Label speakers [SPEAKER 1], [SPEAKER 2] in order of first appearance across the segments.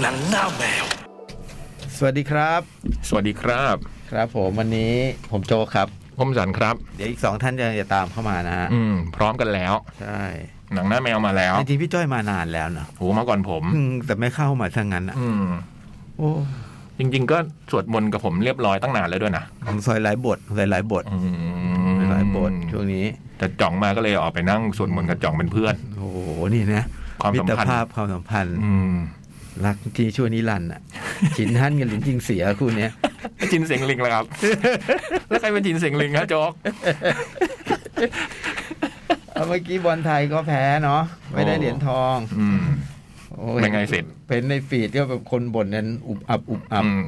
[SPEAKER 1] หนังหน้าแมว
[SPEAKER 2] สวัสดีครับ
[SPEAKER 3] สวัสดีครับ
[SPEAKER 2] ครับ ผมวันนี้ผมโจครับ
[SPEAKER 3] ผมสันครับ
[SPEAKER 2] เดี๋ยวอีกสองท่านจะจะตามเข้ามานะฮะ
[SPEAKER 3] อืม พร้อมกันแล้ว
[SPEAKER 2] ใช่
[SPEAKER 3] หนังหน้าแมวมาแล้ว
[SPEAKER 2] จริงๆพี่จ้อยมานานแล้วนะ
[SPEAKER 3] โหมาก่อนผม
[SPEAKER 2] อืมแต่ไม่เข้ามาซะงั้นอ่ะ
[SPEAKER 3] อืม
[SPEAKER 2] โอ้
[SPEAKER 3] จริง ๆ ก็สวดมนต์กับผมเรียบร้อยตั้งนานแล้วด้วยนะ
[SPEAKER 2] ผมซอยหลายบทซอยหลายบท
[SPEAKER 3] อืม
[SPEAKER 2] หลายบทช่วงนี้
[SPEAKER 3] แต่จ่องมาก็เลยออกไปนั่งสวดมนต์กับจ่องเป็นเพื่อน
[SPEAKER 2] โอ้โหนี่นะ
[SPEAKER 3] ความสัมพันธ์
[SPEAKER 2] ตรภาพความสัมพันธ์
[SPEAKER 3] อืม
[SPEAKER 2] รักที่ชั่วนิรันด ร์อ่ะ ฉินหั่นกับหลินจิงเสียคู่เนี้ย
[SPEAKER 3] จินเสียงลิงแล้วครับ แล้วใครเป็นจินเสียงลิงฮะโจ๊ก
[SPEAKER 2] เอาเมื่อกี้บอลไทยก็แพ้เนาะไม่ได้เหรียญทอง
[SPEAKER 3] อืม
[SPEAKER 2] โอ้ย
[SPEAKER 3] เป็นไงเสร็จ
[SPEAKER 2] เป็นในฟีดก็แบบคนบ่นนั้นอุบอับอุบอับ
[SPEAKER 3] อืม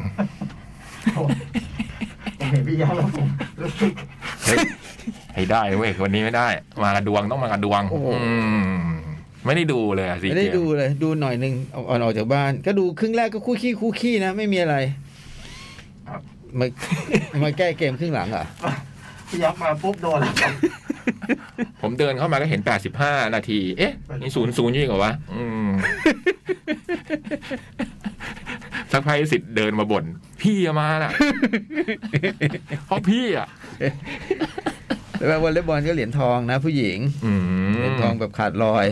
[SPEAKER 2] พี่ยาแล้วผม
[SPEAKER 3] เฮ้ยให้ได้เว้ยวันนี้ไม่ได้ มากับดวงต้องมากับดวงอืมไม่ได้ดูเลยอะสิ
[SPEAKER 2] ไม่ได้ดูเลย ดูหน่อยหนึงเอาเอาออกจากบ้าน ก็ดูครึ่งแรกก็คู่ขี้คู่ขี้นะ ไม่มีอะไรมามาแก้เกมครึ่งหลังเหรอ่ะ
[SPEAKER 4] พี่ยับมาปุ๊บโดนแล้ว
[SPEAKER 3] ผมเดินเข้ามาก็เห็น 85 นาที เอ๊ะนี่ศูนย์ศูนย์ยิ่งกว่าวะอืมสักพักสิทธิ์เดินมาบ่นพี่อะมา น่ะเพราะพี่อ่ะ
[SPEAKER 2] แต่ว่าวอลเลย์บอลก็เหรียญทองนะ ผู้หญิง
[SPEAKER 3] อืม
[SPEAKER 2] เหรียญทองแบบขาดลอย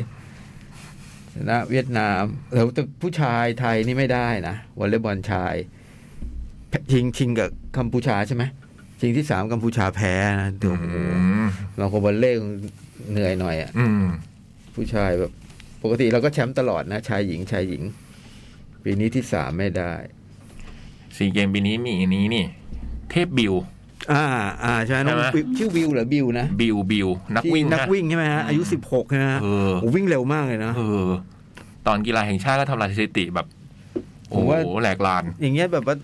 [SPEAKER 2] ชนะเวียดนามแล้วแต่ผู้ชายไทยนี่ไม่ได้นะวอลเลย์บอลชายแพชิงชิงกับกัมพูชาใช่ไหมชิงที่สามกัมพูชาแพ้นะเดี๋ยว
[SPEAKER 3] อื
[SPEAKER 2] โอ้โห
[SPEAKER 3] ม
[SPEAKER 2] เราคนวอลเลย์เหนื่อยหน่อยอะ
[SPEAKER 3] อืม
[SPEAKER 2] ผู้ชายแบบ ปกติเราก็แชมป์ตลอดนะ ชายหญิงชายหญิง ปีนี้ที่สามไม่ได้
[SPEAKER 3] สี่เกมปีนี้มีอันนี้นี่ เทพบิว
[SPEAKER 2] อ่า อ่าใช่ไหมน้อง
[SPEAKER 3] ใช่ไหม
[SPEAKER 2] วิวชื่อวิวเหรอบิวนะ
[SPEAKER 3] บิวบิวนักวิ่ง
[SPEAKER 2] ที่นัก
[SPEAKER 3] นะ
[SPEAKER 2] วิ่งใช่ไหมฮะอายุสิบหกใช่ไหมฮะ
[SPEAKER 3] เออ
[SPEAKER 2] โอ้วิ่งเร็วมากเลยนะ
[SPEAKER 3] เออ ตอนกีฬาแห่งชาติก็ทำลายสถิติแบบ
[SPEAKER 2] ผ
[SPEAKER 3] โอ้
[SPEAKER 2] ม
[SPEAKER 3] โห
[SPEAKER 2] ว่า
[SPEAKER 3] แหลกลาน
[SPEAKER 2] อย่างเงี้ยแบบว่า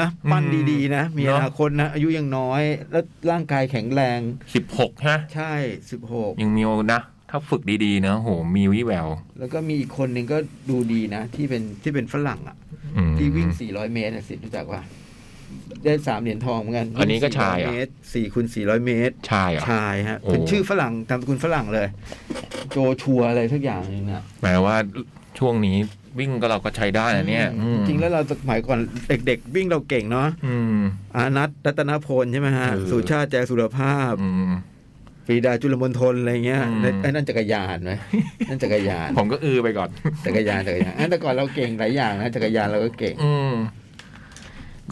[SPEAKER 2] นะปั้น
[SPEAKER 3] อืม
[SPEAKER 2] ดีๆ นะ มี
[SPEAKER 3] เน
[SPEAKER 2] อ
[SPEAKER 3] อะ
[SPEAKER 2] นาคตนะ อายุยังน้อย แล้วร่างกายแข็งแรง
[SPEAKER 3] สิบหกฮะ
[SPEAKER 2] ใช่สิบหก
[SPEAKER 3] ยังมีโอนะ ถ้าฝึกดีๆเนอะโห มีวิแวว
[SPEAKER 2] แล้วก็มีอีกคนหนึ่งก็ดูดีนะ ที่เป็นที่เป็นฝรั่งอ่ะ
[SPEAKER 3] อืม
[SPEAKER 2] ที่วิ่ง 400 เมตรอะสิรู้จักว่า ได้สามเหรียญทองเหมือนกัน
[SPEAKER 3] อันนี้ก็
[SPEAKER 2] วิ่ง
[SPEAKER 3] ชายอะ
[SPEAKER 2] 400เมตรสี่คูณ400 เมตร
[SPEAKER 3] ชายเหรอ่ะ
[SPEAKER 2] ชายฮะ
[SPEAKER 3] โอ้
[SPEAKER 2] เป็นชื่อฝรั่งตามสกุลฝรั่งเลย โจชัวอะไรสักอย่างหนึงนะ
[SPEAKER 3] แปลว่าช่วงนี้วิ่งก็เราก็ใช้ได้นะเนี่ย
[SPEAKER 2] อืมจริงๆแล้วเราสมัยก่อนเด็กๆ วิ่งเราเก่งเนาะ
[SPEAKER 3] อืม
[SPEAKER 2] อานัทรัตนพลใช่ไหมฮะ
[SPEAKER 3] เออ
[SPEAKER 2] สุชาติแจงสุรภาพ
[SPEAKER 3] อืม
[SPEAKER 2] ปรีดาจุลมณฑลอะไรเงี้ย
[SPEAKER 3] อืม
[SPEAKER 2] ไอ้ไอ้นั่นจักรยานไหมนั่นจักรยาน
[SPEAKER 3] ผมก็อือไปก่อน
[SPEAKER 2] จักรยานจักรยานอ่ะแต่ก่อนเราเก่งหลายอย่างนะจักรยานเราก็เก่ง
[SPEAKER 3] อืม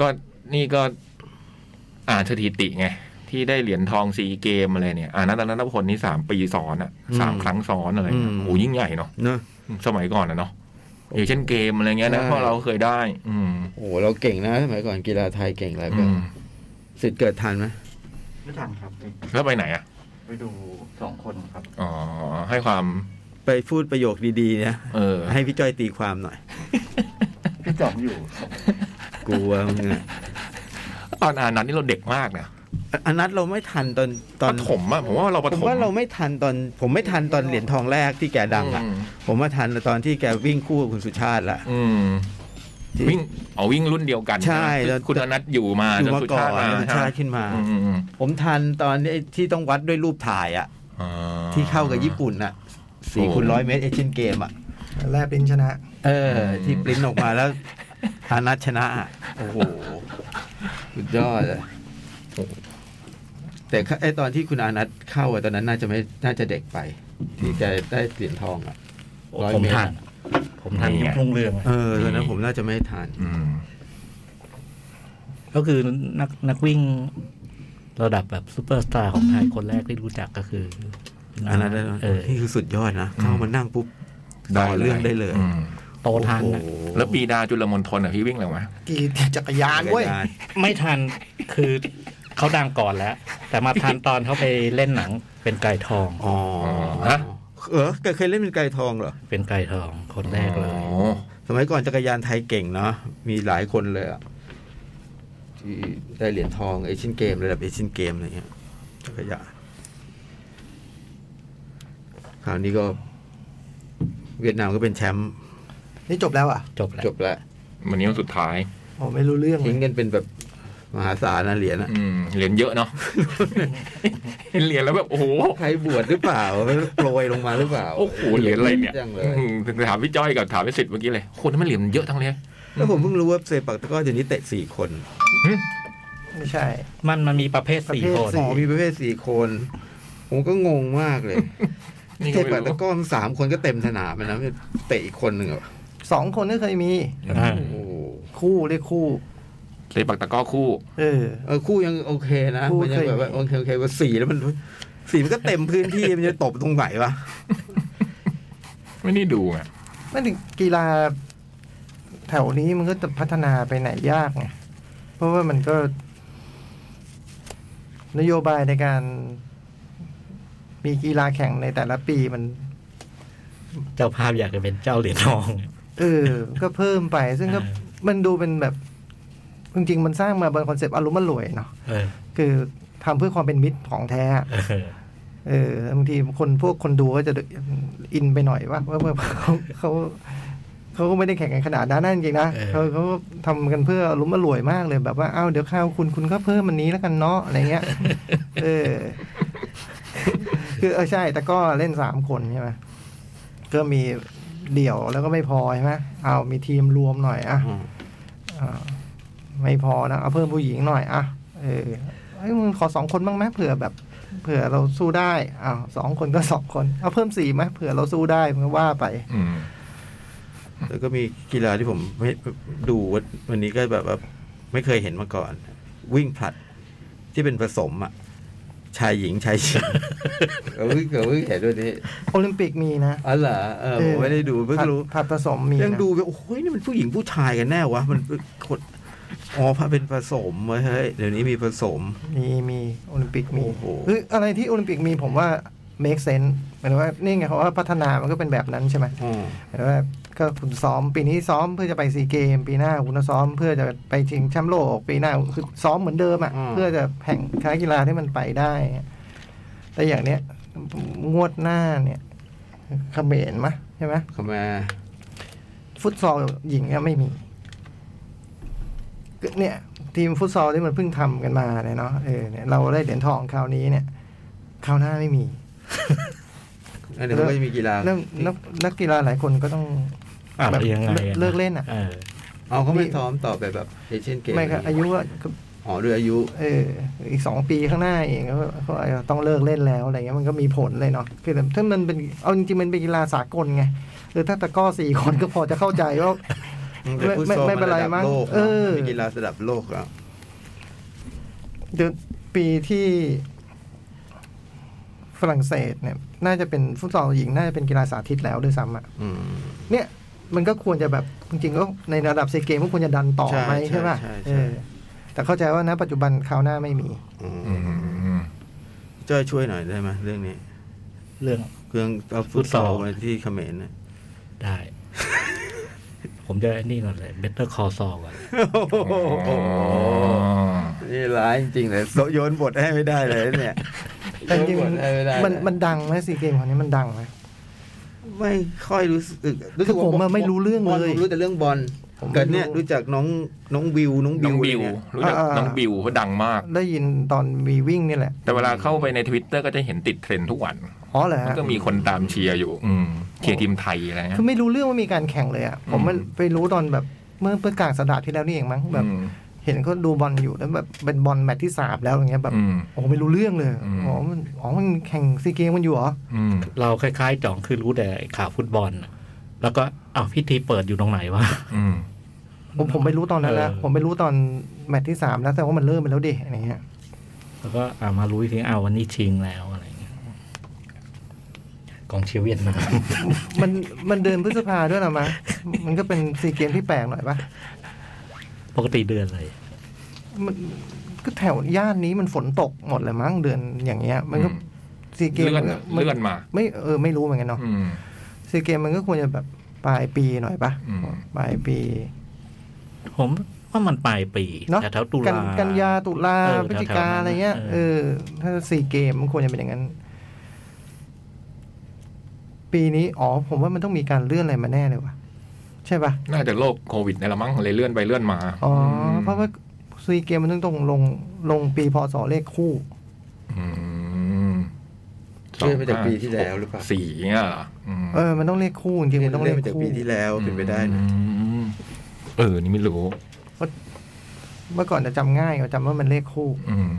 [SPEAKER 3] ก็นี่ก็ อ่านสถิติไง ที่ได้เหรียญทองซีเกมอะไรเนี่ยอ่านัตนนพลนี่สามปีซ้อนอ่ะสามครั้งซ้อนอะไรเนี่ยโหยิ่งใหญ่เนาะ
[SPEAKER 2] เนาะ
[SPEAKER 3] สมัยก่อนนะเนาะอย่างเช่นเกมอะไรเงี้ยนะ
[SPEAKER 2] ใช่
[SPEAKER 3] เพราะเราเคยได้ อืม
[SPEAKER 2] โอ้โหเราเก่งนะสมัยก่อนกีฬาไทยเก่งหลายแบ
[SPEAKER 3] อื
[SPEAKER 2] บ
[SPEAKER 3] ม
[SPEAKER 2] สิทธิ์เกิดทันไหม
[SPEAKER 4] ไม่ทันครับ
[SPEAKER 3] แล้วไปไหนอ่ะ
[SPEAKER 4] ไปดูสองคนครับ
[SPEAKER 3] อ๋อให้ความ
[SPEAKER 2] ไปพูดประโยคดีๆนะ
[SPEAKER 3] เออ
[SPEAKER 2] ให้พี่จ้อยตีความหน่อย
[SPEAKER 4] พี่จอมอยู่
[SPEAKER 2] กลัวมึงอะ
[SPEAKER 3] ตอนอ่านนั้นนี่เราเด็กมากนะ
[SPEAKER 2] อ่ะอานัทเราไม่ทันตอนต
[SPEAKER 3] ป
[SPEAKER 2] อน
[SPEAKER 3] ฐมอ่ะผมว่าเราป
[SPEAKER 2] ผ
[SPEAKER 3] ฐ
[SPEAKER 2] ม
[SPEAKER 3] ม
[SPEAKER 2] ว่าเราไม่ทันตอน ผมไม่ทันตอนเหรียญทองแรกที่แกดังอ่ะ
[SPEAKER 3] ม
[SPEAKER 2] ผมว่าทันตอนที่แกวิ่งคู่กับคุณสุชาติละ
[SPEAKER 3] อืม
[SPEAKER 2] ที่
[SPEAKER 3] วิ่งเอาวิ่งรุ่นเดียวกัน
[SPEAKER 2] ใช่
[SPEAKER 3] ไหม
[SPEAKER 2] แล้ว
[SPEAKER 3] คุณอนัทอยู่มา
[SPEAKER 2] อยู่มา
[SPEAKER 3] จสุ
[SPEAKER 2] ก่อ
[SPEAKER 3] ชาน ติ
[SPEAKER 2] แล้วสุชาติขึ้นมา
[SPEAKER 3] อืมอืมอืม
[SPEAKER 2] ผมทันตอนไอ้ที่ต้องวัดด้วยรูปถ่ายอ่ะ
[SPEAKER 3] อ่
[SPEAKER 2] ที่เข้ากับญี่ปุ่นน่ะสี่คูณร้อยเมตรเอเชียนเกมอ่ะ
[SPEAKER 4] แรกเป็นชนะ
[SPEAKER 2] เออ
[SPEAKER 3] อืม
[SPEAKER 2] ที่ปริ้นออกมาแล้วอานัทชนะอะโอ้โหสุดยอดเลยแต่ไอตอนที่คุณอานัทเข้าอะตอนนั้นน่าจะไม่น่าจะเด็กไป ที่แกได้เหรียญทองอ่ะร้อย
[SPEAKER 5] ผม
[SPEAKER 2] เมตร
[SPEAKER 5] ทัน
[SPEAKER 2] อะ
[SPEAKER 5] ผมทัน
[SPEAKER 3] นี่ไง
[SPEAKER 5] ยุครุ่งเรืองอะ
[SPEAKER 2] เออตอนนั้นผมน่าจะไม่ทัน
[SPEAKER 3] อืม
[SPEAKER 5] ก็คือนักนักวิ่งระดับแบบซูเปอร์สตาร์ของไทยคนแรกที่รู้จักก็คือ
[SPEAKER 2] อานัทได้
[SPEAKER 5] เออ
[SPEAKER 2] นี่คือสุดยอดนะเข้ามานั่งปุ๊บ ต่อเรื่องได้เลย
[SPEAKER 3] อืม
[SPEAKER 5] โตทันอะ
[SPEAKER 2] โอ้โห
[SPEAKER 3] แล้วปีดาจุลมณฑลอ่ะพี่วิ่งอะไรวะ
[SPEAKER 4] กี่จักรยานเว้ย
[SPEAKER 2] จักราน
[SPEAKER 5] ไม่ทันคือเขาดังก่อนแล้ว แต่มาทันตอนเขาไปเล่นหนังเป็นไก่ทอง
[SPEAKER 2] อ๋อ
[SPEAKER 3] ฮะ
[SPEAKER 2] เออแกเคยเล่นเป็นไกลทองเหรอ
[SPEAKER 5] เป็นไก่ทองคนแรกเลย
[SPEAKER 3] โอ้
[SPEAKER 2] สมัยก่อนจักรยานไทยเก่งเนาะมีหลายคนเลยอะที่ได้เหรียญทองเอเชียนเกมระดับเอเชียนเกมอะไรเงี้ย จักรยานคราวนี้ก็ เวียดนามก็เป็นแชมป์
[SPEAKER 4] นี่จบแล้วอ่ะ
[SPEAKER 5] จบแล้ว
[SPEAKER 2] จบแล้ว
[SPEAKER 3] วันนี้วันสุดท้าย
[SPEAKER 4] ผมไม่รู้เรื่องเล
[SPEAKER 2] ทิ้
[SPEAKER 4] ย
[SPEAKER 2] งกันเป็นแบบ มหาศาลนะเหรียญอะ
[SPEAKER 3] อืมเหรียญเยอะเนาะ เหรียญแล้วแบบโอ้โห
[SPEAKER 2] ใครบวชหรือเปล่าโปรยลงมาหรือเปล่า
[SPEAKER 3] โอ้โหเหรียญอะไรเนี่ย
[SPEAKER 2] จังเลย
[SPEAKER 3] อืมถามพี่จ้อยกับถามพี่สิทธิ์เมื่อกี้เลยคนนั้นมันเหรียญเยอะทั้งเนี้ย
[SPEAKER 2] แล้วผมเพิ่งรู้ว่าเซปักตะกร้อเดี๋ยวนี้เตะสี่คน
[SPEAKER 4] ไม่ใช่
[SPEAKER 5] มันมันมีประเภทสี่
[SPEAKER 4] ประเภท
[SPEAKER 5] คน
[SPEAKER 4] สี่
[SPEAKER 2] อ๋อมีประเภทสี่คน ผมก็งงมากเลย
[SPEAKER 3] นี่
[SPEAKER 2] เท
[SPEAKER 3] ก็
[SPEAKER 2] พ
[SPEAKER 3] ไม่
[SPEAKER 2] ปัตตะ
[SPEAKER 3] รู้
[SPEAKER 2] กร้อสามคนก็เต็มสนามเลยนะไม่เตะอีกคนหนึ่งเหรอ
[SPEAKER 4] สองคนก็เคยมี
[SPEAKER 5] อ่า
[SPEAKER 2] โอ้โห
[SPEAKER 4] คู่เรียกคู่
[SPEAKER 3] เตะปักตะกร้อคู่
[SPEAKER 4] เออ
[SPEAKER 2] เออคู่ยังโอเคนะ
[SPEAKER 4] คู่
[SPEAKER 2] มันยังแบบว่า
[SPEAKER 4] เคยมี
[SPEAKER 2] โอเคโอเคว่าสี่แล้วมันสี่มันก็เต็มพื้นที่ มันจะตบตรงไหนวะ
[SPEAKER 3] ไม่ได้ดูอ่ะ
[SPEAKER 4] ไม่ถึงกีฬา แถวนี้มันก็จะพัฒนาไปไหนยากไงเพราะว่ามันก็ นโยบายในการ มีกีฬาแข่งในแต่ละปีมัน
[SPEAKER 5] เจ้าภาพอยากจะเป็นเจ้าเหรียญทอง
[SPEAKER 4] เออ ก็เพิ่มไป ซึ่งก็มันดูเป็นแบบ จริงๆ มันสร้างมาบนคอนเซปต์อารมณ์มันรวยเนาะ
[SPEAKER 5] เออ
[SPEAKER 4] คือทำเพื่อความเป็นมิตรของแท้
[SPEAKER 5] เออ
[SPEAKER 4] เออบางทีคนพวกคนดูก็จะอินไปหน่อยว่าว่าว่าเขาเขาเขาก็ไม่ได้แข่งกันขนาดนั้นนะจริงๆนะ
[SPEAKER 5] เออ
[SPEAKER 4] เขาเขาก็ทำกันเพื่อลุ้มอร่วยมากเลยแบบว่าอ้าวเดี๋ยวข้าวคุณคุณก็เพิ่มมันนี้แล้วกันเนาะอะไรเงี้ย เออ คือเออใช่ แต่ก็เล่นสามคนใช่ไหมก็มีเดี่ยวแล้วก็ไม่พอใช่ไหมเอามีทีมรวมหน่อยอ่ะ อ่าไม่พอนะเอาเพิ่มผู้หญิงหน่อยอ่ะเออเอ้ยมึงขอสองคนบ้างไหมเผื่อแบบ เผื่อเราสู้ได้อ้าวสองคนก็สองคนเอาเพิ่มสี่ไหมเผื่อเราสู้ได้มันก็ว่าไป
[SPEAKER 3] อืม
[SPEAKER 2] แล้วก็มีกีฬาที่ผมไม่ดูวันนี้ก็แบบว่าไม่เคยเห็นมาก่อน วิ่งผลัดที่เป็นผสมอ่ะชายหญิงชายชายเออเพิ่งเพิ่งเห็นด้วยนี่
[SPEAKER 4] โอลิมปิกมีนะ
[SPEAKER 2] อ๋อเหรอเออผมไม่ได้ดูเพิ่งรู้
[SPEAKER 4] ผัดผสมมีนะ
[SPEAKER 2] ยังดูแบบโอ้ยนี่มันผู้หญิงผู้ชายกันแน่วะ มันเป็นคนอ๋อพระเป็นผสมเว้ยเฮ้ยเดี๋ยวนี้มีผสม
[SPEAKER 4] มีมีโอลิมปิกมี
[SPEAKER 2] โอ้โห
[SPEAKER 4] คืออะไรที่โอลิมปิกมีผมว่า make sense หมายถึงว่านี่ไงเขาว่าพัฒนามันก็เป็นแบบนั้นใช่ไหม
[SPEAKER 2] อ๋อ
[SPEAKER 4] เห็นว่าก็คุณซ้อมปีนี้ซ้อมเพื่อจะไปซีเกม ปีหน้าคุณก็ซ้อมเพื่อจะไปชิงแชมป์โลกปีหน้าคือซ้อมเหมือนเดิมอ่ะ
[SPEAKER 2] อืม
[SPEAKER 4] เพื่อจะแข่งค้ากีฬาที่มันไปได้ แต่อย่างเนี้ยงวดหน้าเนี่ยเขมรมะใช่ไหม
[SPEAKER 2] เข้ามา
[SPEAKER 4] ฟุตซอลหญิงก็ไม่มีก็เนี่ย ทีมฟุตซอลที่มันเพิ่งทำกันมาเนี่ยเนาะเออเนี่ยเราได้เหรียญทองคราวนี้เนี่ยคราวหน้าไม่มี
[SPEAKER 2] แล้วเดี๋ยวมันก็จะมีกีฬา
[SPEAKER 4] เริ่มนักนักกีฬาหลายคนก็ต้อง
[SPEAKER 5] อ่ะ
[SPEAKER 4] แบบ
[SPEAKER 5] ยังไง
[SPEAKER 4] เลิกเล่นอ่ะ
[SPEAKER 5] เออ
[SPEAKER 2] เอาเขาไม่ซ้อมต่อไปแบบเอเชียนเกม
[SPEAKER 4] ไม่ครับอายุอะ
[SPEAKER 2] อ๋อด้วยอายุ
[SPEAKER 4] เอออีกสองปีข้างหน้าเองก็ก็อาจจะต้องเลิกเล่นแล้วอะไรเงี้ยมันก็มีผลเลยเนาะคือแต่ถ้ามันเป็นเอาจริงๆมันเป็นกีฬาสากลไงเออถ้าตะกร้อสี่คนก็พอจะเข้าใจว่า
[SPEAKER 2] แต่ฟุตซอล
[SPEAKER 4] ไม่ไม่เป็นไรมั้
[SPEAKER 2] มั
[SPEAKER 4] ง
[SPEAKER 2] นระดับโลก
[SPEAKER 4] เอ
[SPEAKER 2] นะ
[SPEAKER 4] อ
[SPEAKER 2] มันมีกีฬาระดับโลกแล้ว
[SPEAKER 4] เดือนปีที่ฝรั่งเศสเนี่ย น่าจะเป็นฟุตซอลหญิง น่าจะเป็นกีฬาสาธิตแล้วด้วยซ้ำอ่ะ
[SPEAKER 2] อืม
[SPEAKER 4] เนี่ยมันก็ควรจะแบบจริงๆก็ในระดับซีเกมก็ควรจะดันต่อไหม
[SPEAKER 2] ใช่
[SPEAKER 4] ใช่ป่ะ
[SPEAKER 2] ใช่ใช่
[SPEAKER 4] เออแต่เข้าใจว่านะปัจจุบันคราวหน้าไม่มี
[SPEAKER 2] อืม
[SPEAKER 3] อืม
[SPEAKER 2] จ้อยช่วยหน่อยได้ไหมเรื่องนี้
[SPEAKER 5] เรื่อง
[SPEAKER 2] เครื่องเอาฟุตซอลมาที่เขมรนะ
[SPEAKER 5] ได้ ผมจะไอ้นี่ก่อนเลยเบ t เตอร์คอซอก่อน
[SPEAKER 2] โอ้โหนี่ร้ายจริงๆเลยโยนบทให้ไม่ได้เลยเนี่ย
[SPEAKER 4] แต่จริง
[SPEAKER 2] โยนบทให้ไได้เลย
[SPEAKER 4] ๆมันมันดังไหมซีเกมคราวนี้มันดังไหม
[SPEAKER 2] ไม่ค่อยรู้สึกรู้สึกว่า
[SPEAKER 4] ผมอะไม่รู้เรื่องเลย
[SPEAKER 2] บผมรู้แต่เรื่องบอล
[SPEAKER 4] ผมไม่รู้
[SPEAKER 2] เกิดเนี่ยรู้จักน้องน้องวิวน้อง
[SPEAKER 3] น้
[SPEAKER 2] บิ
[SPEAKER 3] อง
[SPEAKER 2] ว
[SPEAKER 3] บิว
[SPEAKER 2] เนี่ย
[SPEAKER 3] รู้จัก
[SPEAKER 4] อ่า
[SPEAKER 3] น้องบิวเขาดังมาก
[SPEAKER 4] ได้ยินตอนมีวิ่งนี่แหละ
[SPEAKER 3] แต่เวลาเข้าไปในทวิตเตอร์ก็จะเห็นติดเทรนด์ทุกวัน
[SPEAKER 4] อ๋อเหรอ
[SPEAKER 3] มัน
[SPEAKER 4] ฮะ
[SPEAKER 3] ก็มีคนตามเชียร์อยู่ อืมเชียร์ทีมไทยอะไรเงี้ย
[SPEAKER 4] คือไม่รู้เรื่องว่ามีการแข่งเลยอ่ะ ผมมันไปรู้ตอนแบบเมื่อเมื่อกลางสัปดาห์ที่แล้วนี่เองมั้งแบบ
[SPEAKER 3] อืม
[SPEAKER 4] เห็นเขาดูบอลอยู่แล้วแบบเป็นบอลแมตช์ที่สามแล้วอย่างเงี้ยแบบ
[SPEAKER 3] อืม
[SPEAKER 4] โอ้โหไม่รู้เรื่องเลย
[SPEAKER 3] อืม
[SPEAKER 4] อ๋อมันอ๋อมันแข่งซีเกมมันอยู่เหรอ
[SPEAKER 3] อืม
[SPEAKER 5] เราคล้ายๆจ่องคือรู้แต่ข่าวฟุตบอลน่ะแล้วก็อ้าวพิธีเปิดอยู่ตรงไหนวะ
[SPEAKER 3] อืม
[SPEAKER 4] ผมผมไม่รู้ตอนนั้นนะ
[SPEAKER 5] เออ
[SPEAKER 4] ผมไม่รู้ตอนแมตช์ที่สามแล้วแต่ว่ามันเริ่มไปแล้วดิอะไรเงี้ย
[SPEAKER 5] แล้วก็อ่ามารู้อีกทีอ้าววันนี้ชิงแล้วอะไรเงี้ยกองเชียร์เวียดนาม
[SPEAKER 4] มันมันเดินพฤษภาด้วยเหรอมะมันก็เป็นซีเกมที่แปลกหน่อยปะ
[SPEAKER 5] ปกติเดือนอะไร
[SPEAKER 4] มันก็แถวย่านนี้มันฝนตกหมดเลยมั้งเดือนอย่างเงี้ย มันก็ซีเกม
[SPEAKER 3] เลื่อน
[SPEAKER 4] มันก็มัน
[SPEAKER 3] เลื่อนมา
[SPEAKER 4] ไม่เออไม่รู้เหมือนกันเนาะ
[SPEAKER 3] อืม
[SPEAKER 4] ซีเกมมันก็ควรจะแบบปลายปีหน่อยปะ
[SPEAKER 3] อืม
[SPEAKER 4] ปลายปี
[SPEAKER 5] ผมว่ามันปลายปี
[SPEAKER 4] เนาะ
[SPEAKER 5] แถวๆตุ
[SPEAKER 4] กั
[SPEAKER 5] ลา
[SPEAKER 4] กันยาตุลา
[SPEAKER 5] เออ
[SPEAKER 4] พฤศจิกา
[SPEAKER 5] แถวๆนั้น
[SPEAKER 4] อะไรเงี้ย
[SPEAKER 5] เอ
[SPEAKER 4] เอ
[SPEAKER 5] อ
[SPEAKER 4] อ ถ้าซีเกมมันควรจะเป็นอย่างนั้น ปีนี้ อ๋อ ผมว่ามันต้องมีการเลื่อนอะไรมาแน่เลยว่ะ ใช่ปะ
[SPEAKER 3] น่าจะโรคโควิดนี่แหละมั้งเลยเลื่อนไปเลื่อนมา
[SPEAKER 4] อ๋ออ
[SPEAKER 3] ม
[SPEAKER 4] เพราะว่าส ซีเกมมันต้องลงลงปีพศเลขคู่
[SPEAKER 3] อืม
[SPEAKER 2] เลื่อนไปจากปีที่แล้วหรือเปล่า
[SPEAKER 3] สี่เงี้ยเหรออืม
[SPEAKER 4] เออ มันต้องเลขคู่จริงๆมันต้องเลข
[SPEAKER 2] จาก
[SPEAKER 4] คู่
[SPEAKER 2] ปีที่แล้วเป็นไปได้นะ
[SPEAKER 3] อืมเออ นี่ไม่รู้
[SPEAKER 4] เมื่อก่อนจะจำง่ายกว่าจำว่ามันเลขคู่
[SPEAKER 3] อืม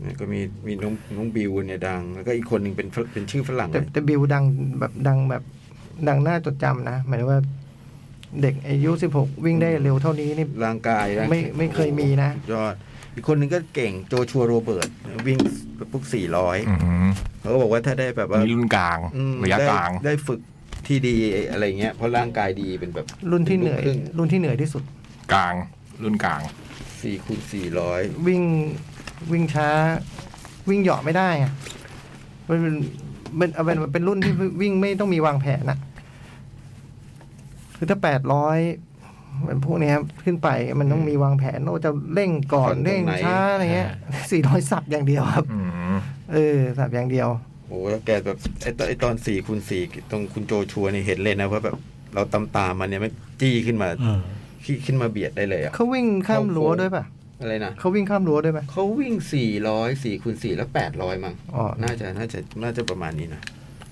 [SPEAKER 2] เนี่ยก็มีมีน้องน้องบิวเนี่ยดัง แล้วก็อีกคนหนึ่งเป็นฝเป็นชื่อฝรั่ง
[SPEAKER 4] แต่แต่บิวดังแบบดังแบบดังหน้าจดจำนะ หมายถึงว่า เด็กอายุสิบหกวิ่งได้เร็วเท่านี้นี่
[SPEAKER 2] ร่างกายร่าง
[SPEAKER 4] ไม่ไม่เคยมีนะ
[SPEAKER 2] สุดยอด อีกคนหนึ่งก็เก่งโจชัวโรเบิร์ตวิ่งพวกสี่ร้อย
[SPEAKER 3] อืม
[SPEAKER 2] เขาก็บอกว่าถ้าได้แบบว่า
[SPEAKER 3] นี่รุ่นกลาง
[SPEAKER 2] อืม
[SPEAKER 3] ระยะ
[SPEAKER 2] ได้
[SPEAKER 3] กลาง
[SPEAKER 2] ได้ฝึกที่ดีอะไรเงี้ยเพราะร่างกายดีเป็นแบบ
[SPEAKER 4] รุ่นที่เหนื่อย
[SPEAKER 2] ป็ลูกครึ่ง
[SPEAKER 4] รุ่นที่เหนื่อยที่สุด
[SPEAKER 3] กลาง รุ่นกลาง
[SPEAKER 2] สี่คูณสี่ร้อย
[SPEAKER 4] วิ่งวิ่งช้า วิ่งเหยาะไม่ได้อะมันเป็นเป็นเอาเป็นเป็นรุ่นที่วิ่งไม่ต้องมีวางแผนอะคือถ้าแปดร้อยมันพวกเนี้ยครับขึ้นไปมันต้องมีวางแผนเราจะเร่งก่อนเร่งช้าอะไรเงี้ยสี่ร้อยสับอย่างเดียวครับ
[SPEAKER 3] อืม
[SPEAKER 4] เออสับอย่างเดียว
[SPEAKER 2] โอ้โหแล้วแกแบบไอ้ตอนไอ้ตอนสี่คูณสี่ตรงคุณโจชัวเนี่ยเห็นเลยนะว่าแบบเราตามตามๆมันเนี่ยไม่จี้ขึ้นมา
[SPEAKER 5] อืม
[SPEAKER 2] ขี้ขึ้นมาเบียดได้เลยอะ
[SPEAKER 4] เขาวิ่งข้ามรั้วด้วยป่ะ
[SPEAKER 2] อะไรนะ
[SPEAKER 4] เขาวิ่งข้ามรั้วด้วยป่ะ
[SPEAKER 2] เขาวิ่งสี่ร้อยสี่คูณสี่แล้วแปดร้อยมั้ง
[SPEAKER 4] อ๋อ
[SPEAKER 2] น่าจะน่าจะน่าจะประมาณนี้ นะ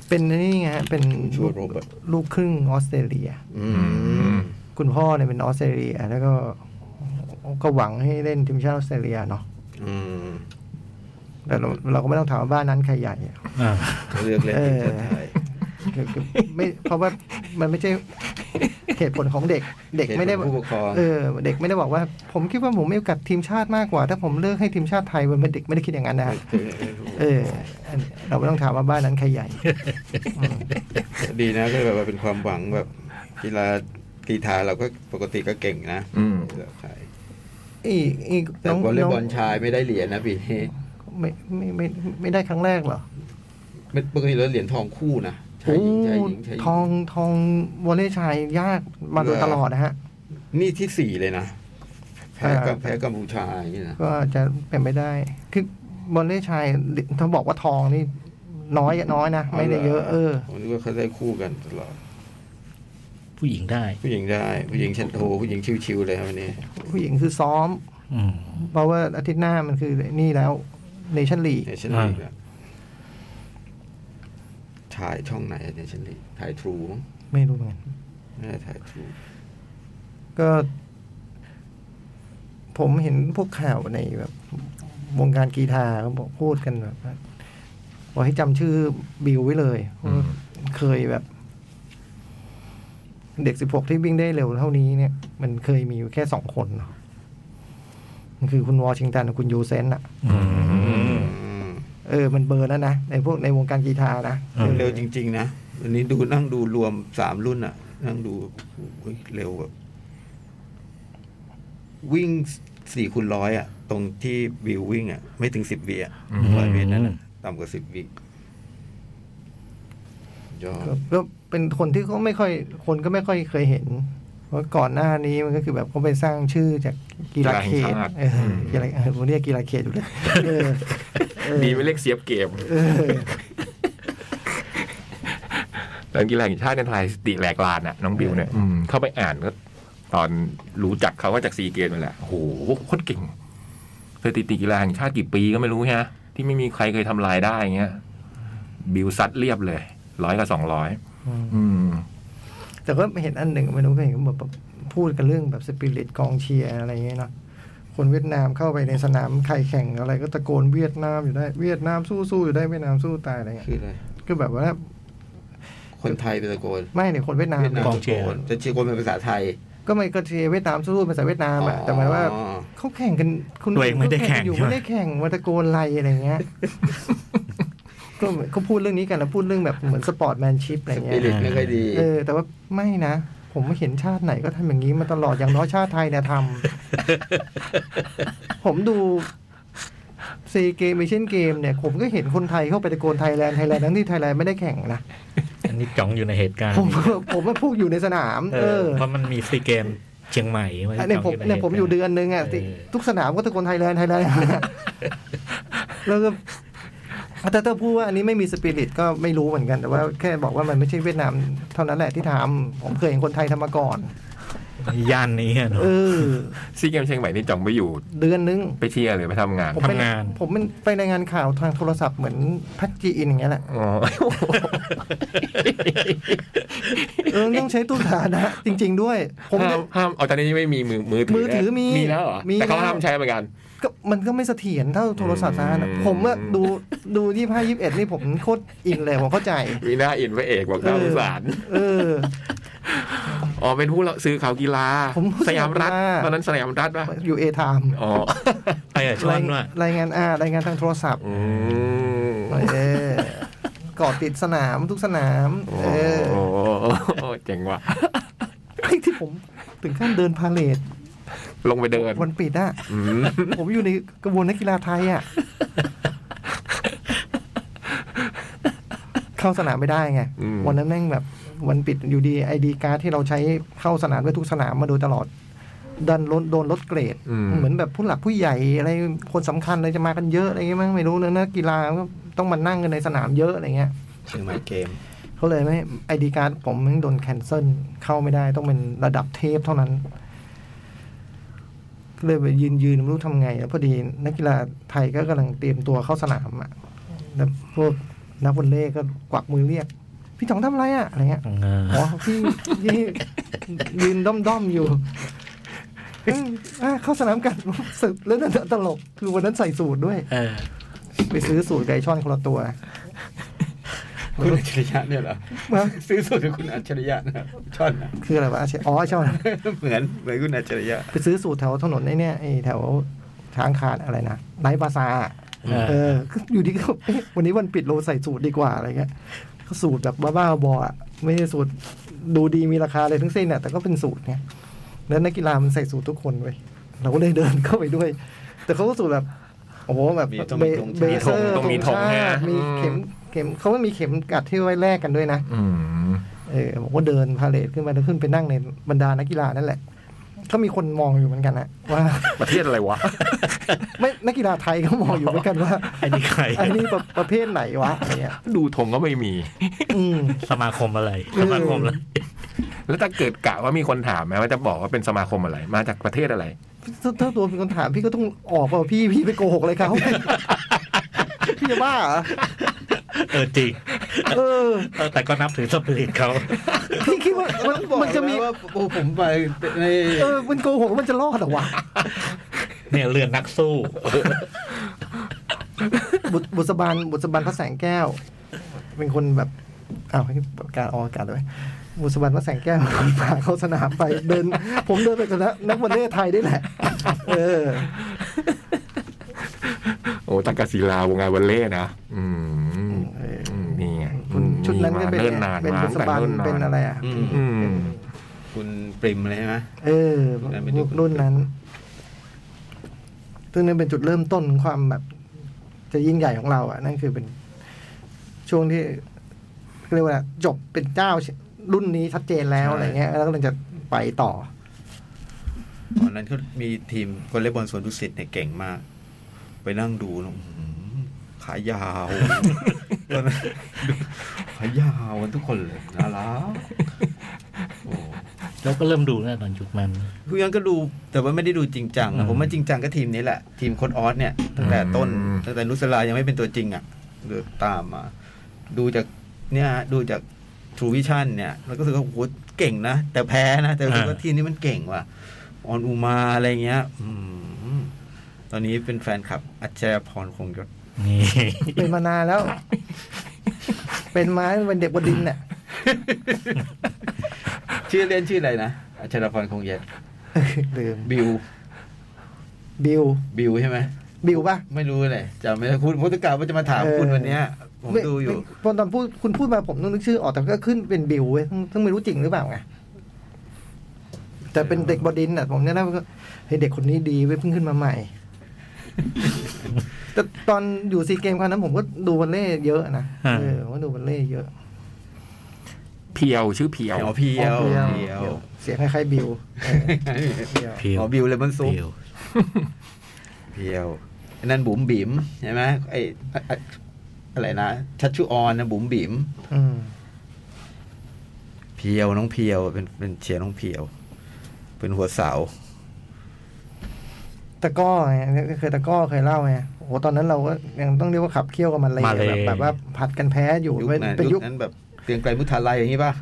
[SPEAKER 4] เป็นนี่ไงฮะเป็น
[SPEAKER 2] ชั
[SPEAKER 4] ลู
[SPEAKER 2] ว
[SPEAKER 4] ก
[SPEAKER 2] โรเบิร์ต
[SPEAKER 4] ลูกครึ่งออสเตรเลีย
[SPEAKER 2] อื
[SPEAKER 3] ม
[SPEAKER 2] ม
[SPEAKER 4] คุณพ่อเนี่ยเป็นออสเตรเลีย แล้วก็ก็หวังให้เล่นทีมชาติออสเตรเลียเนาะ
[SPEAKER 2] อืม
[SPEAKER 4] แต่เราเราก็ไม่ต้องถามว่าบ้านนั้นใครใหญ่อะ
[SPEAKER 5] อ่า
[SPEAKER 2] ก็เลือกเล่น
[SPEAKER 4] เอ
[SPEAKER 2] ที
[SPEAKER 4] อ
[SPEAKER 2] มชาติไทย
[SPEAKER 4] คือคือไม่เพราะว่ามันไม่ใช่เหตุผลของเด็ก เด็กไม่ได้
[SPEAKER 2] เหตุผลผู้ปกครอง
[SPEAKER 4] เออ เด็กไม่ได้บอกว่า ผมคิดว่าผมไม่กับทีมชาติมากกว่า ถ้าผมเลิกให้ทีมชาติไทยมันเป็นเด็กไม่ได้คิดอย่างนั้นนะฮะเอออันเราไม่ต้องถามว่าบ้านนั้นใครใหญ่
[SPEAKER 2] ดีนะก็แบบว่าเป็นความหวังแบบกีฬากีฬาเราก็ปกติก็เก่งนะ
[SPEAKER 3] อืม
[SPEAKER 2] ใช่
[SPEAKER 4] อีกอีก
[SPEAKER 2] แต่วอลเลย์บอลชายไม่ได้เหรียญนะปีนี้
[SPEAKER 4] ไม่ไม่ไม่ไม่ไม่ได้ครั้งแรกเหรอ
[SPEAKER 2] ไม่ปกติเราเหรียญทองคู่นะชายหญิงชายหญิงชายหญิ
[SPEAKER 4] โอ้ทองทองวอลเลย์ชายยากมาโดยตลอดนะฮะ
[SPEAKER 2] นี่ที่สี่เลยนะ แพ้กับ
[SPEAKER 4] เออ
[SPEAKER 2] แพ้กัมพูชาอย่างนี้นะ
[SPEAKER 4] ก็จะเป็นไปได้ คือบอลเล่ชายถ้าบอกว่าทองนี่น้อยน้อยนะ ไม่ได้เยอะ เออ
[SPEAKER 2] ผมนึกว่าเขาได้คู่กันตลอด
[SPEAKER 5] ผู้หญิงได้
[SPEAKER 2] ผู้หญิงได้ ผู้หญิงชันโทผู้หญิงชิวๆเลยครับวันนี้
[SPEAKER 4] ผู้หญิงคือซ้อม
[SPEAKER 5] อืม
[SPEAKER 4] เพราะว่าอาทิตย์หน้ามันคือนี่แล้วเนชั่นลี
[SPEAKER 2] เนชั่นลีกอะถ่ายช่องไหนเนชั่นลีกถ่ายทรูมั้ง
[SPEAKER 4] ไม่รู้เหมือนกัน
[SPEAKER 2] น่าจะถ่ายทรู
[SPEAKER 4] ก็ ผมเห็นพวกข่าวในแบบ วงการกีฬาเขาบอกพูดกันแบบว่าบอกให้จำชื่อบิวไว้เลยเพราะว่าเคยแบบ เด็กสิบหกที่วิ่งได้เร็วเท่านี้เนี่ย มันเคยมีอยู่แค่สองคนเนาะมันคือคุณวอชิงตันกับคุณยูเซนอะ
[SPEAKER 5] อืม
[SPEAKER 2] อืม
[SPEAKER 4] เออมันเบอร์แล้วนะ ในพวกในวงการกีฬานะ
[SPEAKER 5] อืม
[SPEAKER 2] เร็วจริง ๆ นะวันนี้ดูนั่งดูรวมสามรุ่นอะนั่งดูเฮ้ยเร็วแบบวิ่งสี่คูณร้อยอะตรงที่บิววิ่งอะไม่ถึงสิบวิอะร้อยเมตรนั่นอะต่ำกว่าสิบวิยอด
[SPEAKER 4] ก็ก็เป็นคนที่เขาไม่ค่อย คนก็ไม่ค่อยเคยเห็น เพราะก่อนหน้านี้มันก็คือแบบเขาไปสร้างชื่อจากกีฬาเขต
[SPEAKER 3] กีฬาแห่งชาติ
[SPEAKER 4] เออกีฬาเออผมเรียกกีฬาเขตอยู่ เลยเออเออ
[SPEAKER 3] ดีไปเล็กเสียบเกม
[SPEAKER 4] เออ
[SPEAKER 3] ตอนกีฬาแห่งชาติในไทยสติแหลกลานอ่ะ น้องบิวเนี่ยอืมเข้าไปอ่านก็ตอนรู้จักเขาก็จากซีเกมนั่นแหละโอ้โหโคตรเก่งสถิติกีฬาแห่งชาติกี่ปีก็ไม่รู้ฮะ ที่ไม่มีใครเคยทำลายได้อย่างเงี้ย บิวซัดเรียบเลยร้อยกับสองร้อย
[SPEAKER 4] อืม
[SPEAKER 3] อืม
[SPEAKER 4] แต่ก็เห็นอันหนึ่งไม่รู้ก็เห็นเขาแบบพูดกันเรื่องแบบสปิริตกองเชียร์อะไรอย่างเงี้ยเนาะคนเวียดนามเข้าไปในสนามใครแข่งอะไรก็ตะโกนเวียดนามอยู่ได้เวียดนามสู้สู้อยู่ได้เวียดนามสู้ตายอะไรเงี้ย
[SPEAKER 2] คืออะไร
[SPEAKER 4] ก็แบบว่า
[SPEAKER 2] คนไทยเป็นตะโกน
[SPEAKER 4] ไม่เนี่ยคนเวียดนาม
[SPEAKER 2] เวียดนาม
[SPEAKER 5] กองเชีย
[SPEAKER 2] ตะ
[SPEAKER 5] ร์
[SPEAKER 2] โกนจะเชียร์คนเป็นภาษาไทย
[SPEAKER 4] ก็ไม่ก็เชียร์เวียดนามสู้ๆภาษาเวียดนามอ่ะแต่หมายว่า
[SPEAKER 2] อ๋อ
[SPEAKER 4] เขาแข่งกันคุณ
[SPEAKER 5] ตัวเองไม่ได้แข่ง
[SPEAKER 4] อยู่
[SPEAKER 5] ใช่ไหม
[SPEAKER 4] ไม่ได้แข่งมาตะโกนไรอะไรเงี้ย ก็เขาพูดเรื่องนี้กันแล้วพูดเรื่องแบบเหมือนสปอร์ตแมนชิพอะไร
[SPEAKER 2] ส
[SPEAKER 4] เงี้
[SPEAKER 2] ปิ
[SPEAKER 4] ย
[SPEAKER 2] ริตไม่ค่อยดี
[SPEAKER 4] เออแต่ว่าไม่นะ ผมเห็นชาติไหนก็ทำอย่างนี้มาตลอดอย่างน้อยชาติไทยเนี่ยท ำ ผมดูซีเกมเอเชียนเกมเนี่ย ผมก็เห็นคนไทยเข้าไปตะโกนไทยแลนด์ไทยแลนด์ทั้งที่ไทยแลนด์ไม่ได้แข่งนะ
[SPEAKER 5] อันนี้จ้องอยู่ในเหตุการณ์
[SPEAKER 4] ผมผมว่าพูดอยู่ในสนาม
[SPEAKER 5] เอ
[SPEAKER 4] เอ
[SPEAKER 5] อ
[SPEAKER 4] อ
[SPEAKER 5] เพราะมันมีซีเกมเชียงใหม่ไว้
[SPEAKER 4] อันนี้ผม
[SPEAKER 5] จ้งใ
[SPEAKER 4] เนี่ยผมอยู่
[SPEAKER 5] หตุ
[SPEAKER 4] เดื
[SPEAKER 5] กา
[SPEAKER 4] อ
[SPEAKER 5] รณ์
[SPEAKER 4] นนึงอ่ะ
[SPEAKER 5] เออ
[SPEAKER 4] ที่ทุกสนามก็ตะโกนไทยแลนด์ไทยแลนด์ แล้วก็แต่ถ้าพูดว่าอันนี้ไม่มีสปิริตก็ไม่รู้เหมือนกัน แต่ว่าแค่บอกว่ามันไม่ใช่เวียดนามเท่านั้นแหละที่ทำผมเคยเห็นคนไทยทำมาก่อน
[SPEAKER 5] เ ย่านนี้อะเนอะ
[SPEAKER 4] เออ
[SPEAKER 3] ซีเกมเชียงใหม่นี่จ่องไปอยู่
[SPEAKER 4] เดือนนึง
[SPEAKER 3] ไปเชียร์หรือไปทำงาน
[SPEAKER 4] ผมไป
[SPEAKER 5] ทำงาน
[SPEAKER 4] ผมเป็นไปรายงานข่าวทางโทรศัพท์เหมือนพักจีอินอย่างเงี้ยแหละ
[SPEAKER 3] อ๋อ
[SPEAKER 4] เออต้องใช้ตู้สาธารณะ จริง ๆ ด้วย ผม
[SPEAKER 3] ห้า
[SPEAKER 4] จะ
[SPEAKER 3] มห้ามเอาตอนนี้ไม่มีมือมือถือ
[SPEAKER 4] มือถือมี
[SPEAKER 3] มีแล้วเหรอ
[SPEAKER 4] มี
[SPEAKER 3] แต่เขา
[SPEAKER 4] แล้ว
[SPEAKER 3] ห้ามใช้เหมือนกัน
[SPEAKER 4] ก็มันก็ไม่เสถียรเท่าโทรศัพท์สาธารณะ
[SPEAKER 3] อืม
[SPEAKER 4] ผมอะดูดูที่ผ้ายิบเอ็ดนี่ผมโคตรอินเลยผมเข้าใจ
[SPEAKER 3] มีหน้าอินพระเอกบอก
[SPEAKER 4] เออ
[SPEAKER 3] น่าสงสาร
[SPEAKER 4] เออ
[SPEAKER 3] อ๋อเป็นผู้ซื้อข่าวกีฬา
[SPEAKER 4] ผมผู้
[SPEAKER 3] สยามรัฐ
[SPEAKER 4] สื่อข่าวกีฬา
[SPEAKER 3] ตอนนั้นสยามรัฐป่ะ
[SPEAKER 4] อยู่เอทาม
[SPEAKER 3] อ๋อ
[SPEAKER 5] ไปกับชวนว่ะ
[SPEAKER 4] รายงานอ่ารายงานทางโทรศัพท์
[SPEAKER 3] อืม
[SPEAKER 4] เออเกาะติดสนามทุกสนาม
[SPEAKER 3] โอ้
[SPEAKER 4] เออ
[SPEAKER 3] โหเจ๋งว่ะ
[SPEAKER 4] ไอ้ที่ผมถึงขั้นเดินพาเลท
[SPEAKER 3] ลงไปเดิน
[SPEAKER 4] วันปิดอะ
[SPEAKER 3] อืม
[SPEAKER 4] ผมอยู่ในกระบวนนักกีฬาไทยอะเข้าสนามไม่ได้ไง วันนั้นแม่งแบบวันปิดอยู่ดีไอดีการ์ดที่เราใช้เข้าสนามไปทุกสนามมาโดยตลอด ดันลดโดนลดเกรด เหมือนแบบผู้หลักผู้ใหญ่อะไรคนสำคัญอะไรจะมากันเยอะอะไรเงี้ยมั้งไม่รู้เนื้อะนะกีฬาก็ต้องมานั่งกันในสนามเยอะอะไรเงี้ย
[SPEAKER 1] เชียงใหม่เกม
[SPEAKER 4] เขาเลยไม่ไอดีการ์ดผมแม่งโดนแคนเซิลเข้าไม่ได้ต้องเป็นระดับเทพเท่านั้นก็เลยไปยืนยืนไม่รู้ทำไงแล้วพอดีนักกีฬาไทยก็กำลังเตรียมตัวเข้าสนามอ่ะแล้วพวกนักวอลเลย์ก็กวักมือเรียก พี่จ๋องทำอะไรอ่ะอะไรเงี้ย
[SPEAKER 5] เออ
[SPEAKER 4] อ๋อพี่พี่ยืนด้อมด้อมๆอยู่เอ้ยอ่ะเข้าสนามกัน สึกแล้วนั่นตลก คือวันนั้นใส่สูตรด้วย
[SPEAKER 5] เออ
[SPEAKER 4] ไปซื้อสูตรไก่ช่อนคนละตัว
[SPEAKER 2] คุณอัจฉริยะเนี่ยเหรอ
[SPEAKER 4] ว่า
[SPEAKER 2] ซื้อสูตรจากคุณอัจฉริยะนะ ช่อนนะ
[SPEAKER 4] คืออะไรวะอาเชอ๋อช่อน
[SPEAKER 2] เหมือนเหมือนคุณอัจฉริยะ
[SPEAKER 4] ไปซื้อสูตรแถวถนนไอ้เนี่ยไอ้แถวทางขาดอะไรนะไนท์บาซาร์อะเออคืออยู่ดีก็เอ๊ะวันนี้วันปิดโลใส่สูตรดีกว่าอะไรเงี้ยก็สูตรแบบบ้าๆบอๆอะไม่ใช่สูตรดูดีมีราคาอะไรทั้งสิ้นน่ะแต่ก็เป็นสูตรไง แล้วนักกีฬามันใส่สูตรทุกคนเว้ยเราก็เลยเดินเข้าไปด้วย แต่เขาก็สูตรแบบ โอ้โหแบบ
[SPEAKER 1] มีต้อง
[SPEAKER 4] เบ
[SPEAKER 1] มีธงชาติ
[SPEAKER 4] เบเซอร์
[SPEAKER 3] ต้องมีธง
[SPEAKER 4] ชา
[SPEAKER 3] นะ
[SPEAKER 4] ติมีเข็มเข็มเขาก็มีเข็มกัดที่ไว้แลกกันด้วยนะ
[SPEAKER 3] อืม
[SPEAKER 4] เออผมก็เดินพาเลทขึ้นไปแล้วขึ้นไปนั่งในบรรดานักกีฬานั่นแหละก็มีคนมองอยู่เหมือนกันนะว่า
[SPEAKER 3] ประเทศอะไรวะ
[SPEAKER 4] ไม่นักกีฬาไทยก็มองอยู่เหมือนกันว่า
[SPEAKER 5] ไอ้นี่ใคร
[SPEAKER 4] ไอ้นี่ประประเภทไหนวะอะไรเงี้ย
[SPEAKER 3] ดูธงก็ไม่มี
[SPEAKER 4] อืม
[SPEAKER 5] สมาคมอะไร
[SPEAKER 4] เออ
[SPEAKER 5] สมาคมอะไร
[SPEAKER 3] แล้วถ้าเกิดกะว่ามีคนถามไหมว่าจะบอกว่าเป็นสมาคมอะไร มาจากประเทศอะไร
[SPEAKER 4] ถ้าถ้าตัวเป็นคนถามพี่ก็ต้องออกเปล่าพี่พี่ไปโกหกอะไรเขา พี่จะบ้าเหรอ
[SPEAKER 5] เออจริง
[SPEAKER 4] เออ
[SPEAKER 5] เออแต่ก็นับถือสปิริตเขา
[SPEAKER 4] พี่คิดว่ามันมันจะมี
[SPEAKER 2] ว่าโอ้ผมไปใน
[SPEAKER 4] เออ มันโกหกแล้วมันจะรอดเหรอวะ
[SPEAKER 5] เนี่ยเรือนนักสู้
[SPEAKER 4] บุตรบุษบานบุษบานพระแสงแก้ว เป็นคนแบบอ้าวให้ประกาศออกอากาศเลยบุษบานพระแสงแก้วคนพาเข้าสนามไปเดิน ผมเดินไปกับนักนักวอลเลย์ไทยได้แหละ เออ
[SPEAKER 3] โอ้ตักกศิลาวงงานวันเล่นะ อืม
[SPEAKER 4] เออ
[SPEAKER 3] อืมนี่ไง
[SPEAKER 4] คุณชุดนั้น
[SPEAKER 3] มี
[SPEAKER 4] ก็
[SPEAKER 3] มา
[SPEAKER 4] เป็น
[SPEAKER 3] เนิ่นนาน
[SPEAKER 4] เป็น
[SPEAKER 3] มา
[SPEAKER 4] บุ
[SPEAKER 3] ตั้ง
[SPEAKER 4] ษ
[SPEAKER 3] แต่
[SPEAKER 4] บาน
[SPEAKER 3] เนิ่นนาน
[SPEAKER 4] เป็นอะไรอ่ะ
[SPEAKER 2] อืม
[SPEAKER 3] อืม
[SPEAKER 2] คุณปริมเลยใช่ไหม
[SPEAKER 4] เออ
[SPEAKER 2] นั่นเป็นยุค
[SPEAKER 4] รุ่นนั้น ซึ่งนั่นเป็นจุดเริ่มต้นของความแบบ จะยิ่งใหญ่ของเราอ่ะ นั่นคือเป็นช่วงที่เรียกว่าอะไรจบเป็นเจ้ารุ่นนี้ชัดเจนแล้วอะไรเงี้ย แล้วก็เลยจะไปต่อ
[SPEAKER 2] ตอนนั้นเขามีทีมวอลเลย์บอลสวนดุสิตเนี่ยเก่งมาก ไปนั่งดูนะอื้อหือขายาว ตอนนั้นขายาวกันทุกคนเลยน่ารักโอ้
[SPEAKER 5] แล้วก็เริ่มดูนะตอนยุคมัน
[SPEAKER 2] คืองั้นก็ดูแต่ว่าไม่ได้ดูจริงจัง
[SPEAKER 5] อื
[SPEAKER 2] นะ
[SPEAKER 5] ม
[SPEAKER 2] ผมว่าจริงจังก็ทีมนี้แหละ ทีมโค้ดออสเนี่ยตั้งแต่ต้น
[SPEAKER 3] อืม
[SPEAKER 2] ตั้งแต่นุสลายังไม่เป็นตัวจริงอ่ะเดือตามมา ดูจากเนี่ยฮะดูจากทรูวิชั่นเนี่ยแล้วก็รู้สึกว่าโอ้โหเก่งนะ แต่แพ้นะ แต่รู้สึกว่าทีมนี้มันเก่งว่ะ ออนอุมาอะไรเงี้ย อืม ตอนนี้เป็นแฟนคลับ อัจฉริยพรคงยศ
[SPEAKER 5] นี่
[SPEAKER 4] เป็นมานานแล้ว เป็นไม้เป็นเด็กบนดินเนี่ย
[SPEAKER 2] ชื่อเล่นชื่ออะไรนะ อัจฉริยพรคงยศ
[SPEAKER 4] ลืม
[SPEAKER 2] บิว
[SPEAKER 4] บิว
[SPEAKER 2] บิวใช่ไหม
[SPEAKER 4] บิวปะ
[SPEAKER 2] ไม่รู้เลยจำไม่ได้คุณพุทธกาว่าจะมาถาม
[SPEAKER 4] เออ
[SPEAKER 2] คุณวันเนี้ย ผมดูอยู่
[SPEAKER 4] ตอนตอนพูดคุณพูดมาผมนึกชื่อออกแต่ก็ขึ้นเป็นบิวเว้ยซึ่งซึ่งไม่รู้จริงหรือเปล่าไงแต่เป็นเด็กบดินทร์อ่ะผมเนี่ยนะก็เฮ้ยเด็กคนนี้ดีเว้ยเพิ่งขึ้นมา ใหม่ แต่ตอนอยู่ซีเกมครั้งนั้น ผมก็ดูวอลเล่เยอะนะ
[SPEAKER 5] อ่า
[SPEAKER 4] เออผมก็ดูวอลเล่เยอะ
[SPEAKER 3] เพียวชื่อเพียว
[SPEAKER 2] อ๋อเพียว
[SPEAKER 4] อ๋อ
[SPEAKER 2] เพียว
[SPEAKER 4] เสียงคล้ายๆบิวเออเพียว
[SPEAKER 5] เพียว
[SPEAKER 2] อ๋อบิวเลยมันซุป
[SPEAKER 5] เพียว
[SPEAKER 2] เพียวไอ้นั่นบุ๋มบิ๋มใช่ไหมไอ้อะอะอะไรนะ ชัดชุออนนะบุ๋มบิ๋ม
[SPEAKER 4] อืม
[SPEAKER 2] เพียวน้องเพียวเป็นเป็นเชียร์น้องเพียว เป็นหัวเสา
[SPEAKER 4] ตะกร้อไงเคยตะกร้อเคยเล่าไงโอ้โหตอนนั้นเราก็ยังต้องเรียกว่าขับเคี่ยวกันมาเลย
[SPEAKER 5] มาเลย
[SPEAKER 4] แบบแบบว่าผัดกันแพ้อยู่
[SPEAKER 2] ยุค
[SPEAKER 4] เป็น
[SPEAKER 2] นั้น
[SPEAKER 4] เป็น
[SPEAKER 2] ยุ
[SPEAKER 4] ยุ
[SPEAKER 2] ค
[SPEAKER 4] ค
[SPEAKER 2] นั้นแบบเกรียงไกรมุทาลัยอย่างนี้ป่ะ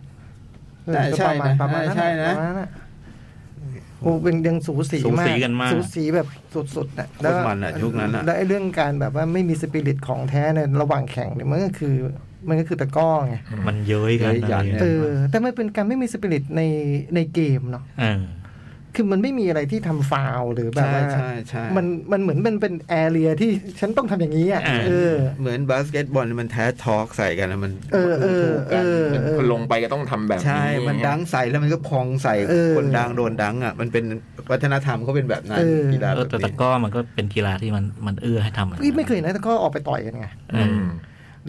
[SPEAKER 4] เออ
[SPEAKER 2] ใช่ใช่
[SPEAKER 4] ประมาณ
[SPEAKER 2] นะ
[SPEAKER 4] ประมาณนั้น
[SPEAKER 2] ใช่นะ
[SPEAKER 4] ประมาณนั้นอโอ้เป็นยังสูสี
[SPEAKER 5] สู
[SPEAKER 4] มาก
[SPEAKER 5] สีกันมาก
[SPEAKER 4] สูสีแบบสุดๆนะ
[SPEAKER 2] โคตรมันอะยุคนั้นอะ
[SPEAKER 4] แล้วไอ้เรื่องการแบบว่าไม่มีสปิริตของแท้ในระหว่างแข่งเนี่ยมันก็คือ มันก็คือตะกร้อไง
[SPEAKER 5] มันเย้ยกัน
[SPEAKER 2] เย้ยยันเนี่ย
[SPEAKER 5] เอ
[SPEAKER 4] เอ
[SPEAKER 5] อ
[SPEAKER 4] อ แต่มันเป็นการไม่มีสปิริตในในเกมเนาะ
[SPEAKER 5] เออ
[SPEAKER 4] คือมันไม่มีอะไรที่ทำฟาวล์หรือแบบว่า
[SPEAKER 2] ใช่ใช่ใช่
[SPEAKER 4] มันมันเหมือนมันเป็นแอเรียที่ฉันต้องทำอย่างนี้อ่ะ
[SPEAKER 5] อ่า
[SPEAKER 4] เออ
[SPEAKER 2] เหมือนบาสเกตบอลมันแท้ทอล์กใส่กันนะมัน
[SPEAKER 4] เออเออ
[SPEAKER 2] ถูก
[SPEAKER 4] เอ
[SPEAKER 2] กัน
[SPEAKER 4] อเออ
[SPEAKER 3] ลงไปก็ต้องทำแบบนี้
[SPEAKER 2] ใช่ มันดังใส่แล้วมันก็พองใส่
[SPEAKER 4] เออ
[SPEAKER 2] คนดังโดนดังอ่ะ มันเป็นวัฒนธรรมเขาเป็นแบบนั้น
[SPEAKER 4] เออ
[SPEAKER 2] กีฬา
[SPEAKER 5] เอ
[SPEAKER 2] แบ
[SPEAKER 5] อบ แต่ตะ
[SPEAKER 2] นี้
[SPEAKER 5] กร้อมันก็เป็นกีฬาที่มันมันเอื้อให้ทำแบบ
[SPEAKER 4] พี่ไม่เคยเห็นนะตะกร้อออกไปต่อยกันไง
[SPEAKER 5] เอ
[SPEAKER 3] อื
[SPEAKER 5] อ
[SPEAKER 3] ม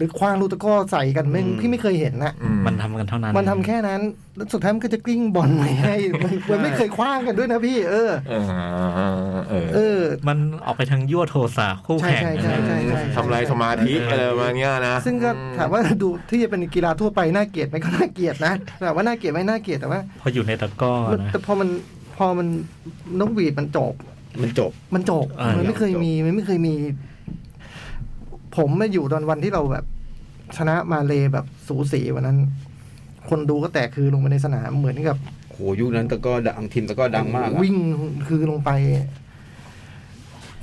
[SPEAKER 4] หรือคว้างลูกตะกร้อใส่กันแม่งพี่ไม่เคยเห็นนะ
[SPEAKER 3] อื
[SPEAKER 5] มันทำกันเท่านั้น
[SPEAKER 4] มันทำแค่นั้นแล้วสุดท้ายมันก็จะกลิ้งบอลไปให้มันมันไม่เคยคว้างกันด้วยนะพี่ เออ
[SPEAKER 3] เออเออ
[SPEAKER 4] เออ
[SPEAKER 5] มันออกไปทางยั่วโทสะคู่แข่ง
[SPEAKER 4] ใช่ใช่ใช่
[SPEAKER 3] ทำลายสมาธิอะไรประมาณเนี้ยนะ
[SPEAKER 4] ซึ่งก็ถามว่าดูที่จะเป็นกีฬาทั่วไปน่าเกลียดไหมก็น่าเกลียดนะแต่ว่าน่าเกลียดไหมน่าเกลียดแต่ว่า
[SPEAKER 5] พออยู่ในตะกร้อนะ
[SPEAKER 4] แต่พอมันพอมันนกหวีดมันจบ
[SPEAKER 2] มันจบ
[SPEAKER 4] มันจบ
[SPEAKER 5] อ่ามั
[SPEAKER 4] มันไม่เคยมี มันไม่เคยมี ผมมาอยู่ตอนวันที่เราแบบ ชนะมาเลแบบสูสีวันนั้น คนดูก็แตกคือลงไปในสนามเหมือนกับ
[SPEAKER 2] โหยุคนั้นตะกร้อดังทีมตะกร้อดังมากอะ
[SPEAKER 4] วิ่งคือลงไป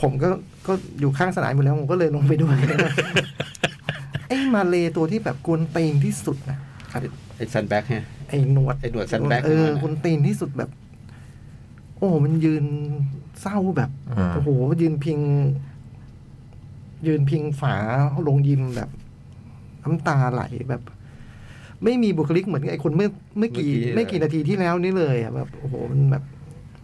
[SPEAKER 4] ผมก็ก็อยู่ข้างสนามอยู่แล้ว ผมก็เลยลงไปด้วย ไอ้มาเลตัวที่แบบกวนตีนที่สุดนะ
[SPEAKER 2] ไอ้ซันแบ็กฮะ
[SPEAKER 4] ไอ้หนวด
[SPEAKER 2] ไอ้หนวด Sandbag
[SPEAKER 4] เออ
[SPEAKER 2] นั่นน่ะ
[SPEAKER 4] กวนตีนที่สุดแบบ โอ้โหมันยืนเศร้าแบบ
[SPEAKER 3] อ่า
[SPEAKER 4] โอ้โหยืนพิง ยืนพิงฝาโรงยิมแบบ น้ำตาไหลแบบ ไม่มีบุคลิกเหมือนไอ้คนเมื่อเมื่อกี่
[SPEAKER 2] เมื่
[SPEAKER 4] ไม่
[SPEAKER 2] อกี้
[SPEAKER 4] กี่
[SPEAKER 2] เลย
[SPEAKER 4] นาทีที่แล้วนี่เลยอะแบบโอ้โหมันแบบ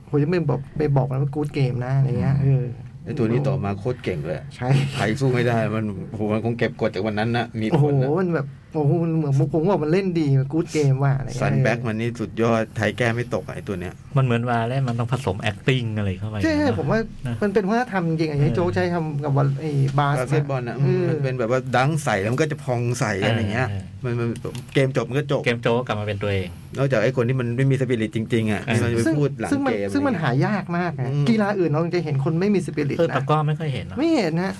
[SPEAKER 4] โหจะไม่บอกไปบอกมันว่ากูดเกมนะอะไรเงี้ยเออ
[SPEAKER 2] ไอ้ตัวนี้ต่อมาโคตรเก่งเลย
[SPEAKER 4] ใช่
[SPEAKER 2] ใครสู้ไม่ได้มันโหมันคงเก็บกดจากวันนั้นนะมี
[SPEAKER 4] โอ้
[SPEAKER 2] ผล
[SPEAKER 4] โห
[SPEAKER 2] นะ
[SPEAKER 4] มันแบบโอ้โหมันเหมือนผมว่ามันเล่นดีกูดเกมว่ะอะไรเงี้ย
[SPEAKER 2] ซันแบ็กมันนี่สุดยอดไทยแก้ไม่ตกอะไอ้ตัวเนี้ย
[SPEAKER 5] มันเหมือนวาเล่นมันต้องผสม acting อะไรเข้าไป
[SPEAKER 4] ใช่ใช่ผมว่า มันเป็นวัฒนธรรมจริงๆไอ้โจ๊กใช้ทำกับวันไอ้บาส
[SPEAKER 2] บาสเกตบอลนะ
[SPEAKER 4] เ
[SPEAKER 2] มมันเป็นแบบว่าดังใส่แล้วมันก็จะพองใส่กัน
[SPEAKER 5] เออ
[SPEAKER 2] อ
[SPEAKER 5] อ
[SPEAKER 2] ย่างเงี้ย มันมันเกมจบมันก็จบ
[SPEAKER 5] เกมโจ๊กกลับมาเป็นตัวเอง
[SPEAKER 2] นอกจากไอ้คนที่มันไม่มีสปิริตจริงๆอ่ะ
[SPEAKER 5] เออ
[SPEAKER 2] ที่มันจะไป
[SPEAKER 4] ซึ่ง
[SPEAKER 2] พูดหลัง
[SPEAKER 4] ซึ่งมัน
[SPEAKER 2] เกม
[SPEAKER 4] ซึ่งมันหายากมากนะ
[SPEAKER 2] อืม
[SPEAKER 4] กีฬาอื่นเราจะเห็นคนไม่มีสปิริต
[SPEAKER 5] เออตะ
[SPEAKER 4] นะ
[SPEAKER 5] กร้อไม่ค่อยเห็นเนอะ
[SPEAKER 4] ไม่เห็นนะ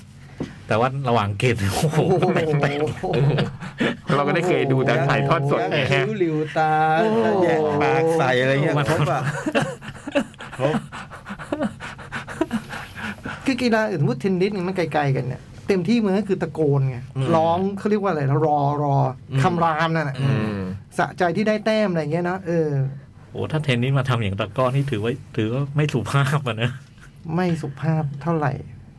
[SPEAKER 5] แต่ว่าระหว่างเกมโอ้โห
[SPEAKER 4] โอ้โห
[SPEAKER 3] เราก็ได้เคยดูแต่ถ่ายทอดสด
[SPEAKER 2] ยัก
[SPEAKER 3] ไง
[SPEAKER 2] ษ์
[SPEAKER 3] ฮะ
[SPEAKER 2] คิ้วหลิวตา
[SPEAKER 4] โอ้โห
[SPEAKER 2] แยกปากใส่อะไรเงี้ย
[SPEAKER 5] มัน
[SPEAKER 2] ครบอ่ะครบ
[SPEAKER 4] คือกีฬาอื่นพูดเทนนิสเนี่ยมันไกลๆกันเนี่ยเต็มที่มันก็คือตะโกนไงร้องเขาเรียกว่าอะไรนะรอรอคำรามนั่นน่ะ
[SPEAKER 3] อืม
[SPEAKER 4] สะใจที่ได้แต้มอะไรเงี้ยเนาะเออ
[SPEAKER 5] โอ้ถ้าเทนนิสมาทำอย่างตะกร้อนี่ถือว่าถือว่าไม่สุภาพอ่ะนะ
[SPEAKER 4] ไม่สุภาพเท่าไหร่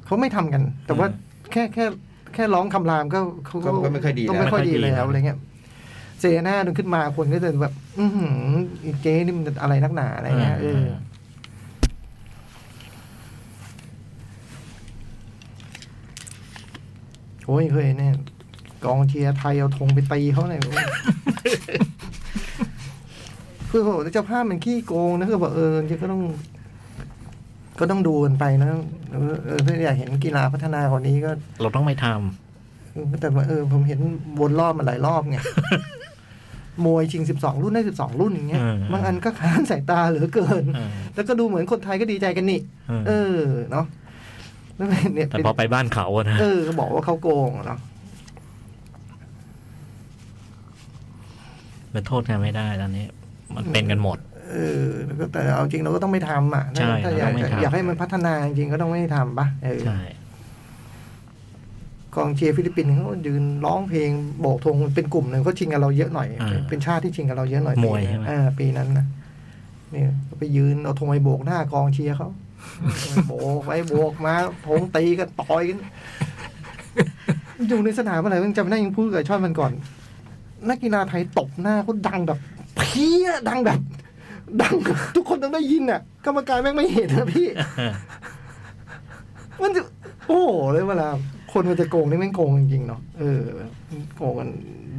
[SPEAKER 4] เขาไม่ทำกัน แต่ว่า
[SPEAKER 5] อืม
[SPEAKER 4] แค่แค่แค่ร้องคำรามก็เขา
[SPEAKER 2] ก็ก็ไม่ค่อยดี
[SPEAKER 4] ก็
[SPEAKER 2] แล้
[SPEAKER 4] ไม่
[SPEAKER 2] ว
[SPEAKER 4] ค่อยดี
[SPEAKER 5] ไม่ค่อยดี
[SPEAKER 4] แล้วอะไรเงี้ยเซเรน่าเดินขึ้นมาคนก็จะแบบ อือหืออีเจ๊นี่มันอะไรนักหนาอะไรเงี้ยเออ โอ้ยเคยเนี่ยกองเชียร์ไทยเอาธงไปตีเขาเลย คือเขาบอกเจ้าภาพมันขี้โกงนะคือบอกเออจะก็ต้อง ก็ต้องดูกันไปนะเออเออถ้าอยากเห็นกีฬาพัฒนากว่านี้ก็
[SPEAKER 5] เราต้องไม่ท
[SPEAKER 4] แต่ว่าเออ ผมเห็นวนรอบมาหลายร อบไง มวยชิงสิบสองรุ่นได้สิบสองรุ่นอย่างเงี้ย
[SPEAKER 5] เออ
[SPEAKER 4] บางอันก็ค้านสายตาเหลือเกิน
[SPEAKER 5] ำเออ
[SPEAKER 4] แล้วก็ดูเหมือนคนไทยก็ดีใจกันนี่
[SPEAKER 5] เออ
[SPEAKER 4] เออเนาะแล้วเนี่ย
[SPEAKER 5] แต่พอไปบ้านเขาอะนะ
[SPEAKER 4] เออก็บอกว่าเขาโกงอะเนาะ
[SPEAKER 5] มันโทษกันไม่ได้ตอนนี้ มันเป็นกันหมด
[SPEAKER 4] เออแล้วก็แต่เอาจริงเราก็ต้องไม่ทำอ่ะ
[SPEAKER 5] ใช่
[SPEAKER 4] ถ้าอยาก
[SPEAKER 5] เราต้องไม่
[SPEAKER 4] จะ
[SPEAKER 5] ทำ
[SPEAKER 4] อยากให้มันพัฒนาจริงๆก็ต้องไม่ทำปะเออ
[SPEAKER 5] ใช่
[SPEAKER 4] กองเชียร์ฟิลิปปินส์เขาก็ยืนร้องเพลงโบกธงเป็นกลุ่มหนึ่งก็ชิงกับเราเยอะหน่อย เป็นชาติที่ชิงกับเราเยอะหน่อย
[SPEAKER 5] มวย
[SPEAKER 4] ปี
[SPEAKER 5] ใช่
[SPEAKER 4] นั้น
[SPEAKER 5] ไหม
[SPEAKER 4] เออปีนั้นนะเนี่ยก็ไปยืนเอาธงไปโบกหน้ากองเชียร์เขาโบกไปโบกมาธงตีกันต่อยกันอยู่ในสนามอะไรมึงจำไม่ได้ยังพูดกับช่อนมันก่อน นักกีฬาไทยตบหน้าเขาดังแบบ เพี้ยดังแบบ ดัง ทุกคนต้องได้ยินอ่ะกรรมการแม่งไม่เห็นนะพี่ มันจะโอ้โหเลยเวลาคนมันจะโกงนี่แม่งโกงจริงๆเนาะเออโกงกัน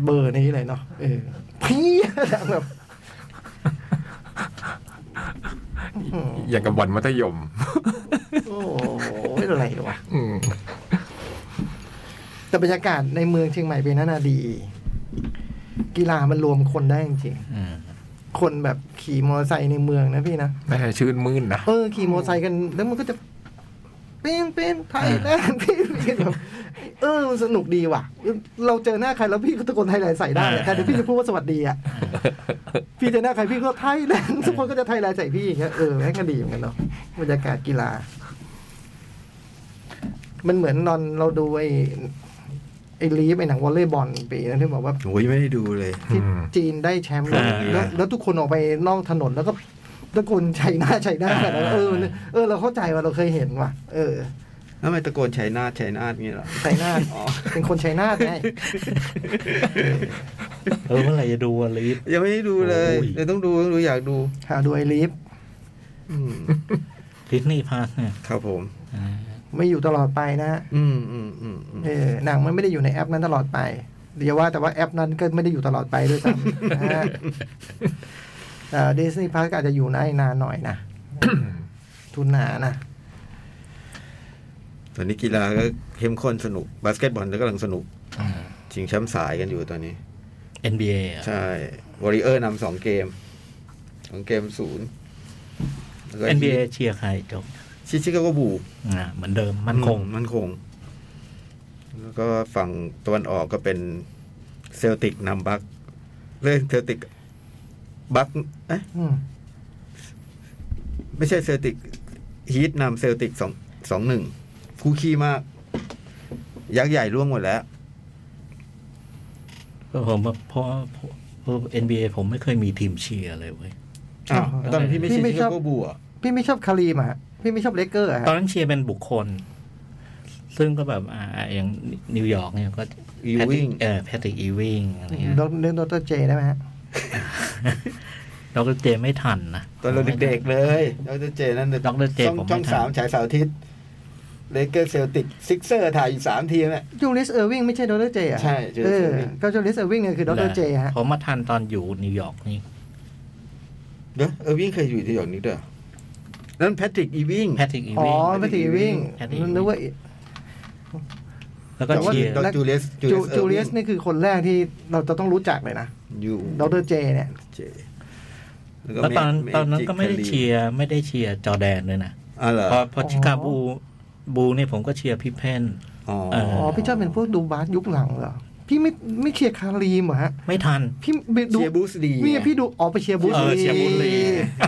[SPEAKER 4] เบอร์นี้เลยเนาะเออเพี้ยดังแบบ
[SPEAKER 3] อย่างกับวันมัธยม
[SPEAKER 4] โอ้โหอะไรวะ
[SPEAKER 3] อืม
[SPEAKER 4] แต่บรรยากาศในเมืองเชียงใหม่เป็นนานาดี กีฬามันรวมคนได้จริง
[SPEAKER 5] เออ
[SPEAKER 4] คนแบบขี่มอเตอร์ไซค์ในเมืองนะพี่นะ
[SPEAKER 3] แม่ชื่นมื่นนะ
[SPEAKER 4] เออขี่มอเตอร์ไซค์กันแล้วมันก็จะเป็นเป็นไทยแลนด์ พี่พี่แบบเออมันสนุกดีว่ะ เราเจอหน้าใครแล้วพี่ก็ตะโกนไทยแลนด์ใส่ได้อะแต่เดี๋ยวพี่จะพูดว่าสวัสดีอ่ะ พี่เจอหน้าใครพี่ก็ไทยแลนด์ทุกคนก็จะไทยแลนด์ใส่พี่อย่างเงี้ยเออแม่งก็ดีเหมือนกันเนาะบรรยากาศกีฬา มันเหมือนนอนเราดูไอ้ไอ้ลีฟไอ้หนังวอลเลย์บอลปีนั้นที่บอกว่า
[SPEAKER 2] โอ้ยไม่ได้ดูเลย
[SPEAKER 4] ที่
[SPEAKER 3] อืม
[SPEAKER 4] จีนได้แชมป์
[SPEAKER 5] อ่า
[SPEAKER 4] แล้วแล้วทุกคนออกไปนอกถนนแล้วก็ตะโกนชัยหน้าชัยหน้ากันนะ
[SPEAKER 5] อ่า
[SPEAKER 4] เออมันเออ เราเข้าใจว่าเราเคยเห็นว่ะ เออ
[SPEAKER 2] แล้วทำไมตะโกนชัยนาทชัยนาทเงี้ยเหรอ
[SPEAKER 4] ชัยหน้าท
[SPEAKER 2] อ๋อ
[SPEAKER 4] เป็นคนชัยหน้าทไง
[SPEAKER 5] เออเมื่อไหร่จะดูวอลลีฟ
[SPEAKER 2] ยังไม่ได้ดูเลย
[SPEAKER 5] โอ้ย
[SPEAKER 2] เดี๋ยวต้องดูต้องดูอยากดู
[SPEAKER 4] หาดูไอลีฟ
[SPEAKER 2] อืม
[SPEAKER 5] ดิสนีย์พาร์คเนี่ย
[SPEAKER 2] ครับผม
[SPEAKER 5] อ่า
[SPEAKER 4] ไม่อยู่ตลอดไปนะฮะ
[SPEAKER 2] อืมอืมอืมอืม
[SPEAKER 4] เออหนังมันไม่ได้อยู่ในแอปนั้นตลอดไปเดี๋ยวว่าแต่ว่าแอปนั้นก็ไม่ได้อยู่ตลอดไปด้วยซ้ำนะฮะดิสนีย์พาร์อาจจะอยู่ในนานหน่อยนะ ทุนหนานะ
[SPEAKER 2] ตอนนี้กีฬาก็เข้มข้นสนุกบาสเกตบอลก็กำลังสนุกชิงแชมป์สายกันอยู่ตอนนี้
[SPEAKER 5] NBA อ่ะ
[SPEAKER 2] ใช่วอริเออร์นำสองเกมสองเกมศูนย์แล้วก็
[SPEAKER 5] NBA เชียร์ใครจบ
[SPEAKER 2] ชิชิโกโกบูลส์
[SPEAKER 5] อ่าเหมือนเดิมมันคง
[SPEAKER 2] อืมันคง แล้วก็ฝั่งตะวันออกก็เป็นเซลติกนำบัคเล่นเซลติกบัคเอ๊ะ
[SPEAKER 4] อืม
[SPEAKER 2] ไม่ใช่เซลติกฮีทนำเซลติกสองสองหนึ่งคู่ขี้มาก ยักษ์ใหญ่ร่วงหมดแล้ว
[SPEAKER 5] ก็ผมว่าเพราะเพราะ NBA ผมไม่เคยมีทีมเชียร์เลยเว้ย
[SPEAKER 2] อ้าวตอนนนพี่ไม่ใช่
[SPEAKER 4] พี่ไม่
[SPEAKER 2] ชิ
[SPEAKER 4] ช
[SPEAKER 2] คา
[SPEAKER 4] อบ
[SPEAKER 2] โกบูลส์เหรอ
[SPEAKER 4] พี่ไม่ชอบคารีมอ่ะพี่ไม่ชอบเลกเกอร์อะฮะ
[SPEAKER 5] ตอนนั้นเชียร์เป็นบุคคล ซึ่งก็แบบอ่าอย่างนิวยอร์กเนี่ยก็
[SPEAKER 2] อีวิง
[SPEAKER 5] เออแพทริกอีวิงอะไรเงี้ย
[SPEAKER 4] ดอกเรื่องดรเจได้ไหมฮะ
[SPEAKER 5] เราก็เจไม่ทันนะ
[SPEAKER 2] ตอนเราเด็กๆเลยเราจะเจนั่น
[SPEAKER 5] ดรเจ
[SPEAKER 2] ช่อง
[SPEAKER 5] ผม
[SPEAKER 2] ช่อ
[SPEAKER 5] ไม่
[SPEAKER 2] ง
[SPEAKER 5] ทัน
[SPEAKER 2] สามฉายเสาร์อาทิตย์เลเกอร์เซลติกซิกเซอร์ถ่ายอยู่สามทีมแหละ
[SPEAKER 4] จูเลสเออร์วิงไม่ใช่ดรเจอ่ะ
[SPEAKER 2] ใช่
[SPEAKER 4] เอ
[SPEAKER 2] Julius
[SPEAKER 4] อ
[SPEAKER 2] Irving
[SPEAKER 4] ก็จูเลสเออร์วิงเนี่ยคือดรเจฮะ
[SPEAKER 5] ผมมาทันตอนอยู่นิวยอร์กนี่
[SPEAKER 2] เดี๋ยวเออวิ่งเคยอยู่ที่หยอกนี้ด้วยเหรอนั่นแพทริกอีวิง
[SPEAKER 5] แพทริกอี
[SPEAKER 4] อ๋อ
[SPEAKER 5] วิง
[SPEAKER 4] ไม่ถีวิ่ง
[SPEAKER 5] Patrick Ewing
[SPEAKER 4] นึกว่า
[SPEAKER 5] แล้วก็เชียร์
[SPEAKER 2] แต่ว่า Julius Julius
[SPEAKER 4] จูเลส
[SPEAKER 2] Irving
[SPEAKER 4] นี่คือคนแรกที่เราจะต้องรู้จักเลยนะ
[SPEAKER 2] อยู่
[SPEAKER 4] ดรเจเนี่ย
[SPEAKER 2] เจ
[SPEAKER 5] แล้วตอน
[SPEAKER 2] เม
[SPEAKER 5] ตอนนั้น
[SPEAKER 2] จิ
[SPEAKER 5] ก็ไม่ได้
[SPEAKER 2] คารี
[SPEAKER 5] เชียร์ไม่ได้เชียร์จอร์แดนเลยนะ
[SPEAKER 2] อ๋อเหรอ
[SPEAKER 5] พอพอชิคาบูบูเนี่ยผมก็เชียร์พี่เพน
[SPEAKER 2] อ๋อ
[SPEAKER 5] เออ
[SPEAKER 4] อ๋อ พี่ชอบเป็นพวกดูบาสยุคหลังเหรอ พี่ไม่ไม่เชียร์คารีมเหรอฮะ
[SPEAKER 5] ไม่ทัน
[SPEAKER 4] พี่ไปดู
[SPEAKER 2] เชียร์บูสลี
[SPEAKER 4] นี่พี่ดูอ๋อไปเชียร์บูธ
[SPEAKER 5] เออเชียร์บูธลี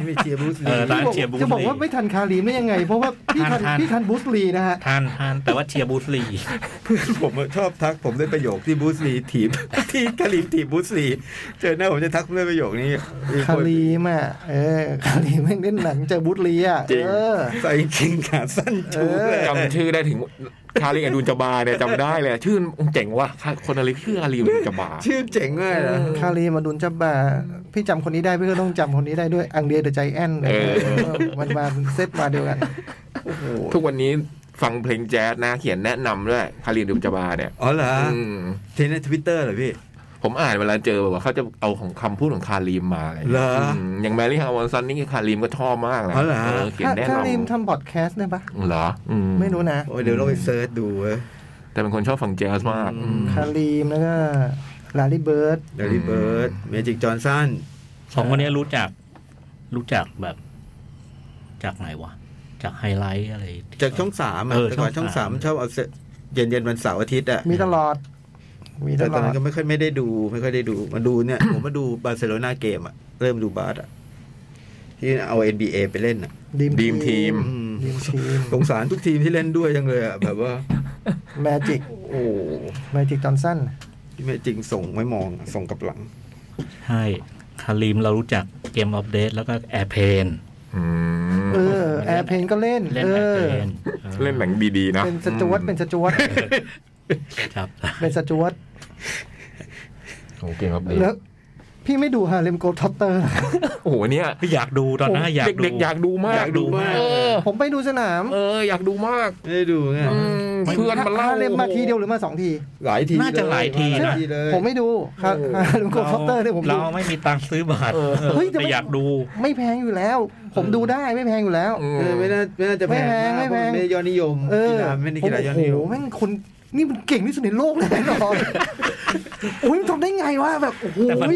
[SPEAKER 2] ไม่เชียร์บูส
[SPEAKER 5] เอ
[SPEAKER 2] ลี
[SPEAKER 5] อ ร้าน
[SPEAKER 4] พี่บก
[SPEAKER 5] เชียร์บูธลี
[SPEAKER 4] จะบอกว่าไม่ทันคารีมได้ยังไง เพราะว่าพี่ทัน
[SPEAKER 5] ทัน
[SPEAKER 4] พี่ทันบูธลีนะฮะ
[SPEAKER 5] ทันทันแต่ว่าเชียร์บูธลี
[SPEAKER 2] เพื่อนผมอะชอบทักผมด้วยประโยคที่บูสลีถีบ ที่คาริมถีบบูสลีเจอหน้าผมจะทักด้วยประโยคนี้มี
[SPEAKER 4] คาน รีมอ่ะเออคารีมแม่งเล่นหนังเจอบูธลีอ่ะ
[SPEAKER 3] จริง
[SPEAKER 4] เออ
[SPEAKER 2] ใส่กางเกงขาสั้นชูเลย
[SPEAKER 3] จำชื่อได้ถึงคาริกับดูนจาบาเนี่ยจำได้เลย ชื่อเจ๋งว่ะคนอะไรชื่อคาริกับดูนจาบา
[SPEAKER 2] ชื่อเจ๋งมากนะ
[SPEAKER 4] คารีมาดุนจับบาพี่จำคนนี้ได้พี่ก็ต้องจำคนนี้ได้ด้วยอังเดียเดอะใจแอน
[SPEAKER 3] เออ
[SPEAKER 4] มันมาเซตมาเดียวกัน
[SPEAKER 2] โอ้โห
[SPEAKER 3] ทุกวันนี้ฟังเพลงแจ๊สนะ เขียนแนะนำด้วยคาริกับดูนจาบาเนี่ย
[SPEAKER 2] อ๋อเหรอ
[SPEAKER 3] อืม
[SPEAKER 2] เทรนในทวิตเตอร์เหรอพี่
[SPEAKER 3] ผมอ่านเวลาเจอแบบว่าเขาจะเอาของคำพูดของคาริมมาอะไรอย่าง
[SPEAKER 2] เหร
[SPEAKER 3] เงี้ย
[SPEAKER 2] อ
[SPEAKER 3] อืมอย่างแมรี่ฮาวอนซันนี่คือคาริมก็ชอบมากนะ
[SPEAKER 2] อ๋อเหรอ
[SPEAKER 3] เออเขียนแนะ
[SPEAKER 4] คาน
[SPEAKER 3] ำ
[SPEAKER 4] รีมทำบอดแคสต์ได้ปะ
[SPEAKER 3] เหรออื
[SPEAKER 4] ไม่รู้นะ
[SPEAKER 2] โอ้ยเดี๋ยวเราไปเซิร์ชดูเว้ย
[SPEAKER 3] แต่เป็นคนชอบฟังแจ๊สมาก
[SPEAKER 2] อืม
[SPEAKER 3] อืม
[SPEAKER 4] คารีมแล้วก็ลาลีเบิร์ด
[SPEAKER 2] เดลิเบิร์ดเมจิกจอห์นสัน
[SPEAKER 5] สองคนเนี้ยรู้จักรู้จักแบบ จากไหนวะ จากไฮไลท์อะไรที่
[SPEAKER 2] จากช่องสามอะ
[SPEAKER 5] เออ
[SPEAKER 2] แต่ก่อน
[SPEAKER 5] ช่
[SPEAKER 2] ช่
[SPEAKER 5] อ
[SPEAKER 2] อง ง
[SPEAKER 5] สา
[SPEAKER 2] สาม มชอบเอาเย็นเย็นๆวันเสาร์อาทิตย์อะ
[SPEAKER 4] มีตลอด มีต
[SPEAKER 2] แต่ต
[SPEAKER 4] ล
[SPEAKER 2] อน
[SPEAKER 4] อ
[SPEAKER 2] นั้
[SPEAKER 4] ด
[SPEAKER 2] นก็ไม่ค่อยไม่ได้ดู ไม่ค่อยได้ดูมาดูเนี่ย ผมมาดูบาร์เซโลนาเกมอะเริ่มดูบาสอะที่เอา NBA ไปเล่นอะ
[SPEAKER 4] ดีม
[SPEAKER 3] ดีมทีม
[SPEAKER 2] อืม
[SPEAKER 4] ดีมทีม
[SPEAKER 2] สงสารทุกทีมที่เล่นด้วยจังเลยอ่ะ แบบว่า
[SPEAKER 4] แมจิก
[SPEAKER 2] โอ้
[SPEAKER 4] แมจิกจอนสัน
[SPEAKER 2] ที่แม่จริงส่งไม่มองอะส่งกลับหลัง
[SPEAKER 5] ใช่คารีมเรารู้จักเกมอัปเดตแล้วก็แอร์เพน
[SPEAKER 3] อืม
[SPEAKER 4] เออแอร์เพนก็เล่น
[SPEAKER 5] เล่น
[SPEAKER 4] เอ
[SPEAKER 5] แอร์
[SPEAKER 4] อ
[SPEAKER 5] เพน
[SPEAKER 3] เล่นหนังดีๆนะ
[SPEAKER 4] เป็นสจวตเป็นสจวต
[SPEAKER 5] ครับ
[SPEAKER 4] เป็นสจวต
[SPEAKER 3] โอ้เก่งครับดี
[SPEAKER 4] แล้วพี่ไม่ดูฮาเลมโกลท็อปเตอร์
[SPEAKER 3] โอ้โหเนี่ย
[SPEAKER 5] อยากดูตอนนั้นอยากดู
[SPEAKER 3] เด็กๆอยากดูมาก
[SPEAKER 5] อยากดูมาก
[SPEAKER 3] เออ
[SPEAKER 4] ผมไปดูสนาม
[SPEAKER 3] เออ อยากดูมาก
[SPEAKER 2] ไม่ได้ดูไง
[SPEAKER 3] อืมเพื่อนมาเล่า
[SPEAKER 4] ฮเล่มมาทีเดียวหรือมาสองที
[SPEAKER 2] หลายที
[SPEAKER 5] น่าจะหลายทีนะ
[SPEAKER 2] หลายทีเลย
[SPEAKER 4] ผมไม่ดูครับฮาเล่มโกลท็อปเตอร์เนี่ยผม
[SPEAKER 5] เรา
[SPEAKER 4] ดู
[SPEAKER 5] ไม่มีตังค์ซื้อบัตร
[SPEAKER 4] เฮ้ยแต่ไม่
[SPEAKER 5] แต่อยากดู
[SPEAKER 4] ไม่แพงอยู่แล้ว ผมดูได้ไม่แพงอยู่แล้ว
[SPEAKER 3] อืม
[SPEAKER 2] เออไม่น่าไม่น่าจะ
[SPEAKER 4] ไม่แพง
[SPEAKER 2] นะ
[SPEAKER 4] ไม่แพ
[SPEAKER 2] เพ
[SPEAKER 4] ง
[SPEAKER 2] ราะนไม่ได้ยอดนิยม
[SPEAKER 4] เอ
[SPEAKER 2] กี
[SPEAKER 4] อ
[SPEAKER 2] ฬาไม่ได้
[SPEAKER 4] ผม
[SPEAKER 2] กีฬายอด
[SPEAKER 4] โอ้
[SPEAKER 2] นิย
[SPEAKER 4] โห
[SPEAKER 2] ม
[SPEAKER 4] แม่งคน นี่มันเก่งที่สุดในโลกเลยนะน้องอุ้ยมันทำได้ไงวะแบบโอ้โห
[SPEAKER 5] แต่มัน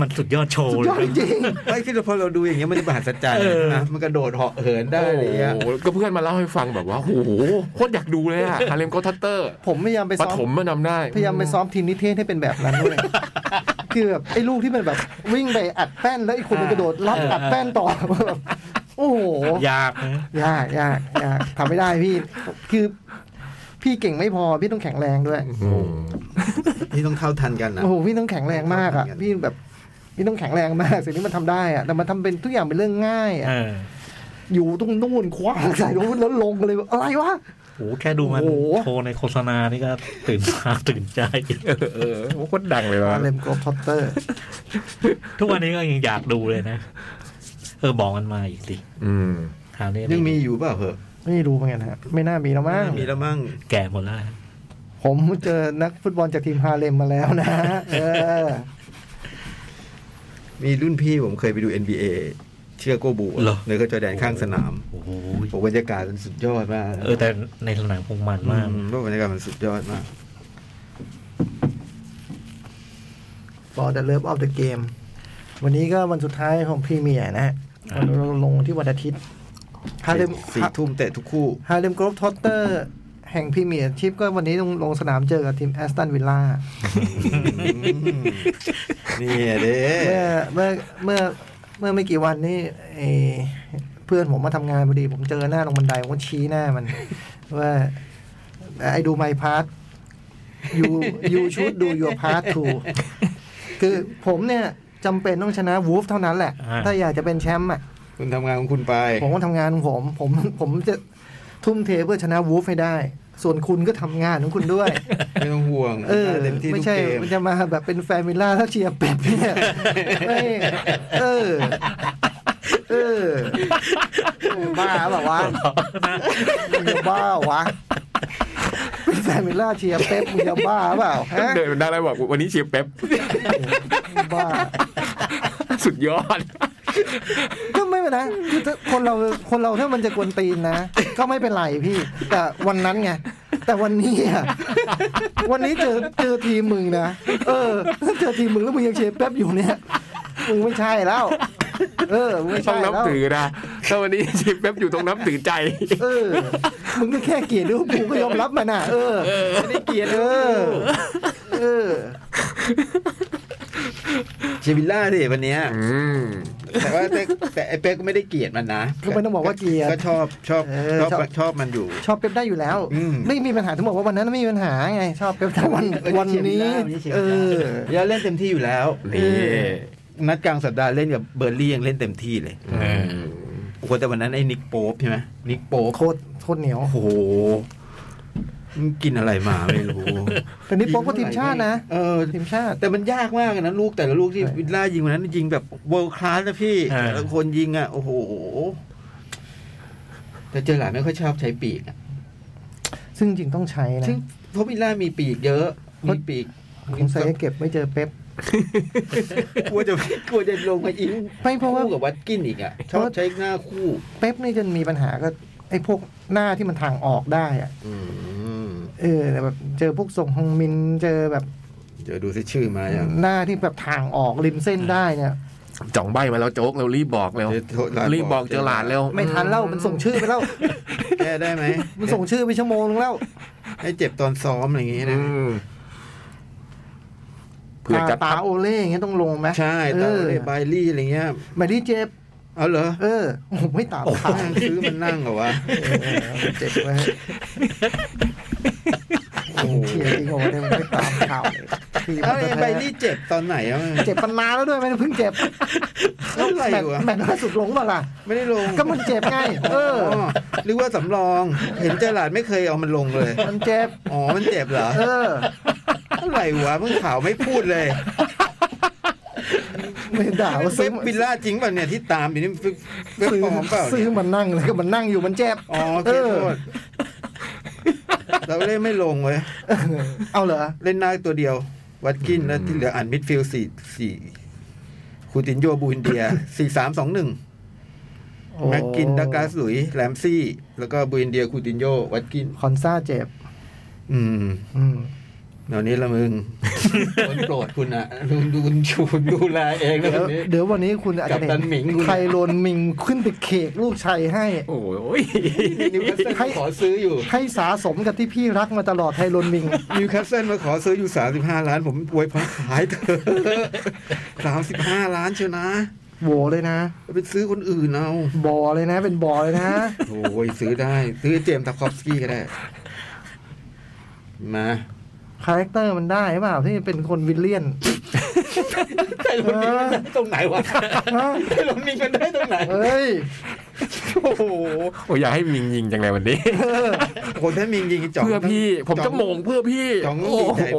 [SPEAKER 5] มันสุดยอดโชว์
[SPEAKER 4] สุด
[SPEAKER 5] เลยย
[SPEAKER 4] อดจริง
[SPEAKER 2] ไม่คิดว่าพอเราดูอย่างเงี้ยมันมหัศจรรย์นะมันกระโดดเหาะเหินได้อะไรเงี้ย
[SPEAKER 3] โอ้โหก็เพื่อนมาเล่าให้ฟังแบบว่าโอ้โหโคตรอยากดูเลยอะฮาเลมโกทัตเตอร์
[SPEAKER 4] ๆผมพยายามไป
[SPEAKER 3] ป
[SPEAKER 4] ซ้อ
[SPEAKER 3] ฐ
[SPEAKER 4] ม
[SPEAKER 3] มมันนำได้
[SPEAKER 4] พยายามไปซ้อมทีมนิเทศให้เป็นแบบนั้นด้วยคือแบบไอ้ลูกที่มันแบบวิ่งไปอัดแป้นแล้วอีกคนมันกระโดดรับอัดแป้นต่อแบบโอ้โห
[SPEAKER 5] ยากนะ
[SPEAKER 4] ยากยากยากทำไม่ได้พี่คือพี่เก่งไม่พอพี่ต้องแข็งแรงด้วย
[SPEAKER 3] โอ้โห
[SPEAKER 2] นี่ต้องเข้าทันกันนะ
[SPEAKER 4] โอ้โหพี่ต้องแข็งแรงมากอ่ะ
[SPEAKER 2] ทำอย่างนั้น
[SPEAKER 4] พี่แบบพี่ต้องแข็งแรงมากสิ่งนี้มันทำได้อ่ะแต่มันทำเป็นทุกอย่างเป็นเรื่องง่ายอ่ะ
[SPEAKER 5] เออ
[SPEAKER 4] อยู่ตรงนู่นคว้างใส่ตรงนู้นแล้วลงเลยแบบอะไรวะ
[SPEAKER 5] โหแค่ดูมัน
[SPEAKER 4] โอ้โห
[SPEAKER 5] โชว์ในโฆษณานี่ก็ตื่นตาตื่นใจ
[SPEAKER 3] เออโคตรดังเลยว่ะ
[SPEAKER 4] เลมโกพอตเตอร์
[SPEAKER 5] ทุกวันนี้ก็ยังอยากดูเลยนะ เออบอกมันมาอีกสิ
[SPEAKER 3] อืม
[SPEAKER 5] คราวนี้
[SPEAKER 2] ยังมีอยู่เปล่าเหอะ
[SPEAKER 4] ไม่รู้เหมือนกันฮะไม่น่ามีแล้วมั้ง
[SPEAKER 2] มีแล้วมั้ง
[SPEAKER 5] แก่หมดแล้วนะ
[SPEAKER 4] ผมเจอนักฟุตบอลจากทีมฮาเลมมาแล้วนะเออ
[SPEAKER 2] มีรุ่นพี่ผมเคยไปดู NBA เชื่อโกบูอะในก็จอแดนข้างสนาม
[SPEAKER 5] โอ้โห
[SPEAKER 2] ผมบรรยากาศมันสุดยอดมากนะ
[SPEAKER 5] เออแต่ในสนามคงมันมาก
[SPEAKER 2] อืมบรรยากาศมันสุดยอดมาก
[SPEAKER 4] บอลเดอะเลิฟออฟเดอะเกมวันนี้ก็วันสุดท้ายของพรีเมียร์นะฮะเราลงที่วันอาทิตย์ฮาเลม
[SPEAKER 2] สี่ทุ่มเตะทุกคู่
[SPEAKER 4] ฮาเลมกรฟทอตเตอร์ แห่งพรีเมียร์ชิพก็วันนี้ลงลงสนามเจอกับทีมแอสตันวิลล่า
[SPEAKER 2] นี่เด้
[SPEAKER 4] เมื่อเมื่อเมื่อเมื่อไม่กี่วันนี้เอ่อเพื่อนผมมาทำงานพอดี ผมเจอหน้าลงบันไดผมก็ชี้หน้ามัน ว่าไอ้ดูไมพาร์ทยูยูชุดดูยูพาร์ททูคือผมเนี่ยจำเป็นต้องชนะวูฟเท่านั้นแหละ
[SPEAKER 5] อ่า
[SPEAKER 4] ถ้าอยากจะเป็นแชมป์อ่ะ
[SPEAKER 2] คุณทำงานของคุณไป
[SPEAKER 4] ผมก็ทำงานของผม ผมผมจะทุ่มเทเพื่อชนะวูฟให้ได้ ส่วนคุณก็ทำงานของคุณด้วย
[SPEAKER 2] ไม่ต้องห่วง
[SPEAKER 4] เออ
[SPEAKER 2] เต็มที่ทุ
[SPEAKER 4] ไม่
[SPEAKER 2] ก
[SPEAKER 4] ใช่
[SPEAKER 2] เกม
[SPEAKER 4] มันจะมาแบบเป็นแฟนมิลล่าแล้วเชียร์เป็ดเนี่ยไม่เออ เออ บ้าแบบวะมึงจะบ้าวะเป็นแฟนมิลล่าเชียร์เป๊ปมึงจะบ้าเปล่าฮะ
[SPEAKER 3] เดินมาได้แล้วบอกวันนี้เชียร์เป๊ป
[SPEAKER 4] บ้า
[SPEAKER 3] สุดยอด
[SPEAKER 4] ก็ไม่เป็นไรคือถ้าคนเราคนเราถ้ามันจะกวนตีนนะ ก็ไม่เป็นไรพี่ แต่วันนั้นไง แต่วันนี้อะวันนี้เจอเจอทีมมึงนะ เออถ้าเจอทีมมึงแล้วมึงยังเชียร์แป๊บอยู่เนี่ยมึงไม่ใช่แล้ว เออมึงไม่
[SPEAKER 3] ต้อ
[SPEAKER 4] ใช่
[SPEAKER 3] งนับ
[SPEAKER 4] แล้ว
[SPEAKER 3] ถือนะถ้าวันนี้เชียร์เป๊ปอยู่ตรงนับถือใจ
[SPEAKER 4] เออ มึงก็แค่เกลียดลิเวอร์พูลก็ยอมรับมันอ่ะ เออไม่ได้เกลียดเออ เออ
[SPEAKER 2] เชยร์วิลล่าสิวันเนี้ย
[SPEAKER 3] อืม
[SPEAKER 2] แต่ว่าแต่แต่ไอ้เป๊กก็ไม่ได้เกลียดมันนะ
[SPEAKER 4] ก็ไม่ต้องบอกว่าเกลียด
[SPEAKER 2] ก็ชอบชอบ
[SPEAKER 4] เออ
[SPEAKER 2] ชอบ
[SPEAKER 4] ชอบ
[SPEAKER 2] ชอบมันอยู่
[SPEAKER 4] ชอบเป๊ปได้อยู่แล้ว
[SPEAKER 2] อืม
[SPEAKER 4] ไม่มีปัญหาทั้งหมดว่าวันนั้นไม่มีปัญหาไง ชอบเป๊ปแต่วันวันนี้ เออ
[SPEAKER 2] ยาเล่นเต็มที่อยู่แล้ว
[SPEAKER 3] นี่
[SPEAKER 2] นัดกลางสัปดาห์เล่นกับเบอร์ลี่ยังเล่นเต็มที่เลยโอ้โหแต่วันนั้นไอ้นิกโป๊ปใช่ไหมนิกโป๊ป
[SPEAKER 4] โคตรโคตรเหนียว
[SPEAKER 2] โอ้โหมันกินอะไรมาไม่รู้
[SPEAKER 4] แต่ นี่โป๊ปก็ทีมชาตินะ
[SPEAKER 2] เออ
[SPEAKER 4] ทีมชาติ
[SPEAKER 2] แต่มันยากมากนะลูกแต่ละลูกที่
[SPEAKER 4] ใช่
[SPEAKER 2] วิลล่ายิงวันนั้นยิงแบบเวิลด์คลาสนะพี่
[SPEAKER 5] อ่า
[SPEAKER 2] แต่ละคนยิงอ่ะ โอ้โห แต่เจอหลานไม่ค่อยชอบใช้ปีกอะ
[SPEAKER 4] ซึ่งจริงต้องใช้นะ
[SPEAKER 2] ซึ่งเพราะวิลล่ามีปีกเยอะ มีปีก
[SPEAKER 4] สงสัยจะเก็บไม่เจอเป๊ป
[SPEAKER 2] กลัวจะกลัวจะลงมาอิง
[SPEAKER 4] ไม่เพราะว่า
[SPEAKER 2] คู่กับวัดกินอีกอ่ะ ชอบใช้หน้าคู่
[SPEAKER 4] เป๊ปนี่จนมีปัญหาก็ไอ้พวกหน้าที่มันทางออกได้อะ
[SPEAKER 2] อืม
[SPEAKER 4] เออแต่แบบเจอพวกส่งฮงมินเจอแบบ
[SPEAKER 2] เดี๋ยวดูซิชื่อมาอย่าง
[SPEAKER 4] หน้าที่แบบทางออกริมเส้นได้เนี่ย
[SPEAKER 3] จ่องใบมาแล้วโจ๊กเรารีบบอกเร็ว
[SPEAKER 2] เดี๋ยวโทหลาน
[SPEAKER 3] รีบบอกเจอหลานเร็ว
[SPEAKER 4] ไม่ทันแล้วมันส่งชื่อ ไปแล้ว
[SPEAKER 2] แก้ได้ไหม
[SPEAKER 4] มันส่งชื่อไปชั่วโมงนึงแล้ว
[SPEAKER 2] ให้เจ็บตอนซ้อมอะไรอย่างงี้
[SPEAKER 3] อื
[SPEAKER 2] นะ
[SPEAKER 3] มเผื่อจะ
[SPEAKER 4] ตาโอเล่อย่างเงี้ยต้องลงไหม
[SPEAKER 2] ใช่
[SPEAKER 4] เอ
[SPEAKER 2] ตา
[SPEAKER 4] อ
[SPEAKER 2] เล่บายลี่อะไรเงี้ย
[SPEAKER 4] แมาดีเจ็บ
[SPEAKER 2] เอาเหรอ
[SPEAKER 4] เออโอ้โหไม่ตามทาง
[SPEAKER 2] นั่งซื้อมันนั่งเหรอวะ
[SPEAKER 4] เออเจ็บ ไว้ให้โอ้โหเชียร์จริงโอ้โหเนี่ยมันไม่ตามข่าวเลยทีม
[SPEAKER 2] เอา
[SPEAKER 4] มัน
[SPEAKER 2] ไอ้
[SPEAKER 4] จะ
[SPEAKER 2] ใบ
[SPEAKER 4] แพ้
[SPEAKER 2] นี่เจ็บตอนไหนอะมัน
[SPEAKER 4] เจ็บปันนานแล้วด้วยไม่ได้เพิ่งเจ็บแล้ว
[SPEAKER 2] อะไร
[SPEAKER 4] แมตช์
[SPEAKER 2] วะ
[SPEAKER 4] แมตช์ล่าสุดลงเปล่าล่ะ
[SPEAKER 2] ไม่ได้ลง
[SPEAKER 4] ก็มันเจ็บไงเออ
[SPEAKER 2] หรือว่าสำรอง เห็นเจลาดไม่เคยเอามันลงเลย
[SPEAKER 4] มันเจ็บ
[SPEAKER 2] อ๋อ มันเจ็บเหรอ
[SPEAKER 4] เออ
[SPEAKER 2] อะไรวะมึงข่าวไม่พูดเลย
[SPEAKER 4] ไม่ด่าว่า
[SPEAKER 2] เฟ
[SPEAKER 4] ซื้อ
[SPEAKER 2] ซบิลล่าจริงป่ะเนี่ยที่ตามอยู่นี่เฟซเว็บ
[SPEAKER 4] ซื้อ
[SPEAKER 2] ปลอมเปล่า
[SPEAKER 4] ซื้อ
[SPEAKER 2] เนี่ย
[SPEAKER 4] มันนั่งเลยก็มันนั่งอยู่มันเจ็บ
[SPEAKER 2] อ๋อโอ
[SPEAKER 4] เอ
[SPEAKER 2] เค
[SPEAKER 4] อ
[SPEAKER 2] โทษเราเล่นไม่ลงเว้ย
[SPEAKER 4] เอาเหรอ
[SPEAKER 2] เล่นหน้าตัวเดียว วัดกินแล้วที่เหลืออ่านมิดฟิลด์สี่สี่คูตินโยบูฮินเดีย สี่สามสองหนึ่ง แม็กกินดักลาสหลุยส์แรมซี่ แล้วก็บูเอนเดียคูตินโยวัตกิน
[SPEAKER 4] คอนซ่าเจ็บ
[SPEAKER 2] อืม
[SPEAKER 4] อืม
[SPEAKER 2] เดี๋ยวนี้ละมึง คนโปรดคุณอ่ะดูดูชูดูแลเองนะคนี้
[SPEAKER 4] เดี๋ยวนเดี๋ยววันนี้คุณอาจจะ
[SPEAKER 2] กั
[SPEAKER 4] เห็
[SPEAKER 2] บตันหมิงคุณ
[SPEAKER 4] ไทโรนหมิงขึ้นไปเคกลูกชัยให้
[SPEAKER 3] โอ้ย
[SPEAKER 2] นิวคาสเซิลมาขอซื้ออยู่
[SPEAKER 4] ให้สาสมกับที่พี่รักมาตลอดไทโรนหมิง
[SPEAKER 2] นิวคาสเซิลมาขอซื้ออยู่ 35 ล้าน ผมอวยพรขายเถอะ35 ล้านเชียวนะ
[SPEAKER 4] โบเลยนะ
[SPEAKER 2] ไปซื้อคนอื่นเอา
[SPEAKER 4] บอเลยนะ เป็นบอเลยนะ
[SPEAKER 2] โอ้ยซื้อได้ ซื้อเจมส์ทาคอฟสกี้ก็ได้ มา
[SPEAKER 4] คาแรคเตอร์มันได้หรือเปล่าที่เป็นคนวิลเลียน
[SPEAKER 2] ไอ้ลมิงมันได้ตรงไหนวะไอ้ลมิงมันได้ตรงไหน
[SPEAKER 4] เฮ้ย
[SPEAKER 2] โอ้โห
[SPEAKER 3] โอ้ยอยากให้มิงยิงจังเลยวันนี้
[SPEAKER 2] โหถ้ามิงยิงจ่อง
[SPEAKER 3] เพื่อพี่ ผมจะมงเพื่อพี่
[SPEAKER 2] จ๋อง
[SPEAKER 3] โอ้
[SPEAKER 2] ดีใจ
[SPEAKER 3] โห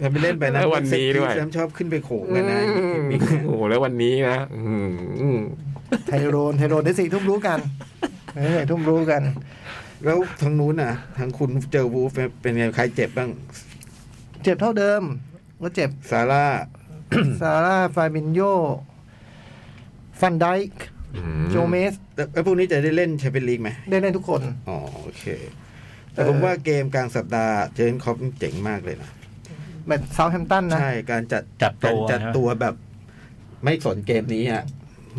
[SPEAKER 2] มาก แต่ไปเล่นไปนะ
[SPEAKER 3] แล้ววันนี้ด้วย
[SPEAKER 2] เซ็กซี่แซมชอบขึ้นไปโขงกันนะ
[SPEAKER 3] อืมโอ้โหแล้ววันนี้นะอืม
[SPEAKER 4] ไทโรนไทโรนได้สี่ทุ่มรู้กันเออทุ่มรู้กัน
[SPEAKER 2] แล้วทางนู้นน่ะ ทางคุณเจอวูฟเป็นไงใครเจ็บบ้าง
[SPEAKER 4] เจ็บเท่าเดิม ก็เจ็บ
[SPEAKER 2] ซาร่า
[SPEAKER 4] ซาร่าฟาบินโยฟันไดค์
[SPEAKER 3] อื
[SPEAKER 4] โจเมส
[SPEAKER 2] แต่ไอ้พวกนี้จะได้เล่นแชมเปี้ยนลีกไหม
[SPEAKER 4] ได้เล่นทุกคน
[SPEAKER 2] อ๋อโอเค แต่ผมว่าเกมกลางสัปดาห์เจนคอปเจ๋งมากเลยนะ
[SPEAKER 4] แบบเซาแฮมตันนะ
[SPEAKER 2] ใช่ การจัด
[SPEAKER 5] จัดตัว
[SPEAKER 2] การจัด
[SPEAKER 5] ใช่ไหม
[SPEAKER 2] ตัวแบบ ไม่สนเกมนี้อ่ะ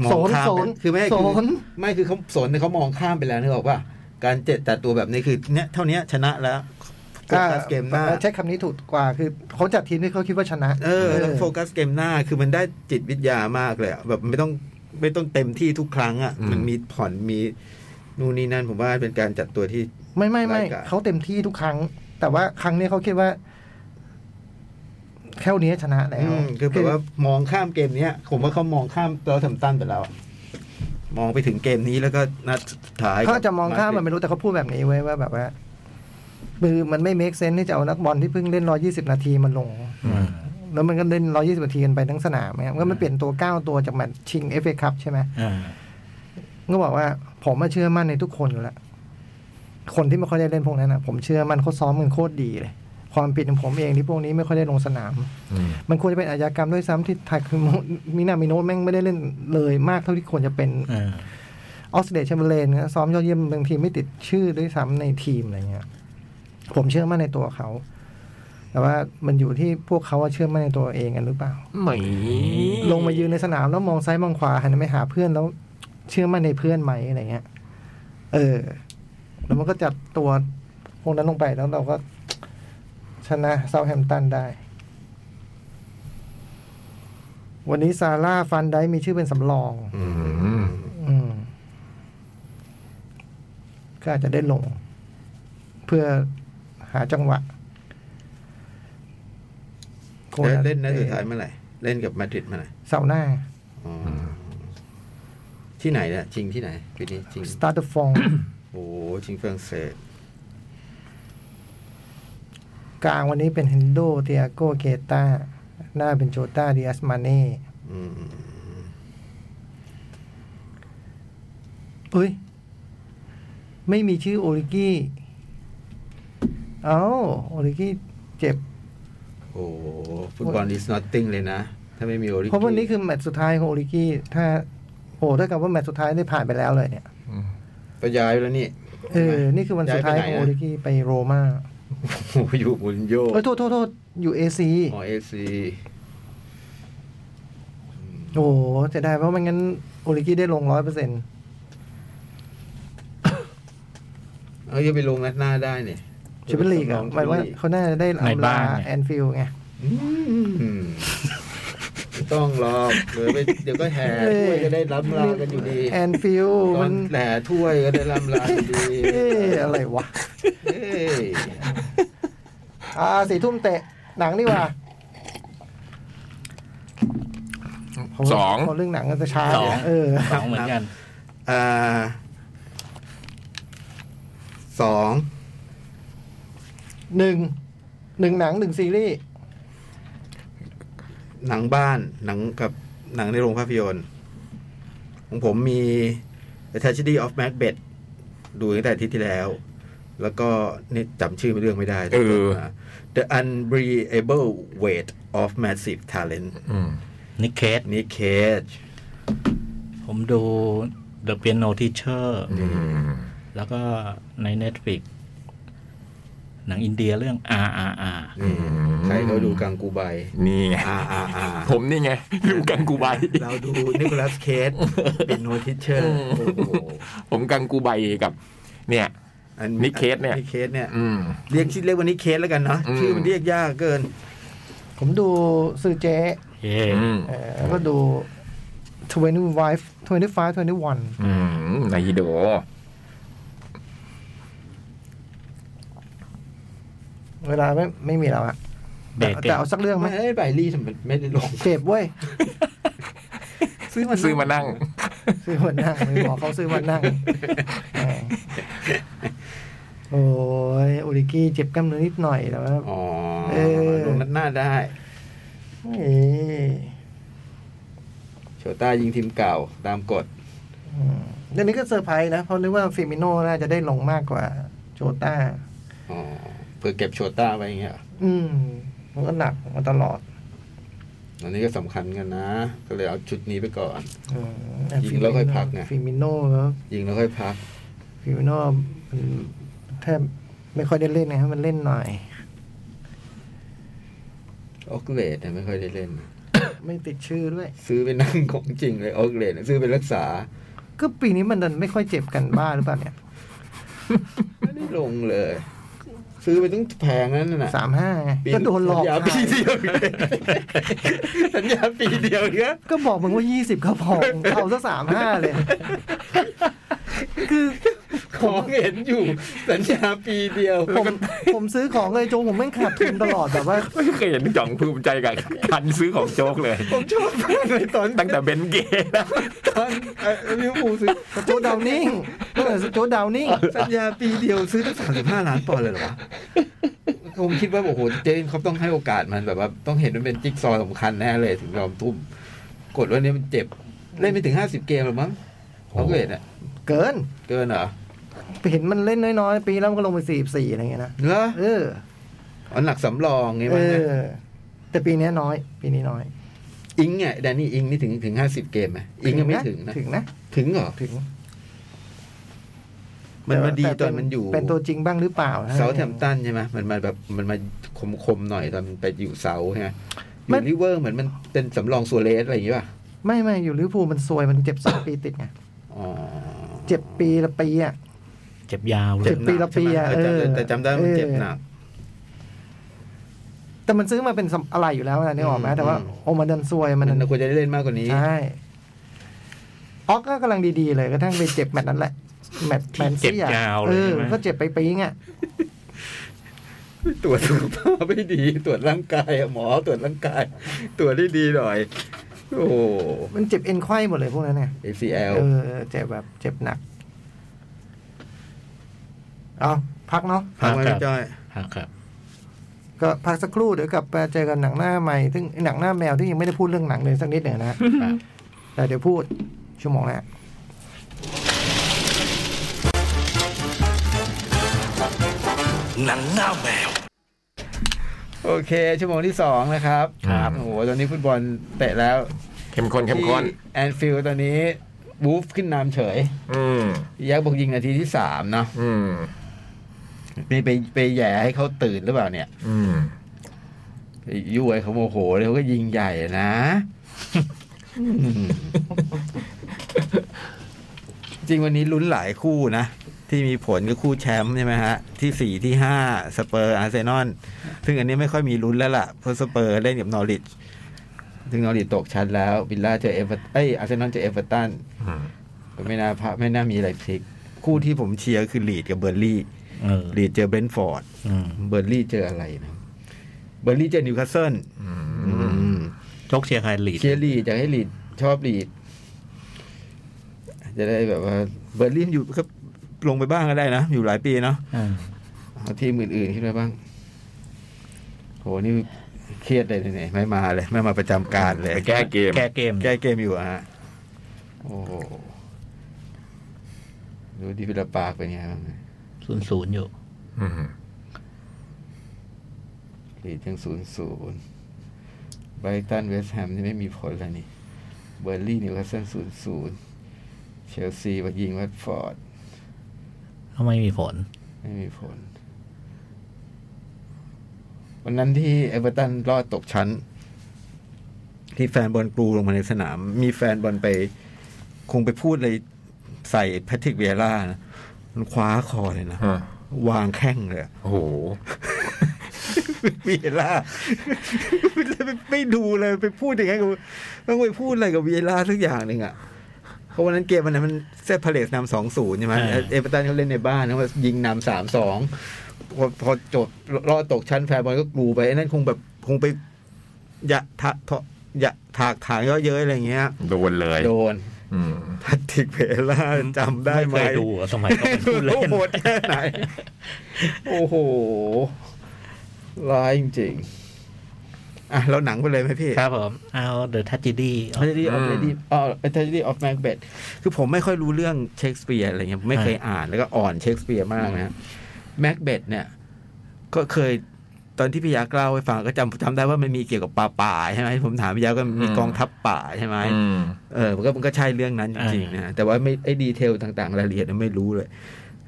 [SPEAKER 2] มอง
[SPEAKER 4] สน
[SPEAKER 2] ข้าม
[SPEAKER 4] ส
[SPEAKER 2] ไป
[SPEAKER 4] น
[SPEAKER 2] คือไม่คือ
[SPEAKER 4] สน
[SPEAKER 2] ไม่คือเขาสนเนี่ยเขามองข้ามไปแล้วนึกออกป่ะการเจ็ดจัดตัวแบบนี้คือเนี้ยเท่านี้ชนะแล้วโฟกัสเกมหน้า
[SPEAKER 4] อ่าใช้คำนี้ถูกกว่า คือเขาจัดทีมที่เขาคิดว่าชนะ
[SPEAKER 2] เออแล้วโฟกัสเกมหน้าคือมันได้จิตวิทยามากเลยอะแบบไม่ต้องไม่ต้องเต็มที่ทุกครั้งอ่ะมันมีผ่อนมีนู่นนี่นั่นผมว่าเป็นการจัดตัวที่
[SPEAKER 4] ไม่ไม่ไม่
[SPEAKER 2] รายการ
[SPEAKER 4] เขาเต็มที่ทุกครั้ง แต่ว่าครั้งนี้เขาคิดว่า แค่นี้ชนะแล้
[SPEAKER 2] อื
[SPEAKER 4] ว
[SPEAKER 2] มคือแบบว่ามองข้ามเกมเนี้ย ผมว่าเขามองข้ามเราทำตั้นไปแล้วอะมองไปถึงเกมนี้แล้วก็นัดสุดท้าย
[SPEAKER 4] เขาอาจจะมองข้ามมันไม่รู้แต่เขาพูดแบบนี้ไว้ยว่าแบบว่ามือมันไม่เมคเซนที่จะเอานักบอลที่เพิ่งเล่นร้อยี่สิบนาทีมาลง แล้วมันก็เล่นร้อยี่สิบนาทีกันไปทั้งสนามเนี่ยมันก็มันเปลี่ยนตัวเก้าตัวจากแมตช์ชิงเอฟเอคัพใช่ไหม
[SPEAKER 5] อ่า
[SPEAKER 4] ก็บอกว่า ผมอะเชื่อมั่นในทุกคนอยู่แล้วคนที่ไม่ค่อยได้เล่นพวกนั้นนะผมเชื่อมันเขาซ้อมกันโคตรดีเลย ความผิดของผมเองที่พวกนี้ไม่ค่อยได้ลงสนาม
[SPEAKER 3] อืม
[SPEAKER 4] มันควรจะเป็นอาชญากรรมด้วยซ้ำที่ไทยคือมินามิโนะแม่งไม่ได้เล่นเลยมากเท่าที่ควรจะเป็น
[SPEAKER 5] อ่า
[SPEAKER 4] ออสเตรเลียแชมเบอร์เลนนะซ้อมยอดเยี่ยมบางทีไม่ติดชื่อด้วยซ้ำในทีมอะไรเงี้ย ผมเชื่อมั่นในตัวเขา แต่ว่ามันอยู่ที่พวกเขาว่าเชื่อมั่นในตัวเองกันหรือเปล่า
[SPEAKER 3] ไม่
[SPEAKER 4] ลงมายืนในสนามแล้วมองซ้ายมองขวาหันไปหาเพื่อนแล้ว เชื่อมั่นในเพื่อนไหมอะไรเงี้ย เออ แล้วมันก็จัดตัวพวกนั้นลงไปแล้วเราก็ ชนะเซาแฮมป์ตันได้ วันนี้ซาร่าฟันได้มีชื่อเป็นสำรอง
[SPEAKER 3] อืม
[SPEAKER 4] อืม ก็อาจจะได้ลง เพื่อหาจังหวะโค
[SPEAKER 2] แล้ว
[SPEAKER 4] อา
[SPEAKER 2] เล่นนัดสุดท้ายเมื่อไหร่เล่นกับมาดริดเมื่อไหร่
[SPEAKER 4] เสาร์หน้า
[SPEAKER 2] อ๋อที่ไหนเนี่ยชิงที่ไหนปีนี้ชิง
[SPEAKER 4] สตาร์ทฟอง
[SPEAKER 2] โอ้โหชิงฝรั่งเศส
[SPEAKER 4] กลางวันนี้เป็นเฮนโดเตียโกเกตาหน้าเป็นโจตาดิอัสมาเน่
[SPEAKER 2] อืม
[SPEAKER 4] เอ้ย ไม่มีชื่อโอริกี้ เอ้า โอริกี้เจ็บ
[SPEAKER 2] โอ้โหฟุตบอล is nothing เลยนะ ถ้าไม่มีโอริกิ
[SPEAKER 4] เพราะวันนี้คือแมตช์สุดท้ายของโอริกี้ ถ้า โหถ้ากับว่าแมตช์สุดท้ายได้ผ่านไปแล้วเลยเนี่ย
[SPEAKER 2] ก็ย้ายไปแล้วนี่
[SPEAKER 4] เออ นี่คือวันสุดท้ายของโอริกี้ไปโรมา
[SPEAKER 2] โอ้โหอยู่มุนโย
[SPEAKER 4] เอ้ย โทษโทษโทษอยู่เอซี
[SPEAKER 2] อ๋อเอซี
[SPEAKER 4] โอ้โหเสียดายเพราะไม่งั้นโอริกี้ได้ลงร้อยเปอร์เซ็นต์
[SPEAKER 2] เอาจะไปลงนัดหน้าได้เนี่ย
[SPEAKER 4] แชมเปี้ยนลีกอ่ะหมายว่าเขาน่าจะได้อำลาแอนฟิลด์ไง
[SPEAKER 2] อืมไม่ต้องหรอกเดี๋ยวไปเดี๋ยวก็แห่ถ้วยก็ได้รับลากันอยู่ดี
[SPEAKER 4] แอนฟิลด์
[SPEAKER 2] ตอ
[SPEAKER 4] มัน น
[SPEAKER 2] แห่ถ้วยก็ได้รับลาอยู่ดี
[SPEAKER 4] เอ้ยอะไรวะ
[SPEAKER 2] เอ้ย
[SPEAKER 4] อ่าสี่ทุ่มเตะ หนังนี่ว่า
[SPEAKER 3] สอง
[SPEAKER 4] พอเรื่องหนังก็จะช้า
[SPEAKER 5] สอง
[SPEAKER 4] เออ
[SPEAKER 5] สองเหมือนกัน
[SPEAKER 2] อ่าสอง
[SPEAKER 4] หนึ่ง หนึ่งหนังหนึ่งซีรีส์
[SPEAKER 2] หนังบ้าน หนังกับหนังในโรงภาพยนตร์ ของผมมี The Tragedy of Macbeth ดูตั้งแต่อาทิตย์ที่แล้ว แล้วก็นี่จำชื่อเรื่องไม่ได้
[SPEAKER 3] เออ
[SPEAKER 2] The Unbreakable Weight of Massive Talent
[SPEAKER 3] อืม
[SPEAKER 5] นิเคส
[SPEAKER 2] นี่เคจ
[SPEAKER 5] ผมดู The Piano Teacher
[SPEAKER 3] อืม
[SPEAKER 5] แล้วก็ใน Netflix หนังอินเดียเรื่อง R R R
[SPEAKER 2] นี่ใครเขาดูกังกูใบ
[SPEAKER 3] นี่ไง
[SPEAKER 2] อ่าอ่าอ่า
[SPEAKER 3] ผมนี่ไงดูกังกูใบ
[SPEAKER 2] เราดูนิโคลัสเคสเป็นโนทิเชอร์โอ้โห
[SPEAKER 3] ผมกังกูใบกับ เนี่ย
[SPEAKER 2] อัน
[SPEAKER 3] นิเคสเนี่ย
[SPEAKER 2] นิเคสเนี่ย
[SPEAKER 3] อืม
[SPEAKER 2] เรียกชื่อเรียกวันนี้เคสแล้วกันเนาะ
[SPEAKER 3] อืม
[SPEAKER 2] ชื่อมันเรียกยากเกิน
[SPEAKER 4] ผมดูซื่อเจ๊
[SPEAKER 5] เย่
[SPEAKER 3] อืม
[SPEAKER 4] เอ่อแล้วก็ดู25 25 21
[SPEAKER 3] อืมนายฮิโด
[SPEAKER 4] เวลาไม่ไม่มีแล้วอะ
[SPEAKER 5] เบร
[SPEAKER 4] แต่
[SPEAKER 5] กเก่
[SPEAKER 4] แต่
[SPEAKER 5] ง
[SPEAKER 4] เอาสักเรื่องไหม
[SPEAKER 2] ไม่ไอ้ไบรี่มันไม่ได้ลง
[SPEAKER 4] เจ็บเว้ย
[SPEAKER 2] ซื้อ มัน
[SPEAKER 3] ซื้อมานั่ง
[SPEAKER 4] ซื้อวันนั่งไม่บอกเขาซื้อวันนั่งแหมโอ้ยอุริกี้เจ็บกล้ามเนื้อนิดหน่อยแต่ว่า
[SPEAKER 2] อ๋อ
[SPEAKER 4] เออ
[SPEAKER 2] ลงนัดหน้าได้
[SPEAKER 4] เฮ้ย
[SPEAKER 2] โชต้ายิงทีมเก่าตามกฎ
[SPEAKER 4] อืมเรื่องนี้ก็เซอร์ไพรส์นะเพราะนึกว่าฟิมิโน่น่าจะได้ลงมากกว่าโจต้า
[SPEAKER 2] อ๋อเพื่อเก็บโชต้าไว้อย่างเงี้ยเหรอ
[SPEAKER 4] อืมมันก็หนักมาตลอด
[SPEAKER 2] อันนี้ก็สำคัญกันนะ ก็เลยเอาชุดนี้ไปก่อน
[SPEAKER 4] อืม
[SPEAKER 2] ยิงแล้วค่อยพักไง
[SPEAKER 4] ฟิมิโน่แล้ว
[SPEAKER 2] ยิงแล้วค่อยพัก
[SPEAKER 4] ฟิมิโน่มันแทบไม่ค่อยได้เล่นนะครับมันเล่นหน่อย
[SPEAKER 2] ออกเลดเนี่ยไม่ค่อยได้เล่น
[SPEAKER 4] ไม่ติดชื่อด้วย
[SPEAKER 2] ซื้อไปนั่งของจริงเลยออกเลดซื้อไปรักษา
[SPEAKER 4] ก็ปีนี้มันดันไม่ค่อยเจ็บกันบ้าหรือเปล่าเนี่ย
[SPEAKER 2] ไม่ได้ลงเลย ซื้อไปตั้งแพงนั้นน่ะ
[SPEAKER 4] สามห้าไง
[SPEAKER 2] ปี
[SPEAKER 4] ก็โดนหลอก
[SPEAKER 2] สัญญาปี
[SPEAKER 4] ขาย
[SPEAKER 2] เดียว สัญญาปีเดียวเนี้ย
[SPEAKER 4] ก็บอกมึงว่า 20ก็พอเอาสักสามห้าเลย คือ
[SPEAKER 2] ของเห็นอยู่ สัญญาปีเดียว
[SPEAKER 4] ผมผมซื้อของเลยโจงผมแม่งขาดทุนตลอดแบบว่า
[SPEAKER 3] ไม่เคยเห็นจ่องภูมิใจกับการซื้อของโจ๊กเลย
[SPEAKER 2] ผมชอบมากเลยตอน
[SPEAKER 3] ตั้งแต่เบนเกนะ
[SPEAKER 2] ตอนเอ่อลิเวอร์พูลซื้อ
[SPEAKER 4] โจดาวนิ่งตั้งแต่โจดาวนิ่ง
[SPEAKER 2] สัญญาปีเดียวซื้อตั้งสามสิบห้าล้านปอนด์เลยเหรอวะผมคิดว่าโอ้โหเจนเขาต้องให้โอกาสมันแบบว่าต้องเห็นมันเป็นจิ๊กซอว์สำคัญแน่เลยถึงยอมทุ่ม กดว่านี้มันเจ็บเล่นไม่ถึงห้าสิบเกมหรือมั้งเขาเกรดอ่ะ
[SPEAKER 4] เกิน
[SPEAKER 2] เกินเหรอ
[SPEAKER 4] เห็นมันเล่นน้อยๆ ปีแล้วมันก็ลงไปสี่สี่อะไรเงี้ยนะ
[SPEAKER 2] เหรอ
[SPEAKER 4] เออ
[SPEAKER 2] อ๋อหนักสำรองไง
[SPEAKER 4] เอ
[SPEAKER 2] มัน
[SPEAKER 4] อ แต่ปีเนี้ยน้อย ปีนี้น้อย
[SPEAKER 2] อิงเนี่ยแดนนี่อิงนี่ถึงถึงห้าสิบเกมไหมอิงยังไม่ถึงนะ
[SPEAKER 4] ถึงนะ
[SPEAKER 2] ถึงเหรอ
[SPEAKER 4] ถึง
[SPEAKER 2] มันมาดี
[SPEAKER 4] แ
[SPEAKER 2] ตอนมันอยู่
[SPEAKER 4] เป็นตัวจริงบ้างหรือเปล่านะ
[SPEAKER 2] เซาแทมตันใช่ไหมมันมาแบบมันมาคมคมๆหน่อยตอนมันไปอยู่เซาใช่ไหมอ
[SPEAKER 4] มั
[SPEAKER 2] ยู่
[SPEAKER 4] น
[SPEAKER 2] ริเวอร์เหมือนมันเป็นสำรองซัวเลสอะไรอย่างงี้ป่ะ
[SPEAKER 4] ไม่ไม่อยู่ลิเวอร์พูลมันซวยมันเจ็บสองปีติดไง
[SPEAKER 2] อ๋อ
[SPEAKER 4] เจ็บปีละปีอ่ะ
[SPEAKER 5] เจ็บยาวเล
[SPEAKER 4] เจ็
[SPEAKER 5] ย
[SPEAKER 4] บ ปีละปีอะ
[SPEAKER 2] เออ
[SPEAKER 4] เออ
[SPEAKER 2] แต่จำได้ว่ามัน
[SPEAKER 4] เออ
[SPEAKER 2] เจ็บหนัก
[SPEAKER 4] แต่มันซื้อมาเป็นสำอะไรอยู่แล้วนะนี่ออกไหม
[SPEAKER 2] อืม
[SPEAKER 4] แต่ว่า
[SPEAKER 2] อืม
[SPEAKER 4] โอ้มันดันซวย
[SPEAKER 2] มั
[SPEAKER 4] มันดั
[SPEAKER 2] น
[SPEAKER 4] น
[SPEAKER 2] ควรจะได้เล่นมากกว่านี้
[SPEAKER 4] ใช่ออกก็กำลังดีๆเลยกระทั่งไปเจ็บแมตช์นั้นแหละ แมตช์แมนซี่อ่ะ
[SPEAKER 5] เจ็บยาวเล
[SPEAKER 4] เอย อ
[SPEAKER 5] ใช่ไหม
[SPEAKER 4] ก็เจ็บไปปีงอ่ะ
[SPEAKER 2] ตรวจสุขภาพไม่ดี ตรวจร่างกายอะหมอตรวจร่างกาย ตรวจได้ดีหน่อย โอ้
[SPEAKER 4] มันเจ็บเอ็นไขว้หมดเลยพวกนั้นเนี่ย
[SPEAKER 2] ACL
[SPEAKER 4] เออเจ็บแบบเจ็บหนัก เอาพักเนาะ
[SPEAKER 2] พักไว้พี่จ้อย
[SPEAKER 5] ครับครับ
[SPEAKER 4] ก็พักสักครู่เดี๋ยวกลับมาเจอกันหนังหน้าใหม่ซึ่งหนังหน้าแมวที่ยังไม่ได้พูดเรื่องหนังเลยสักนิดหนึ่งนะแต่เดี๋ยวพูดชั่วโมงหน้า
[SPEAKER 1] หนังหน้าแมว
[SPEAKER 2] โอเค ชั่วโมงที่สองนะครับ
[SPEAKER 3] ครับ
[SPEAKER 2] โอ้โหตอนนี้ฟุตบอลเตะแล้ว
[SPEAKER 3] เข้มข้นเข้มข้น
[SPEAKER 2] แอนฟิลตอนนี้บูฟขึ้นนำเฉย
[SPEAKER 3] อืม
[SPEAKER 2] ยักษ์บอกยิงนาทีที่สามเนาะ
[SPEAKER 3] อืม
[SPEAKER 2] นี่ไปไปแหย่ให้เขาตื่นหรือเปล่าเนี่ย
[SPEAKER 3] อืม
[SPEAKER 2] ไปยุ่ยเขาโมโหแล้วเขาก็ยิงใหญ่นะอืมจริงวันนี้ลุ้นหลายคู่นะ ที่มีผลก็คู่แชมป์ใช่ไหมฮะ ที่สี่ที่ห้าสเปอร์อาร์เซนอลซึ่งอันนี้ไม่ค่อยมีลุ้นแล้วล่ะ เพราะสเปอร์เล่นกับนอริชซึ่งนอริชตกชั้นแล้ววิลล่าเจอเอเวอร์เอ้ยอาร์เซนอลเจอเอเวอร์ตัน
[SPEAKER 3] อืม
[SPEAKER 2] ก็ไม่น่าพะไม่น่ามีอะไรพลิก คู่ที่ผมเชียร์คือลีดกับเบอร์ลี่
[SPEAKER 5] เออ
[SPEAKER 2] ลีดเจอเบรนท์ฟอร์ด
[SPEAKER 5] อืม
[SPEAKER 2] เบอร์ลี่เจออะไรนะ เบอร์ลี่เจอนิวคาสเซิล
[SPEAKER 5] โจกเชียร์ใครลีด
[SPEAKER 2] เชียร์ลีดอยากให้ลีดชอบลีด จะได้แบบว่า เบอร์ลี่อยู่ก็ลงไปบ้างก็ได้นะ อยู่หลายปีเนาะ
[SPEAKER 5] เออ
[SPEAKER 2] เอาทีมอื่นๆขึ้นมาบ้างโหนี่เครียดเลยเนี่ยไม่มาเลย ไม่มาประจำการเลย
[SPEAKER 3] ไปแก้เกม
[SPEAKER 5] แก้เกม
[SPEAKER 2] แก้เกมอยู่อะฮะ โอ้โหดูดีพิลปากเป็นไงบ้างนะ
[SPEAKER 5] ศูนย์ศูนย์อยู่
[SPEAKER 3] อืม
[SPEAKER 2] ลีดยังศูนย์ศูนย์ไบรตันเวสต์แฮมนี่ไม่มีผลแล้วนี่ เบอร์ลี่นิวคาสเซิลศูนย์ศูนย์เชลซีมายิงวัตฟอร์ด
[SPEAKER 5] ก็ไม่มีผล
[SPEAKER 2] ไม่มีผล วันนั้นที่เอเวอร์ตันรอดตกชั้น ที่แฟนบอลกรูลงมาในสนาม มีแฟนบอลไป คงไปพูดเลยใส่แพทริกเวียร่านะมันคว้าคอเลยนะ
[SPEAKER 3] ฮะ
[SPEAKER 2] วางแข้งเลยอะ
[SPEAKER 3] โอ้โห
[SPEAKER 2] เวีย ร่าไม่ดูเลยไปพูดอย่างนั้นกับต้องไปพูดอะไรกับเวียร่าสักอย่างหนึ่งอ่ะเพราะวันนั้นเกมมันนะมันเซตพาเลสนำสองศูนย์ใช่ไหม
[SPEAKER 5] อ่า
[SPEAKER 2] เอเวอร์ตันเขาเล่นในบ้านเขายิงนำสามสองพอพอจบรอดตกชั้นแฟนบอลก็กลูไปไอ้นั่นคงแบบคงไปยะทะทะยะถากถางเยอะๆอะไรอย่างเงี้ย
[SPEAKER 3] โดนเลย
[SPEAKER 2] โดน
[SPEAKER 3] อืม
[SPEAKER 2] แพทริกเวล่าจำได้ไหม
[SPEAKER 5] เคยดูอะสมัยก็เป็นผู้เล่น
[SPEAKER 2] โหดแค่ไหน โอ้โห ร้ายจริงๆอ่ะ แล้วหนังไปเลยไหมพี่
[SPEAKER 5] ครับผมเอา The Tragedy of
[SPEAKER 2] tragedy of
[SPEAKER 3] อืม
[SPEAKER 2] lady เอ่อ tragedy of macbeth คือผมไม่ค่อยรู้เรื่องเชคสเปียร์อะไรเงี้ยผมไม่เคยอ่านแล้วก็อ่อนเชคสเปียร์มากนะ macbeth เนี่ย ก็เคยตอนที่พี่ยากเล่าให้ฟังก็จำจำได้ว่ามันมีเกี่ยวกับป่าป่าใช่ไหมผมถามพี่ยาก็มี
[SPEAKER 3] อืม
[SPEAKER 2] กองทัพป่าใช่ไหม
[SPEAKER 3] อืม
[SPEAKER 2] เออมันก็มันก็ใช่เรื่องนั้นจริงๆนะฮะแต่ว่าไม่ไอ้ดีเทลต่างๆ รายละเอียดนั้นไม่รู้เลย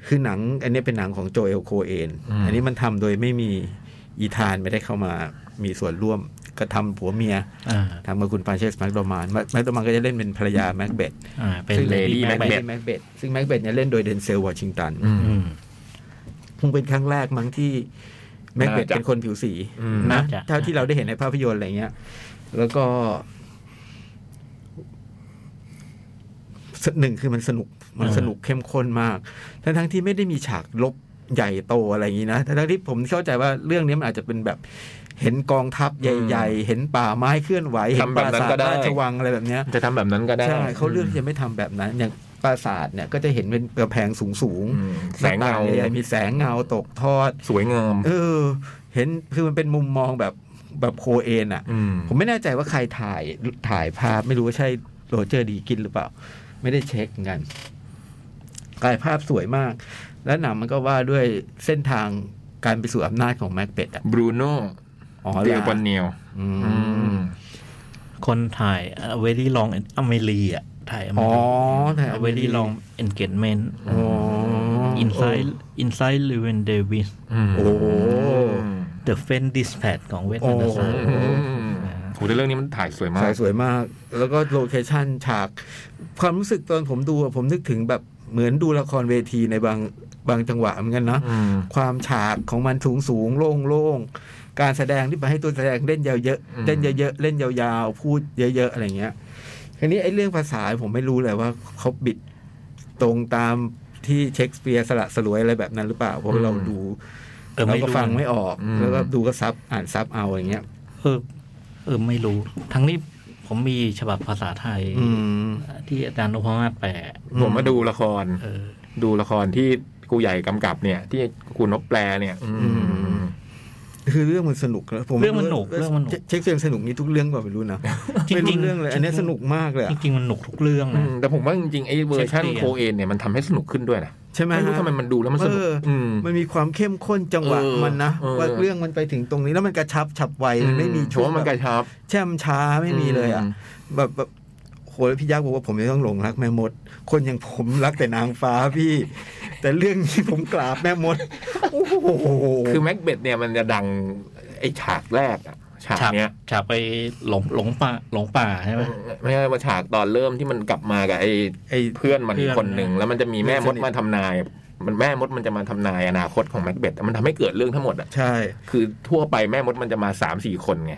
[SPEAKER 2] คือหนัง อันเนี้ยเป็นหนังของโจเอลโคเอน
[SPEAKER 3] อืม
[SPEAKER 2] อันนี้มันทำโดยไม่มีอีธานไม่ได้เข้ามามีส่วนร่วมก็ทำผัวเมีย
[SPEAKER 5] อ่า
[SPEAKER 2] ทำกับคุณฟรานเชสแม็กโดมานแม็กโดมานก็จะเล่นเป็นภรรยาแม็กเบด
[SPEAKER 5] อ่าเป็น
[SPEAKER 3] ซึ่ง
[SPEAKER 5] Lady
[SPEAKER 3] Lady
[SPEAKER 2] แม็ก
[SPEAKER 5] Macbeth
[SPEAKER 2] เบดแม็กเบดซึ่งแม็กเบดเนี่ยเล่นโดยเดนเซลวอชิงตัน
[SPEAKER 3] อืม
[SPEAKER 5] อืม
[SPEAKER 2] คงเป็นครั้งแรกมั้งที่แม็กเบด
[SPEAKER 3] น่าจะ
[SPEAKER 2] เป็นคนผิวสี
[SPEAKER 3] อืม
[SPEAKER 2] นะ
[SPEAKER 5] น่าจะ
[SPEAKER 2] เท่าที่เราได้เห็นในภาพยนตร์อะไรเงี้ย แล้วก็สหนึ่งคือมันสนุกมันสนุกเข้มข้นมาก ทั้งทั้งๆที่ไม่ได้มีฉากลบใหญ่โตอะไรอย่างนี้นะทั้งๆที่ผมเข้าใจว่าเรื่องนี้มันอาจจะเป็นแบบเห็นกองทัพใหญ่ ๆ เห็นป่าไม้เคลื่อนไหวเห็นปราสาทราชวังอะไรแบบเนี้ย
[SPEAKER 3] จะทำแบบนั้นก็ได้
[SPEAKER 2] ใช่เขาเลือกที่จะไม่ทำแบบนั้น อย่างปราสาทเนี่ยก็จะเห็นเป็นกระแพงสูงสูง
[SPEAKER 3] อืม
[SPEAKER 2] ๆ
[SPEAKER 3] แสงเงา
[SPEAKER 2] หน้ต่ใหญ่ๆมีแสงเงาตกทอด
[SPEAKER 3] สวยงาม
[SPEAKER 2] เออ เห็นคือมันเป็นมุมมองแบบแบบโคเอนอ่ะ
[SPEAKER 3] อืม
[SPEAKER 2] ผมไม่แน่ใจว่าใครถ่ายถ่ายภาพไม่รู้ว่าใช่โรเจอร์ดีกินหรือเปล่า ไม่ได้เช็คเหมือนกันกายภาพสวยมาก และหนังมันก็ว่าด้วยเส้นทางการไปสู่อำนาจของแม็กเป็ดอ่ะ
[SPEAKER 3] บรูโน่
[SPEAKER 2] อ๋อ
[SPEAKER 3] เดีย
[SPEAKER 2] ล่ะ
[SPEAKER 3] วปอนเนียว
[SPEAKER 2] อืม
[SPEAKER 5] คนถ่ายเวลี่ลองอเมรีอ่ะถ่ายอเม
[SPEAKER 2] อ๋อ
[SPEAKER 5] รี
[SPEAKER 2] แต่
[SPEAKER 5] เวลี่ลองเอนเกจเมนต์
[SPEAKER 2] อ๋อ
[SPEAKER 5] อิ
[SPEAKER 2] อิ
[SPEAKER 5] นไซด์อินไซด์ลิเวนเดวิส
[SPEAKER 2] โอ้โห
[SPEAKER 5] เดอะเฟนดิสแพดของเวทอันเดอร์สัน
[SPEAKER 3] โอ้โหแต่เรื่องนี้มันถ่ายสวยมาก
[SPEAKER 2] สายสวยมาก แล้วก็โลเคชั่นฉาก ความรู้สึกตอนผมดูอะผมนึกถึงแบบเหมือนดูละครเวทีในบางบางจังหวะเหมือนกันนะ
[SPEAKER 3] อืม
[SPEAKER 2] ความฉากของมันสูงสูงๆโล่งโล่งๆการแสดงที่ไปให้ตัวแสดงเล่นยาวเยอะ
[SPEAKER 3] อืม
[SPEAKER 2] เล่นเยอะๆเล่นยาวๆ พูดเยอะๆอะไรเงี้ยทีนี้ไอ้เรื่องภาษาผมไม่รู้เลยว่าเขาบิดตรงตามที่เชคสเปียร์สละสลวยอะไรแบบนั้นหรือเปล่าเพราะเราดู
[SPEAKER 5] เอ อ
[SPEAKER 2] เรา
[SPEAKER 5] ไม่
[SPEAKER 2] ก็
[SPEAKER 5] รู้
[SPEAKER 2] ฟังไม่ออก
[SPEAKER 3] อืม
[SPEAKER 2] แล้วก็ดูก็ซับอ่านซับเอาอย่างเงี้ย
[SPEAKER 5] เออเออไม่รู้ ทั้งนี้ผมมีฉบับภาษาไทย
[SPEAKER 2] อืม
[SPEAKER 5] ที่อาจารย์นพมาศแปล
[SPEAKER 3] ผมมาดูละคร
[SPEAKER 5] เออ
[SPEAKER 3] ดูละครที่กูใหญ่กำกับเนี่ย ที่กูนบแปลเนี่ย อื
[SPEAKER 2] อื
[SPEAKER 3] ม
[SPEAKER 2] คือเรื่องมันสนุกนะผม
[SPEAKER 5] เรื่องมันหนุก
[SPEAKER 2] ว่า
[SPEAKER 5] เรื่องมันหนุก
[SPEAKER 2] เช็คเซียนสนุกนี่ทุกเรื่องกว่าไม่รู้นะ
[SPEAKER 5] จริง ๆ
[SPEAKER 2] ไม่รู้เรื่องเลยอันเนี้ยสนุกมากเลย
[SPEAKER 5] จ
[SPEAKER 2] อะ
[SPEAKER 5] ริงๆมันหนุกทุกเรื่องนะ
[SPEAKER 3] แต่ผมว่าจริงๆไอ้เวอร์ชัน
[SPEAKER 5] เช็คสเปียร์
[SPEAKER 3] โคเอนเนี่ยมันทำให้สนุกขึ้นด้วยนะ
[SPEAKER 2] ใช่ไหม
[SPEAKER 3] ไม่รู้
[SPEAKER 2] ฮะ
[SPEAKER 3] ทำไมมันดูแล้วมันสนุก
[SPEAKER 2] เออ
[SPEAKER 3] ม
[SPEAKER 2] มันมีความเข้มข้นจังหวะ
[SPEAKER 3] เออ
[SPEAKER 2] มันนะ
[SPEAKER 3] เออ
[SPEAKER 2] ว่าเรื่องมันไปถึงตรงนี้แล้วมันกระชับฉับไวมันไม่มี
[SPEAKER 3] ผ
[SPEAKER 2] ช่วง
[SPEAKER 3] ว่ามัน
[SPEAKER 2] แบ
[SPEAKER 3] ก
[SPEAKER 2] บ
[SPEAKER 3] ระชับ
[SPEAKER 2] แช่มช้าไม่มีเลยอ่ะแบบแบบโหแล้วพี่ยักษ์บอกว่าผมจะต้องหลงรักแม่มด คนอย่างผมรักแต่นางฟ้าพี่ แต่เรื่องนี้ผมกราบแม่มดโอ้โห
[SPEAKER 3] คือแม็กเบดเนี่ยมันจะดังไอ้ฉากแรกอะฉาก
[SPEAKER 5] ฉาก
[SPEAKER 3] เนี้ย
[SPEAKER 5] ฉากไปหลงหลงป่าหลงป่าใช่ไหม
[SPEAKER 3] ไม่ใช่ว่าฉากตอนเริ่มที่มันกลับมากับไอ้
[SPEAKER 2] ไอ้
[SPEAKER 3] เพื่อนมัน
[SPEAKER 5] เพื่อน
[SPEAKER 3] คนหนึ่งแล้วมันจะมีแม่มด
[SPEAKER 2] เพื่อนสนิท
[SPEAKER 3] มาทำนาย มันแม่มดมันจะมาทำนายอนาคตของแม็กเบดมันทำให้เกิดเรื่องทั้งหมดอะ
[SPEAKER 2] ใช่
[SPEAKER 3] คือทั่วไปแม่มดมันจะมาสามสี่คนไง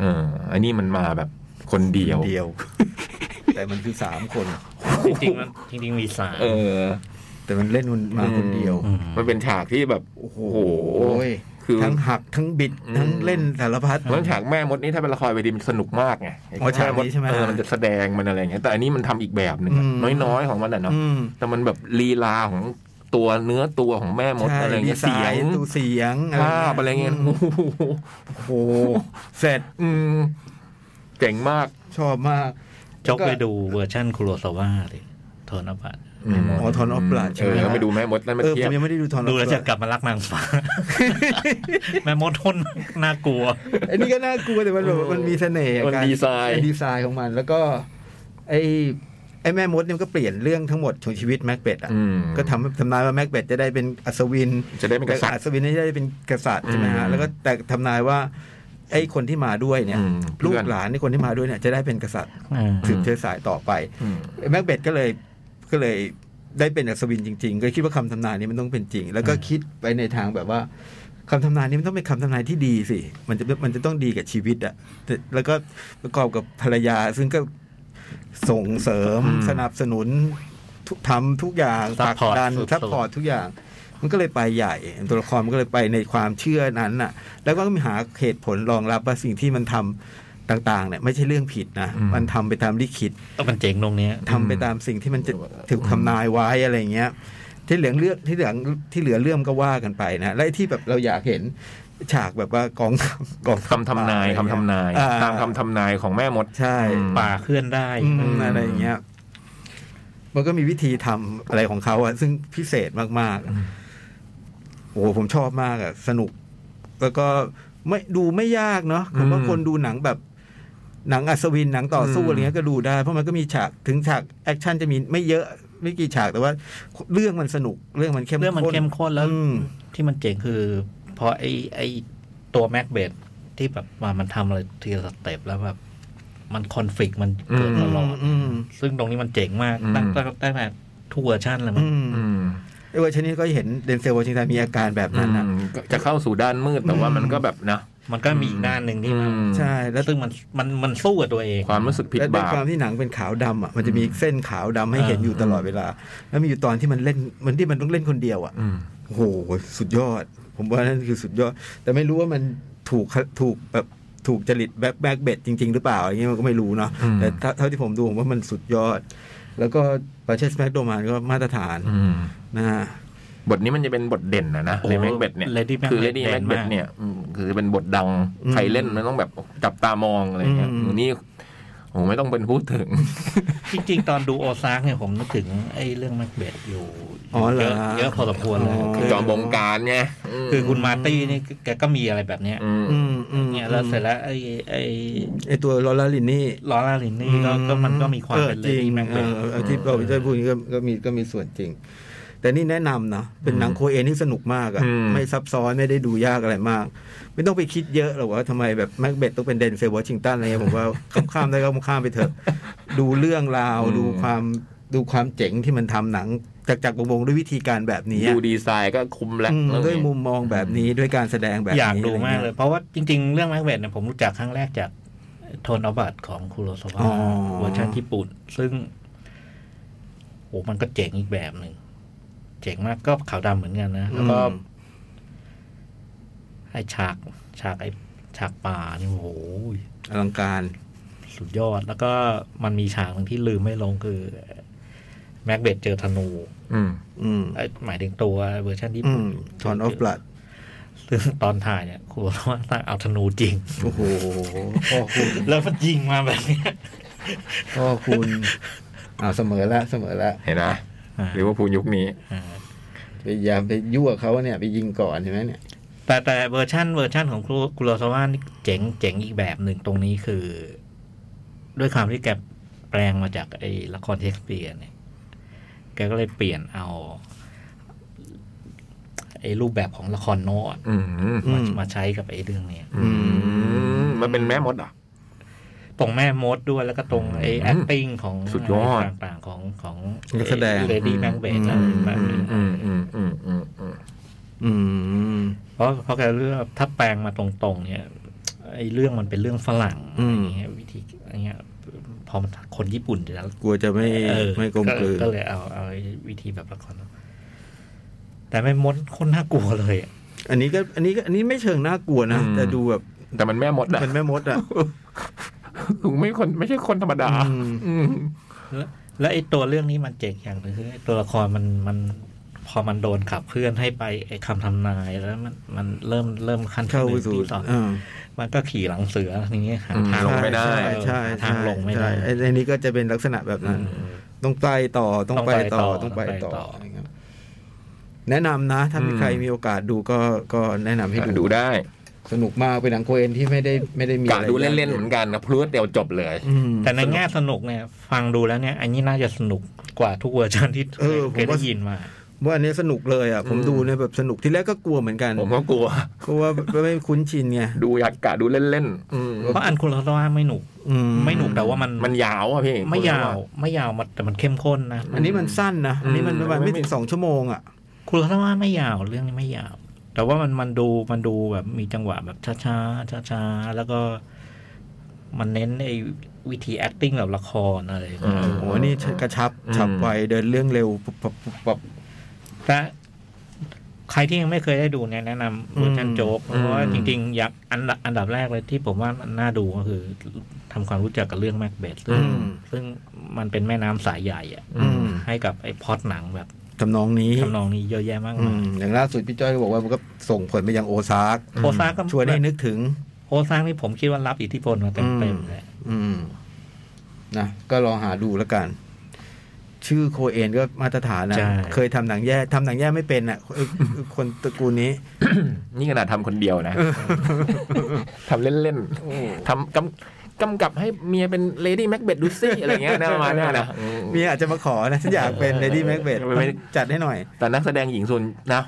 [SPEAKER 3] เอออันนี้มันมาแบบคนเดียว
[SPEAKER 2] เดียว แต่มันคือสามคน
[SPEAKER 5] จริงๆมันจริง ๆ มีสาร
[SPEAKER 3] เออ
[SPEAKER 2] แต่มันเล่นมันมาคนเดียว
[SPEAKER 5] อืม
[SPEAKER 3] มันเป็นฉากที่แบบโอ้
[SPEAKER 2] โอ้
[SPEAKER 3] โห
[SPEAKER 2] โห
[SPEAKER 3] คือ
[SPEAKER 2] ทั้งหักทั้งบิดทั้งเล่นสารพัด
[SPEAKER 3] เรื่องฉากแม่มดนี่ถ้าเป็นละครเวทีมันสนุกมากไง
[SPEAKER 2] อ๋อฉากนี้ใช่ไหม
[SPEAKER 3] เออมันจะแสดงมันอะไรอย่างเงี้ยแต่อันนี้มันทำอีกแบบหนึ่งอะ
[SPEAKER 2] อืม
[SPEAKER 3] น้อยๆของมันอะเนาะ
[SPEAKER 2] อืม
[SPEAKER 3] แต่มันแบบลีลาของตัวเนื้อตัวของแม่มด
[SPEAKER 2] ใช่
[SPEAKER 3] อะไรอย่าง
[SPEAKER 2] ดี
[SPEAKER 3] เงี้ย
[SPEAKER 2] ไซ
[SPEAKER 3] เสียง
[SPEAKER 2] น์ดูเสียง
[SPEAKER 3] ภาพอะไรเงี้ย
[SPEAKER 2] ม
[SPEAKER 3] โอ้โห
[SPEAKER 2] โอ้โหเสร็จ
[SPEAKER 3] อืมเจ๋งมาก
[SPEAKER 2] ชอบมาก
[SPEAKER 5] จกไปดูเวอร์ชั่นคุโรซาวะเลยทนบัต
[SPEAKER 2] อ๋อ Throne of Blood ใช่ไหม
[SPEAKER 3] เแล้วไปดูแม่มดนั่นมา
[SPEAKER 2] เออ
[SPEAKER 3] เที
[SPEAKER 2] ผ
[SPEAKER 3] ยบ
[SPEAKER 2] มยังไม่ได้ดูทอน
[SPEAKER 5] ดูแล้วจะกลับมารักนางฟ้า แม่มดทนน่ากลัว
[SPEAKER 2] ไอ้นี่ก็น่ากลัวแต่มันแบบมันมีเสน่ห์
[SPEAKER 3] มัน
[SPEAKER 2] การ
[SPEAKER 3] ดีไซ
[SPEAKER 2] ไอ้
[SPEAKER 3] น์
[SPEAKER 2] ดีไซน์ของมัน แล้วก็ไอ้ ไอ้แม่มดเนี่ยมันก็เปลี่ยนเรื่องทั้งหมดของชีวิตแม็กเบดอ่ะ
[SPEAKER 3] อืม
[SPEAKER 2] ก็ทำทำนายว่าแม็กเบดจะได้เป็นอัศวิน
[SPEAKER 3] จะได้เป็นกษัตริ
[SPEAKER 2] อั
[SPEAKER 3] ย์
[SPEAKER 2] ศวินนี่ได้เป็นกษัตริย์ใช่ไหมฮะ
[SPEAKER 3] อืม
[SPEAKER 2] แล้วก็แต่ทำนายว่า ไอ้คนที่มาด้วยเนี่ย
[SPEAKER 3] อืมเพื่อน
[SPEAKER 2] ลูกหลานนี่คนที่มาด้วยเนี่ย จะได้เป็นกษัตริย์
[SPEAKER 5] อ่า
[SPEAKER 2] สืบเชื้อสายต่อไป
[SPEAKER 3] อืม
[SPEAKER 2] แม็กเบดก็เลยก็เลยได้เป็นอัศวินจริง ๆ ก็คิดว่าคำทำนายนี้มันต้องเป็นจริง แล้วก็คิดไปในทางแบบว่าคำทำนายนี้มันต้องเป็นคำทำนายที่ดีสิมันจะมันจะต้องดีกับชีวิตอะแต่แล้วก็ประกอบกับภรรยา ซึ่งก็ส่งเสริม
[SPEAKER 3] อืม
[SPEAKER 2] สนับสนุนทุกทำทุกอย่าง ผลัก
[SPEAKER 5] Support
[SPEAKER 2] ดัน
[SPEAKER 5] สุดๆ
[SPEAKER 2] ซัพพอร์ตทุกอย่าง มันก็เลยไปใหญ่ ตัวละครมันก็เลยไปในความเชื่อนั้นน่ะ แล้วก็มีหาเหตุผลรองรับว่าสิ่งที่มันทำต่าง ๆ เนี่ยไม่ใช่เรื่องผิดนะ
[SPEAKER 3] อืม
[SPEAKER 2] มันทำไปตามลิขิต
[SPEAKER 5] ก็มันเจ๋งตรงเนี้ย
[SPEAKER 2] ทำไปตามสิ่งที่มันจะถูกทำนายไว้อะไรเงี้ย ที่เหลือเรื่องที่เหลือที่เหลือเรื่องก็ว่ากันไปนะและไอ้ที่แบบเราอยากเห็นฉากแบบว่ากองกอง
[SPEAKER 3] คำทำนายคำทำนาย
[SPEAKER 2] อ่
[SPEAKER 3] ตามคำทำนายของแม่มด
[SPEAKER 2] ใช่
[SPEAKER 3] อืม
[SPEAKER 5] ป่าเคลื่อนได้
[SPEAKER 2] อืมอะไรอย่างเงี้ย มันก็มีวิธีทำอะไรของเขาอะซึ่งพิเศษมากๆอะโอ้โหผมชอบมากอะสนุก แล้วก็ไม่ดูไม่ยากเนาะผมว่า
[SPEAKER 3] อืม
[SPEAKER 2] คนดูหนังแบบ หนังอัศวินหนังต่อสู้
[SPEAKER 3] อืม
[SPEAKER 2] อะไรเงี้ยก็ดูได้ เพราะมันก็มีฉากถึงฉากแอคชั่นจะมีไม่เยอะไม่กี่ฉากแต่ว่า เรื่องมันสนุกเรื่องมันเข้มข้น
[SPEAKER 5] เรื่องมันเข้มข้นแล้ว
[SPEAKER 2] อืม
[SPEAKER 5] ที่มันเจ๋งคือพอไอ้ไอ้ตัวแม็กเบดที่แบบว่ามันทำอะไรทีละสเต็ปแล้วแบบมันคอนฟ lict มันเกิดตลอ
[SPEAKER 2] อืม
[SPEAKER 5] ด
[SPEAKER 2] อืม
[SPEAKER 5] ซึ่งตรงนี้มันเจ๋งมาก
[SPEAKER 3] อืม
[SPEAKER 5] ตั้งตั้งตั้งแต่ทุกเวอร์ชันเลยมั้
[SPEAKER 2] อื
[SPEAKER 5] ง
[SPEAKER 2] ม
[SPEAKER 3] อืม
[SPEAKER 2] ไอ้เวอร์ชันนี้ก็เห็นเดนเซลวอชิงตันมีอาการแบบนั้นนะ
[SPEAKER 3] อืมก็จะเข้าสู่ด้านมืดแต่ว่ามันก็แบบนะ
[SPEAKER 5] มันก็มีอีกด้านหนึ่งที่
[SPEAKER 3] อื
[SPEAKER 5] มัน
[SPEAKER 3] ม
[SPEAKER 2] ใช่แล้ว
[SPEAKER 5] ซึ่งมันมันมันสู้กับตัวเอง
[SPEAKER 3] ความรู้สึกผิด
[SPEAKER 2] และด้วย
[SPEAKER 3] บาป
[SPEAKER 2] ความที่หนังเป็นขาวดำอ่ะมันจะมีเส้นขาวดำให้เห็นอยู่ตลอดเวลา แล้วมีอยู่ตอนที่มันเล่นมันที่มันต้องเล่นคนเดียวอ่ะ
[SPEAKER 3] อืม
[SPEAKER 2] โอ้โหสุดยอด ผมว่านั่นคือสุดยอด แต่ไม่รู้ว่ามันถูกถูกแบบถูกจริตแบ็คแบ็คเบ็ดจริง ๆ หรือเปล่าอย่างเงี้ยมันก็ไม่รู้เนาะ
[SPEAKER 3] อืม
[SPEAKER 2] แต่เท่าเท่าที่ผมดูผมว่ามันสุดยอด แล้วก็ปาเชสแม็กโดมานก็มาตรฐาน
[SPEAKER 3] อืม
[SPEAKER 2] นะฮะ
[SPEAKER 3] บทนี้มันจะเป็นบทเด่นนะนะ
[SPEAKER 5] โอ้
[SPEAKER 3] ในแม็กเบดเนี่ย
[SPEAKER 5] Lady
[SPEAKER 3] คือ
[SPEAKER 5] Macbeth
[SPEAKER 3] เลดี้
[SPEAKER 5] เด่
[SPEAKER 3] แม็ก
[SPEAKER 5] นมาก
[SPEAKER 3] เบดเนี่ยอืมคือเป็นบทดัง
[SPEAKER 2] อืม
[SPEAKER 3] ใครเล่นมันต้องแบบจับตามองอะไรเงี้ย
[SPEAKER 2] อืม
[SPEAKER 3] อืมนี่โอ้ไม่ต้องเป็นพูดถึง
[SPEAKER 5] จริง ๆ ตอนดูโอซากเนี่ยผมนึกถึงไอ้เรื่องแม็กเบดอยู่
[SPEAKER 2] อ๋อเหรอ
[SPEAKER 5] เยอะเยอะพอสมควรเลย
[SPEAKER 2] อ๋อ
[SPEAKER 5] คือ
[SPEAKER 3] จอมบงการไงม
[SPEAKER 5] คือคุณมาร์ตี้นี่แกก็มีอะไรแบบเนี้ย
[SPEAKER 3] อืม
[SPEAKER 2] อืมอืม
[SPEAKER 5] เนี่ยแล้วเสร็จแล้วไอ้ไอ้
[SPEAKER 2] ไอตัวลอร่าลินนี่
[SPEAKER 5] ลอร่าลินนี่ก็ก็มันก็มีความ
[SPEAKER 2] ออ
[SPEAKER 5] เป็นเล
[SPEAKER 2] จริ
[SPEAKER 5] ดี้
[SPEAKER 2] ง
[SPEAKER 5] แม็กเบ
[SPEAKER 2] อ
[SPEAKER 5] ธ
[SPEAKER 2] อออที่เราไปช่วยพูดอย่างนี้ก็ก็มีก็มีส่วนจริง แต่นี่แนะนำนะเป็นหนังโคเอนที่สนุกมากอะ
[SPEAKER 3] อืม
[SPEAKER 2] ไม่ซับซ้อนไม่ได้ดูยากอะไรมาก ไม่ต้องไปคิดเยอะหรอกว่าทำไมแบบแม็กเบดต้องเป็นเดนเซลวอชิงตันอะไรเงี้ยผมว่า ข้ามๆได้ก็ข้ามไปเถอะ ดูเรื่องราวดูความดูความเจ๋งที่มันทำหนังจากจากวงๆด้วยวิธีการแบบนี้อะ
[SPEAKER 3] ดูดีไซน์ก็คุ้มแล้ว
[SPEAKER 2] อืม
[SPEAKER 3] เรื่องนี้
[SPEAKER 2] ด้วยมุมมองแบบนี้ด้วยการแสดงแบบนี้
[SPEAKER 5] อยากดูมาก
[SPEAKER 2] อะไร
[SPEAKER 5] เล
[SPEAKER 2] งี้
[SPEAKER 5] ย เพราะว่าจริง ๆ เรื่องแม็กเบธเนี่ยผมรู้จักครั้งแรกจากโทนอบัตของคุโรซาวะเวอร์ชันญี่ปุ่น ซึ่งโอ้มันก็เจ๋งอีกแบบหนึ่งเจ๋งมากก็ขาวดำเหมือนกันนะ แล้วก็
[SPEAKER 2] อืม
[SPEAKER 5] ไอฉากฉากไอฉากป่านี่โอ้โห
[SPEAKER 2] อลังการ
[SPEAKER 5] สุดยอด แล้วก็มันมีฉากหนึ่งที่ลืมไม่ลงคือแม็กเบธเจอธนู
[SPEAKER 3] อืม
[SPEAKER 2] อืม
[SPEAKER 5] เอ้ยหมายถึงตัวเวอร์ชันญี่
[SPEAKER 2] อื
[SPEAKER 5] ปุ่น
[SPEAKER 2] มทอนออฟบลัด
[SPEAKER 5] ซึ่งตอนถ่ายเนี่ยครูบอกว่าตั้งเอาธนูจริ ง
[SPEAKER 2] โอ้โหพ่อคุณ
[SPEAKER 5] แล้วมันยิงมาแบบเนี้ย
[SPEAKER 2] พ่อคุณอ้าวเสมอละเสมอละ
[SPEAKER 3] เห็นนะหรือว่าพูยุคนี้
[SPEAKER 2] พยายามไปยั่วเขาเนี่ยไปยิงก่อนใช่ไหมเนี่ย
[SPEAKER 5] แต่แต่เวอร์ชั่นเวอร์ชั่นของครูคุโรซาวะนี่เจ๋งเจ๋งอีกแบบหนึ่งตรงนี้คือ ด้วยความที่แกแปลงมาจากไอ้ละครเชคสเปียร์เนี่ย แกก็เลยเปลี่ยนเอาไอ้รูปแบบของละครโนต
[SPEAKER 3] อืม
[SPEAKER 5] มามาใช้กับไอ้เรื่องเนี้ย
[SPEAKER 3] อืมมันเป็นแม่มดเหรอ่ะ
[SPEAKER 5] ตรงแม่มดด้วยแล้วก็ตรงไอ้
[SPEAKER 3] อืม
[SPEAKER 5] acting ของ
[SPEAKER 3] สุดยอด
[SPEAKER 5] ต่างๆของของ
[SPEAKER 2] นักแสดง
[SPEAKER 5] เลดี้แบงเบดอะไรแบบ
[SPEAKER 3] อื
[SPEAKER 5] นี้
[SPEAKER 3] มอืมอืมอืมอืมอืม
[SPEAKER 2] อืม
[SPEAKER 5] เพราะเพราะแกเลือกถ้าแปลงมาตรงๆ เนี่ยไอ้เรื่องมันเป็นเรื่องฝรั่ง
[SPEAKER 2] อืม
[SPEAKER 5] อย่างเงี้ยวิธีอย่างเงี้ยพอมันคนญี่ปุ่นจะ
[SPEAKER 2] กลัวจะไม่ไม่กลมกลืน
[SPEAKER 5] ก็เลยเอาเอาไอ้วิธีแบบละครแต่ไม่มดคนน่ากลัวเลยอะ
[SPEAKER 2] อันนี้ก็อันนี้ก็อันนี้ไม่เชิงน่ากลัวนะแต่ดูแบบ
[SPEAKER 3] แต่มันแม่มดนะ
[SPEAKER 2] เป็นแม่มดอ่ะ
[SPEAKER 3] ไม่คนไม่ใช่คนธรรมดา
[SPEAKER 2] อืม
[SPEAKER 3] อืม
[SPEAKER 5] แล้วแล้วไอ้ตัวเรื่องนี้มันเจ๋งอย่างหนึงคือไอ้ตัวละครมันมันพอมันโดนขับเคลื่อนให้ไปไอ้คำทำนายแล้วมันมันเริ่มเริ่มขั้นที่
[SPEAKER 2] เข้า
[SPEAKER 5] ห
[SPEAKER 2] ไป
[SPEAKER 5] นึ่ง
[SPEAKER 2] สู่
[SPEAKER 5] ที่สอง
[SPEAKER 2] อ่า
[SPEAKER 5] มันก็ขี่หลังเสืออย่างเงี้ยหา
[SPEAKER 3] อืม
[SPEAKER 5] ทาง
[SPEAKER 3] ลงไม่ได้
[SPEAKER 2] ใช่ใช่
[SPEAKER 5] หา
[SPEAKER 2] ใช่
[SPEAKER 5] ทางลงไม่ได้
[SPEAKER 2] ใช่อ้อันนี้ก็จะเป็นลักษณะแบบนั้น ต้องไปต่อต้องไปต่อต้อ
[SPEAKER 5] ต้อง ง
[SPEAKER 2] ไป
[SPEAKER 5] ไปต่
[SPEAKER 2] ต่อ
[SPEAKER 5] อ
[SPEAKER 2] อะไรเงี้ยแนะนำนะ ถ้ามีใครมีโอกาสดูก็ก็แนะนำให้
[SPEAKER 3] ดู
[SPEAKER 2] ดู
[SPEAKER 3] ได้
[SPEAKER 2] สนุกมากเป็นหนังโคเอนที่ไม่ได้ไม่ได้มี
[SPEAKER 3] กะ
[SPEAKER 2] อะไร
[SPEAKER 3] ดูเล่นๆเหมือนกันนะพรวดเดียวจบเลย
[SPEAKER 2] อืม
[SPEAKER 5] แต่ในแง่สนุกเนี่ย ฟังดูแล้วเนี่ย อันนี้น่าจะสนุกกว่าทุกเวอร์ชันที่
[SPEAKER 2] เออผม
[SPEAKER 5] เคย
[SPEAKER 2] ว่า
[SPEAKER 5] ได้ยินมา
[SPEAKER 2] ว่าอันนี้สนุกเลยอ่ะผม
[SPEAKER 3] อืม
[SPEAKER 2] ดูเนี่ยแบบสนุกทีแรกก็กลัวเหมือนกัน
[SPEAKER 3] ผมก็กลัว
[SPEAKER 2] เพราะว่าไม่คุ้นชินไง
[SPEAKER 3] ดูอยากกะดูเล่นๆอืม
[SPEAKER 5] เพราะอันคุณเราว่าไม่หนุก
[SPEAKER 2] อื
[SPEAKER 5] ไม่หนุกแต่ว่ามัน
[SPEAKER 3] มันยาวอ่ะพี่
[SPEAKER 5] ไม่ยาวไม่ยาวมันแต่มันเข้มข้นนะ
[SPEAKER 2] อันนี้มันสั้นนะอันนี้มันประมาณไม่ถึงสองชั่วโมงอ่ะ
[SPEAKER 5] คุณเราว่าไม่ยาวเรื่องนี้ไม่ยาว แต่ว่ามันมันดูมันดูแบบมีจังหวะแบบช้าๆช้าๆแล้วก็ มันเน้นไอ้วิธี acting แบบละครอะไรอย่างเงี้ย
[SPEAKER 3] อืม
[SPEAKER 2] โอ้โหนี่กระชับ
[SPEAKER 3] อืม
[SPEAKER 2] ฉับไวเดินเรื่องเร็วปุ๊บปุ๊บปุ๊บปุ๊บ
[SPEAKER 5] และใครที่ยังไม่เคยได้ดูเนี่ยแนะนำเวอร์ชัน
[SPEAKER 2] อืม
[SPEAKER 5] โจ๊กเพราะว่า
[SPEAKER 3] อืม
[SPEAKER 5] จริงๆอยากอันดับอันดับแรกเลยที่ผมว่ามันน่าดูก็คือทำความรู้จักกับเรื่องแม็กเบธซึ่ง
[SPEAKER 2] อืม
[SPEAKER 5] ซึ่งมันเป็นแม่น้ำสายใหญ่อะ
[SPEAKER 2] อืม
[SPEAKER 5] ให้กับไอ้พล็อดหนังแบบ
[SPEAKER 2] ทำนองนี้
[SPEAKER 5] ทำนองนี้เยอะแยะมาก
[SPEAKER 2] อื
[SPEAKER 5] มาย
[SPEAKER 2] มอย่างล่าสุดพี่จ้อยก็บอกว่ามันก็ส่งผลไปยังโอซาร์ก
[SPEAKER 5] โอซากก็
[SPEAKER 2] ชวนให้นึกถึง
[SPEAKER 5] โอซากนี่ผมคิดว่ารับอิทธิพลมาเต็มๆเลย
[SPEAKER 2] อืมนะก็ลองหาดูแล้วกัน ชื่อโคเอนก็มาตรฐานนะเคยทำหนังแย่ทำหนังแย่ไม่เป็นอ่ะเอ้ย คนตระกูลนี้
[SPEAKER 3] นี่ขนาดทำคนเดียวนะ ทำเล่นๆทำกำกำกับให้เมียเป็นเลดี้แม็กเบดดูซี่อะไรเงี้ยนะประมาณเนี้ยนะอืม
[SPEAKER 2] มีอาจจะมาขอนะฉันอยากเป็นเลดี้แม็กเบด
[SPEAKER 3] ไม่ไม่
[SPEAKER 2] จัดให้หน่อย
[SPEAKER 3] แต่นักแสดงหญิงส่วนนะ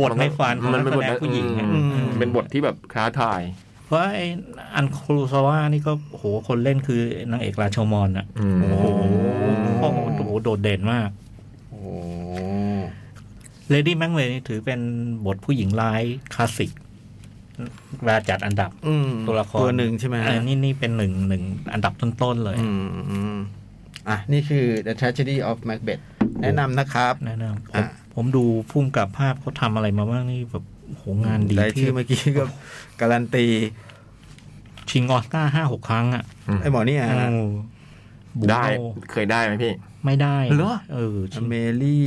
[SPEAKER 5] บทไม่ฟันของ
[SPEAKER 3] มัน
[SPEAKER 5] นั
[SPEAKER 3] เป็
[SPEAKER 5] ก
[SPEAKER 3] น
[SPEAKER 5] แส
[SPEAKER 3] บท
[SPEAKER 5] ดงผู้หญิงอะ
[SPEAKER 3] อืม
[SPEAKER 2] อืม
[SPEAKER 3] เป็นบทที่แบบค้าทาย
[SPEAKER 5] เพราะไอ้อันครูซาว่านี่ก็โหคนเล่นคือนางเอกราชมอนอะ
[SPEAKER 3] โอ้โห
[SPEAKER 5] โอ้โหโดดเด่นมาก
[SPEAKER 2] โอ้
[SPEAKER 5] เลดี้แม a เวนี่ถือเป็นบทผู้หญิงร้ายคลาสสิกเวลาจัดอันดับ
[SPEAKER 2] อืม
[SPEAKER 5] ตัวละคร
[SPEAKER 2] ตัวหนึ่งใช่ไหม
[SPEAKER 5] เออนี่นี่เป็นหนึ่งหนึ่งอันดับต้น ๆ เลย
[SPEAKER 2] อืมอืมอ่ะ นี่คือ The Tragedy of Macbeth แนะนำนะครับ
[SPEAKER 5] แนะนำผม
[SPEAKER 2] อ่ะ
[SPEAKER 5] ผมดูพุ่มกับภาพเขาทำอะไรมาบ้างนี่แบบโหงานดี
[SPEAKER 2] ได้
[SPEAKER 5] ที่
[SPEAKER 2] ชื่อเมื่อกี้ก็การันตี
[SPEAKER 5] ชิงออสการ์ห้าหกครั้งอ่ะ
[SPEAKER 2] ไอ้หมอเนี่ยฮะ
[SPEAKER 5] โอ้บูโน่
[SPEAKER 3] ได้เคยได้ไหมพี่
[SPEAKER 5] ไม่ได้
[SPEAKER 3] เหรอ
[SPEAKER 5] เออ
[SPEAKER 2] เมลี่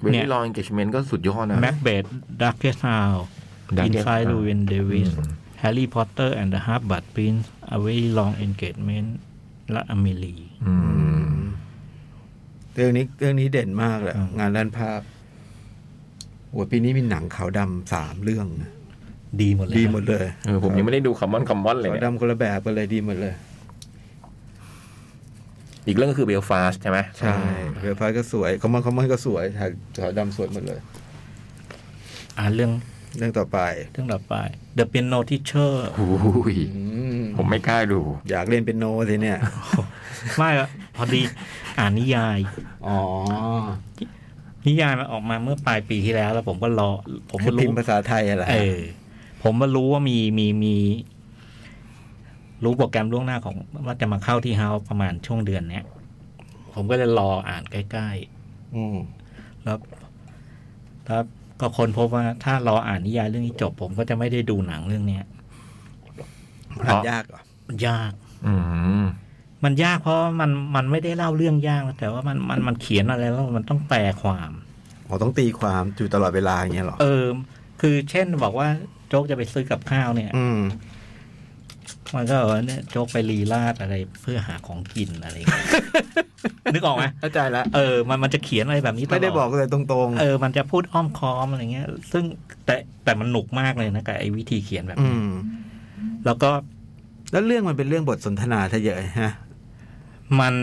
[SPEAKER 3] เวลี่ลองเกจเมนก็สุดยอดนะ
[SPEAKER 5] แม็กเบดดักเกสฮาว
[SPEAKER 3] Darkest
[SPEAKER 5] อินไซด์
[SPEAKER 3] Hour
[SPEAKER 5] ลูวินเดวิส
[SPEAKER 3] อืม
[SPEAKER 5] แฮร์รี่พอตเตอร์แอนด์เดอะฮาร์บบัตปินส์อเวลองเอนเกจเมนต์และอเมรี
[SPEAKER 3] อืม
[SPEAKER 2] เรื่องนี้เรื่องนี้เด่นมากเลย
[SPEAKER 5] อืม
[SPEAKER 2] งานด้านภาพโอ้ยปีนี้มีหนังขาวดำสามเรื่องนะ
[SPEAKER 5] ดีหมดเลย
[SPEAKER 2] ดีหมดเลย
[SPEAKER 3] เออผมยังไม่ได้ดูคอมมอนคอมมอนเลย
[SPEAKER 2] ขาว
[SPEAKER 3] เนี่ย
[SPEAKER 2] ดำคนละแบบกันเลยดีหมดเลย
[SPEAKER 3] อีกเรื่องก็คือเบลฟาสใช่ไหม
[SPEAKER 2] ใช่เรือพายก็สวยคอมมอนคอมมอนก็สวยถ่ายขาวดำสวยหมดเลย
[SPEAKER 5] อ่านเรื่อง
[SPEAKER 2] เรื่องต่อไป
[SPEAKER 5] เรื่องต่อไป The Piano Teacher
[SPEAKER 3] โอ้ย
[SPEAKER 2] อืม
[SPEAKER 3] ผมไม่กล้าดู
[SPEAKER 2] อยากเล่นเป็นโนสิเนี่ย
[SPEAKER 5] ไม่อะพอดีอ่านนิยาย
[SPEAKER 2] อ๋อ
[SPEAKER 5] นิยายมันออกมาเมื่อปลายปีที่แล้ว แล้วผมก็รอ ผม
[SPEAKER 2] คื
[SPEAKER 5] ก็
[SPEAKER 2] อพิ
[SPEAKER 5] รู้
[SPEAKER 2] มพ์ภาษาไทยอะไรอ
[SPEAKER 5] เออ ผมก็รู้ว่ามีมีมี รู้โปรแกรมล่วงหน้าของว่าจะมาเข้าที่เฮาประมาณช่วงเดือนเนี้ย ผมก็เลยรออ่านใกล้
[SPEAKER 2] อืม
[SPEAKER 5] ๆ แล้วแล้วก็คนพบว่าถ้ารออ่านนิยายเรื่องนี้จบ ผมก็จะไม่ได้ดูหนังเรื่องเนี้ย
[SPEAKER 2] อ่านยากเหรอ
[SPEAKER 5] มันยาก
[SPEAKER 3] อืม
[SPEAKER 5] มันยากเพราะมันมันไม่ได้เล่าเรื่องยากนะแต่ว่ามันมันมันเขียนอะไรแล้วมันต้องแปลความ
[SPEAKER 2] อ๋อต้องตีความอยู่ตลอดเวลาอย่างเงี้ยเหรอ
[SPEAKER 5] เออ คือเช่นบอกว่าโจ๊กจะไปซื้อกับข้าวเนี่ย
[SPEAKER 2] อืม
[SPEAKER 5] มันก็บอกว่าเนี่ยโจ๊กไปรีลาดอะไรเพื่อหาของกินอะไรอย่างเงี้ ย นึกออกไหม
[SPEAKER 2] เข้าใจแล้ว
[SPEAKER 5] เออ มันมันจะเขียนอะไรแบบนี้ตลอด
[SPEAKER 2] ไม่ได้บอกเลยตรง
[SPEAKER 5] เออ มันจะพูดอ้อมค้อมอะไรเงี้ย ซึ่งแต่แต่มันหนุกมากเลยนะกับไอ้วิธีเขียนแบบ
[SPEAKER 2] ๆ อื
[SPEAKER 5] นี้
[SPEAKER 2] ม
[SPEAKER 5] แล้วก็
[SPEAKER 2] แล้วเรื่องมันเป็นเรื่องบทสนทนาทะเยอะฮะ
[SPEAKER 5] มัน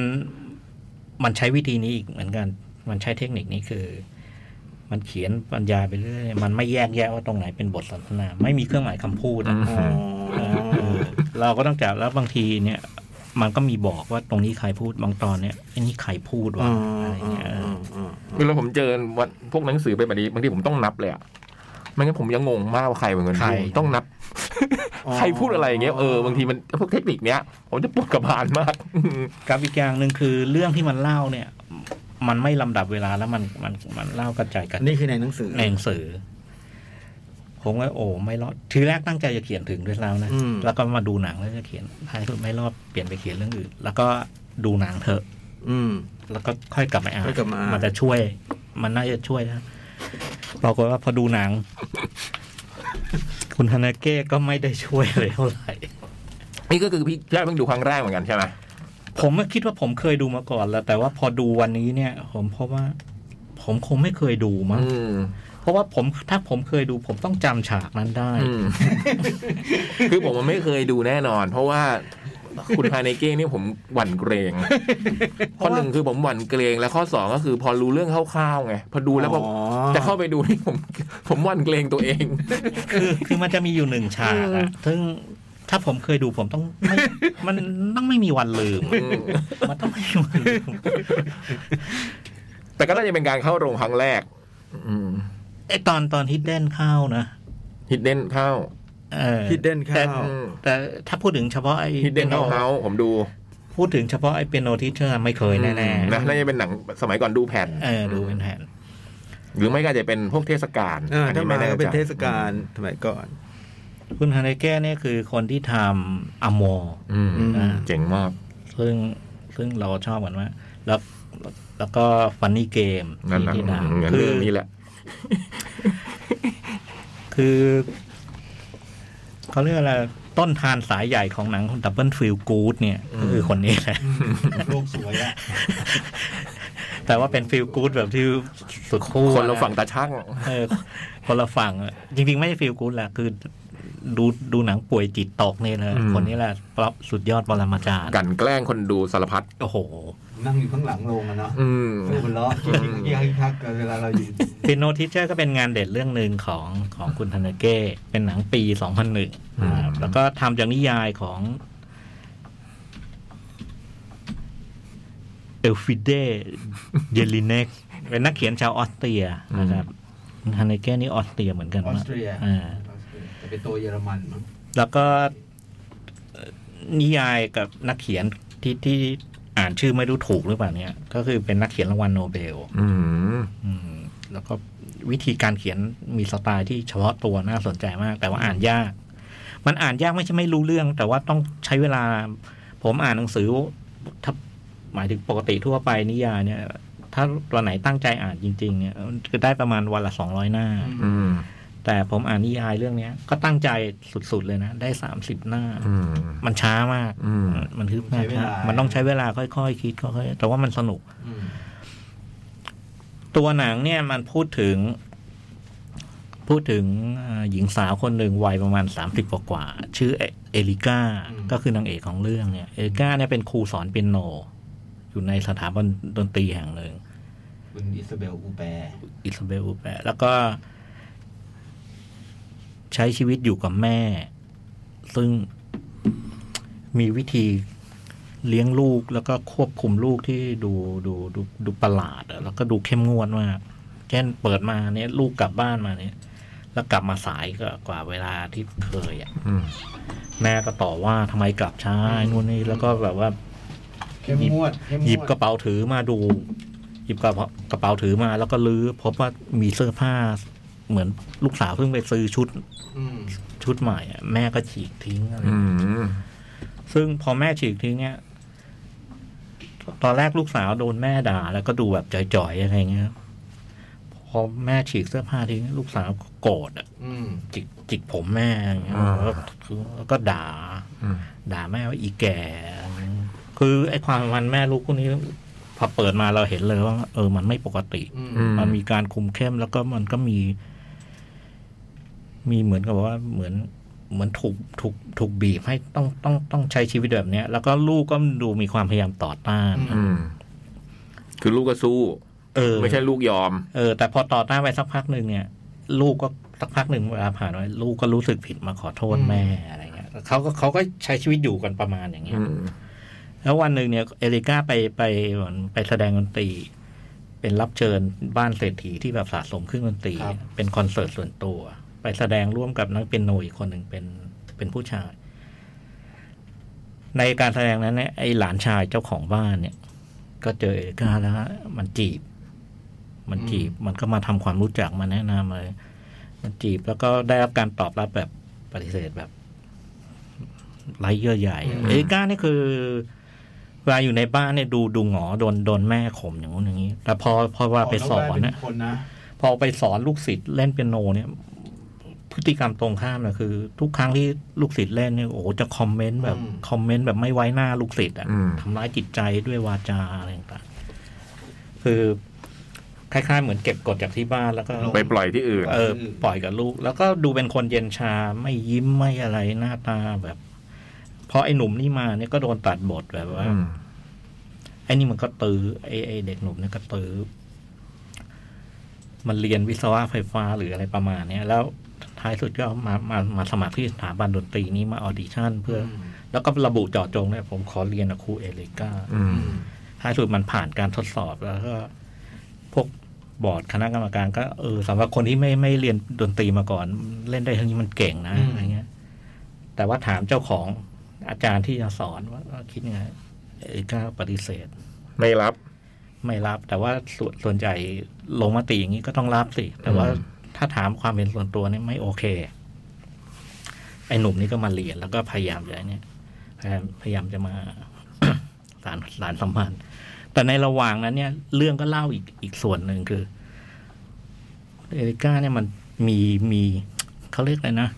[SPEAKER 5] มันใช้วิธีนี้อีกเหมือนกัน มันใช้เทคนิคนี้คือ มันเขียนบรรยายไปเรื่อยมันไม่แยกแยะว่าตรงไหนเป็นบทสนทนา ไม่มีเครื่องหมายคำพูดอะ
[SPEAKER 3] อืม
[SPEAKER 5] เราก็ต้องจับแล้วบางทีเนี่ย มันก็มีบอกว่าตรงนี้ใครพูดบางตอนเนี่ยไอันนี้ใครพูด
[SPEAKER 2] อ๋
[SPEAKER 5] วะ
[SPEAKER 2] อ
[SPEAKER 5] อะ
[SPEAKER 2] อะไร ไร
[SPEAKER 5] เงี้
[SPEAKER 2] เงี้
[SPEAKER 5] ย
[SPEAKER 2] ย
[SPEAKER 5] เออ
[SPEAKER 3] คือเราผมเจอวันพวกหนังสือเป็นแบบนี้บางทีผมต้องนับเลยอ่ะไม่งั้นผมยังงงมากว่าใครเหมือนกันผมต้องนับ ใครพูดอะไรอย่างเงี้ยเออบางทีมันพวกเทคนิคเนี้ย ผมจะปวดกระบาลมาก
[SPEAKER 5] กับอีกอย่างหนึ่งคือเรื่องที่มันเล่าเนี่ย มันไม่ลำดับเวลาแล้วมันมันมันเล่ากระจายกัน
[SPEAKER 2] อันนี้คือในหนังสือ
[SPEAKER 5] ในหนังสือ ผมก็โอ้ไม่รอดทีแรกตั้งใจจะเขียนถึงด้วยซ้ำนะ
[SPEAKER 2] อืม
[SPEAKER 5] แล้วก็มาดูหนังแล้วจะเขียนท้ายสุดไม่รอดเปลี่ยนไปเขียนเรื่องอื่น แล้วก็ดูหนังเถอะ
[SPEAKER 2] อืม
[SPEAKER 5] แล้วก็ค่อยกลับมาอ่าน
[SPEAKER 2] ค่อยกลับมาอ่าน
[SPEAKER 5] นจะช่วย มันน่าจะช่วยนะปรากฏว่าพอดูหนัง คุณฮานาเก้ก็ไม่ได้ช่วยเลยเท่าไหร่
[SPEAKER 3] นี่ก็คือพี่แจ๊คเพิ่งดูครั้งแรกเหมือนกันใช่ไหม
[SPEAKER 5] ผมก็คิดว่าผมเคยดูมาก่อนแล้ว แต่ว่าพอดูวันนี้เนี่ย ผมเพราะว่า ผมคงไม่เคยดูมั้ง
[SPEAKER 3] อืม
[SPEAKER 5] เพราะว่าผมถ้าผมเคยดูผมต้องจำฉากนั้นได้
[SPEAKER 3] อืม คือผมมันไม่เคยดูแน่นอน เพราะว่าคุณฮาเนเก้นี่ผมหวั่นเกรง ข้อหนึ่งคือผมหวั่นเกรง และข้อสองก็คือพอรู้เรื่องคร่าวๆไงพอดูแล้วพอ
[SPEAKER 2] อ๋อ
[SPEAKER 3] จะเข้าไปดูนี่ผม ผมหวั่นเกรงตัวเอง
[SPEAKER 5] คือคือมันจะมีอยู่หนึ่งฉากอะซึ่งถ้าผมเคยดูผมต้องไม่มันต้องไม่มีวันลืม มันต้องไม่มีวันลืม
[SPEAKER 3] แต่ก็น่าจะเป็นการเข้าโรงครั้งแรก
[SPEAKER 5] ไอตอนตอนฮิดเด้นเข้านะ
[SPEAKER 3] ฮิดเด้นเข้า
[SPEAKER 5] เออ
[SPEAKER 2] ฮิดเด้นข้าว
[SPEAKER 5] แต่ถ้าพูดถึงเฉพาะไอ
[SPEAKER 3] ฮิดเด้นเข้าเฮาผมดู
[SPEAKER 5] พูดถึงเฉพาะไอเปียโนที่เชื่อไม่เคยแน่ๆ
[SPEAKER 3] นะน่าจะเป็นหนังสมัยก่อนดูแผ่น
[SPEAKER 5] เออดูเป็นแผน
[SPEAKER 3] หรือไม่ก็อาจจะเป็นพวกเทศกาล
[SPEAKER 2] อ่า
[SPEAKER 3] อัน
[SPEAKER 2] ถ้า
[SPEAKER 3] นี้
[SPEAKER 2] มา
[SPEAKER 3] ไม่แน่
[SPEAKER 2] ก็เป็น
[SPEAKER 3] ใจ
[SPEAKER 2] เทศกาลสมัยก่อน
[SPEAKER 5] คุณฮาเนเก้เนี่ยคือคนที่ทำอโม
[SPEAKER 3] อืม
[SPEAKER 5] อืม
[SPEAKER 3] เจ๋งมาก
[SPEAKER 5] ซึ่งซึ่งเราชอบกันมากแล้วแล้วก็ฟันนี่เกม
[SPEAKER 3] นั่นแหละ
[SPEAKER 5] ที่ดัง
[SPEAKER 3] เหมือน
[SPEAKER 5] คื
[SPEAKER 3] เรื่
[SPEAKER 5] อ
[SPEAKER 3] องนี้แหละ
[SPEAKER 5] คือเขาเรียกอะไรต้นทานสายใหญ่ของหนังคุณดับเบิลฟิลกูดเนี่ยก็คือคนนี้แหละ
[SPEAKER 6] โลกสวยอะ
[SPEAKER 5] แต่ว่าเป็นฟิลกูดแบบที่สุดขั้ว
[SPEAKER 3] คนเราฝั่งตาช่าง
[SPEAKER 5] เออคนละฝั่งอะจริงๆ ไม่ใช่ฟิลกู๊ดแหละคือดูดูหนังป่วยจิตตกนี่นะ
[SPEAKER 3] อืม
[SPEAKER 5] คนนี้แหละปรับสุดยอดปรมาจารย์
[SPEAKER 3] กลันแกล้งคนดูสารพัด
[SPEAKER 5] โอ้โห
[SPEAKER 6] นั่งอยู่ข้างหลังโรงอะเนาะ
[SPEAKER 3] อืม
[SPEAKER 6] พูดหัวเราะคิกคิกคิกคักๆเวลาเราอยู่
[SPEAKER 5] ฟินโนทิเชอร์ก็เป็นงานเด่นเรื่องหนึ่งของของคุณทันเก้ เป็นหนังปี 2001นะครับแล้วก็ทำจากนิยายของเอลฟิเดเยลิเนกเป็นนักเขียนชาวออสเตรียนะครับทันเก้นี่ออสเตรียเหมือนกัน
[SPEAKER 6] ออ
[SPEAKER 5] นะ
[SPEAKER 6] สเตรีย
[SPEAKER 5] อ่า
[SPEAKER 6] ออสเตรียแต่เป็นตัวเยอรมันมั้ง
[SPEAKER 5] แล้วก็เอ่อนิยายกับนักเขียนที่ที่อ่านชื่อไม่รู้ถูกหรือเปล่าเนี่ย ก็คือเป็นนักเขียนรางวัลโนเบล
[SPEAKER 3] อืม
[SPEAKER 5] อืม แล้วก็วิธีการเขียนมีสไตล์ที่เฉพาะตัวน่าสนใจมาก แต่ว่าอ่านยาก มันอ่านยากไม่ใช่ไม่รู้เรื่อง แต่ว่าต้องใช้เวลา ผมอ่านหนังสือถ้าหมายถึงปกติทั่วไปนิยายเนี่ย ถ้าวันไหนตั้งใจอ่านจริง ๆ เนี่ยมันจะได้ประมาณวันละสองร้อยหน้า
[SPEAKER 3] อืม
[SPEAKER 5] แต่ผมอ่านนิยายเรื่องเนี้ย ก็ตั้งใจสุดๆเลยนะ ได้สามสิบหน้า
[SPEAKER 3] อืม
[SPEAKER 5] มันช้ามาก
[SPEAKER 3] อืม
[SPEAKER 5] มันคือมันช้ามันต้องใช้เวลาค่อยๆคิดค่อยๆ แต่ว่ามันสนุก
[SPEAKER 6] อืม
[SPEAKER 5] ตัวหนังเนี่ยมันพูดถึง พูดถึงเอ่อหญิงสาวคนหนึ่งวัยประมาณ 30กว่ากว่าๆชื่อเอเอลิก้า ก็คือนางเอกของเรื่องเนี่ย เอลิก้าเนี่ยเป็นครูสอนเปียโน อยู่ในสถาบันดนตรีแห่งหนึ่ง
[SPEAKER 6] คุณอิซาเบลอูแปร์
[SPEAKER 5] อิซาเบลอูแปะแล้วก็ ใช้ชีวิตอยู่กับแม่ ซึ่งมีวิธีเลี้ยงลูกแล้วก็ควบคุมลูกที่ดูดูดูดูประหลาดอะแล้วก็ดูเข้มงวดมากเช่นเปิดมาเนี่ย ลูกกลับบ้านมาเนี่ย แล้วกลับมาสายกว่ากว่าเวลาที่เคยอ่ะ
[SPEAKER 3] อืม
[SPEAKER 5] แม่ก็ต่อว่าทำไมกลับช้าไอ้นู่นนี่แล้วก็แบบว่า
[SPEAKER 6] เข้มงวดเข้มงวด
[SPEAKER 5] หยิบกระเป๋าถือมาดู หยิบกระเป๋ากระเป๋าถือมาแล้วก็ลื้อพบว่ามีเสื้อผ้าเหมือนลูกสาวเพิ่งไปซื้อชุด
[SPEAKER 6] อืม
[SPEAKER 5] ชุดใหม่อะแม่ก็ฉีกทิ้งอะไร
[SPEAKER 3] อืม
[SPEAKER 5] ซึ่งพอแม่ฉีกทิ้งเนี่ยตอนแรกลูกสาวโดนแม่ด่า แล้วก็ดูแบบจ่อยๆอะไรเงี้ยพอแม่ฉีกเสื้อผ้าทิ้งลูกสาวก็โกรธอะ
[SPEAKER 6] อืม
[SPEAKER 5] จิกจิกผมแม่อย่างเงี้ย
[SPEAKER 3] อ่า
[SPEAKER 5] แล้วแล้วก็ด่า
[SPEAKER 3] อืม
[SPEAKER 5] ด่าแม่ว่าอีแก่ คือไอ้ความมันแม่ลูกคู่นี้พอเปิดมาเราเห็นเลยว่า เออ มันไม่ปกติ
[SPEAKER 6] อืม
[SPEAKER 3] อืม
[SPEAKER 5] มันมีการคุมเข้มแล้วก็มันก็มี มีเหมือนกับว่าเหมือนเหมือนถูกถูกถูกบีบให้ต้องต้องต้องใช้ชีวิตแบบเนี้ย แล้วก็ลูกก็ดูมีความพยายามต่อต้าน
[SPEAKER 3] อืม คือลูกก็สู้
[SPEAKER 5] เออ
[SPEAKER 3] ไม่ใช่ลูกยอม
[SPEAKER 5] เออแต่พอต่อต้านไปสักพักหนึ่งเนี่ย ลูกก็สักพักหนึ่งเวลาผ่านไปลูกก็รู้สึกผิดมาขอโทษแม่อะไรเงี้ยเขาก็เขาก็ใช้ชีวิตอยู่กันประมาณอย่างเงี้ย
[SPEAKER 3] อืม
[SPEAKER 5] แล้ววันหนึ่งเนี่ยเอริก้าไปไปเหมือนไปแสดงดนตรี เป็นรับเชิญบ้านเศรษฐีที่แบบสะสมเครื่องดนตรี เป็นคอนเสิร์ตส่วนตัว ไปแสดงร่วมกับนักเปียโนอีกคนหนึ่งเป็นเป็นผู้ชาย ในการแสดงนั้นเนี่ยไอหลานชายเจ้าของบ้านเนี่ย ก็เจอเอริก้าแล้วมันจีบ มันจีบมันก็มาทำความรู้จักมาแนะนำเลยมันจีบแล้วก็ได้รับการตอบรับแบบปฏิเสธแบบไร้เยื่อใยเอริก้านี่คือ เวลาอยู่ในบ้านเนี่ยดูดูหงอโดนโดนแม่ข่มอย่างนู้นอย่างนี้ แต่พอพอเวลาไปสอน
[SPEAKER 6] เาด้
[SPEAKER 5] เนี่ย
[SPEAKER 6] เป็คนนะ
[SPEAKER 5] พอไปสอนลูกศิษย์เล่นเปียโนเนี่ย พฤติกรรมตรงข้ามนะคือ ทุกครั้งที่ลูกศิษย์เล่นเนี่ยโอ้โหจะคอมเมนต์แบบ
[SPEAKER 6] อืม
[SPEAKER 5] คอมเมนต์แบบไม่ไว้หน้าลูกศิษย์อ่ะ
[SPEAKER 3] อืม
[SPEAKER 5] ทำร้ายจิตใจด้วยวาจาอะไรต่างๆคือ คล้าย ๆ เหมือนเก็บกดจากที่บ้านแล้วก็
[SPEAKER 3] ไปปล่อยที่อื่น
[SPEAKER 5] เออปล่อยกับลูก แล้วก็ดูเป็นคนเย็นชาไม่ยิ้มไม่อะไรหน้าตาแบบพอไอ้หนุ่มนี่มาเนี่ยก็โดนตัดบทแบบว่า
[SPEAKER 3] อืม
[SPEAKER 5] ไอ้นี่มันก็ตื้อไอ้ไอ้เด็กหนุ่มเนี่ยก็ตื้อมันเรียนวิศวะไฟฟ้าหรืออะไรประมาณเนี้ยแล้วท้ายสุดก็มามามาสมัครที่สถาบันดนตรีนี้มาออดิชั่นเพื่ออแล้วก็ระบุเจาะจงเลยผมขอเรียนกับครูเอเลกา
[SPEAKER 3] อืม
[SPEAKER 5] ท้ายสุดมันผ่านการทดสอบแล้วก็พวกบอร์ดคณะกรรมการก็เออสำหรับคนที่ไม่ไม่เรียนดนตรีมาก่อน เล่นได้เท่านี้มันเก่งนะ
[SPEAKER 6] อืม
[SPEAKER 5] อะไรเงี้ย แต่ว่าถามเจ้าของอาจารย์ที่จะสอนว่าว่าคิดยังไงเออก็ปฏิเสธ
[SPEAKER 3] ไม่รับ
[SPEAKER 5] ไม่รับ แต่ว่าส่วนส่วนใหญ่ลงมติอย่างนี้ก็ต้องรับสิ แต่ว่า
[SPEAKER 3] อืม
[SPEAKER 5] ถ้าถามความเห็นส่วนตัวเนี่ยไม่โอเค ไอ้หนุ่มนี่ก็มาเรียนแล้วก็พยายามจะเนี่ยพยายามพยายามจะมา สารสารสัมพันธ์ แต่ในระหว่างนั้นเนี่ย เรื่องก็เล่าอีกอีกส่วนหนึ่งคือ เอริก้าเนี่ยมันมีมีเขาเรียกอะไรนะ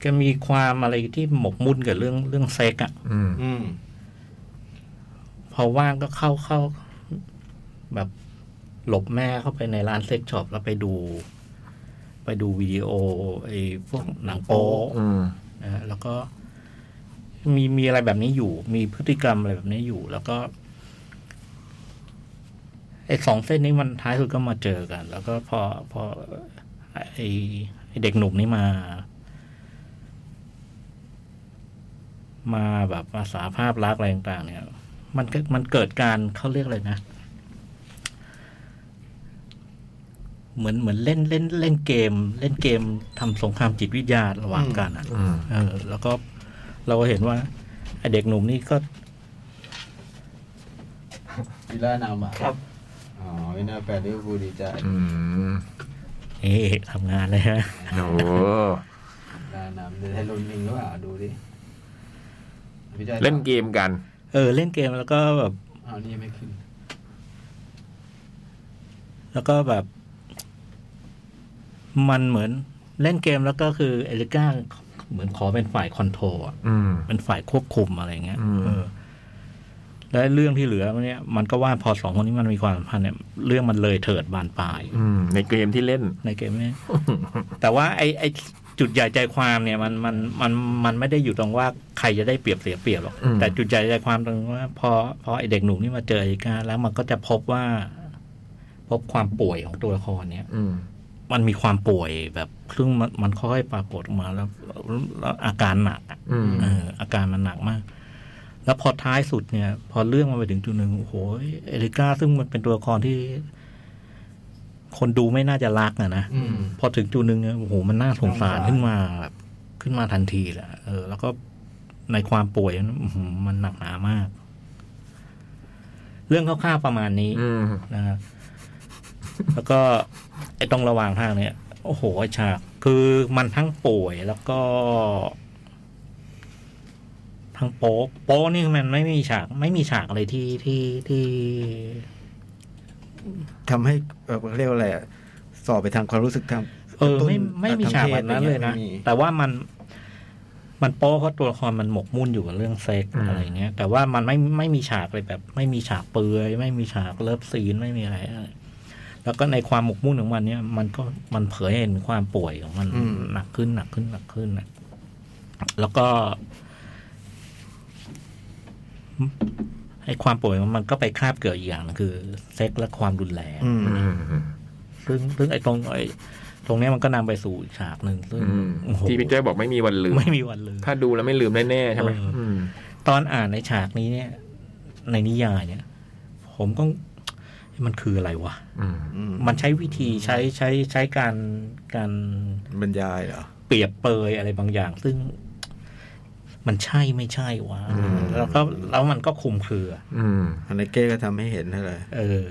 [SPEAKER 5] แก็มีความอะไรที่หมกมุ่นกับเรื่องเรื่องเซ็กอะ
[SPEAKER 3] อืม
[SPEAKER 6] อืม
[SPEAKER 5] พอว่างก็เข้าเข้า แบบหลบแม่เข้าไปในร้านเซ็กช็อปแล้วไปดู ไปดูวิดีโอไอ้พวกหนังโป๊
[SPEAKER 3] อืม
[SPEAKER 5] นะฮะแล้วก็มีมีอะไรแบบนี้อยู่ มีพฤติกรรมอะไรแบบนี้อยู่ แล้วก็ไอ้สองเส้นนี้มันท้ายสุดก็มาเจอกัน แล้วก็พอพอไอ้ไอ้เด็กหนุ่มนี่มา มาแบบมาสารภาพรักอะไรต่างๆ เนี่ย มันก็มันเกิดการเขาเรียกอะไรนะ เหมือนเหมือนเล่นเล่นเล่นเกม เล่นเกมทำสงครามจิตวิทยาระหว่างกันอะ
[SPEAKER 3] อืม
[SPEAKER 5] เออ แล้วก็เราก็เห็นว่าไอเด็กหนุ่มนี่ก็
[SPEAKER 6] วิลานามอ่ะครับ อ๋อวินาแปดลิเวอร์พูลดีใจ
[SPEAKER 3] อืม
[SPEAKER 5] เอ๊ะทำงานเลยฮะ
[SPEAKER 3] โอ้
[SPEAKER 6] วิลานามเดนไทยลุนลิงหรือเปล่าดูดิวิจัย
[SPEAKER 3] เล่นเกมกัน
[SPEAKER 5] เออ เล่นเกมแล้วก็แบบ
[SPEAKER 6] อ้าวนี่ไม่ขึ้น
[SPEAKER 5] แล้วก็แบบ มันเหมือนเล่นเกมแล้วก็คือเอลิก้าเหมือนขอเป็นฝ่ายคอนโทรลอะ
[SPEAKER 3] อืม
[SPEAKER 5] เป็นฝ่ายควบคุมอะไรเงี้ย
[SPEAKER 3] อืม
[SPEAKER 5] เออและเรื่องที่เหลือเนี่ยมันก็ว่าพอสองคนนี้มันมีความสัมพันธ์เนี่ยเรื่องมันเลยเถิดบานปลาย
[SPEAKER 3] อืม ในเกมที่เล่น
[SPEAKER 5] ในเกมเนี้ แต่ว่าไอไอจุดใหญ่ใจความเนี่ยมันมันมันมันไม่ได้อยู่ตรงว่าใครจะได้เปรียบเสียเปรียบหรอก
[SPEAKER 3] อืม
[SPEAKER 5] แต่จุดใหญ่ใจความตรงว่าพอพอไอเด็กหนุ่มนี่มาเจอไอ้กาแล้วมันก็จะพบว่า พบความป่วยของตัวละครเนี่ย
[SPEAKER 3] อืม
[SPEAKER 5] มันมีความป่วยแบบซึ่งมันมันค่อยๆปรากฏออกมาแล้วแล้วอาการหนักอะ
[SPEAKER 3] อืม
[SPEAKER 5] เอออาการมันหนักมาก แล้วพอท้ายสุดเนี่ย พอเรื่องมันไปถึงจุดหนึ่งโอ้โหเอริก้าซึ่งมันเป็นตัวละครที่ คนดูไม่น่าจะรักนะนะ
[SPEAKER 6] อืม
[SPEAKER 5] พอถึงจุดหนึ่งเนี่ยโอ้โหมันน่าสงสารขึ้นมาแบบขึ้นมาทันทีแหละเออ แล้วก็ในความป่วยนั้นอื้อหือมันหนักหนามาก เรื่องคร่าวๆประมาณนี้
[SPEAKER 3] อืม
[SPEAKER 5] นะฮะแล้วก็ไอ้ตรงระหว่างทางเนี่ย โอ้โหไอ้ฉากคือมันทั้งป่วยแล้วก็ ทั้งโป๊ะโป๊ะนี่มันไม่มีฉาก ไม่มีฉากอะไรที่ที่ที่
[SPEAKER 2] ทำให้เอ่อเรียกว่าอะไรอะสอบไปทางความรู้สึกทาง
[SPEAKER 5] เออไม่ไม่มีฉากแบบนั้นเลยนะ
[SPEAKER 6] ไม่มี
[SPEAKER 5] แต่ว่ามัน มันโป๊ะเพราะตัวละครมันหมกมุ่นอยู่กับเรื่องเซ็ก
[SPEAKER 3] อืม
[SPEAKER 5] อะไรเงี้ย แต่ว่ามันไม่ไม่มีฉากเลยแบบ ไม่มีฉากเปลือย ไม่มีฉากเลิฟซีนไม่มีอะไร แล้วก็ในความหมกมุ่นของมันเนี่ย มันก็มันเผยให้เห็นความป่วยของมัน
[SPEAKER 6] อืม
[SPEAKER 5] หนักขึ้นหนักขึ้นหนักขึ้นนะแล้วก็ไอ้ความป่วยของมันก็ไปคาบเกี่ยวอีกอย่างหนึ่งคือเซ็กและความรุนแรง
[SPEAKER 2] อืม
[SPEAKER 3] อืม
[SPEAKER 5] ซึ่งซึ่งไอ้ตรงไอ้ตรงเนี้ยมันก็นำไปสู่อีกฉากหนึ่งซึ่ง
[SPEAKER 3] อืม
[SPEAKER 5] โอ้โห
[SPEAKER 3] ที่พี่จ้อยบอกไม่มีวันลืม
[SPEAKER 5] ไม่มีวันลืม
[SPEAKER 3] ถ้าดูแล้วไม่ลืมแน่ๆใช่ไหม
[SPEAKER 5] เอออื
[SPEAKER 3] ม
[SPEAKER 5] ตอนอ่านในฉากนี้เนี่ย ในนิยายเนี่ย ผมก็มันคืออะไรวะ
[SPEAKER 3] อืม
[SPEAKER 5] มันใช้วิธีใช้ใช้ใช้การการ
[SPEAKER 2] บรรยายเหรอ
[SPEAKER 5] เปรียบเปรยอะไรบางอย่าง ซึ่ง มันใช่ไม่ใช่วะ
[SPEAKER 3] อืม
[SPEAKER 5] แล้วก็แล้วมันก็คลุมเครือ
[SPEAKER 3] อืม
[SPEAKER 2] อันนี้เก้ก็ทำให้เห็นเท่าไหร่
[SPEAKER 5] เออ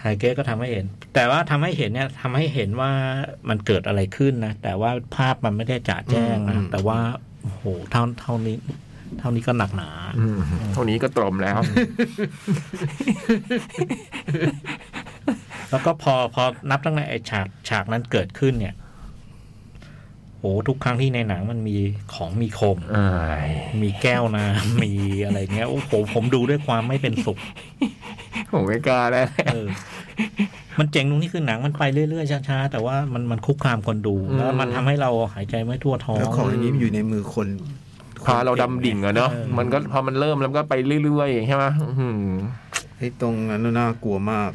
[SPEAKER 5] ไฮเกะก็ทำให้เห็น แต่ว่าทำให้เห็นเนี่ยทำให้เห็นว่ามันเกิดอะไรขึ้นนะแต่ว่าภาพมันไม่ได้จ่าแจ้งนะแต่ว่าโอ้โหเท่าเท่านี้ เท่านี้ก็หนักหนา
[SPEAKER 3] อืม เท่านี้ก็ตรมแล้ว
[SPEAKER 5] แล้วก็พอพอนับตั้งแต่ไอ้ฉากฉากนั้นเกิดขึ้นเนี่ยโหทุกครั้งที่ในหนังมันมีของมีคม
[SPEAKER 3] เอ้ย
[SPEAKER 5] มีแก้วน้ำ มีอะไรเงี้ยโอ้โหผมดูด้วยความไม่เป็นสุข
[SPEAKER 3] ผมไม่กล้าแล้ว
[SPEAKER 5] เออ มันเจ๋งตรงนี้คือหนังมันไปเรื่อยๆช้าๆแต่ว่ามันมันคุกคามคนดูแล้วมันทำให้เราหายใจไม่ทั่วท้อง
[SPEAKER 2] แล้วของอย่างนี้มันอยู่ในมือคน
[SPEAKER 3] พาเราดำดิ่งอะเนาะ
[SPEAKER 5] เออ
[SPEAKER 3] มันก็พอมันเริ่มแล้วมันก็ไปเรื่อยๆใช่ไหมอื้อหือ
[SPEAKER 2] ไอ้ตรงนั้นน่ากลัวมาก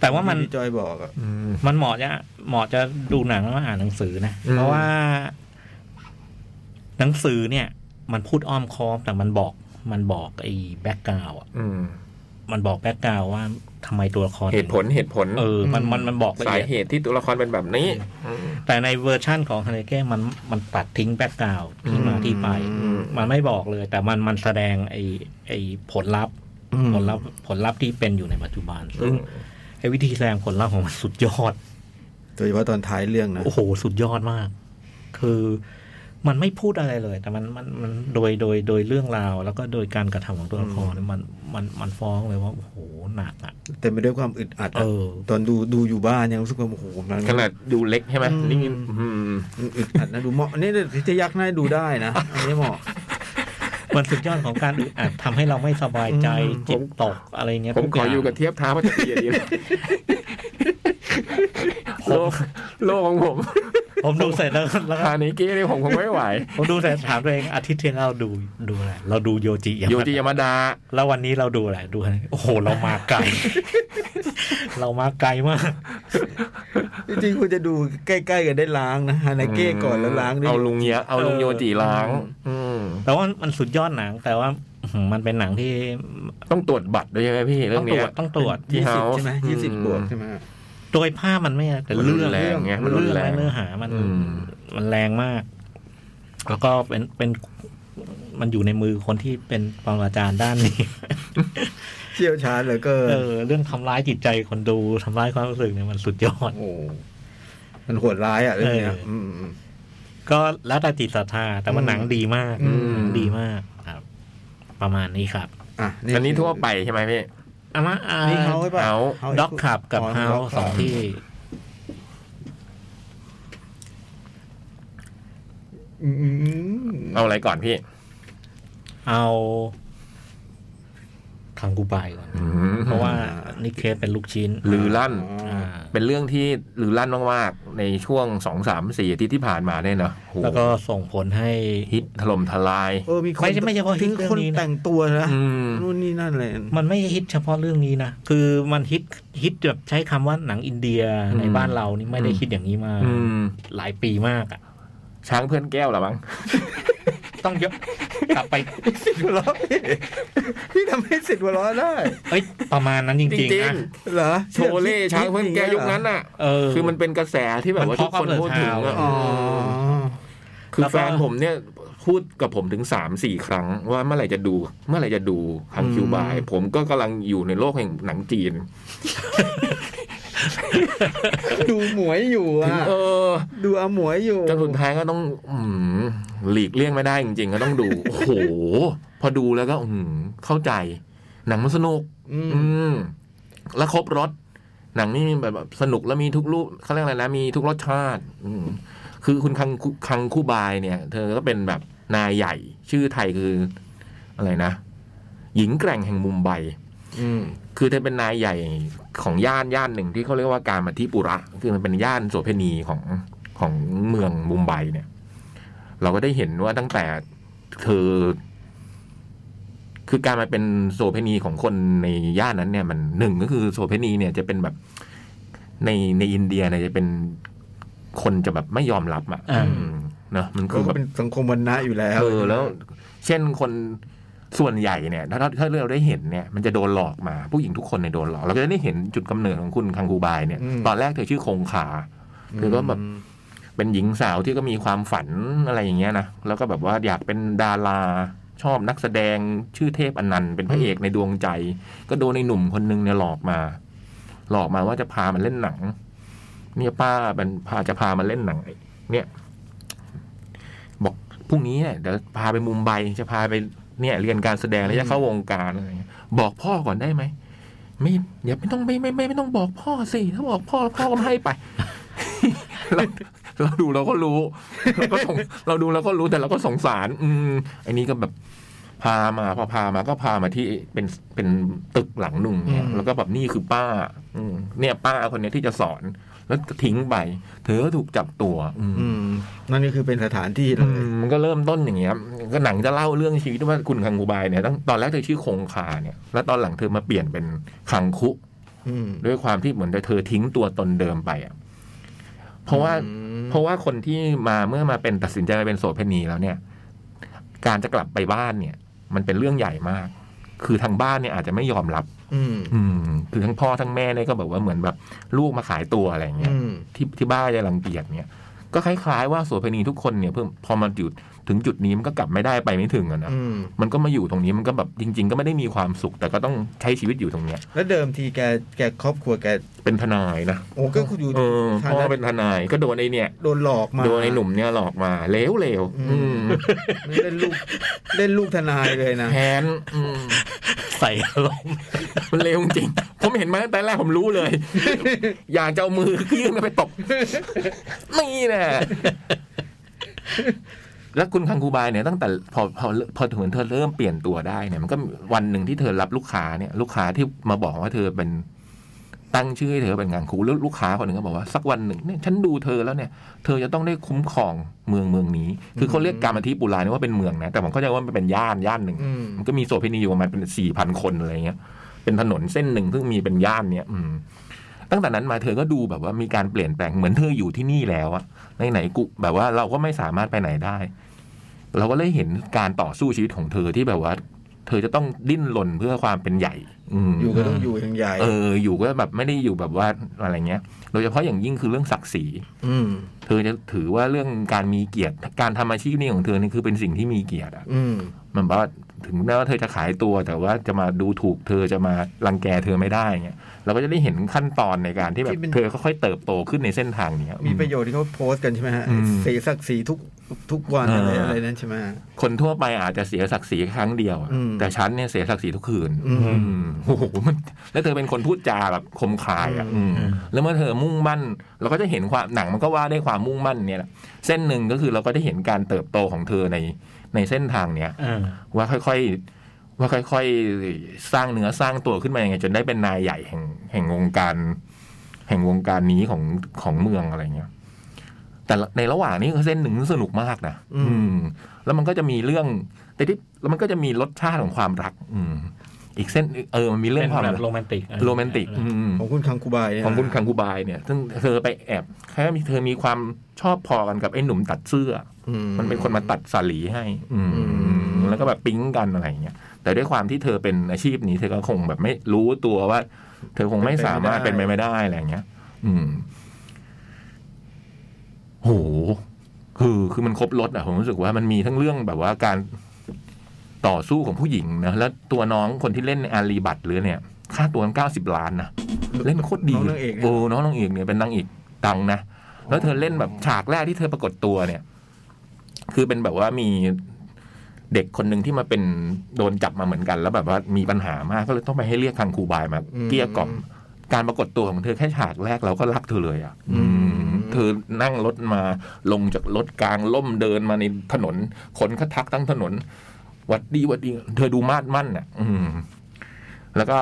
[SPEAKER 5] แต่ว่ามัน
[SPEAKER 2] ที่พี่จอยบอกอะ
[SPEAKER 3] อืม
[SPEAKER 5] มันเหมาะจะเหมาะจะดูหนังแล้วมาอ่านหนังสือนะ
[SPEAKER 3] อืม
[SPEAKER 5] เพราะว่า หนังสือเนี่ย มันพูดอ้อมค้อมแต่มันบอก มันบอกไอ้แบ็กกราว
[SPEAKER 3] อืม
[SPEAKER 5] มันบอกแบ็กกราวว่าทำไมตัวละคร
[SPEAKER 3] เหตุผลเหตุผล
[SPEAKER 5] เออมันมันมันบอกละ
[SPEAKER 3] สาย
[SPEAKER 5] เอียด
[SPEAKER 3] เหตุที่ตัวละครเป็นแบบนี้อืม
[SPEAKER 5] แต่ในเวอร์ชั่นของฮาริเก้มันมันตัดทิ้งแบ็กกราวที่มาที่ไป
[SPEAKER 3] อืม
[SPEAKER 5] มันไม่บอกเลย แต่มันมันแสดงไอ้ไอ้ผลลัพธ์
[SPEAKER 2] อืม
[SPEAKER 5] ผลลัพธ์ผลลัพธ์ที่เป็นอยู่ในปัจจุบันซึ่งไอ้วิธีแสดงผลลัพธ์ของมันสุดยอด
[SPEAKER 2] โดยเฉพาะตอนท้ายเรื่องนะ
[SPEAKER 5] โอ้โห สุดยอดมาก คือมันไม่พูดอะไรเลย แต่มันมันมันโดยโดยโดยเรื่องราว แล้วก็โดยการกระทำของตัวละครเนี่ยมันมันมันฟ้องเลยว่า โอ้โห หนักอ่ะ
[SPEAKER 2] เต็มไปด้วยความอึดอัด
[SPEAKER 5] เอ
[SPEAKER 2] อะ
[SPEAKER 5] อ
[SPEAKER 2] ตอนดูดูอยู่บ้านยังรู้สึกว่าโอ้โหมัน
[SPEAKER 3] ขนาดดูเล็กใช่ไหมนี่อืม
[SPEAKER 2] มันอึดอัดนะดูเหมาะอันนี่พิทยักษ์น่าดูได้นะอันนี้เหมาะ
[SPEAKER 5] มันสุดยอดของการอึด อัดทำให้เราไม่สบายใจ
[SPEAKER 2] อืม
[SPEAKER 5] จิตตกอะไรเงี้ย
[SPEAKER 3] ผม
[SPEAKER 5] ทุ
[SPEAKER 3] ขออยู่กับ
[SPEAKER 5] าง
[SPEAKER 3] เทียบเท้าพระจักรีดีเลยโลกโลกของผม
[SPEAKER 5] ผมดูเสร็จแล้วแล้วก็
[SPEAKER 3] คานิเก้เนี่ยผมคงไม่ไหว
[SPEAKER 5] ผมดูเสร็จถามตัวเองอาทิตย์ที่แล้วเราดูดูอะไรเราดูโยจิ
[SPEAKER 3] โยจิยามาดา
[SPEAKER 5] แล้ววันนี้เราดูอะไรดูอะไรโอ้โห เรามา ไกล เรามาไกลมาก
[SPEAKER 2] จริงๆคุณจะดูใกล้ๆกันได้ล้างนะฮานาเก้ก่อนแล้วล้างด้วย
[SPEAKER 3] เอาลุงเนี้ยเอาลุงโยจิล้าง อืม
[SPEAKER 5] แต่ว่ามันสุดยอดหนัง แต่ว่าอื้อหือมันเป็นหนังที่
[SPEAKER 3] ต้องตรวจบัตรด้วยใช่ไหมพี่เรื่
[SPEAKER 5] ต้
[SPEAKER 3] อ
[SPEAKER 5] อง งตร
[SPEAKER 3] เนี้
[SPEAKER 5] วย จต้องตรวจ
[SPEAKER 3] ที่
[SPEAKER 2] ยี่สิบ
[SPEAKER 3] เฮาส์
[SPEAKER 2] ใช่ไหมยี่สิบ
[SPEAKER 3] อืม
[SPEAKER 2] บวกใช่ไหม
[SPEAKER 5] โดยภาพมันไม่แต่
[SPEAKER 3] มัน
[SPEAKER 5] เรื่
[SPEAKER 3] รุ
[SPEAKER 5] อง
[SPEAKER 3] นแรงไงมัน
[SPEAKER 5] เรื่
[SPEAKER 3] รุ
[SPEAKER 5] อง
[SPEAKER 3] นแร
[SPEAKER 5] และ
[SPEAKER 3] ง
[SPEAKER 5] เนื้อหามัน
[SPEAKER 3] อืม
[SPEAKER 5] มันแรงมาก แล้วก็เป็นเป็นมันอยู่ในมือคนที่เป็นปรมาจารย์ด้านนี้
[SPEAKER 2] เชี่ยวชาญเหลือเกิน
[SPEAKER 5] เออ เรื่องทำร้ายจิตใจคนดูทำร้ายความรู้สึกเนี่ยมันสุดยอด
[SPEAKER 2] โอ้โหมันโหดร้ายอ่ะเรื่องเนี้ย
[SPEAKER 5] เอออื
[SPEAKER 2] อืมอืม
[SPEAKER 5] ก็แล้วแต่จิตศรัทธาแต่ว่า
[SPEAKER 2] อืม
[SPEAKER 5] หนังดีมาก
[SPEAKER 2] อืม
[SPEAKER 5] หนังดีมากครับ ประมาณนี้ครับ
[SPEAKER 2] อ่ะ
[SPEAKER 3] อันนี้ทั่วไปใช่ไหมพี่
[SPEAKER 5] อามาอ่า
[SPEAKER 2] นี่เขาไว้ป่ะ
[SPEAKER 3] เอา
[SPEAKER 2] House
[SPEAKER 5] ด็อกขับกับ
[SPEAKER 2] อ๋อ
[SPEAKER 5] เฮา
[SPEAKER 2] Dog Club
[SPEAKER 5] สองที่
[SPEAKER 2] อืม
[SPEAKER 3] เอาอะไรก่อนพี่
[SPEAKER 5] เอาคังกูไปก่อน เพราะว่านิเคสเป็นลูกชิ้น
[SPEAKER 3] ลือลั่น
[SPEAKER 2] อ๋อ
[SPEAKER 5] อ่า
[SPEAKER 3] เป็นเรื่องที่ลือลั่นมากๆ ในช่วงสองสามสี่อาทิตย์ที่ผ่านมาเนี่ยเนอะโห
[SPEAKER 5] แล้วก็ส่งผลให้
[SPEAKER 3] ฮิตถล่มทลาย
[SPEAKER 2] เออมีคน
[SPEAKER 5] ไม่ใช่ไม่เฉพาะฮิตเรื่อง
[SPEAKER 2] คน
[SPEAKER 5] นี้นะ
[SPEAKER 2] แต่งตัวนะ
[SPEAKER 3] อืม
[SPEAKER 2] นู่นนี่นั่นเลย
[SPEAKER 5] มันไม่ฮิตเฉพาะเรื่องนี้นะ คือมันฮิตฮิตแบบใช้คำว่าหนังอินเดีย
[SPEAKER 3] อืม
[SPEAKER 5] ในบ้านเรานี่ไม่ได้คิดอย่างนี้มา
[SPEAKER 3] อืม
[SPEAKER 5] หลายปีมากอ่ะ
[SPEAKER 3] ช้างเพื่อนแก้วเหรอมั้ง
[SPEAKER 5] ต้องยกกลับไป
[SPEAKER 2] สิทธิ์หัวเราะพี่พี่ทำให้สิทธิ์หัวเราะได้
[SPEAKER 5] เอ้ย ประมาณนั้น
[SPEAKER 3] จ
[SPEAKER 5] จริง
[SPEAKER 3] ริ
[SPEAKER 5] ๆ
[SPEAKER 3] ง
[SPEAKER 5] นะ
[SPEAKER 2] เหรอ
[SPEAKER 3] ๆ โชเล่ช้างเพื่อนแก้วยุคนั้นน่ะ
[SPEAKER 5] เออ
[SPEAKER 3] คือมันเป็นกระแสที่แบบว่าทุกคนพูดถึงอะ
[SPEAKER 2] อ๋อ
[SPEAKER 3] คือ
[SPEAKER 5] แล้วก็
[SPEAKER 3] แฟนผมเนี่ยพูดกับผมถึงสามสี่ครั้ง ว่าเมื่อไหร่จะดู เมื่อไหร่จะดูฮังคิวบาย
[SPEAKER 2] อืม
[SPEAKER 3] ผมก็กำลังอยู่ในโลกแห่งหนังจีน
[SPEAKER 2] ดูหมวยอยู่อ่ะ
[SPEAKER 3] เออ
[SPEAKER 2] ดูอาหมวยอยู่
[SPEAKER 3] จนสุดท้ายก็ต้อง อืมหลีกเลี่ยงไม่ได้จริงๆ ก็ต้อง ดู โอ้โห พอดูแล้วก็ อืมเข้าใจ หนังมันสนุก
[SPEAKER 2] อืม
[SPEAKER 3] อืม และครบรสหนังนี่มีแบบแบบสนุกแล้วมีทุกรูปเขาเรียกอะไรนะมีทุกรสชาติ อืมคือคุณคังคุคังคู่บายเนี่ย เธอก็เป็นแบบนายใหญ่ ชื่อไทยคือ อะไรนะ หญิงแกร่งแห่งมุมไบ
[SPEAKER 2] อืม
[SPEAKER 3] คือเธอเป็นนายใหญ่ของย่านย่านหนึ่งที่เขาเรียกว่าการมาทิปุระ คือมันเป็นย่านโสเภณีของของเมืองมุมไบเนี่ย เราก็ได้เห็นว่าตั้งแต่เธอ คือการมาเป็นโสเภณีของคนในย่านนั้นเนี่ย มันหนึ่งก็คือโสเภณีเนี่ยจะเป็นแบบในในอินเดียเนี่ยจะเป็นคนจะแบบไม่ยอมรับอ่ะ
[SPEAKER 5] อ่า
[SPEAKER 3] อืมเนอะมัน
[SPEAKER 2] ก็
[SPEAKER 3] คือแบบ
[SPEAKER 2] เป็นสังคมวันนะอยู่แล้ว
[SPEAKER 3] เออแล้ว เช่นคนส่วนใหญ่เนี่ย ถ้าถ้าเราได้เห็นเนี่ย มันจะโดนหลอกมาผู้หญิงทุกคนเนี่ยโดนหลอก เราก็จะได้เห็นจุดกำเนิดของคุณคังคูบายเนี่ย ตอนแรกเธอชื่อคงขา คือก็แบบ เป็นหญิงสาวที่ก็มีความฝันอะไรอย่างเงี้ยนะแล้วก็แบบว่าอยากเป็นดาราชอบนักแสดงชื่อเทพอนันต์เป็นพระเอกในดวงใจ ก็โดนในหนุ่มคนนึงเนี่ยหลอกมา หลอกมาว่าจะพามันเล่นหนัง เนี่ยป้าเป็นพาจะพามันเล่นหนังเนี่ย บอกพรุ่งนี้เนี่ยเดี๋ยวพาไปมุมไบจะพาไปเนี่ยเรียนการแสดงแล้วจะเข้าวงการอะไรอย่างเงี้ยบอกพ่อก่อนได้ไหมไม่อย่าไม่ต้องไม่ไม่ไม่ไม่ต้องบอกพ่อสิถ้าบอกพ่อพ่อก็ไม่ให้ไป เราเราดูเราก็รู้ เราก็สงเราดูเราก็รู้แต่เราก็สงสาร อืมไอ้นี้ก็แบบ พามาพอพามาก็พามาที่เป็นเป็นตึกหลังหนึ่งเนี่ย
[SPEAKER 4] อืม
[SPEAKER 3] แล้วก็แบบนี่คือป้า อืมเนี่ยป้าคนเนี้ยที่จะสอน แล้วก็ทิ้งไปเธอก็ถูกจับตัว อืม
[SPEAKER 2] อืมนั่นก็คือเป็นสถานที่เล
[SPEAKER 3] อื
[SPEAKER 2] ย
[SPEAKER 3] มมันก็เริ่มต้นอย่างเงี้ยก็หนังจะเล่าเรื่องชีวิตว่าคุณคังคูบายเนี่ยตั้งตอนแรกเธอชื่อคงคาเนี่ย แล้วตอนหลังเธอมาเปลี่ยนเป็นคังคุ
[SPEAKER 2] อืม
[SPEAKER 3] ด้วยความที่เหมือนเธอทิ้งตัวตนเดิมไปอ่ะ เพราะว่า
[SPEAKER 2] อืม
[SPEAKER 3] เพราะว่าคนที่มาเมื่อมาเป็นตัดสินใจมาเป็นโสเภณีแล้วเนี่ย การจะกลับไปบ้านเนี่ย มันเป็นเรื่องใหญ่มาก คือทางบ้านเนี่ยอาจจะไม่ยอมรับ
[SPEAKER 2] อืม
[SPEAKER 3] อืม คือทั้งพ่อทั้งแม่เนี่ยก็แบบว่าเหมือนแบบลูกมาขายตัวอะไรอย่างเงี้ย
[SPEAKER 2] อืม
[SPEAKER 3] ที่ที่บ้านจะรังเกียจเนี่ย ก็คล้ายๆว่าโสเภณีทุกคนเนี่ยเพิ่มพอมาจุดถึงจุดนี้มันก็กลับไม่ได้ไปไม่ถึงอะนะ
[SPEAKER 2] อืม
[SPEAKER 3] มันก็มาอยู่ตรงนี้มันก็แบบจริง ๆ ก็ไม่ได้มีความสุข แต่ก็ต้องใช้ชีวิตอยู่ตรงเนี้ย
[SPEAKER 2] แล้วเดิมทีแกแกครอบครัวแก
[SPEAKER 3] เป็นทนายนะ
[SPEAKER 2] โอ้ก็คุณอยู่
[SPEAKER 3] เออ
[SPEAKER 2] ฐา
[SPEAKER 3] พ่อ
[SPEAKER 2] นะ
[SPEAKER 3] เป็นทนายก็โดนไอ้เนี่ย
[SPEAKER 2] โดนหลอกมา
[SPEAKER 3] โดนไอ้หนุ่มเนี่ยหลอกมาเลวเลวๆ
[SPEAKER 2] อื
[SPEAKER 3] อื
[SPEAKER 2] ม
[SPEAKER 3] ม
[SPEAKER 2] มันเล่นลูกเล่นลูกทนายเลยนะ
[SPEAKER 3] แค้นอืม
[SPEAKER 5] ใส่อารมณ์
[SPEAKER 3] มันเลวจริงผมเห็นมาตั้งแต่แรกผมรู้เลย อยากจะเอามือยื่นมันไปตบ นี่แหละแล้วคุณคังคูบายเนี่ยตั้งแต่พอพอพอถึงเธอเริ่มเปลี่ยนตัวได้เนี่ยมันก็มีวันหนึ่งที่เธอรับลูกค้าเนี่ย ลูกค้าที่มาบอกว่าเธอเป็นตั้งชื่อให้เธอเป็นงานคูแล้วลูกค้าคนหนึ่งก็บอกว่าสักวันหนึ่งเนี่ยฉันดูเธอแล้วเนี่ย เธอจะต้องได้คุ้มครองเมืองเมืองนี้ คือเขาเรียกการมาที่ปุราเนี่ยว่าเป็นเมืองนะแต่ผมเข้าใจว่ามันเป็นย่านย่านหนึ่ง
[SPEAKER 2] อืม
[SPEAKER 3] มันก็มีโสเภณีอยู่ประมาณเป็นสี่พันคนอะไรเงี้ย เป็นถนนเส้นหนึ่งซึ่งมีเป็นย่านเนี้ยอืม ตั้งแต่นั้นมาเธอก็ดูแบบว่ามีการเปลี่ยนแปลงเหมือนเธออยู่ที่นี่แล้วอะในไหนๆกูแบบว่าเราก็ไม่สามารถไปไหนได้ เราก็เลยเห็นการต่อสู้ชีวิตของเธอที่แบบว่า เธอจะต้องดิ้นรนเพื่อความเป็นใหญ่ อืม
[SPEAKER 2] อยู่ก็ต้องอยู่อย่างใหญ่
[SPEAKER 3] เออ อยู่ก็แบบไม่ได้อยู่แบบว่าอะไรเงี้ย โดยเฉพาะอย่างยิ่งคือเรื่องศักดิ์ศรี
[SPEAKER 2] อืม
[SPEAKER 3] เธอจะถือว่าเรื่องการมีเกียรติ การทำอาชีพนี้ของเธอนี่คือเป็นสิ่งที่มีเกียรติอะ
[SPEAKER 2] อืม
[SPEAKER 3] มันบอกว่าถึงแม้ว่าเธอจะขายตัวแต่ว่าจะมาดูถูกเธอจะมารังแกเธอไม่ได้เงี้ยเราก็จะได้เห็นขั้นตอนในการที่แบ
[SPEAKER 2] ที่
[SPEAKER 3] บ
[SPEAKER 2] เป็น
[SPEAKER 3] เธอค่อยๆเติบโตขึ้นในเส้นทางเนี้ย
[SPEAKER 2] มีประโยชน์ที่เขาโพสต์กันใช่ไหมฮะ
[SPEAKER 3] อืม
[SPEAKER 2] สีสักสีทุกทุกวันอะไร
[SPEAKER 3] อ่า
[SPEAKER 2] อะไรนั้นใช่ไหมฮะ
[SPEAKER 3] คนทั่วไปอาจจะเสียศักดิ์ศรีครั้งเดียวอะ
[SPEAKER 2] อืม
[SPEAKER 3] แต่ฉันเนี่ยเสียศักดิ์ศรีทุกคืน
[SPEAKER 2] อืม
[SPEAKER 3] อืมโอ้โหมันแล้วเธอเป็นคนพูดจาแบบคมคายอ่ะอืมแล้วเมื่อเธอมุ่งมั่น เราก็จะเห็นความหนังมันก็ว่าได้วยความมุ่งมั่นเนี่ยแหละเส้นหนึ่งก็คือเราก็ได้เห็นการเติบโตของเธอในในเส้นทางเนี้ย
[SPEAKER 5] อ่า
[SPEAKER 3] ว่าค่อยๆ ว่าค่อยๆ สร้างเนื้อสร้างตัวขึ้นมายังไง จนได้เป็นนายใหญ่แห่งแห่งวงการ แห่งวงการนี้ของของเมืองอะไรเงี้ย แต่ละในระหว่างนี้เส้นหนึ่งสนุกมากนะ
[SPEAKER 2] อืม
[SPEAKER 3] อืม แล้วมันก็จะมีเรื่อง แต่ที่แล้วมันก็จะมีรสชาติของความรัก อืม อีกเส้นเออมันมีเรื่อง
[SPEAKER 5] เป็น
[SPEAKER 3] ความ
[SPEAKER 5] แบบ
[SPEAKER 3] รัก
[SPEAKER 5] โรแมนติก
[SPEAKER 3] โรแมนติก อืม
[SPEAKER 2] ของคุณคังคูบายเนี่ย
[SPEAKER 3] ของคุณคังคูบายเนี่ย ซึ่งเธอไปแอบแค่เธอมีความชอบพอกันกับไอ้หนุ่มตัดเสื้อ
[SPEAKER 2] อืม
[SPEAKER 3] มันเป็นคนมาตัดสาลีให้ อืม
[SPEAKER 2] อืม
[SPEAKER 3] แล้วก็แบบปิ๊งกันอะไรอย่างเงี้ย แต่ด้วยความที่เธอเป็นอาชีพนี้ เธอก็คงแบบไม่รู้ตัวว่า เธอคงไม่สามารถเป็นไปไม่ได้อะไรอย่างเงี้ย อืม โห คือคือมันครบรถอะผมรู้สึกว่ามันมีทั้งเรื่องแบบว่าการต่อสู้ของผู้หญิงนะ แล้วตัวน้องคนที่เล่นอารีบัตหรือเนี่ย ค่าตัวเก้าสิบล้านนะ เล่นโคตรดี
[SPEAKER 2] น้องนางเอกเนี่ย
[SPEAKER 3] โอ้น้องนางเอกเนี่ยเป็นนางเอกดังนะ แล้วเธอเล่นแบบฉากแรกที่เธอปรากฏตัวเนี่ย คือเป็นแบบว่ามีเด็กคนหนึ่งที่มาเป็นโดนจับมาเหมือนกัน แล้วแบบว่ามีปัญหามากก็เลยต้องไปให้เรียกคังคูบายมา
[SPEAKER 2] อืม
[SPEAKER 3] เกลี้ยกล่อม การปรากฏตัวของเธอแค่ฉากแรกเราก็รักเธอเลยอ่ะ
[SPEAKER 2] อืม
[SPEAKER 3] อืมเธอนั่งรถมาลงจากรถกลางล่มเดินมาในถนน คนก็ทักทั้งถนนหวัดดีหวัดดี เธอดูมาดมั่นน่ะ อืม แล้วก็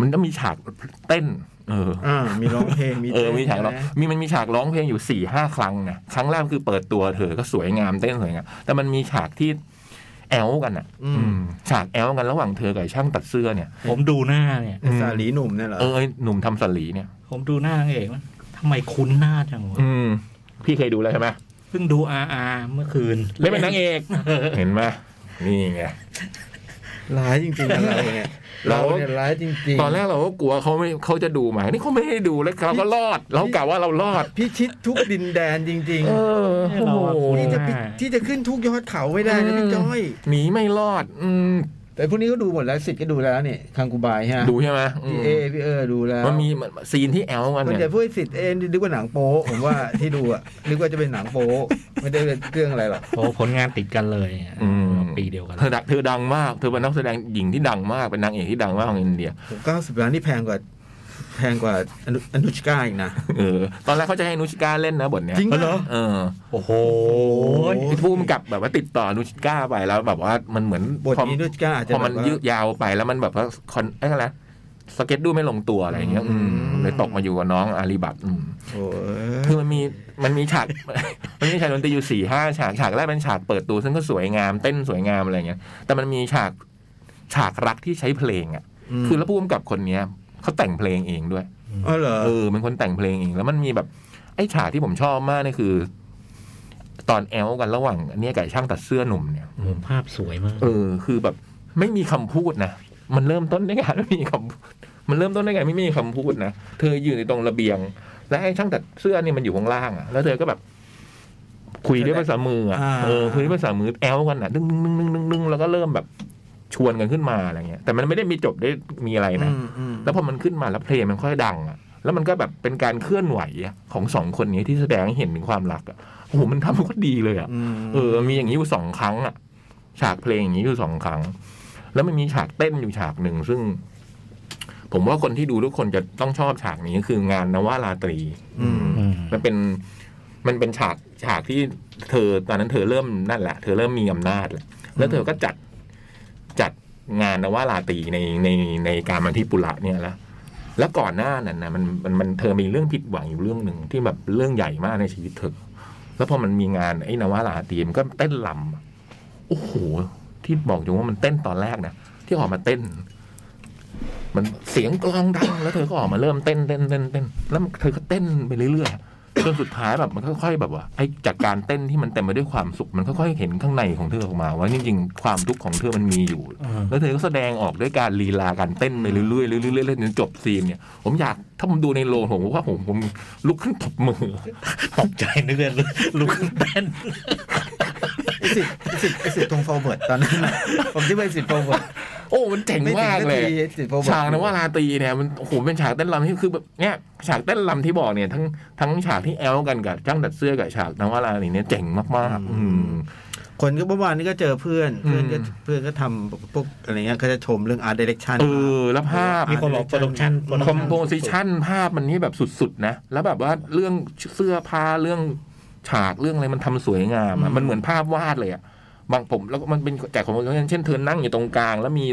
[SPEAKER 3] มันก็มีฉากเต้น เออ
[SPEAKER 2] อ่ามีร้องเพลงมี
[SPEAKER 3] เออ
[SPEAKER 2] ต้น
[SPEAKER 3] มีฉากร้อง
[SPEAKER 2] ใช่ไห
[SPEAKER 3] มีมันมีฉากร้องเพลงอยู่สี่ห้าครั้งนะครั้งแรกคือเปิดตัวเธอก็สวยงามเต้นสวยงามแต่มันมีฉากที่แอลกันอ่ะ
[SPEAKER 2] อืม
[SPEAKER 3] อืม ฉากแอลกันระหว่างเธอกับไอ้ช่างตัดเสื้อเนี่ย
[SPEAKER 5] ผมดูหน้าเนี่ย
[SPEAKER 2] ไอ้สาลีหนุ่มเนี่ยเหรอ
[SPEAKER 3] เออไอ้หนุ่มทำสลีเนี่ย
[SPEAKER 5] ผมดูหน้านางเอกว่าทำไมคุ้นหน้าจังวะ
[SPEAKER 3] อืม พี่เคยดูแล้วใช่ไหม
[SPEAKER 5] เพิ่งดูอาอาเมื่อคืน
[SPEAKER 3] เล่นเป็นนางเอก เห็นไหมนี่ไง
[SPEAKER 2] ร้ายจริงๆนะเราเนี่ย
[SPEAKER 3] เรา
[SPEAKER 2] เราเนี่ยร้ายจริงๆ
[SPEAKER 3] ตอนแรกเราก็กลัวเขาไม่เขาจะดูไหมานี่เขาไม่ได้ดูแล้วเราก็รอด เรากะว่าเรารอด
[SPEAKER 2] พิชิตทุกดินแดนจริง
[SPEAKER 3] เออ
[SPEAKER 5] เนี่ยเราอะคุ้น
[SPEAKER 2] ๆที่
[SPEAKER 5] ห
[SPEAKER 2] จะ
[SPEAKER 5] น้า
[SPEAKER 2] พิที่จะขึ้นทุกยอดเขาไม่ได้นะพี่จ้อย
[SPEAKER 3] หนีไม่รอด อืม
[SPEAKER 2] แต่พวกนี้ก็ดูหมดแล้วสิทธิ์ก็ดูแล้วนี่คังคูบายฮะ
[SPEAKER 3] ดูใช่ไหมอื
[SPEAKER 2] พี่
[SPEAKER 3] ม
[SPEAKER 2] เอพี่เออดูแล้ว
[SPEAKER 3] มันมีซีนที่แอลกัน
[SPEAKER 2] คน
[SPEAKER 3] เนี่
[SPEAKER 2] ใหญ่
[SPEAKER 3] ย
[SPEAKER 2] พูดสิทธิ์เอ็นนึกว่าหนังโป๊ผมว่า ที่ดูอะนึกว่าจะเป็นหนังโป๊ไม่ได้เป็นเรื่องอะไรหรอก
[SPEAKER 5] โอ้ผลงานติดกันเลยอะ
[SPEAKER 3] อืม
[SPEAKER 5] ปีเดียวกัน
[SPEAKER 3] เธอดังเธอดังมาก เธอเป็นนักแสดงหญิงที่ดังมากเป็นนางเอกที่ดังมากของอินเดีย
[SPEAKER 2] เก้าสิบล้านนี่แพงกว่า แพงกว่าอนุอนุชกาอีกนะ
[SPEAKER 3] เออ ตอนแรกเขาจะให้อนุชิก้าเล่นนะบทเนี้ย
[SPEAKER 2] จริงเหรอ
[SPEAKER 3] เออ
[SPEAKER 2] โอ้โห
[SPEAKER 3] ผู้กำกับแบบว่าติดต่ออนุชิก้าไปแล้วแบบว่ามันเหมือน
[SPEAKER 2] บท
[SPEAKER 3] พอ
[SPEAKER 2] นี้อนุชกาอาจจะ
[SPEAKER 3] พอมัน
[SPEAKER 2] แบบว่า
[SPEAKER 3] ยืดยาวไปแล้วมันแบบว่าคอนเอ้ยอะไรสเก็ตดูไม่ลงตัวอะไรอย่างเงี้ย อืม
[SPEAKER 2] อืม
[SPEAKER 3] เลยตกมาอยู่กับน้องอาลีบัตอืม
[SPEAKER 2] โอ้ย
[SPEAKER 3] คือมันมีมันมีฉาก มันมีฉากดนตรีอยู่สี่ห้าฉากฉากแรกเป็นฉากเปิดตัวซึ่งก็สวยงามเต้นสวยงามอะไรเงี้ย แต่มันมีฉากฉากรักที่ใช้เพลงอ่ะ
[SPEAKER 2] อืม
[SPEAKER 3] คือแล้วผู้กำกับคนเนี้ยเขาแต่งเพลงเองด้วย
[SPEAKER 2] อ๋อเหรอ
[SPEAKER 3] เออเป็นคนแต่งเพลงเองแล้วมันมีแบบไอ้ฉากที่ผมชอบมากนี่คือ ตอนแอลกันระหว่างอันเนี้ยกับไอ้ช่างตัดเสื้อหนุ่มเนี่ย
[SPEAKER 5] โอ้โหภาพสวยมาก
[SPEAKER 3] เออคือแบบไม่มีคำพูดนะ มันเริ่มต้นด้วยการไม่มีคำพูดมันเริ่มต้นด้วยการไม่มีคำพูดนะ เธออยู่ในตรงระเบียง และไอ้ช่างตัดเสื้อนี่มันอยู่ข้างล่างอ่ะ แล้วเธอก็แบบ คุยด้วยภาษามืออ่ะ
[SPEAKER 2] อ่า
[SPEAKER 3] เออคุยด้วยภาษามือแอลกันอ่ะดึงดึงดึงดึงดึงดึงแล้วก็เริ่มแบบชวนกันขึ้นมาอะไรเงี้ยแต่มันไม่ได้มีจบได้มีอะไรนะ
[SPEAKER 2] มอืม
[SPEAKER 3] แล้วพอมันขึ้นมาแล้วเพลงมันค่อยดังอ่ะ แล้วมันก็แบบเป็นการเคลื่อนไหวอะของสองคนนี้ที่แสดงให้เห็นถึงความรักอ่ะโอ้โหมันทำโคตรดีเลยอ่ะ
[SPEAKER 2] ม
[SPEAKER 3] เออ มีอย่างนี้อยู่สองครั้งอะฉากเพลงอย่างนี้อยู่สองครั้ง แล้วมันมีฉากเต้นอยู่ฉากหนึ่ง ซึ่ง ผมว่าคนที่ดูทุกคนจะต้องชอบฉากนี้คืองานนวราตรี
[SPEAKER 2] อืม
[SPEAKER 5] อืม
[SPEAKER 3] มันเป็นมันเป็นฉากฉากที่เธอตอนนั้นเธอเริ่มนั่นแหละ เธอเริ่มมีอำนาจแหละแล้วเธอก็จัดจัดงานนวราตรีในในในการมันที่ปุระเนี่ยแล้วแล้วก่อนหน้านั้นนะมันมันมันเธอมีเรื่องผิดหวังอยู่เรื่องหนึ่งที่แบบเรื่องใหญ่มากในชีวิตเธอ แล้วพอมันมีงานไอ้นวราตรีมันก็เต้นลำโอ้โหที่บอกอยู่ว่ามันเต้นตอนแรกนะที่ออกมาเต้น มันเสียงกลองดังแล้วเธอก็ออกมาเริ่มเต้นเต้นเต้นเต้นแล้วเธอก็เต้นไปเรื่อยๆจนสุดท้ายแบบมันค่อยๆแบบว่าไอ้จากการเต้นที่มันเต็มไปด้วยความสุข มันค่อยๆเห็นข้างในของเธอออกมา ว่าจริงๆความทุกข์ของเธอมันมีอยู่
[SPEAKER 5] อ่า
[SPEAKER 3] แล้วเธอก็แสดงออกด้วยการลีลาการเต้นไปเรื่อยๆเรื่อยๆเรื่อยๆจนจบซีนเนี่ย ผมอยากถ้าผมดูในโรงผมว่าผมผมลุกขึ้นตบมือ
[SPEAKER 5] ตกใจนึกเลยลุกขึ้นเต้น
[SPEAKER 2] ไอสิทธิ์ไอสิทธิ์ไอสิทธิ์ตรงโฟเวิร์ดตอนนั้นนะผมคิดว่าไอสิทธิ์โฟเวิร์ด
[SPEAKER 3] โอ้ มันเจ๋ง
[SPEAKER 2] ไม่ถึง
[SPEAKER 3] มาก
[SPEAKER 2] นาที
[SPEAKER 3] เลย
[SPEAKER 2] สิบกว่าบท
[SPEAKER 3] ฉากนว่าราตรีเนี่ยมันโอ้โหเป็นฉากเต้นรำที่คือแบบเนี่ยฉากเต้นรำที่บอกเนี่ยทั้งทั้งฉากที่แอลกันกับจ้างดัดเสื้อกับฉากนว่าราตรีเนี่ยเจ๋งมากๆ อืม
[SPEAKER 2] คนก็เมื่อวานนี้ก็เจอเพื่อน เพื่อนก็
[SPEAKER 3] อืม
[SPEAKER 2] เพื่อนก็ทำพวกอะไรเงี้ยเขาจะชมเรื่อง art direction
[SPEAKER 3] เออแล้วภาพ
[SPEAKER 5] มีคนบอกโปรดักชั่น
[SPEAKER 3] คอมโพสิชันภาพมันนี่แบบสุดๆนะ แล้วแบบว่าเรื่องเสื้อผ้าเรื่องฉากเรื่องอะไรมันทำสวยงามอะมันเหมือนภาพวาดเลยอะบางผมแล้วก็มันเป็นแจกของผมเช่นเธอนั่งอยู่ตรงกลาง แล้วมี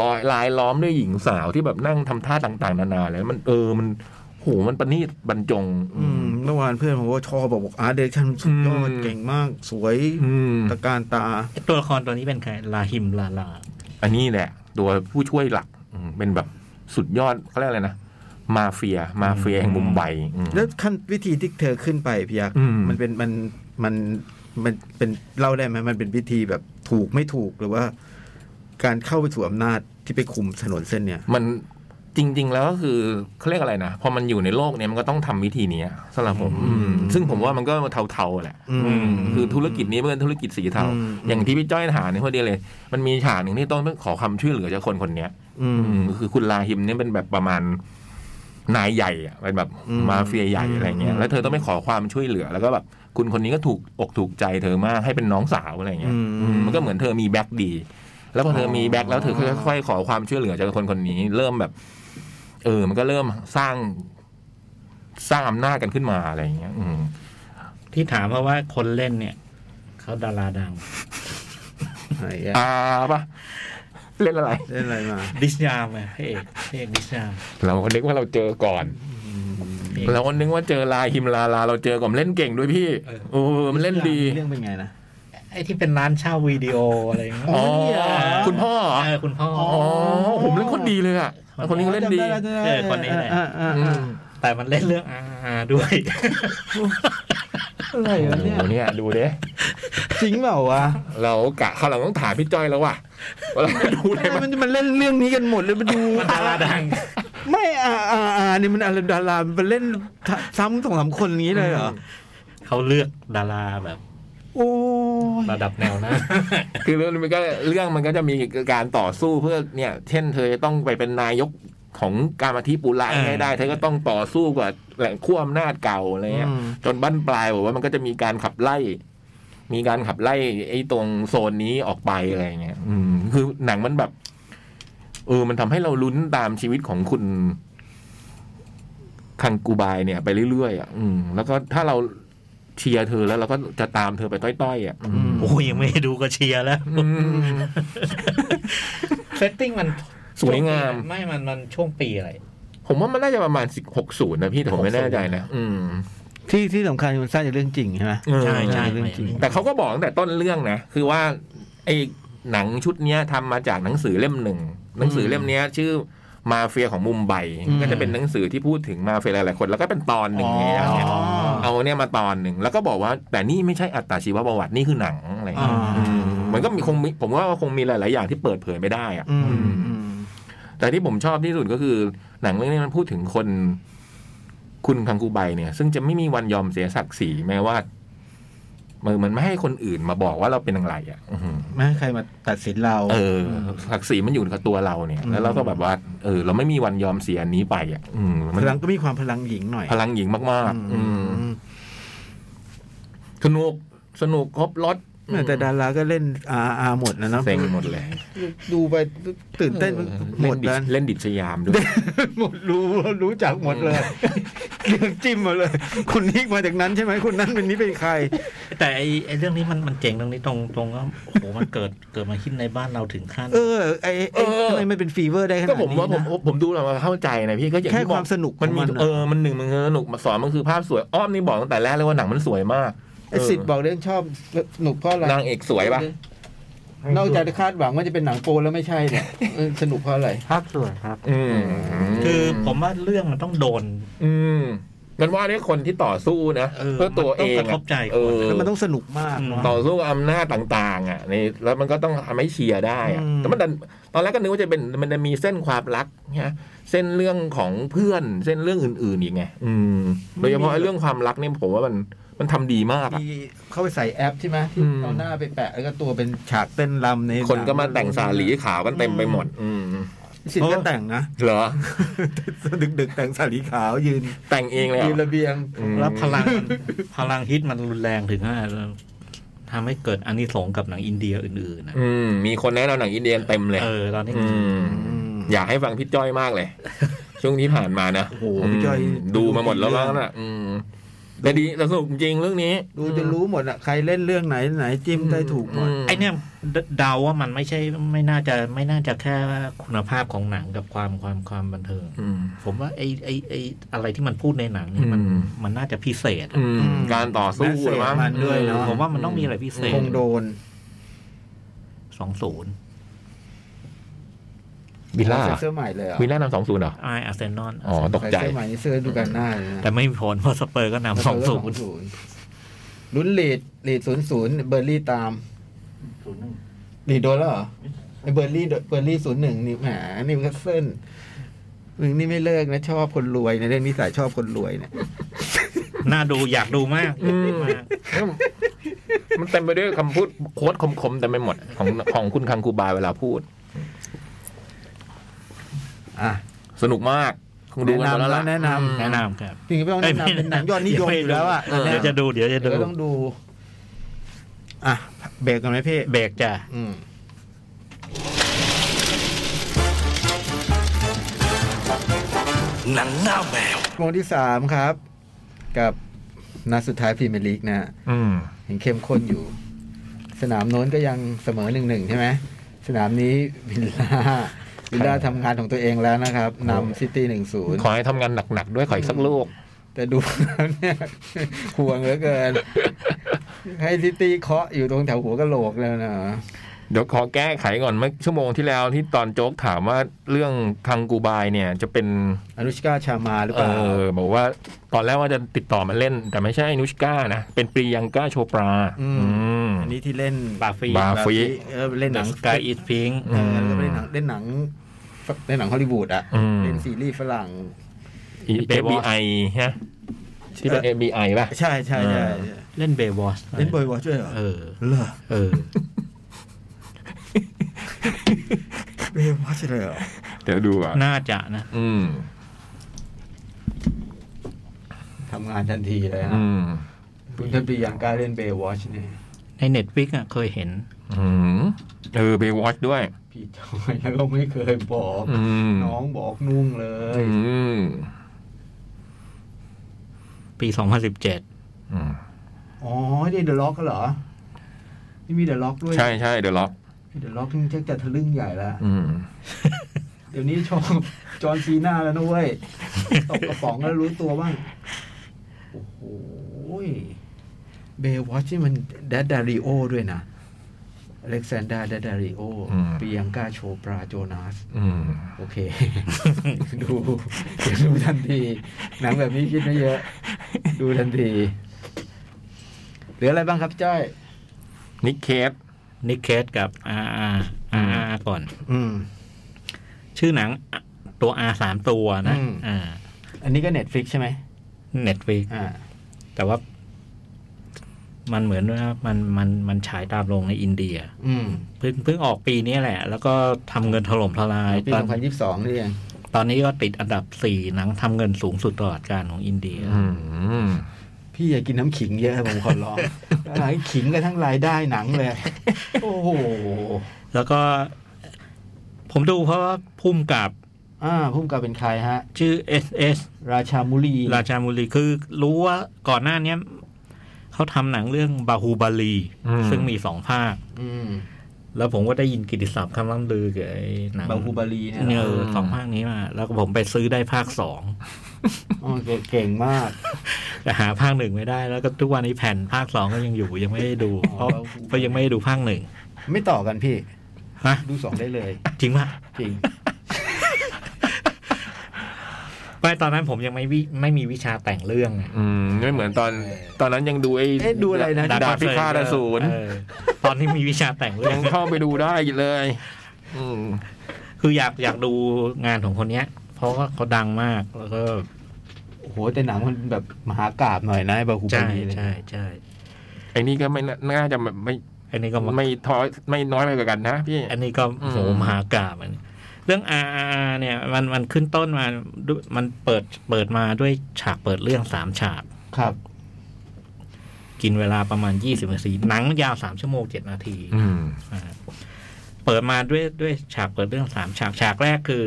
[SPEAKER 3] รอยลายล้อมด้วยหญิงสาวที่แบบนั่งทำท่าต่างๆ นานาเลยมันเออมันโหมันประณีตบรรจง
[SPEAKER 2] อืมเมื่อวานเพื่อนผมก็ชอบบอกบอก art direction สุดยอด
[SPEAKER 3] อืม
[SPEAKER 2] เก่งมากสวย
[SPEAKER 3] อืม
[SPEAKER 2] ตะการตา
[SPEAKER 5] ตัวละครตัวนี้เป็นใคร ลาฮิมลาลา
[SPEAKER 3] อันนี้แหละ ตัวผู้ช่วยหลักอืมเป็นแบบสุดยอดเขาเรียกอะไรนะ มาเฟีย มาเฟียแห่งมุมไบอืม
[SPEAKER 2] แล้วขั้นวิธีที่เธอขึ้นไปพี่ยักษ์
[SPEAKER 3] อืม
[SPEAKER 2] มันเป็นมันมันมันเป็นเล่าได้ไหมมันเป็นวิธีแบบถูกไม่ถูกหรือว่า การเข้าไปสู่อำนาจที่ไปคุมถนนเส้นเนี่ย
[SPEAKER 3] มันจริง ๆ แล้วก็คือเขาเรียกอะไรนะ พอมันอยู่ในโลกเนี้ยมันก็ต้องทำวิธีเนี้ยสำหรับผมอืมซึ่งผมว่ามันก็เทาๆแหละ
[SPEAKER 2] อืม
[SPEAKER 3] อืมคือธุรกิจนี้เป็นธุรกิจสีเทา
[SPEAKER 2] อืม
[SPEAKER 3] อย่างที่พี่จ้อยถามเนี่ยพอดีเลย มันมีฉากหนึ่งที่ต้องขอความช่วยเหลือจากคนคนเนี้ย
[SPEAKER 2] อืม
[SPEAKER 3] อืมคือคุณลาฮิมเนี่ยเป็นแบบประมาณนายใหญ่อะเป็นแบบ
[SPEAKER 2] อืม
[SPEAKER 3] มาเฟียใหญ่อะไรเงี้
[SPEAKER 2] อื
[SPEAKER 3] ย
[SPEAKER 2] ม
[SPEAKER 3] แล้วเธอต้องไปขอความช่วยเหลือ แล้วก็แบบคุณคนนี้ก็ถูกอกถูกใจเธอมากให้เป็นน้องสาวอะไรเงี้ยอืมมันก็เหมือนเธอมีแบ็คดี แล้วพอเธอมีแบ็คแล้วเธอก็ค่อยๆขอความช่วยเหลือจากคนคนนี้ เริ่มแบบ เออ มันก็เริ่มสร้างสร้างอำนาจกันขึ้นมาอะไรเงี้ย อืม
[SPEAKER 5] ที่ถามเพราะว่าคนเล่นเนี่ย เขาดาราดัง
[SPEAKER 2] ไหนอะ
[SPEAKER 3] อ่าปะเล่นอะไร
[SPEAKER 2] เล่นอะไรมา
[SPEAKER 5] ดิสยามไงพระเอกพระเอกดิสยาม
[SPEAKER 3] เราก็นึกว่าเราเจอก่อน
[SPEAKER 5] พระเอก
[SPEAKER 3] เราก็นึกว่าเจอลาฮิมลาลา เราเจอก่อนเล่นเก่งด้วยพี่
[SPEAKER 5] เออ
[SPEAKER 3] โอ้มันเล่นดี
[SPEAKER 2] เรื่องเป็นไงนะ
[SPEAKER 5] ไอ้ที่เป็นร้านเช่าวิดีโออะไรอย่างเงี้ย
[SPEAKER 3] อ๋อ
[SPEAKER 5] เ
[SPEAKER 3] คุณพ่อเหรอ
[SPEAKER 5] เออคุณพ่อ
[SPEAKER 3] อ๋อ ผมเล่นคนดีเลยอ่ะแล้วคนนี้ก็เล่นดี
[SPEAKER 5] เออคนนี้แหละ
[SPEAKER 2] อ่า
[SPEAKER 3] อื
[SPEAKER 2] อ่าม
[SPEAKER 5] แต่มันเล่นเรื่องอาด้วย
[SPEAKER 2] อะไร
[SPEAKER 3] โอ้
[SPEAKER 2] วะ
[SPEAKER 3] โห
[SPEAKER 2] เนี่ย
[SPEAKER 3] เนี่ยดูเด้
[SPEAKER 2] จริงเปล่าวะ
[SPEAKER 3] เรากะเขาวหลังต้องถามพี่จ้อยแล้วว่ะว่าเราจะดูเลย
[SPEAKER 2] ทำไม
[SPEAKER 3] มั้ย
[SPEAKER 2] มันมันเล่นเรื่องนี้กันหมดเลยมาดู
[SPEAKER 5] มันดาราดัง
[SPEAKER 2] ไม่อ่าอ่าอ่านี่มันอะไรดารามันเล่นซ้ำสองสามคนอย่างนี้เลยเหรอ
[SPEAKER 5] เขาเลือกดาราแบบ
[SPEAKER 2] โอ้ย
[SPEAKER 5] ระดับแนวหน้า
[SPEAKER 3] คือเรื่องมันก็เรื่องมันก็จะมีการต่อสู้เพื่อเนี่ย เช่น เธอจะต้องไปเป็นนายกของการมาทิปุระ
[SPEAKER 5] เออ
[SPEAKER 3] ให้ได้ เธอก็ต้องต่อสู้กับแหล่งขั้วอำนาจเก่าอะไรเงี้ย จนบั้นปลายบอกว่ามันก็จะมีการขับไล่ มีการขับไล่ไอ้ตรงโซนนี้ออกไปอะไรเงี้ย อืม คือหนังมันแบบ เออ มันทำให้เราลุ้นตามชีวิตของคุณ คังกูบายเนี่ยไปเรื่อยๆอ่ะอืมแล้วก็ถ้าเราเชียร์เธอแล้วเราก็จะตามเธอไปต้อยๆอ่ะอืม
[SPEAKER 5] โอ้ยยังไม่ได้ดูก็เชียร์แล้ว
[SPEAKER 3] อืม
[SPEAKER 5] เซตติ้งมัน
[SPEAKER 3] สวยงาม
[SPEAKER 5] ไม่มันมันช่วงปีอะไร
[SPEAKER 3] ผมว่ามันน่าจะประมาณสิบหกศูนย์นะพี่แต่ผมไม่แน่ใจนะอืม
[SPEAKER 2] ที่ที่สำคัญมันสร้างจากเรื่องจริงใช่ไหม
[SPEAKER 5] ใช่ใช่
[SPEAKER 2] เรื่องจริง
[SPEAKER 3] แต่เขาก็บอกตั้งแต่ต้นเรื่องนะคือว่าไอ้หนังชุดเนี้ยทำมาจากหนังสือเล่มหนึ่งหนังสือเล่มเนี้ยชื่อมาเฟียของมุมไบ
[SPEAKER 2] อืม
[SPEAKER 3] ก็จะเป็นหนังสือที่พูดถึงมาเฟียหลายๆคน แล้วก็เป็นตอนหนึ่งในนั้นเนี่ย
[SPEAKER 5] อ๋อ
[SPEAKER 3] เอาเนี่ยมาตอนหนึ่งแล้วก็บอกว่า แต่นี่ไม่ใช่อัตตาชีวประวัตินี่คือหนังอะไรอย่างเงี้ย
[SPEAKER 5] อ่า
[SPEAKER 3] มมันก็มีคงมีผมว่าคงมีหลาย ๆ อย่างที่เปิดเผยไม่ได้อะ
[SPEAKER 4] อืม
[SPEAKER 3] อืมแต่ที่ผมชอบที่สุดก็คือ หนังเรื่องนี้มันพูดถึงคน คุณคังกูไบเนี่ย ซึ่งจะไม่มีวันยอมเสียศักดิ์ศรีแม้ว่ามันมันไม่ให้คนอื่นมาบอกว่าเราเป็นอะไรอ่ะอื้อหือ
[SPEAKER 7] ไม่ให้ใครมาตัดสินเรา
[SPEAKER 3] เออ ศักดิ์ศรีมันอยู่กับตัวเราเนี่ย แล้วเราก็แบบว่า เออ เราไม่มีวันยอมเสียอันนี้ไปอ่ะ อืมมั
[SPEAKER 7] พ
[SPEAKER 3] น
[SPEAKER 7] ลังก็มีความพลังหญิงหน่อย
[SPEAKER 3] พลังหญิงมากๆ อืมสนุกสนุกครบรถ
[SPEAKER 2] แต่ดาราก็เล่นอาอาหมดนะเนาะ
[SPEAKER 3] เซ็งหมดเลย
[SPEAKER 2] ดูไปตื่นเต้น
[SPEAKER 3] ออ
[SPEAKER 2] หม
[SPEAKER 3] เล่
[SPEAKER 2] ด
[SPEAKER 3] นดิ
[SPEAKER 2] แล้ว
[SPEAKER 3] ดเล่นดิดสยามด้วย
[SPEAKER 2] หมดรู้รู้จักหมดเลยเรื่องจิ้มหมาเลย คนนี้มาจากนั้นใช่ไหมคนนั้นเป็นนี้เป็นใคร
[SPEAKER 5] แต่ไอไอเรื่องนี้มันมันเจ๋งตรงนี้ตรงตรงว่าโอ้โหมันเกิดเกิดมาขึ้นในบ้านเราถึงขั้น
[SPEAKER 2] เออไอ้ไอ้
[SPEAKER 3] เออ
[SPEAKER 2] ทำไมมันเป็นฟีเวอร์ได้ขนาด
[SPEAKER 3] ก็
[SPEAKER 2] นี้
[SPEAKER 3] ผมว่าผม
[SPEAKER 2] นะ
[SPEAKER 3] ผมดูแล้วมาเข้าใจนะพี่ก็อย่าง
[SPEAKER 2] แค่
[SPEAKER 3] ที่บอก
[SPEAKER 2] ความสนุกของ
[SPEAKER 3] มันมี
[SPEAKER 2] มันอะ
[SPEAKER 3] เออมันหนึ่งมันสนุกสองมันคือภาพสวยอ้อมนี่บอกตั้งแต่แรกเลยว่าหนังมันสวยมาก
[SPEAKER 2] ไอ้สิทธิ์บอกเรื่องชอบสนุกเพราะอะไร
[SPEAKER 3] นางเอกสวยปะ
[SPEAKER 2] นอกจากจะคาดหวังว่าจะเป็นหนังโปแล้วไม่ใช่ เนี่ยเออสนุกเพราะอะไร
[SPEAKER 4] ภาพสวยครับ
[SPEAKER 3] อืม
[SPEAKER 5] คือผมว่าเรื่องมันต้องโดน
[SPEAKER 3] อืมมันว่าด้วยคนที่ต่อสู้นะ
[SPEAKER 5] เออ
[SPEAKER 3] เพื่อตัวเอง
[SPEAKER 5] มันต้องกระทบใจ
[SPEAKER 3] เออ
[SPEAKER 5] คน
[SPEAKER 7] แล้วมันต้องสนุกมากเนอะ
[SPEAKER 3] ต่อสู้กับอำนาจต่างๆ อ่ะนี่แล้วมันก็ต้องทำให้เชียร์ได้อะ
[SPEAKER 4] อืม
[SPEAKER 3] แต่มันดันตอนแรกก็นึกว่าจะเป็นมันจะมีเส้นความรักนะเส้นเรื่องของเพื่อนเส้นเรื่องอื่นๆอีกไงอืมโดยเฉพาะไอ้เรื่องความรักเนี่ยผมว่ามันมันทำดีมากอะ
[SPEAKER 2] มีเข้าไปใส่แอปใช่ไหมที่
[SPEAKER 3] อืม
[SPEAKER 2] เอาหน้าไปแปะแล้วก็ตัวเป็นฉากเต้นรำใน
[SPEAKER 3] คนก็มาแต่งสาหลีขาวกันเต็มไปหมด อืม
[SPEAKER 2] สิท
[SPEAKER 7] เขา
[SPEAKER 2] ธิ์ก็
[SPEAKER 7] ก็
[SPEAKER 2] แต่ง
[SPEAKER 7] แต่ง นะ
[SPEAKER 3] เหรอ
[SPEAKER 7] ดึกๆ แต่งสาลีขาวยืน
[SPEAKER 3] แต่งเองเลยเหร
[SPEAKER 2] ยืน
[SPEAKER 3] อ
[SPEAKER 2] ระเบียง
[SPEAKER 3] อืม
[SPEAKER 5] แล้วพลังมันพลังฮิตมันรุนแรงถึงขนาดทำให้เกิดอันนี้สงส์กับหนังอินเดียอื่นๆนะ
[SPEAKER 3] อืม มีคนแนะนำหนังอินเดียนเต็มเลย
[SPEAKER 5] เออตอนนี้
[SPEAKER 3] อืม อยากให้ฟังพี่จ้อยมากเลย ช่วงที่ผ่านมานะ
[SPEAKER 7] โอ้โหพี่จ้อย
[SPEAKER 3] มดูมาหมดแล้วบ้างน่ะ อืมแต่ดีแต่สนุกจริงเรื่องนี้
[SPEAKER 2] ดูจะรู้หมดอะใครเล่นเรื่องไหนไหนจิ้มได้ถูกหมด
[SPEAKER 5] ไอเนี่ยเดเดาว่ามันไม่ใช่ไม่น่าจะไม่น่าจะแค่คุณภาพของหนังกับความความความบันเทิง
[SPEAKER 3] อืม
[SPEAKER 5] ผมว่าไอไอไออะไรที่มันพูดในหนังเนี่ยมัน
[SPEAKER 3] อืม
[SPEAKER 5] มันน่าจะพิเศษอะ
[SPEAKER 3] อืมการต่อสู้
[SPEAKER 7] และเสียง
[SPEAKER 3] หรือ
[SPEAKER 7] มันด้วยเนอะ
[SPEAKER 5] ผมว่ามันต้องมีอะไรพิเศษ
[SPEAKER 2] คงโดน
[SPEAKER 5] สองศูนย์
[SPEAKER 3] วิลล่า
[SPEAKER 2] ใส่เสื้อใหม่เลยเหรอ
[SPEAKER 3] วิลล่านำสองศูนย์เหรอ
[SPEAKER 5] ไออาร์เซนอล
[SPEAKER 3] อ๋อตกใจ
[SPEAKER 2] ใส่เสื้อใหม่นี่เสื้อดูกันหน้าเลยนะ
[SPEAKER 5] แต่ไม่มีผลเพราะสเปอร์ก็นำสองศูน
[SPEAKER 2] น
[SPEAKER 5] ย์
[SPEAKER 2] ย์ลุ้นเลดเลดศูนย์ศูนย์เบอร์ลี่ตาม
[SPEAKER 6] ศูนย์หนึ่ง
[SPEAKER 2] เลดโดนแล้วเหรอไอ้เบอร์ลี่เบอร์ลี่ศูนย์หนึ่งนี่แหมนิวคาสเซิลมึงนี่ไม่เลิกนะชอบคนรวยในเรื่องนิสัยชอบคนรวยเนี่ย
[SPEAKER 5] น่าดูอยากดูมากอยากดูมาก
[SPEAKER 3] มันเต็มไปด้วยคำพูดโค้ดคมๆเต็มไปหมดของของคุณคังคูบาเวลาพูด
[SPEAKER 2] อ่ะ
[SPEAKER 3] สนุกมากคงดูกันหมดแล้วล่ะ
[SPEAKER 2] แนะนำแล้วแนะนำ
[SPEAKER 3] อืม
[SPEAKER 5] แนะนำครับ
[SPEAKER 2] จริงๆไม่ต้องแนะนำเป็นหนังยอดนิยมอยู่แล้วอ่ะ
[SPEAKER 5] เดี๋ยวจะดูเดี๋ยวจะ
[SPEAKER 2] เดี๋
[SPEAKER 5] ดู
[SPEAKER 2] ยวต้องดู อ่ะเบรกกันไหมพี่
[SPEAKER 5] เบรกจ้ะ
[SPEAKER 2] อืม
[SPEAKER 1] หนังหน้าแมว
[SPEAKER 2] ชั่วโมงที่สามครับ กับนัดสุดท้ายพรีเมียร์ลีกนะฮะ
[SPEAKER 3] อืม
[SPEAKER 2] ยังเข้มข้นอยู่ สนามโน้นก็ยังเสมอหนึ่งหนึ่งใช่ไหมสนามนี้วิลล่าวิลล่าทำงานของตัวเองแล้วนะครับนำซิตี้หนึ่งศูนย์
[SPEAKER 3] ขอให้ทำงานหนักๆด้วยขออีกสักลูก
[SPEAKER 2] แต่ดูแล้วเนี่ยห่วงเหลือเกิน ให้ซิตี้เคาะอยู่ตรงแถวหัวกะโหลกแล้วนะ
[SPEAKER 3] เดี๋ยวขอแก้ไขก่อนเมื่อชั่วโมงที่แล้วที่ตอนโจ๊กถามว่าเรื่องคังกูบายเนี่ย จะเป็น
[SPEAKER 2] อนุชกาชามาหรือ
[SPEAKER 3] เอ
[SPEAKER 2] เปล่า
[SPEAKER 3] อบอกว่าตอนแรกว่าจะติดต่อมาเล่น แต่ไม่ใช่นุชก้านะ เป็นปรียังก้าโชปรา อืม
[SPEAKER 2] อันนี้ที่เล่น
[SPEAKER 5] บาฟี
[SPEAKER 3] บา ฟรี
[SPEAKER 2] เออเล่นห
[SPEAKER 5] เด
[SPEAKER 2] นั
[SPEAKER 5] อะ
[SPEAKER 2] ง
[SPEAKER 5] สกายอีทพิง
[SPEAKER 2] เออแล้วก็เล่นหนังเล่นหนังเล่นหนังฮอลลีวูดอ่ะ
[SPEAKER 3] อืม
[SPEAKER 2] เล่นซีรีส์ฝรั่ง
[SPEAKER 5] เบย์วอช
[SPEAKER 3] FBI ฮะที่เป็น FBI ป่ะ
[SPEAKER 2] ใช่ใช่ใช่
[SPEAKER 3] เออ
[SPEAKER 5] เล่นเบย์วอช
[SPEAKER 2] เล่นบอยวอชด้วยเหรอ
[SPEAKER 5] เออ
[SPEAKER 2] เหรอ
[SPEAKER 5] เออ
[SPEAKER 2] เบย์วอชเลยเหรอ
[SPEAKER 3] เดี๋ยวดูอ่ะ
[SPEAKER 5] น่าจะนะ
[SPEAKER 3] อืม
[SPEAKER 2] ทำงานทันทีเลยนะ
[SPEAKER 3] อืม
[SPEAKER 2] คุณจะปียังกล้าเล่นเบย์วอชเนี่ย
[SPEAKER 5] ในเน็ตฟิกอ่ะเคยเห็น
[SPEAKER 3] อืมเออเบย์วอชด้วย
[SPEAKER 2] พี่จอยแล้วก็ไม่เคยบอก
[SPEAKER 3] อืม
[SPEAKER 2] น้องบอกนุ่งเลย
[SPEAKER 3] อืม
[SPEAKER 5] ปี 2017
[SPEAKER 3] อืม
[SPEAKER 6] อ๋อนี่เดอะล็อกเหรอนี่มีเดอะล็อกด้วย
[SPEAKER 3] ใช่ใช่เดอะล็อก
[SPEAKER 6] เดอะล็อกนี่แจ็คจะทะลึ่งใหญ่ละ
[SPEAKER 3] อืม
[SPEAKER 6] เดี๋ยวนี้ชอบจอห์นซีน่าแล้วนะเว้ยตกกระป๋องแล้วรู้ตัวบ้าง โอ้โหย
[SPEAKER 2] เบลวอชนี่มันดัดดาริโอด้วยนะอเล็กซานดราดัดดาริโอ
[SPEAKER 3] อืม
[SPEAKER 2] เปียงกาโชปราโจนาส
[SPEAKER 3] อืม
[SPEAKER 2] โอเค ดูเดี๋ยวดูทันที หนังแบบนี้คิดไม่เยอะ ดูทันที เหลืออะไรบ้างครับพี่จ้อย
[SPEAKER 3] นิกเคส
[SPEAKER 5] นิเคสกับ R R
[SPEAKER 3] อืม
[SPEAKER 5] R ก่อน
[SPEAKER 2] อืม
[SPEAKER 5] ชื่อหนังตัว R สามตัวนะ
[SPEAKER 2] อืม
[SPEAKER 5] อ่า
[SPEAKER 2] อันนี้ก็เน็ตฟลิกใช่ไหม
[SPEAKER 5] เน็ตฟิก
[SPEAKER 2] อ่า
[SPEAKER 5] แต่ว่า มันเหมือนว่ามันมันมันฉายตามลงในอินเดีย
[SPEAKER 2] อืม
[SPEAKER 5] เพิ่งเพิ่งออกปีนี้แหละ แล้วก็ทำเงินถล่มทลาย
[SPEAKER 2] ปี
[SPEAKER 5] ตอ
[SPEAKER 2] ส
[SPEAKER 5] น
[SPEAKER 2] องพันยี่สิบสองนี่เอง
[SPEAKER 5] ตอนนี้ก็ติดอันดับสี่หนังทำเงินสูงสุดตลอดการของอินเดีย
[SPEAKER 3] อืม
[SPEAKER 2] พี่อย่ากินน้ำขิงเยอะผมขอร้องหายขิงกันทั้งรายได้หนังเลย โอ้โห
[SPEAKER 5] แล้วก็ผมดูเพราะว่าพุ่มกับ
[SPEAKER 2] อ่าพุ่มกับเป็นใครฮะ
[SPEAKER 5] ชื่อ S S
[SPEAKER 2] ราชามุลี
[SPEAKER 5] ราชามูลีคือรู้ว่าก่อนหน้าเนี้ยเขาทำหนังเรื่องบาฮูบาลี
[SPEAKER 3] อืม
[SPEAKER 5] ซึ่งมีสองภาค
[SPEAKER 2] อืม
[SPEAKER 5] แล้วผมก็ได้ยินกิตติศัพท์คำล่ำลือเกี่ยวกับไอ้หนัง
[SPEAKER 2] บาฮูบาลีเนี่ยเหร
[SPEAKER 5] เน
[SPEAKER 2] อ
[SPEAKER 5] อสองภาคนี้มา แล้วก็ผมไปซื้อได้ภาคสอง
[SPEAKER 2] อ๋อเก่งมาก
[SPEAKER 5] แต่หาภาคหนึ่งไม่ได้ แล้วก็ทุกวันนี้แผ่นภาคสองก็ยังอยู่ยังไม่ได้ดู เพราะเพราะยังไม่ได้ดูภาคหนึ่ง
[SPEAKER 2] ไม่ต่อกันพี่
[SPEAKER 5] ฮะ
[SPEAKER 2] ดูสองได้เลย
[SPEAKER 5] จริงปะ
[SPEAKER 2] จริง
[SPEAKER 5] ไม่ตอนนั้นผมยังไม่วิไม่มีวิชาแต่งเรื่องไง
[SPEAKER 3] อืมไม่เหมือนตอนตอนนั้นยังดูไอ้
[SPEAKER 2] เอ๊ะดูอะไรนะ
[SPEAKER 3] ดาบพิฆาตอสูร
[SPEAKER 5] เออตอนที่มีวิชาแต่งเรื่อ
[SPEAKER 3] ยังงเข้าไปดูได้อยู่เลย อืม
[SPEAKER 5] คืออยากอยากดูงานของคนเนี้ย เพราะว่าเขาดังมากแล้วก็
[SPEAKER 2] โอ้โหแต่หนังมันแบบมหากราบหน่อยนะไอ้บาฮูบา
[SPEAKER 5] ใช่
[SPEAKER 2] ลีเลย
[SPEAKER 5] ใช่ใช่
[SPEAKER 3] ไอ้นี่ก็ไม่น่าน่าจะไม่
[SPEAKER 5] อันนี้ก็มา
[SPEAKER 3] ไม่ท้อไม่น้อยไปกว่ากันนะพี่
[SPEAKER 5] อันนี้ก็
[SPEAKER 3] อืม
[SPEAKER 5] โหมหากราบอันนี้เรื่อง R R เนี่ยมันมันขึ้นต้นมาด้วยมันเปิดเปิดมาด้วยฉากเปิดเรื่องสามฉาก
[SPEAKER 2] ครับ
[SPEAKER 5] กินเวลาประมาณยี่สิบนาทีหนังมันยาวสามชั่วโมงเจ็ดนาที
[SPEAKER 3] อืม
[SPEAKER 5] เปิดมาด้วยด้วยฉากเปิดเรื่องสามฉากฉากแรกคือ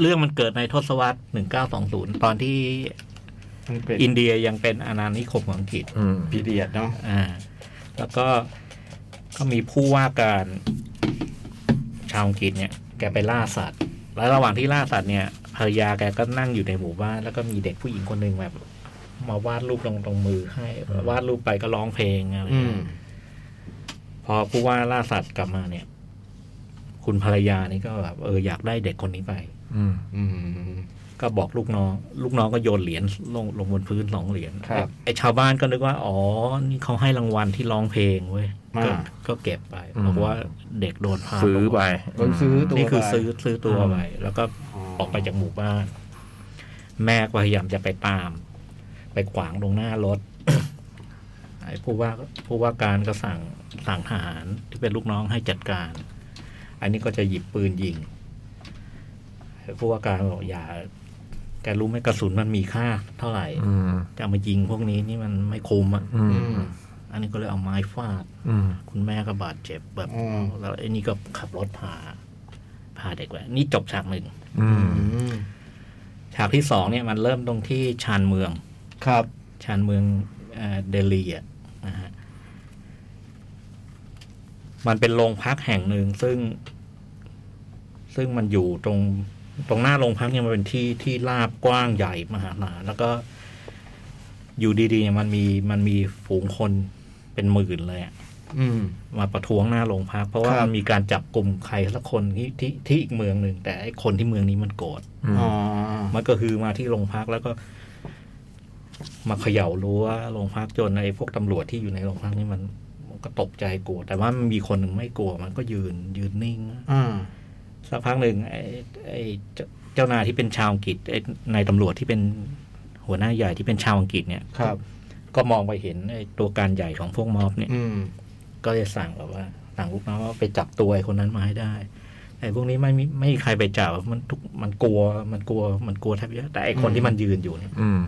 [SPEAKER 5] เรื่องมันเกิดในทศวรรษ 1920 ตอนที่
[SPEAKER 2] มันเป็น
[SPEAKER 5] อินเดียยังเป็นอาณานิคมของอังกฤษ
[SPEAKER 3] อืม
[SPEAKER 2] พีเดียดเนาะ
[SPEAKER 5] อ่า แล้วก็ก็มีผู้ว่าการชาวอังกฤษเนี่ย แกไปล่าสัตว์ แล้วระหว่างที่ล่าสัตว์เนี่ยภรรยาแกก็นั่งอยู่ในหมู่บ้าน แล้วก็มีเด็กผู้หญิงคนหนึ่งแบบ มาวาดรูปลงตรงมือให้วาดรูปไปก็ร้องเพลงอะไรอย่าง
[SPEAKER 2] อื
[SPEAKER 5] เงี้
[SPEAKER 2] ม
[SPEAKER 5] ย พอผู้ว่าล่าสัตว์กลับมาเนี่ย คุณภรรยานี่ก็แบบเอออยากได้เด็กคนนี้ไป
[SPEAKER 3] อืม
[SPEAKER 2] อืม
[SPEAKER 5] ก็บอกลูกน้อง ลูกน้องก็โยนเหรียญลงลงบนพื้นสองเหรียญ
[SPEAKER 2] ครับ
[SPEAKER 5] ไอไอ้ชาวบ้านก็นึกว่า อ๋อ นี่เขาให้รางวัลที่ร้องเพลงเว้ย
[SPEAKER 2] มา
[SPEAKER 5] ก็ก็เก็บไป
[SPEAKER 3] อืม
[SPEAKER 5] บอกว่าเด็กโดนพา
[SPEAKER 3] ซื้อไป
[SPEAKER 2] โดนซื้อตัว
[SPEAKER 5] นี่คือซื้อ
[SPEAKER 2] ไป
[SPEAKER 5] ซื้อตัวไปแล้วก็ออกไปจากหมู่บ้าน แม่ก็พยายามจะไปตาม ไปขวางตรงหน้ารถ ไอ้ผู้ว่าผู้ว่าการก็สั่งสั่งทหารที่เป็นลูกน้องให้จัดการ อันนี้ก็จะหยิบปืนยิงไอ้ผู้ว่าการบอกอย่า แกรู้ไหมกระสุนมันมีค่า เท่าไหร่
[SPEAKER 3] อืม
[SPEAKER 5] จะเอามายิงพวกนี้นี่มันไม่คุ้มอ่ะ
[SPEAKER 3] อืม
[SPEAKER 2] อืม
[SPEAKER 5] อันนี้ก็เลยเอาไม้ฟาด
[SPEAKER 3] อืม
[SPEAKER 5] คุณแม่ก็บาดเจ็บแบบ
[SPEAKER 2] อืม
[SPEAKER 5] แล้วไอ้นี่ก็ขับรถพาพาเด็กไว้นี่จบฉากหนึ่ง
[SPEAKER 3] อืม
[SPEAKER 2] อืม
[SPEAKER 5] ฉากที่สองเนี่ยมันเริ่มตรงที่ชานเมือง
[SPEAKER 2] ครับ
[SPEAKER 5] ชานเมืองเอ่อเดลีอ่ะนะฮะ มันเป็นโรงพักแห่งหนึ่งซึ่ง ซึ่งมันอยู่ตรงตรงหน้าโรงพักเนี่ยมันเป็นที่ที่ราบกว้างใหญ่มหาศาลแล้วก็อยู่ดีๆเนี่ยมันมีมันมีฝูงคนเป็นหมื่นเลยอะ
[SPEAKER 2] อืม
[SPEAKER 5] มาประท้วงหน้าโรงพัก เพราะว่า
[SPEAKER 2] ครับ
[SPEAKER 5] มันมีการจับกลุ่มใครสักคนที่ที่ที่อีกเมืองหนึ่งแต่ไอ้คนที่เมืองนี้มันโกรธ
[SPEAKER 3] อืม
[SPEAKER 2] อ๋อ
[SPEAKER 5] มันก็คือมาที่โรงพักแล้วก็ มาเขย่ารั้วโรงพักจนไอ้พวกตำรวจที่อยู่ในโรงพักนี่มันมันก็ตกใจกลัว แต่ว่ามันมีคนหนึ่งไม่กลัว มันก็ยืนยืนนิ่ง
[SPEAKER 2] อ่า
[SPEAKER 5] สักพักหนึ่งไอ้ไอ้เจ้าเจ้านายที่เป็นชาวอังกฤษไอ้นายตำรวจที่เป็นหัวหน้าใหญ่ที่เป็นชาวอังกฤษเนี่ย
[SPEAKER 2] ครับ
[SPEAKER 5] ก็มองไปเห็นไอ้ตัวการใหญ่ของพวกม็อบเนี่ย
[SPEAKER 2] อืม
[SPEAKER 5] ก็เลยสั่งแบบว่าสั่งลูกน้องว่าไปจับตัวไอ้คนนั้นมาให้ได้ไอ้พวกนี้ไม่มีไม่มีใครไปจับมันทุกมันกลัวมันกลัวมันกลัวแทบเยอะแต่ไอ้คนที่มันยืนอยู่เนี่ย
[SPEAKER 3] อืม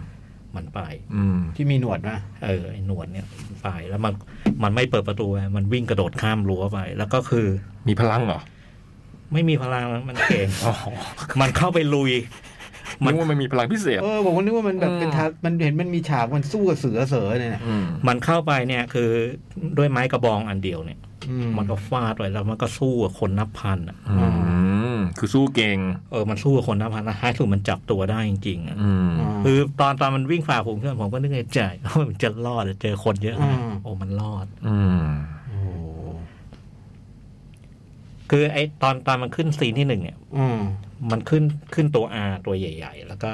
[SPEAKER 5] มันไป
[SPEAKER 3] อืม
[SPEAKER 2] ที่มีหนวดนะ
[SPEAKER 5] เออไอ้หนวดเนี่ยมันไปแล้วมันมันไม่เปิดประตูไงมันวิ่งกระโดดข้ามรั้วไป แล้วก็คือ
[SPEAKER 3] มีพลังเหรอ
[SPEAKER 5] ไม่มีพลังมันเก่งมันเข้าไปลุย มัน
[SPEAKER 3] นึกว่ามันมีพลังพิเศษ
[SPEAKER 2] เออผมก็นึกว่ามันแบบเป็นทักมันเห็นมันมีฉากมันสู้กับเสือเสือเนี่ยนะ
[SPEAKER 3] อืม
[SPEAKER 5] มันเข้าไปเนี่ยคือด้วยไม้กระบองอันเดียวเนี่ย
[SPEAKER 2] อื
[SPEAKER 5] มันก็ฟาดไปแล้วมันก็สู้กับคนนับพันอะ
[SPEAKER 3] อืม คือสู้เก่ง
[SPEAKER 5] เออมันสู้กับคนนับพันนะท้ายสุดมันจับตัวได้จริงๆอะ
[SPEAKER 3] อืม
[SPEAKER 5] คือตอนตอนมันวิ่งฝ่าฝูงชนผมก็นึกในใจ ว่ามันจะรอดอะเจอคนเยอะขนาดนั้นโอ้มันรอด
[SPEAKER 3] อืม
[SPEAKER 5] คือไอ้ตอนตอนมันขึ้นซีนที่หนึ่งเนี่ย
[SPEAKER 2] อืม
[SPEAKER 5] มันขึ้นขึ้นตัว R ตัวใหญ่ ๆ แล้วก็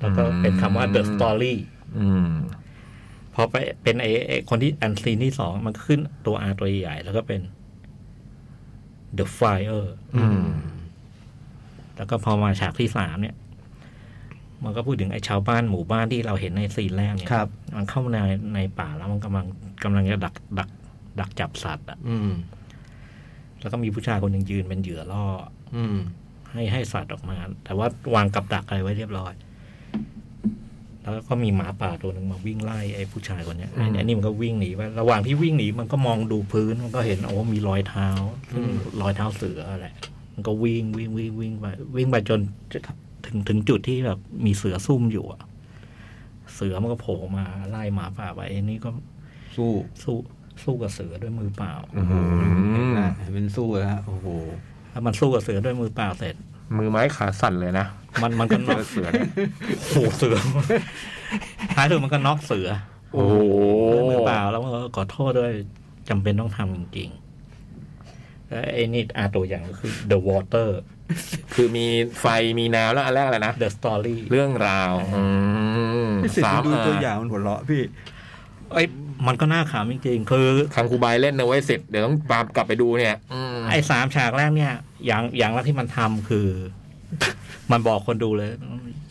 [SPEAKER 5] แล้วก็
[SPEAKER 3] อืม
[SPEAKER 5] เป็นคำว่า The Story
[SPEAKER 3] อืม
[SPEAKER 5] พอไปเป็นไอ้ไอ้คนที่อันซีนที่สองมันก็ขึ้นตัว R ตัวใหญ่ๆแล้วก็เป็น The Fire
[SPEAKER 3] อืม
[SPEAKER 5] แล้วก็พอมาฉากที่สามเนี่ย มันก็พูดถึงไอ้ชาวบ้านหมู่บ้านที่เราเห็นในซีนแรกเนี่ย
[SPEAKER 2] ครับ
[SPEAKER 5] มันเข้ามาในในป่าแล้วมันกำลังกำลังจะดักดัก ดักจับสัตว์อะ
[SPEAKER 2] อืม
[SPEAKER 5] แล้วก็มีผู้ชายคนหนึ่งยืนเป็นเหยื่อล่อ
[SPEAKER 2] อืม
[SPEAKER 5] ให้ให้สัตว์ออกมา แต่ว่าวางกับดักอะไรไว้เรียบร้อย แล้วก็มีหมาป่าตัวหนึ่งมาวิ่งไล่ไอ้ผู้ชายคนเนี้ยไอ้เนี่ยนี่มันก็วิ่งหนีไประหว่างที่วิ่งหนีมันก็มองดูพื้นมันก็เห็นโอ้มีรอยเท้าซึ่งรอยเท้าเสือแหละ มันก็วิ่งวิ่งวิ่งวิ่งไปวิ่งไปจนถึงถึงจุดที่แบบมีเสือซุ่มอยู่อะเสือมันก็โผล่มาไล่หมาป่าไปไอ้นี่ก็
[SPEAKER 2] สู้
[SPEAKER 5] สู้สู้กับเสือด้วยมือเปล่า
[SPEAKER 3] อืม
[SPEAKER 2] นะเห็นมันสู้แล้วโอ้โห
[SPEAKER 5] แล้วมันสู้กับเสือด้วยมือเปล่าเสร็จ
[SPEAKER 3] มือไม้ขาสั่นเลยนะ
[SPEAKER 5] มันมันก็
[SPEAKER 3] เจ
[SPEAKER 5] น็อก
[SPEAKER 3] อเสือเนี่ย
[SPEAKER 5] โอ้โหเสือ ท้ายสุดมันก็น็อกเสือ
[SPEAKER 3] โอ้โห
[SPEAKER 5] ด้วยมือเปล่าแล้วมันก็ขอโทษด้วยจำเป็นต้องทำจริงๆแล้วไอ้นี่อาตัวอย่างก็คือ The Water
[SPEAKER 3] คือมีไฟมีน้ำแล้วอันแรกอะไรนะ
[SPEAKER 5] The Story
[SPEAKER 3] เรื่องราว อืม
[SPEAKER 7] พี่สิท
[SPEAKER 3] สา
[SPEAKER 7] ธิ์
[SPEAKER 3] ม
[SPEAKER 7] ดูตัว
[SPEAKER 3] อ่ะ
[SPEAKER 7] อย่างมันหัวเราะพี่
[SPEAKER 5] เอ้ยมันก็น่าขำจริงๆ คือ
[SPEAKER 3] คังคูบายเล่นเอาไว้เสร็จเดี๋ยวต้องตามกลับไปดูเนี่ยอืม
[SPEAKER 5] ไอ้สามฉากแรกเนี่ย อย่างอย่างแรกที่มันทำคือ มันบอกคนดูเลย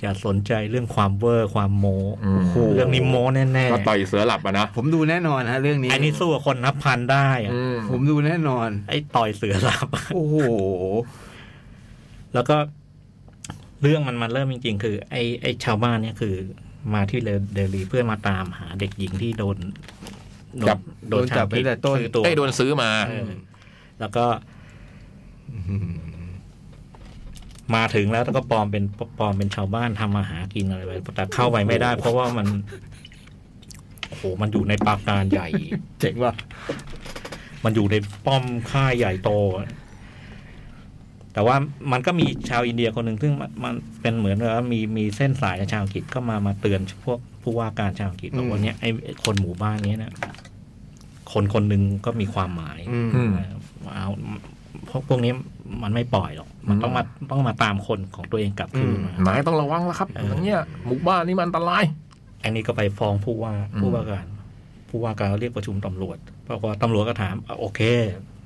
[SPEAKER 5] อย่าสนใจเรื่องความเวอร์ความโม
[SPEAKER 3] อืม
[SPEAKER 5] เรื่องนี้โมแน่
[SPEAKER 3] ก็ต่อยเสือหลับอะนะ
[SPEAKER 2] ผมดูแน่นอนฮะเรื่อง
[SPEAKER 5] ๆ
[SPEAKER 2] นี้
[SPEAKER 5] ไอ้นี่สู้กับคนนับพันได้อะ
[SPEAKER 3] อืม
[SPEAKER 2] ผมดูแน่นอน
[SPEAKER 5] ไอ้ต่อยเสือหลับ
[SPEAKER 2] โอ้โห
[SPEAKER 5] แล้วก็เรื่องมันมันเริ่มจริง ๆ คือ ไอ้ไอ้ชาวบ้านเนี่ยคือ มาที่เดลีเพื่อมาตามหาเด็กหญิงที่โดนโดน
[SPEAKER 2] โดนจับ
[SPEAKER 5] ทำผิ
[SPEAKER 2] ตั้งแต่ต้น
[SPEAKER 5] คือตัว
[SPEAKER 3] ได้โดนซื้อมา
[SPEAKER 5] เออแล้วก็มาถึงแล้วแล้วก็ปลอมเป็นปลอมเป็นชาวบ้านทำมาหากินอะไรไปแต่เข้าไปไม่ได้ เพราะว่ามันโอ้โหมันอยู่ในปราการใหญ่
[SPEAKER 2] เจ๋งว่ะ
[SPEAKER 5] มันอยู่ในป้อมค่ายใหญ่โตอะแต่ว่ามันก็มีชาวอินเดียคนหนึ่งซึ่งมันมันเป็นเหมือนว่ามีมีเส้นสายกับชาวอังกฤษก็มามาเตือนพวกผู้ว่าการชาวอังกฤษบอกว่าเนี้ยไอ้ไอ้คนหมู่บ้านเนี้ยนะคนคนหนึ่งก็มีความหมาย
[SPEAKER 2] อืม
[SPEAKER 3] อืม
[SPEAKER 5] เอาพวกพวกนี้มันไม่ปล่อยหรอก มันต้องมาต้องมาตามคนของตัวเองกลับคืนมา
[SPEAKER 3] นายต้องระวังแล้วครับ
[SPEAKER 5] เอออ
[SPEAKER 3] อย่างเงี้ยหมู่บ้านนี่มันอันตราย
[SPEAKER 5] อันนี้ก็ไปฟ้องผู้ว่า
[SPEAKER 3] อืม
[SPEAKER 5] ผู้ว่าการ ผู้ว่าการเรียกประชุมตำรวจปรากฏว่าตำรวจก็ถามอ่ะโอเค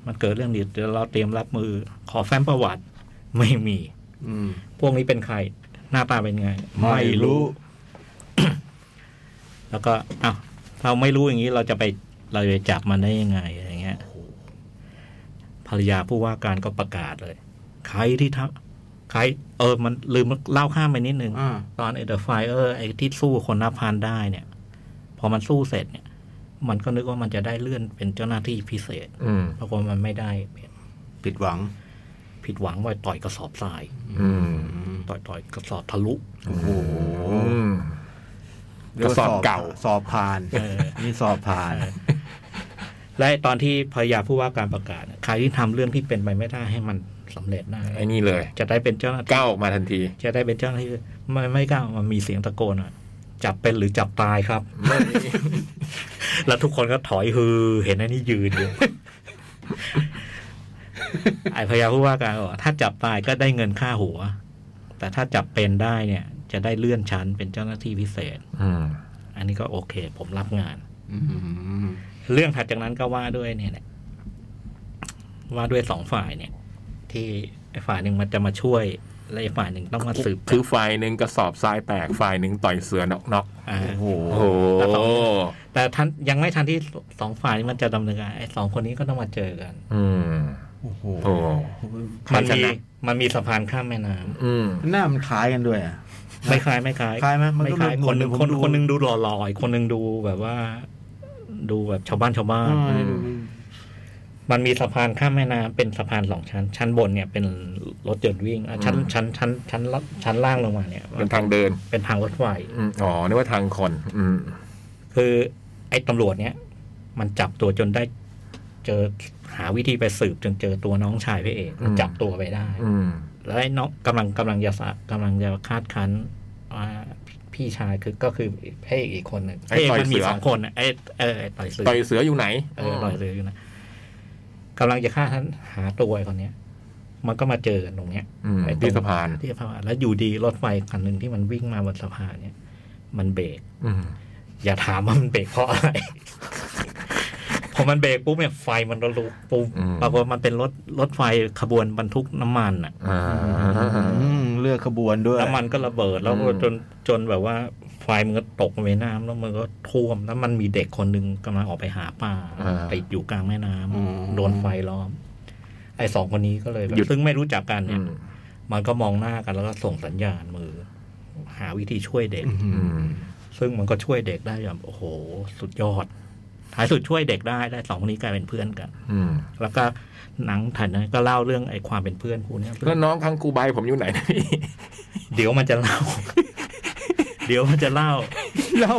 [SPEAKER 5] มันเกิดเรื่องนี้เดี๋ยวเราเตรียมรับมือ ขอแฟ้มประวัติ ไม่มี
[SPEAKER 2] อืม
[SPEAKER 5] พวกนี้เป็นใคร หน้าตาเป็นไง
[SPEAKER 2] ไม่รู้
[SPEAKER 5] แล้วก็อ้าวเราไม่รู้อย่างนี้เราจะไปเราจะไปจับมันได้ยังไงอะไรเงี้ยภรรยาผู้ว่าการก็ประกาศเลย ใครที่ทักใคร เออ มันลืมเล่าข้ามไปนิดนึง
[SPEAKER 2] อ่า
[SPEAKER 5] ตอนเอเดอร์ไฟเออร์ไอ้ที่สู้คนนับพันได้เนี่ย พอมันสู้เสร็จเนี่ย มันก็นึกว่ามันจะได้เลื่อนเป็นเจ้าหน้าที่พิเศษ
[SPEAKER 3] อืม
[SPEAKER 5] ปรากฏว่ามันไม่ได้เนี่ย
[SPEAKER 2] ผิดหวัง
[SPEAKER 5] ผิดหวังว่าต่อยกระสอบทราย
[SPEAKER 3] อืม
[SPEAKER 5] ต่อยต่อยกระสอบทะลุ
[SPEAKER 2] โอ้โห
[SPEAKER 3] อืมกระสอบเก่า
[SPEAKER 2] สอบผ่าน
[SPEAKER 5] เออ
[SPEAKER 2] นี่สอบผ่าน
[SPEAKER 5] และตอนที่ภรรยาผู้ว่าการประกาศเนี่ยใครที่ทำเรื่องที่เป็นไปไม่ได้ให้มันสำเร็จได้
[SPEAKER 3] ไอ้นี่เลย
[SPEAKER 5] จะได้เป็นเจ้าหน้าที่
[SPEAKER 3] ก้าวออกมาทันที
[SPEAKER 5] จะได้เป็นเจ้าหน้าที่ไม่ไม่กล้ามันมีเสียงตะโกนอ่ะ จับเป็นหรือจับตายครับ แล้วทุกคนก็ถอยฮือ เห็นไอ้นี่ยืนอยู่ ไอ้พยาผู้ว่าการบอกว่าถ้าจับตายก็ได้เงินค่าหัว แต่ถ้าจับเป็นได้เนี่ย จะได้เลื่อนชั้นเป็นเจ้าหน้าที่พิเศษ
[SPEAKER 3] อืม
[SPEAKER 5] อันนี้ก็โอเค ผมรับงาน เรื่องถัดจากนั้นก็ว่าด้วยเนี่ยแหละว่าด้วยสองฝ่ายเนี่ย ที่ไอ้ฝ่ายหนึ่งมันจะมาช่วยและอีกฝ่ายหนึ่งต้องมาสืบ
[SPEAKER 3] คือฝ่ายหนึ่งกระสอบทรายแตกฝ่ายหนึ่งต่อยเสือน็อก
[SPEAKER 5] อ่า
[SPEAKER 2] โอ้โห
[SPEAKER 3] ๆโอ้โห
[SPEAKER 5] แล้วสอง แต่ทันยังไม่ทันที่สองฝ่ายนี้มันจะดำเนินการไอ้สองคนนี้ก็ต้องมาเจอกัน
[SPEAKER 3] อืม
[SPEAKER 2] โอ้โห
[SPEAKER 3] โอ้โห
[SPEAKER 5] มัน
[SPEAKER 3] ใครช
[SPEAKER 5] มี
[SPEAKER 3] นะ
[SPEAKER 5] มันมีสะพานข้ามแม่น้ำ
[SPEAKER 3] อืม
[SPEAKER 2] หน้ามันคล้ายกันด้วยอ่ะ
[SPEAKER 5] ไม่คล้ายไม่คล้าย
[SPEAKER 2] คล้ายไหมมัน
[SPEAKER 5] ไม่
[SPEAKER 2] ก็
[SPEAKER 5] คล้าย
[SPEAKER 2] หนุ่มๆ
[SPEAKER 5] คนหนึ่ง
[SPEAKER 2] ผม
[SPEAKER 5] คน
[SPEAKER 2] ดู
[SPEAKER 5] คนหนึ่งดูหล่อหล่อยคนหนึ่งดูแบบว่า ดูแบบชาวบ้านชาวบ้า
[SPEAKER 2] อ
[SPEAKER 5] น
[SPEAKER 2] ่าดู
[SPEAKER 5] มันมีสะพานข้ามแม่น้ำเป็นสะพานสองชั้น ชั้นบนเนี่ยเป็นรถยนต์วิ่งอ่ะชั้นชั้นชั้นชั้นละชั้นล่างลงมาเนี่ย
[SPEAKER 3] เป็นทางเดิน
[SPEAKER 5] เป็นทางรถไฟ
[SPEAKER 3] อืมอ๋อนึกว่าทางคน อืม
[SPEAKER 5] คือไอ้ตำรวจเนี่ยมันจับตัวจนได้เจอหาวิธีไปสืบจนเจอตัวน้องชายพระเอก
[SPEAKER 3] อืม
[SPEAKER 5] จับตัวไปได้
[SPEAKER 3] อืม
[SPEAKER 5] แล้วไอ้น้องกำลังกำลังจะสะกำลังจะคาดคั้นว่าพี่ชายคือก็คือพระเอกอีกคนหนึ่ง
[SPEAKER 3] ไอ้
[SPEAKER 5] พระ
[SPEAKER 3] ต่อย
[SPEAKER 5] เอกมันมี
[SPEAKER 3] เสือ
[SPEAKER 5] สองคนน่ะไอ้เออไอ้ต่อยเสือ
[SPEAKER 3] ต่อยเสืออยู่ไหน
[SPEAKER 5] เออต่อยเสืออยู่นะกำลังจะฆ่าท่านหาตัวไอ้คนเนี้ย มันก็มาเจอกันตรงเนี้ย
[SPEAKER 3] อืม
[SPEAKER 5] ไอ้ตรง
[SPEAKER 3] ที่สะพาน
[SPEAKER 5] ที่สะพานแล้วอยู่ดีรถไฟคันหนึ่งที่มันวิ่งมาบนสะพานเนี่ย มันเบรก
[SPEAKER 3] อืม
[SPEAKER 5] อย่าถามว่ามันเบรกเพราะอะไร พอมันเบรกปุ๊บเนี่ยไฟมันระลุกปุ๊บ
[SPEAKER 3] อืม
[SPEAKER 5] ปรากฏมันเป็นรถรถไฟขบวนบรรทุกน้ำมันอ่ะ
[SPEAKER 3] อ่า
[SPEAKER 2] อืมเลือกขบวนด้วย
[SPEAKER 5] น้ำมันก็ระเบิดแล้ว
[SPEAKER 3] อืม
[SPEAKER 5] จนจนแบบว่าไฟมันก็ตกลงไปในน้ำแล้วมันก็ท่วมแล้วมันมีเด็กคนหนึ่งกำลังออกไปหาปลาติดอยู่กลางแม่น้ำ
[SPEAKER 2] อืม
[SPEAKER 5] โดนไฟล้อม ไอ้สองคนนี้ก็เลยแบบซึ่งไม่รู้จักกัน
[SPEAKER 3] อื
[SPEAKER 5] เนี่ย
[SPEAKER 3] ม
[SPEAKER 5] มันก็มองหน้ากันแล้วก็ส่งสัญญาณมือ หาวิธีช่วยเด็ก
[SPEAKER 3] อืม
[SPEAKER 5] ซึ่งมันก็ช่วยเด็กได้อย่างโอ้โห สุดยอด ท้ายสุดช่วยเด็กได้ได้สองคนนี้กลายเป็นเพื่อนกัน
[SPEAKER 3] อืม
[SPEAKER 5] แล้วก็หนังถ่ายนั้นก็เล่าเรื่องไอ้ความเป็นเพื่อนคู่เนี้ย
[SPEAKER 3] แล้วน้องข้างกูใบผมอยู่ไหนนะพี่
[SPEAKER 5] เดี๋ยวมันจะเล่า เดี๋ยวมันจะเล่า
[SPEAKER 2] เล่า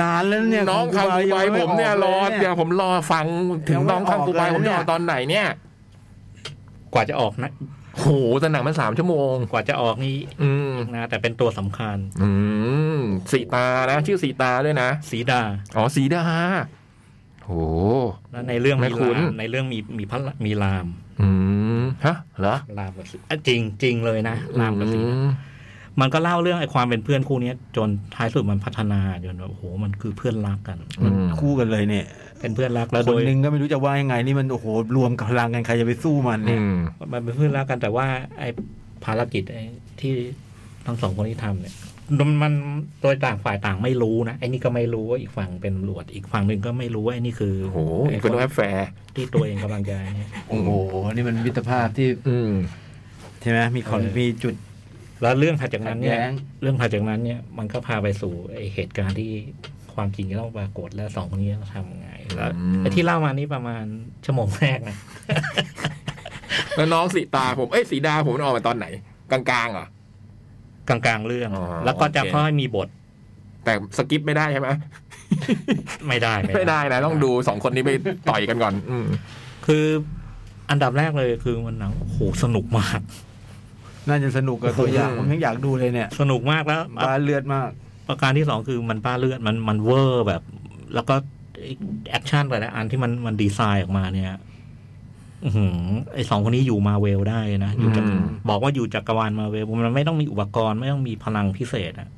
[SPEAKER 2] นานแล้วเนี่ย
[SPEAKER 3] น้องข้างกูใบ
[SPEAKER 2] ง
[SPEAKER 3] ผ
[SPEAKER 2] ไอ
[SPEAKER 3] ม
[SPEAKER 2] อก
[SPEAKER 3] เนี่ยรอ
[SPEAKER 2] ล
[SPEAKER 3] เดี๋ยวผมรอฟังถึงน้องข้างกูใบผมจะออกตอนไหนเนี่ย
[SPEAKER 5] กว่าจะออกนะ
[SPEAKER 3] โหแต่หนังมันสามชั่วโมง
[SPEAKER 5] กว่าจะออกนี่
[SPEAKER 3] อืม
[SPEAKER 5] นะแต่เป็นตัวสำคัญ
[SPEAKER 3] อืมสีตานะ ชื่อสีตาด้วยนะ
[SPEAKER 5] สีดา
[SPEAKER 3] อ๋อสีดาโห
[SPEAKER 5] แล้วในเรื่อง
[SPEAKER 3] ไม่
[SPEAKER 5] มี
[SPEAKER 3] คุ้
[SPEAKER 5] ลาน มในเรื่องมีมีพระละมีลาม
[SPEAKER 3] อืมฮะเหรอ
[SPEAKER 5] ลามกับสีอ่ะจริงจริงเลยนะลามกับสี
[SPEAKER 3] อืม
[SPEAKER 5] มันก็เล่าเรื่องไอ้ความเป็นเพื่อนคู่เนี้ย จนท้ายสุดมันพัฒนาจนแบบโอ้โหมันคือเพื่อนรักกัน
[SPEAKER 3] อืม
[SPEAKER 2] คู่กันเลยเนี่ย
[SPEAKER 5] เป็นเพื่อนรักแล้
[SPEAKER 2] ค
[SPEAKER 5] วโด
[SPEAKER 2] น
[SPEAKER 5] ย
[SPEAKER 2] หนึ่งก็ไม่รู้จะว่ายังไงนี่มันโอ้โหรวมพลังกันใครจะไปสู้มัน
[SPEAKER 3] อื
[SPEAKER 2] เนี่ย
[SPEAKER 3] ม
[SPEAKER 5] มันเป็นเพื่อนรักกันแต่ว่าไอ้ภารกิจไอ้ที่ทั้งสองคนที่ทำเนี่ยมันมันโดยต่างฝ่ายต่างไม่รู้นะไอ้นี่ก็ไม่รู้ว่าอีกฝั่งเป็นตำรวจอีกฝั่งหนึ่งก็ไม่รู้ว่าไอ้นี่คือ
[SPEAKER 3] โอ้โห
[SPEAKER 5] ไอ้
[SPEAKER 3] คนว่าแฟร์
[SPEAKER 5] ที่ตัวเองกำลังจะเนี่ย
[SPEAKER 2] โอ้โหนี่มันมิตรภาพที่
[SPEAKER 3] อืม
[SPEAKER 2] ใช่ไหมมีคอนมีจุด
[SPEAKER 5] แล้วเรื่องถัดจากนั้นเนี่
[SPEAKER 2] ขั
[SPEAKER 5] ย
[SPEAKER 2] ดแย้ง
[SPEAKER 5] เรื่องถัดจากนั้นเนี่ยมันก็พาไปสู่ไอ้เหตุการณ์ที่ความจริงจะต้องปรากฏแล้วสองคนนี้ต้องทำยังไงแล้ว
[SPEAKER 3] อืม
[SPEAKER 5] ไอ้ที่เล่ามานี่ประมาณชั่วโมงแรก นะ
[SPEAKER 3] แล้วน้องสีตาผมเอ้ยสีดาผมมันออกมาตอนไหน กลางๆเหรอ
[SPEAKER 5] กลางๆเรื่อง
[SPEAKER 3] อ๋อ
[SPEAKER 5] แล้วก็จะ
[SPEAKER 3] โอเค
[SPEAKER 5] ค่อยมีบท
[SPEAKER 3] แต่สกิปไม่ได้ใช่ไหม
[SPEAKER 5] ไม่ได้
[SPEAKER 3] ไม่ได้นะ ต้องดูสองคนนี้ไปต่อยกันก่อน อืม
[SPEAKER 5] คืออันดับแรกเลยคือมันหนังโอ้โหสนุกมาก
[SPEAKER 2] น่าจะสนุก กับตัวอย่าง
[SPEAKER 3] อืม
[SPEAKER 2] ผมยังอยากดูเลยเนี่ย
[SPEAKER 5] สนุกมากแล้ว
[SPEAKER 2] บ้าเลือดมาก
[SPEAKER 5] ประการที่สองคือมันบ้าเลือดมันมันเวอร์แบบ แล้วก็แอคชั่นแต่ละอันที่มันมันดีไซน์ออกมาเนี่ยอื้อหือไอสองคนนี้อยู่มาเวลได้นะอยู่จาก
[SPEAKER 3] อืม
[SPEAKER 5] บอกว่าอยู่จักรวาลมาเวลมันไม่ต้องมีอุปกรณ์ไม่ต้องมีพลังพิเศษอะ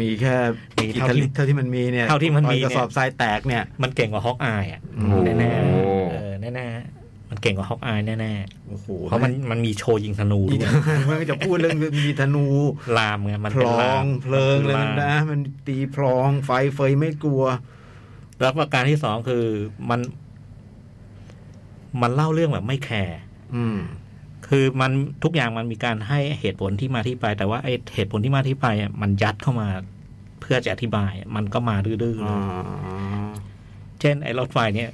[SPEAKER 2] มีแค่
[SPEAKER 5] มี
[SPEAKER 2] อิ
[SPEAKER 5] เท่า
[SPEAKER 2] ทา
[SPEAKER 5] ที่
[SPEAKER 2] ลิตเท่าที่มันมีเนี่ย
[SPEAKER 5] เท่าที่มันมี
[SPEAKER 2] ตอกระ
[SPEAKER 5] เนี่ย
[SPEAKER 2] สอบทรายแตกเนี่ย
[SPEAKER 5] มันเก่งกว่าฮอกอายอะ
[SPEAKER 3] โอ้โห
[SPEAKER 5] แน่ๆเออแน่ๆมันเก่งกว่าฮอกอายแน่
[SPEAKER 2] โอ้โห
[SPEAKER 5] ๆเพราะมันมันมีโชว์ยิงธนู
[SPEAKER 2] อีก
[SPEAKER 5] ด้วย
[SPEAKER 2] มันก็จะพูดเรื่องมีธนู
[SPEAKER 5] ลามไงมัน
[SPEAKER 2] พ
[SPEAKER 5] เป็น
[SPEAKER 2] ลอ
[SPEAKER 5] ลาง ม
[SPEAKER 2] เพลิงเลย
[SPEAKER 5] าม
[SPEAKER 2] นะ มันตีพลองไฟเฟยไม่กลัว
[SPEAKER 5] แล้วประการที่สองคือมัน มันเล่าเรื่องแบบไม่แคร์
[SPEAKER 2] อืม
[SPEAKER 5] คือมันทุกอย่างมันมีการให้เหตุผลที่มาที่ไป แต่ว่าไอเหตุผลที่มาที่ไปอ่ะมันยัดเข้ามาเพื่อจะอธิบาย มันก็มาดื้อๆเลยเช่น ไอรถไฟเนี่ย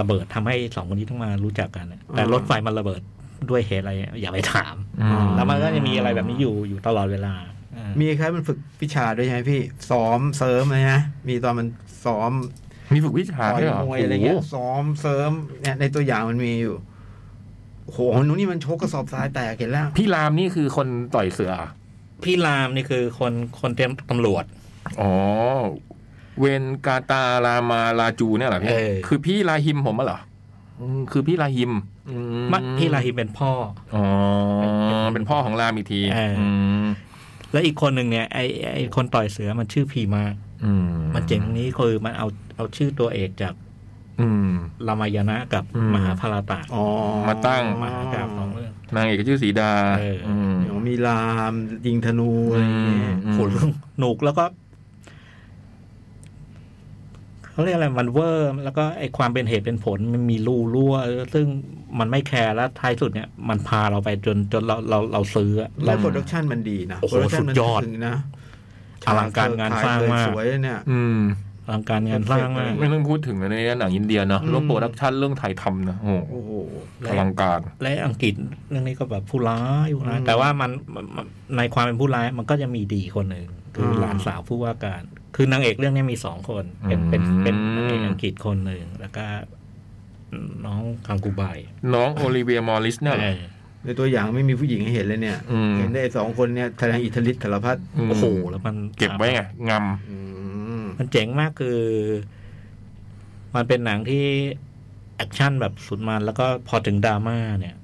[SPEAKER 5] ระเบิดทำให้สองคนนี้ต้องมารู้จักกันอะแต่รถไฟมันระเบิดด้วยเหตุอะไรอะอย่าไปถาม
[SPEAKER 3] อืม
[SPEAKER 5] แล้วมันก็จะมีอะไรแบบนี้อยู่อยู่ตลอดเวลาอ่า
[SPEAKER 2] มีคล้ายมันฝึกวิชาด้วยใช่ไหมพี่ ซ้อมเสริมอะไรนะมีตอนมันซ้อม
[SPEAKER 3] มีฝึกวิชา
[SPEAKER 2] ต่อ
[SPEAKER 3] ด้วย
[SPEAKER 2] ย
[SPEAKER 3] เหรอ
[SPEAKER 2] มวยอะไรเงี้ย
[SPEAKER 3] โโห
[SPEAKER 2] ซ้อมเสริมเนี่ยในตัวอย่างมันมีอยู่โอ้โหหนูนี่มันชกกระสอบทรายแตกเห็นแล้ว
[SPEAKER 3] พี่รามนี่คือคนต่อยเสือ
[SPEAKER 5] พี่รามนี่คือคนคนเตรียมตำรวจ
[SPEAKER 3] อ๋อ เวนกาตารามาลาจูเนี่ยเหรอพี่
[SPEAKER 5] เออ
[SPEAKER 3] คือพี่ลาฮิมผมอะเหรออืมคือพี่ลาฮิมอื
[SPEAKER 5] มะพี่ราฮิมเป็นพ่อ
[SPEAKER 3] อ๋อเป็นพ่อของรามอีกที
[SPEAKER 5] เอออื
[SPEAKER 3] ม
[SPEAKER 5] และอีกคนหนึ่งเนี่ยไอไอคนต่อยเสือมันชื่อพีมา
[SPEAKER 3] อื
[SPEAKER 5] มันเจ๋งตรงนี้คือมันเอาเอาชื่อตัวเอกจาก
[SPEAKER 3] อืม
[SPEAKER 5] รามายณะกับ
[SPEAKER 3] อืม
[SPEAKER 5] มหาภารตะ
[SPEAKER 2] อ๋อ
[SPEAKER 3] มาตั้ง
[SPEAKER 5] มหากาบสองเรื่อง
[SPEAKER 3] นางเอกก็ชื่อสีดา
[SPEAKER 5] เอออื
[SPEAKER 3] ม
[SPEAKER 2] เดี๋ยวมีลามยิงธนูอะไรเงี้ย
[SPEAKER 5] โหเรื่องหนุกแล้วก็เขาเรียกอะไรมันเวอร์แล้วก็ไอความเป็นเหตุเป็นผลมันมีรูรั่วซึ่งมันไม่แคร์แล้วท้ายสุดเนี่ย มันพาเราไปจนจนเราเราเราซื้ออะเรา
[SPEAKER 2] แล้วโปรดักชันมันดีนะ
[SPEAKER 5] โอ้โห
[SPEAKER 2] โปรดักชันมั
[SPEAKER 5] สุดยอด
[SPEAKER 2] ถึงนะ
[SPEAKER 5] อลังการงานสร้าง
[SPEAKER 2] ฉกเปิด
[SPEAKER 5] มา
[SPEAKER 2] ฉย
[SPEAKER 5] ก
[SPEAKER 2] สวยเนี่ย
[SPEAKER 3] อืม
[SPEAKER 5] เอ ลังการงานสร้างมาก
[SPEAKER 3] ไม่ต้องพูดถึงเลยในหนังอินเดียเนอะเรื่องโปรดักชันเรื่องถ่ายทำนะโอ้โห
[SPEAKER 6] โอ้โห
[SPEAKER 3] อลังการ
[SPEAKER 5] และอังกฤษเรื่องนี้ก็แบบผู้ร้ายผู้ร้ายแต่ว่ามันมันมันในความเป็นผู้ร้ายมันก็จะมีดีคนหนึ่งคืออหลานสาวผู้ว่าการ คือนางเอกเรื่องนี้มีสองคน เป็นเป็นเป็น
[SPEAKER 3] อืม
[SPEAKER 5] นางเอกอังกฤษคนหนึ่งแล้วก็น้องคังกูไบ
[SPEAKER 3] น้องโอลิเวียมอริสเนี่ยเหร
[SPEAKER 5] เอ
[SPEAKER 3] อ
[SPEAKER 5] อ
[SPEAKER 2] ในตัวอย่างไม่มีผู้หญิงให้เห็นเลยเนี่ย
[SPEAKER 3] อืม
[SPEAKER 2] เห็นได้สองคนเนี่ยแสดงอิทธิฤทธิ์สารพัด
[SPEAKER 3] ม
[SPEAKER 5] โอ้โหแล้วมัน
[SPEAKER 3] เก็บไว้ไงง
[SPEAKER 2] อืม
[SPEAKER 5] มันเจ๋งมากคือ มันเป็นหนังที่แอคชั่นแบบสุดมัน แล้วก็พอถึงดราม่าเนี่ย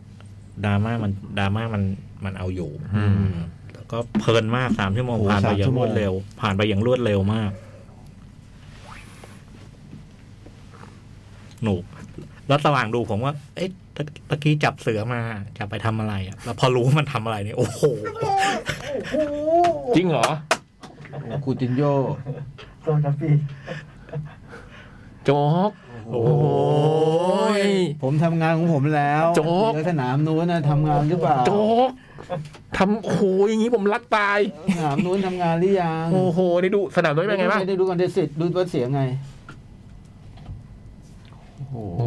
[SPEAKER 5] ดราม่ามันดราม่ามันมันเอาอยู่
[SPEAKER 3] ำอืม
[SPEAKER 5] แล้วก็เพลินมากสามชั่วโมง
[SPEAKER 6] โอ้
[SPEAKER 5] ผ่านไป
[SPEAKER 6] สาม
[SPEAKER 5] อย่า
[SPEAKER 6] ชั่ว
[SPEAKER 5] งร
[SPEAKER 6] โมง
[SPEAKER 5] วดเร็ว ผ่านไปอย่างรวดเร็วมาก หนุกแล้วระหว่างดูผมว่า เอ๊ะตะตะกี้จับเสือมาจับไปทำอะไรอะแล้วพอรู้ว่ามันทำอะไรเนี่ยโอ้โห
[SPEAKER 3] จริงเหรอ
[SPEAKER 2] กูตินโย
[SPEAKER 4] โดนนะพี่
[SPEAKER 3] โจ๊ก โอ้ย
[SPEAKER 2] ผมทำงานของผมแล้ว
[SPEAKER 3] โจ๊ก
[SPEAKER 2] แล้วสนามนู้นนะทำงานหรือเปล่า
[SPEAKER 3] โจ๊กทำโอ้โหอย่างนี้ผมรักตาย
[SPEAKER 2] สนามนู้นทำงานหรือยัง
[SPEAKER 3] โอ้โหได้ดูสนามด้วยเป็นไงบ้าง
[SPEAKER 2] ด้ดูกันได้สิดูว่าเสียงไง
[SPEAKER 3] โอ้โห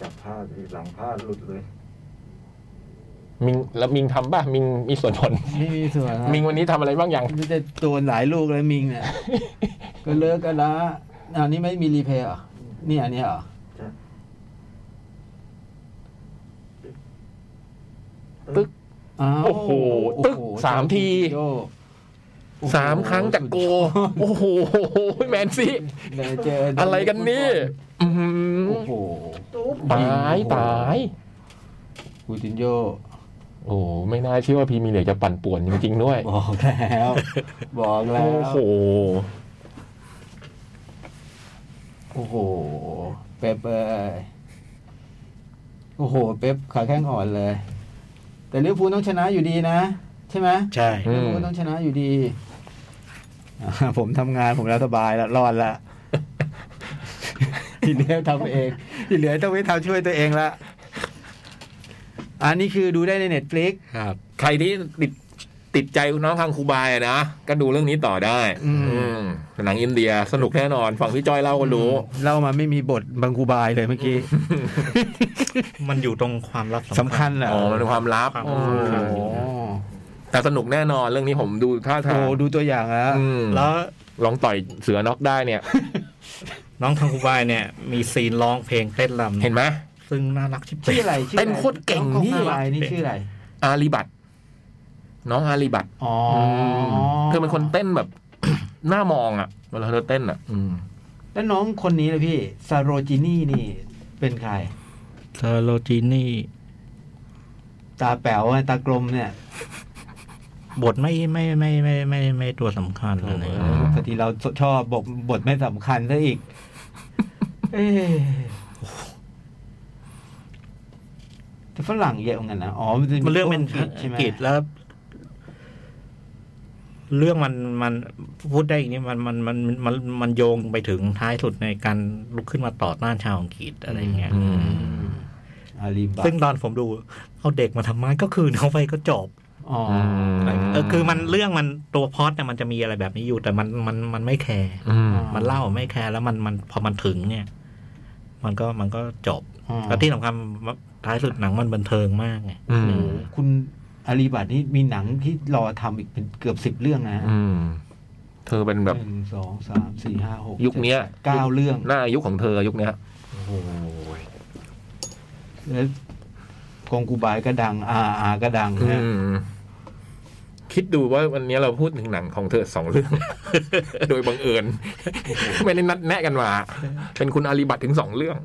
[SPEAKER 7] จับผ้าหลังผ้าหลุดเลย
[SPEAKER 3] มิงแล้วมิงทำป่ะมิงมีส่วนผล
[SPEAKER 2] ไม่มีส่วนครับ
[SPEAKER 3] มิงวันนี้ทำอะไรบ้างยัง
[SPEAKER 2] มันจะโดนหลายลูกเลยมิงเนี่ย ก็เลิกกันละอันนี้ไม่มีรีเพย์เหรอ่ะนี่อันนี้เหรอ่ะ
[SPEAKER 3] ตึ๊ก
[SPEAKER 2] อ้าว
[SPEAKER 3] โอ้โหตึ๊ก
[SPEAKER 2] โอ้โห
[SPEAKER 3] สามที
[SPEAKER 2] โย่
[SPEAKER 3] สามครั้งจากโก โอ้โหแมนซี่
[SPEAKER 2] เดี๋ยวเจอ
[SPEAKER 3] อะไรกันนี่อื้อหือ
[SPEAKER 2] โอ้โห
[SPEAKER 3] ตายตาย
[SPEAKER 2] กูตินโย
[SPEAKER 3] โอ้โหไม่น่าเชื่อว่าพรีเมียร์ลีกจะปั่นป่วนจริงๆด้วย
[SPEAKER 2] บอกแล้ว บอกแล้
[SPEAKER 3] โอ้
[SPEAKER 2] ว
[SPEAKER 3] โห
[SPEAKER 2] โอ้โห เป๊ปเอ้ยโอ้โห เป๊ปขาแข้งอ่อนเลย แต่ลิเวอร์พูลต้องชนะอยู่ดีนะ ใช่ไหม
[SPEAKER 5] ใช่
[SPEAKER 3] อื
[SPEAKER 2] ลิ
[SPEAKER 3] ม
[SPEAKER 2] เวอร์พูลต้องชนะอยู่ดีอ่า ผมทำงานผมแล้วสบายละรอดละ ที่เหลือทำเอง ที่เหลือต้องไปทำช่วยตัวเองละอันนี้คือดูได้ในเน็ตฟลิก
[SPEAKER 5] ครับ
[SPEAKER 3] ใครที่ติดติดใจน้องคังคูบายอะนะ ก็ดูเรื่องนี้ต่อได้ อืมหนังอินเดียสนุกแน่นอนฝั่งพี่จ้อยเล่าก็รู้
[SPEAKER 2] เล่ามาไม่มีบทบังคูบายเลยเมื่อกี้
[SPEAKER 5] มันอยู่ตรงความลับ
[SPEAKER 2] สำคัญเหรอ
[SPEAKER 3] อ๋อ มันเป็นความลับ
[SPEAKER 5] ความ
[SPEAKER 3] โอ้
[SPEAKER 5] ลับสำคัญ
[SPEAKER 2] อ๋อ
[SPEAKER 3] แต่สนุกแน่นอนเรื่องนี้ผมดูท่าทา
[SPEAKER 2] โอ้
[SPEAKER 3] ง
[SPEAKER 2] ดูตัวอย่างแล้ว
[SPEAKER 3] อืม
[SPEAKER 5] แล้ว
[SPEAKER 3] ลองต่อยเสือน็อกได้เนี่ย
[SPEAKER 5] น้องคังคูไบเนี่ย มีซีนร้องเพลงเต้นรำ
[SPEAKER 3] เห็นไหม
[SPEAKER 5] ซึ่งน่ารักชิบ
[SPEAKER 2] ชื่ออะ
[SPEAKER 5] เป๋
[SPEAKER 2] ไรชื่อ
[SPEAKER 3] เต้
[SPEAKER 2] อะไร
[SPEAKER 3] นโคตรเก่ง
[SPEAKER 2] น้อ
[SPEAKER 3] นี่
[SPEAKER 2] คูบายนี่ชื่ออะไร
[SPEAKER 3] อาลีบัตน้องอาลีบัต
[SPEAKER 2] อ๋อ
[SPEAKER 3] เธอเป็นคนเต้นแบบ หน้ามองอ่ะเวลาเธอเต้นอ่ะ อืม
[SPEAKER 2] แล้วน้องคนนี้เลยพี่ซาโรจินี่นี่ เป็นใคร
[SPEAKER 5] เทอโลจินี่
[SPEAKER 2] ตาแป๋วอะตากลมเนี่ย
[SPEAKER 5] บทไม่ไม่ไม่ไม่ไม่ไม่ไม่ตัวสำคัญเลยนะ
[SPEAKER 2] พอดีเราชอบบทบทไม่สำคัญซะอีก เอ๊ะแต่ฝรั่งเยอะเหมือนกันนะ อ๋อ มันจะ
[SPEAKER 5] มันเรื่องเป็น
[SPEAKER 2] อังกฤษใช่
[SPEAKER 5] อัง
[SPEAKER 2] ไหม
[SPEAKER 5] กฤษแล้ว เรื่องมันมันพูดได้อีกนี่มันมันมันมันมันโยงไปถึงท้ายสุดในการลุกขึ้นมาต่อต้านชาวอังกฤษอะไรเงี้ย
[SPEAKER 3] อืม
[SPEAKER 2] อาลีบา
[SPEAKER 5] ซึ่งตอนผมดู เอาเด็กมาทำไมก็คืนเขาไปก็จบ
[SPEAKER 2] อ๋อ
[SPEAKER 3] อืม
[SPEAKER 5] เออคือมันเรื่องมันตัวพล็อดเนี่ยมันจะมีอะไรแบบนี้อยู่ แต่มันมันมันไม่แคร์
[SPEAKER 3] อืม
[SPEAKER 5] มันเล่าไม่แคร์แล้วมันมันพอมันถึงเนี่ย มันก็มันก็จบ
[SPEAKER 2] อ๋อ
[SPEAKER 5] แล้วที่สำคัญท้ายสุดหนังมันบันเทิงมากไง
[SPEAKER 3] อืม
[SPEAKER 2] โอ้โหคุณอาลีบาดนี่มีหนังที่รอทำอีกเป็นเกือบสิบเรื่องนะ
[SPEAKER 3] อืมเธอเป็นแบบ
[SPEAKER 2] หนึ่งสองสามสี่ห้าหก
[SPEAKER 3] ยุคเนี้ย
[SPEAKER 2] จ็ดแปดเก้าเรื่อง
[SPEAKER 3] หน้ายุคของเธอยุคเนี้ย
[SPEAKER 2] แล้วกองกูบายก็ดัง อาอาก็ดังนะ
[SPEAKER 3] อืมคิดดูว่าวันนี้เราพูดถึงหนังของเธอสองเรื่อง โดยบังเอิญ ไม่ได้นัดแนะกันมา เป็นคุณอาลีบัตถึงสองเรื่อง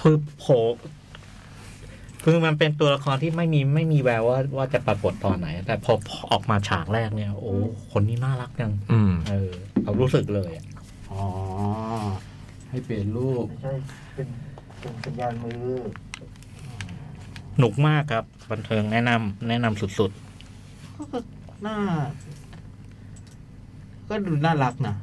[SPEAKER 5] คือโผล่คือมันเป็นตัวละครที่ไม่มีไม่มีแววว่าว่าจะปรากฏตอนไหน แต่พอพอออกมาฉากแรกเนี่ย โอ้ คนนี้น่ารักจัง
[SPEAKER 3] อืม
[SPEAKER 5] เออเรารู้สึกเลยอะ
[SPEAKER 2] อ๋อ ให้เปลี่ยนรูป
[SPEAKER 4] ไม่ใช่ เป็นเป็นสัญญาณมือ
[SPEAKER 5] หนุกมากครับ บันเทิงแนะนำแนะนำสุด
[SPEAKER 2] หน้า ก็ดูน่ารักนะ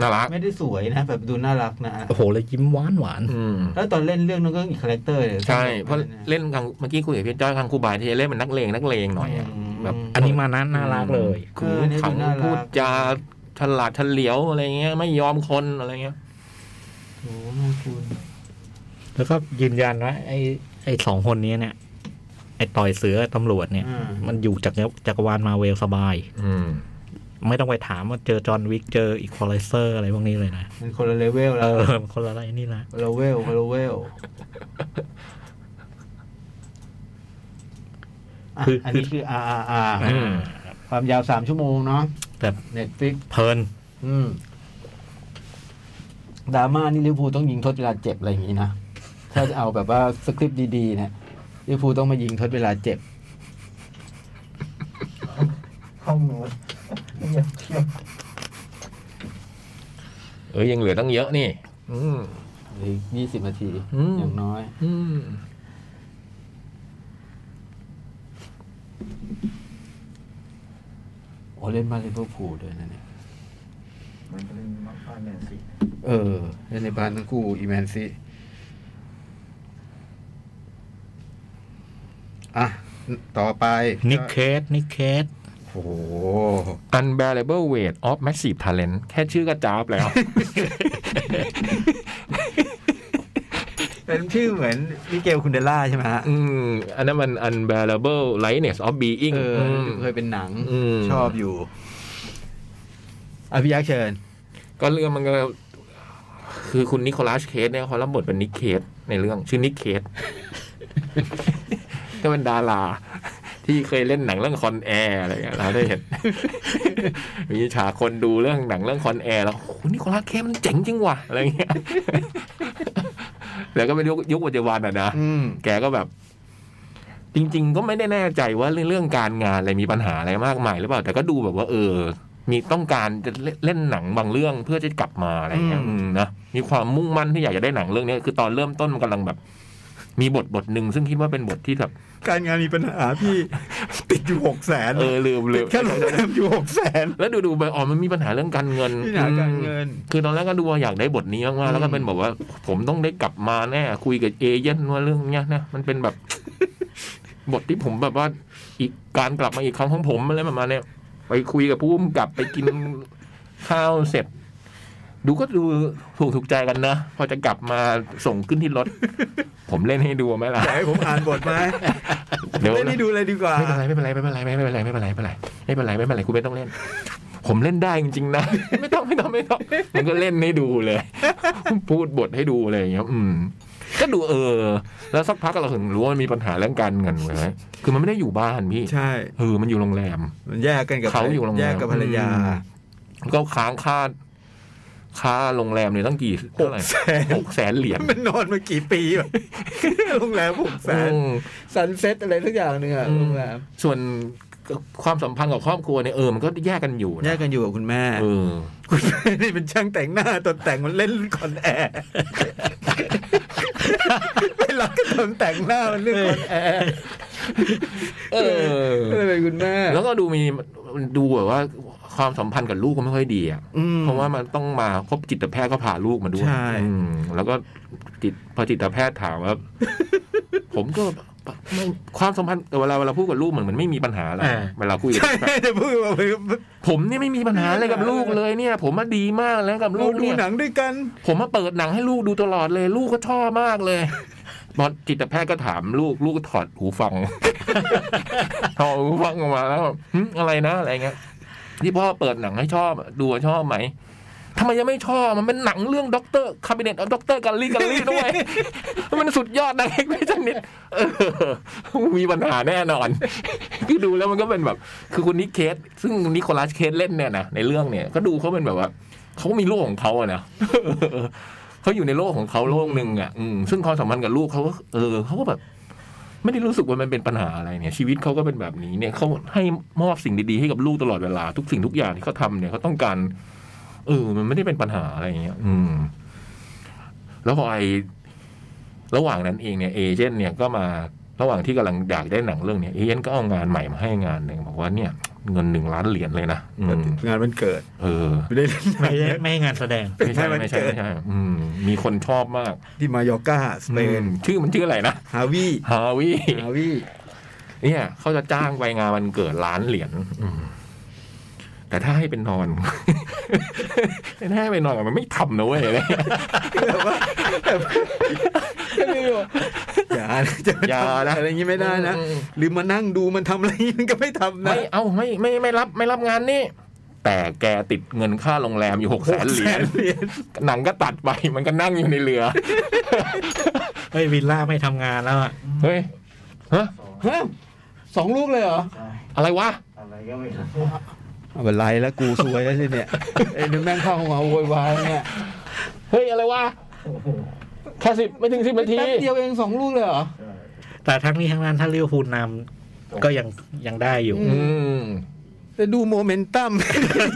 [SPEAKER 3] น่ารัก
[SPEAKER 2] ไม่ได้สวยนะ แบบดูน่ารักนะ
[SPEAKER 5] ๆ โอ้โหเลยยิ้มหวานหวาน
[SPEAKER 3] อืม
[SPEAKER 2] แล้วตอนเล่นเรื่องนั้นก็อีกคาแรคเตอร์เลย
[SPEAKER 3] ใช่ เพราะเล่นทางเมื่อกี้คุยกับพี่จ้อยทางครูบายที่เล่นเป็นนักเลงนักเลงหน่อยอะ แบบ
[SPEAKER 5] ๆอันนี้มานั้นน่ารักเลย
[SPEAKER 2] คืออันนี้
[SPEAKER 3] ขั
[SPEAKER 2] ดู
[SPEAKER 3] ง
[SPEAKER 2] น่ารัก
[SPEAKER 3] พูดจา ฉลาดเฉลียวอะไรเงี้ย ไม่ยอมคนอะไรเงี้ย
[SPEAKER 6] โอ้โหแม่คุณ
[SPEAKER 5] แล้วก็ยืนยันว่าไอ้ไอ้สองคนนี้เนี่ย ไอ้ต่อยเสือตำรวจเนี่ย
[SPEAKER 6] อ่า
[SPEAKER 5] มันอยู่จากจักรวาลมาเวลสบาย
[SPEAKER 3] อืม
[SPEAKER 5] ไม่ต้องไปถามว่าเจอจอห์นวิกเจออีควอไลเซอร์อะไรพวกนี้เลยนะ
[SPEAKER 6] มันคนละเลเวล
[SPEAKER 5] เอ
[SPEAKER 6] แล้ว
[SPEAKER 5] อมันคนละอะไรนี่ละ
[SPEAKER 6] คนละเวลคนละเวลอ่ะอันนี้คือ RRR
[SPEAKER 3] อืม
[SPEAKER 6] ความยาวสามชั่วโมงเนาะ
[SPEAKER 5] แต่
[SPEAKER 6] Netflix
[SPEAKER 5] เพลิน
[SPEAKER 6] อืม
[SPEAKER 2] ดราม่านี่ลิเวอร์พูลต้องยิงทดเวลาเจ็บอะไรอย่างนี้นะ ถ้าจะเอาแบบว่าสคริปต์ดีๆเนี่ยลิเวอร์พูลต้องมายิงทดเวลาเจ็บ
[SPEAKER 4] ห้องหนูเงียบเชียว
[SPEAKER 3] เอ้ยยังเหลือตั้งเยอะนี่ อืม
[SPEAKER 2] หรือ20 นาที
[SPEAKER 3] อืม
[SPEAKER 2] อย่างน้อย
[SPEAKER 3] อืม
[SPEAKER 2] โอ้เล่นมานลิเวอร์พูลด้วยนะเนี่ย
[SPEAKER 7] มันก็เล่นมาบ้านแมนซี
[SPEAKER 2] เออ เล่นในบ้านทั้งคู่อีแมนซีอ่ะ ต่อไป
[SPEAKER 5] นิกเคสนิกเคส
[SPEAKER 2] โอ้โห
[SPEAKER 3] unbearable weight of massive talent แค่ชื่อก็จ้าบแล้ว
[SPEAKER 2] เป็นชื่อเหมือนมิเกลคุณเดล่าใช่ไหมฮะ
[SPEAKER 3] อืม อันนั้นมัน unbearable lightness of being
[SPEAKER 2] เออ
[SPEAKER 3] อืม
[SPEAKER 2] เคยเป็นหนัง
[SPEAKER 3] อืม
[SPEAKER 2] ชอบอยู่อภิยักษ์เชิญ
[SPEAKER 3] ก็เรื่องมันก็ คือคุณนิโคลัสเคสเนี่ยเขารับบทเป็นนิกเคสในเรื่องชื่อนิกเคส ก็เป็นดารา ที่เคยเล่นหนังเรื่องคอนแอร์อะไรอย่างเงี้ยเราได้เห็น มีฉากคนดูเรื่องหนังเรื่องคอนแอร์แล้วโอ้โหนิโคลัสเคสมันเจ๋งจริงว่ะอะไรอย่างเงี้ย แล้วก็เป็นยุคยุคปัจจุบันอ่ะนะ
[SPEAKER 2] อืม
[SPEAKER 3] แกก็แบบ จริง ๆ ก็ไม่ได้แน่ใจว่าเรื่องเรื่องการงานอะไรมีปัญหาอะไรมากมายหรือเปล่า แต่ก็ดูแบบว่า เออ มีต้องการจะเล่นเล่นหนังบางเรื่องเพื่อจะกลับมาอะไรอย่างเงี้ย
[SPEAKER 2] อืม
[SPEAKER 3] อืมนะมีความมุ่งมั่นที่อยากจะได้หนังเรื่องเนี้ยคือตอนเริ่มต้นมันกำลังแบบ มีบทบทหนึ่งซึ่งคิดว่าเป็นบทที่แบบ
[SPEAKER 2] การงานมีปัญหาพี่ ติดอยู่หกแสน
[SPEAKER 3] เออลืมลื
[SPEAKER 2] ติด
[SPEAKER 3] ม
[SPEAKER 2] แค่โรงแรมอยู่หกแสน
[SPEAKER 3] แล้วดูดูๆไปอ๋อมันมีปัญหาเรื่องการเงิน
[SPEAKER 2] ปัญหาการเงิน
[SPEAKER 3] อืมคือตอนแรกก็ดูว่าอยากได้บทนี้มากๆแล้วก็เป็นแบบว่า ผมต้องได้กลับมาแน่คุยกับเอเย่นว่าเรื่องเนี้ยนะมันเป็นแบบ บทที่ผมแบบว่า อีกการกลับมาอีกครั้งของผมอะไรประมาณเนี้ยไปคุยกับผู้กำกับไปกิน ข้าวเสร็จ ดูก็ดูถูกถูกใจกันนะพอจะกลับมาส่งขึ้นที่รถ ผมเล่นให้ดูไหมล่ะ
[SPEAKER 2] อยากให้ผมอ่านบทไหม
[SPEAKER 3] เดี๋ยว
[SPEAKER 2] ไม่ได้ดูเลยดีกว่า
[SPEAKER 3] ไม่เป็นไรไม่เป็นไรไม่เป็นไรไม่เป็นไรไม่เป็นไรไม่เป็นไรไม่เป็นไรไม่เป็นไรคุณไม่ต้องเล่น ผมเล่นได้จริงๆนะ ไม่ต้องไม่ต้องไม่ต้องมันก็เล่นให้ดูเลย พูดบทให้ดูเลยอย่างเงี้ย อืม ก็ดูเออ แล้วสักพักเราถึงรู้ว่ามันมีปัญหาเรื่องการเงินเลยคือมันไม่ได้อยู่บ้านพี่
[SPEAKER 2] ใช่
[SPEAKER 3] เออ มันอยู่โรงแรม
[SPEAKER 2] มันแยกกันกับ
[SPEAKER 3] เขาอยู่โรงแรม
[SPEAKER 2] แยกกับภรรยา
[SPEAKER 3] อืม ก็ค้างค่า ค่าโรงแรมเนี่ยตั้งกี่เท่าไหร่
[SPEAKER 2] 600,000
[SPEAKER 3] หกแสนเหรียญ
[SPEAKER 2] มันนอนมากี่ปีแบบ โรงแรมหกแสน
[SPEAKER 3] อืม
[SPEAKER 2] ซันเซ็ตอะไรทุกอย่างหนึงอะ
[SPEAKER 3] อืม
[SPEAKER 2] โรงแรม
[SPEAKER 3] ส่วนความสัมพันธ์กับครอบครัวเนี่ยเออ มันก็แยกกันอยู่
[SPEAKER 2] แย
[SPEAKER 3] นะ
[SPEAKER 2] กกันอยู่กับคุณแม่
[SPEAKER 3] เออ
[SPEAKER 2] คุณแม่นี่เป็นช่างแต่งหน้าตอนแต่งมันเล่นคอนแอร์ ไปรักกันตอนแต่งหน้ามันเล่นคอนแอร์
[SPEAKER 3] เออ
[SPEAKER 2] ก็เลยเป็นคุณแม่
[SPEAKER 3] แล้วก็ดูมีดูแบบว่า ความสัมพันธ์กับลูกก็ไม่ค่อยดีอ่ะ
[SPEAKER 2] อืม
[SPEAKER 3] เพราะว่ามันต้องมาพบจิตแพทย์ก็พาลูกมาด้วย
[SPEAKER 2] ใช่
[SPEAKER 3] อืมแล้วก็จิตพอจิตแพทย์ถาม ว่า ผมก็ไม่ความสัมพันธ์แต่เวลาเวลาพูดกับลูกเหมือนมันไม่มีปัญหาอะไร
[SPEAKER 5] อ่า
[SPEAKER 3] เวลาคุยกับ
[SPEAKER 2] ใช่ จะพูดว่า
[SPEAKER 3] ผมเนี่ยไม่มีปัญหาอะไรกับลูกเลยเนี่ย ผมมาดีมากแล้วกับ
[SPEAKER 2] เรา
[SPEAKER 3] ลูก
[SPEAKER 2] ดู
[SPEAKER 3] เนี่ย
[SPEAKER 2] หนังด้วยกัน
[SPEAKER 3] ผมมาเปิดหนังให้ลูกดูตลอดเลย ลูกก็ชอบมากเลยบอลจิตแพทย์ก็ถามลูกลูกก็ถอดหูฟัง ถอดหูฟังออกมาแล้วหึอะไรนะอะไรเงี้ยที่พ่อเปิดหนังให้ชอบดูว่าชอบไหมทำไมยังไม่ชอบมันเป็นหนังเรื่องด็อกเตอร์คาบิเนตด็อกเตอร์กัลลี่กัลลี่ด้วย มันสุดยอดนางเอกไม่ชนิด เออมีปัญหาแน่นอน คือดูแล้วมันก็เป็นแบบ คือคุณนิกเคส ซึ่งนิโคลัสเคสเล่นเนี่ยนะในเรื่องเนี่ยก็ดูเขาเป็นแบบว่าเขามีโลกของเขาอะนะ เขาอยู่ในโลกของเขาโลกหนึ่งอะอืมซึ่งความสัมพันธ์กับลูกเขาก็เออเขาก็แบบ ไม่ได้รู้สึกว่ามันเป็นปัญหาอะไรเนี่ย ชีวิตเขาก็เป็นแบบนี้เนี่ยเขาให้มอบสิ่งดีๆให้กับลูกตลอดเวลา ทุกสิ่งทุกอย่างที่เขาทำเนี่ยเขาต้องการ เออ มันไม่ได้เป็นปัญหาอะไรอย่างเงี้ย อืม แล้วพอไอระหว่างนั้นเองเนี่ยเอเจนต์เนี่ยก็มาระหว่างที่กำลังอยากได้หนังเรื่องเนี้ยเอเจนต์ก็เอางานใหม่มาให้งานหนึ่งบอกว่าเนี่ย เงินหนึ่งล้านเหรียญเลยนะอืม
[SPEAKER 2] งานมันเกิด
[SPEAKER 3] เออ
[SPEAKER 2] ไม่ได้เล่นหนั
[SPEAKER 5] ไม่
[SPEAKER 2] ง
[SPEAKER 5] ได้ไม่ให้งานแสดง
[SPEAKER 3] ไม่ใช่ไม่ใช่ไม่ใช่อืม มีคนชอบมาก
[SPEAKER 2] ที่มายอร์ก้าสเปน
[SPEAKER 3] อืมชื่อมันชื่ออะไรนะ
[SPEAKER 2] ฮาวิ
[SPEAKER 3] ฮาวิ
[SPEAKER 2] ฮาวิ
[SPEAKER 3] เนี่ยเขาจะจ้างไปงานวันเกิดล้านเหรียญอืม แต่ถ้าให้เป็นน อน แต่ถ้าให้เป็นนอนมันไม่ทำนะเว้ยอะไรเงี้ย
[SPEAKER 2] อย่านะจะ
[SPEAKER 3] อย่านะ
[SPEAKER 2] อะไรอย่างนี้ไม่ได้นะ หรือมานั่งดูมันทำอะไรมันก็ไม่ทำนะ
[SPEAKER 3] ไม่เอาไม่ไม่ไม่รับไม่รับงานนี่แต่แกติดเงินค่าโรงแรมอยู่หกแสนเหรียญหนังก็ตัดไปมันก็นั่งอยู่ในเรือ
[SPEAKER 5] เฮ้ยวิลล่าไม่ทำงานแล้วอะ
[SPEAKER 3] เฮ้ยฮะ
[SPEAKER 7] สอง
[SPEAKER 2] ฮะสองลูกเลยเหรอ
[SPEAKER 7] ใช่
[SPEAKER 3] อะไรวะ
[SPEAKER 7] อะไรก็ไม่รู้
[SPEAKER 2] เอาเป็นไรแล้วกูซวยแล้วสิเนี่ยไอ้เดี๋ยวแม่งเข้ามาโวยวายเนี่ย
[SPEAKER 3] เฮ้ย อะไรวะแค่สิบไม่ถึงสิบนาที
[SPEAKER 2] แป๊บเดียวเองสองลูกเลยเหรอ
[SPEAKER 5] แต่ทั้งนี้ทั้งนั้นถ้าเลี้ยวพูลนำก็ยังยังได้อยู่
[SPEAKER 2] อื
[SPEAKER 3] อืม
[SPEAKER 2] จะดูโมเมนตัม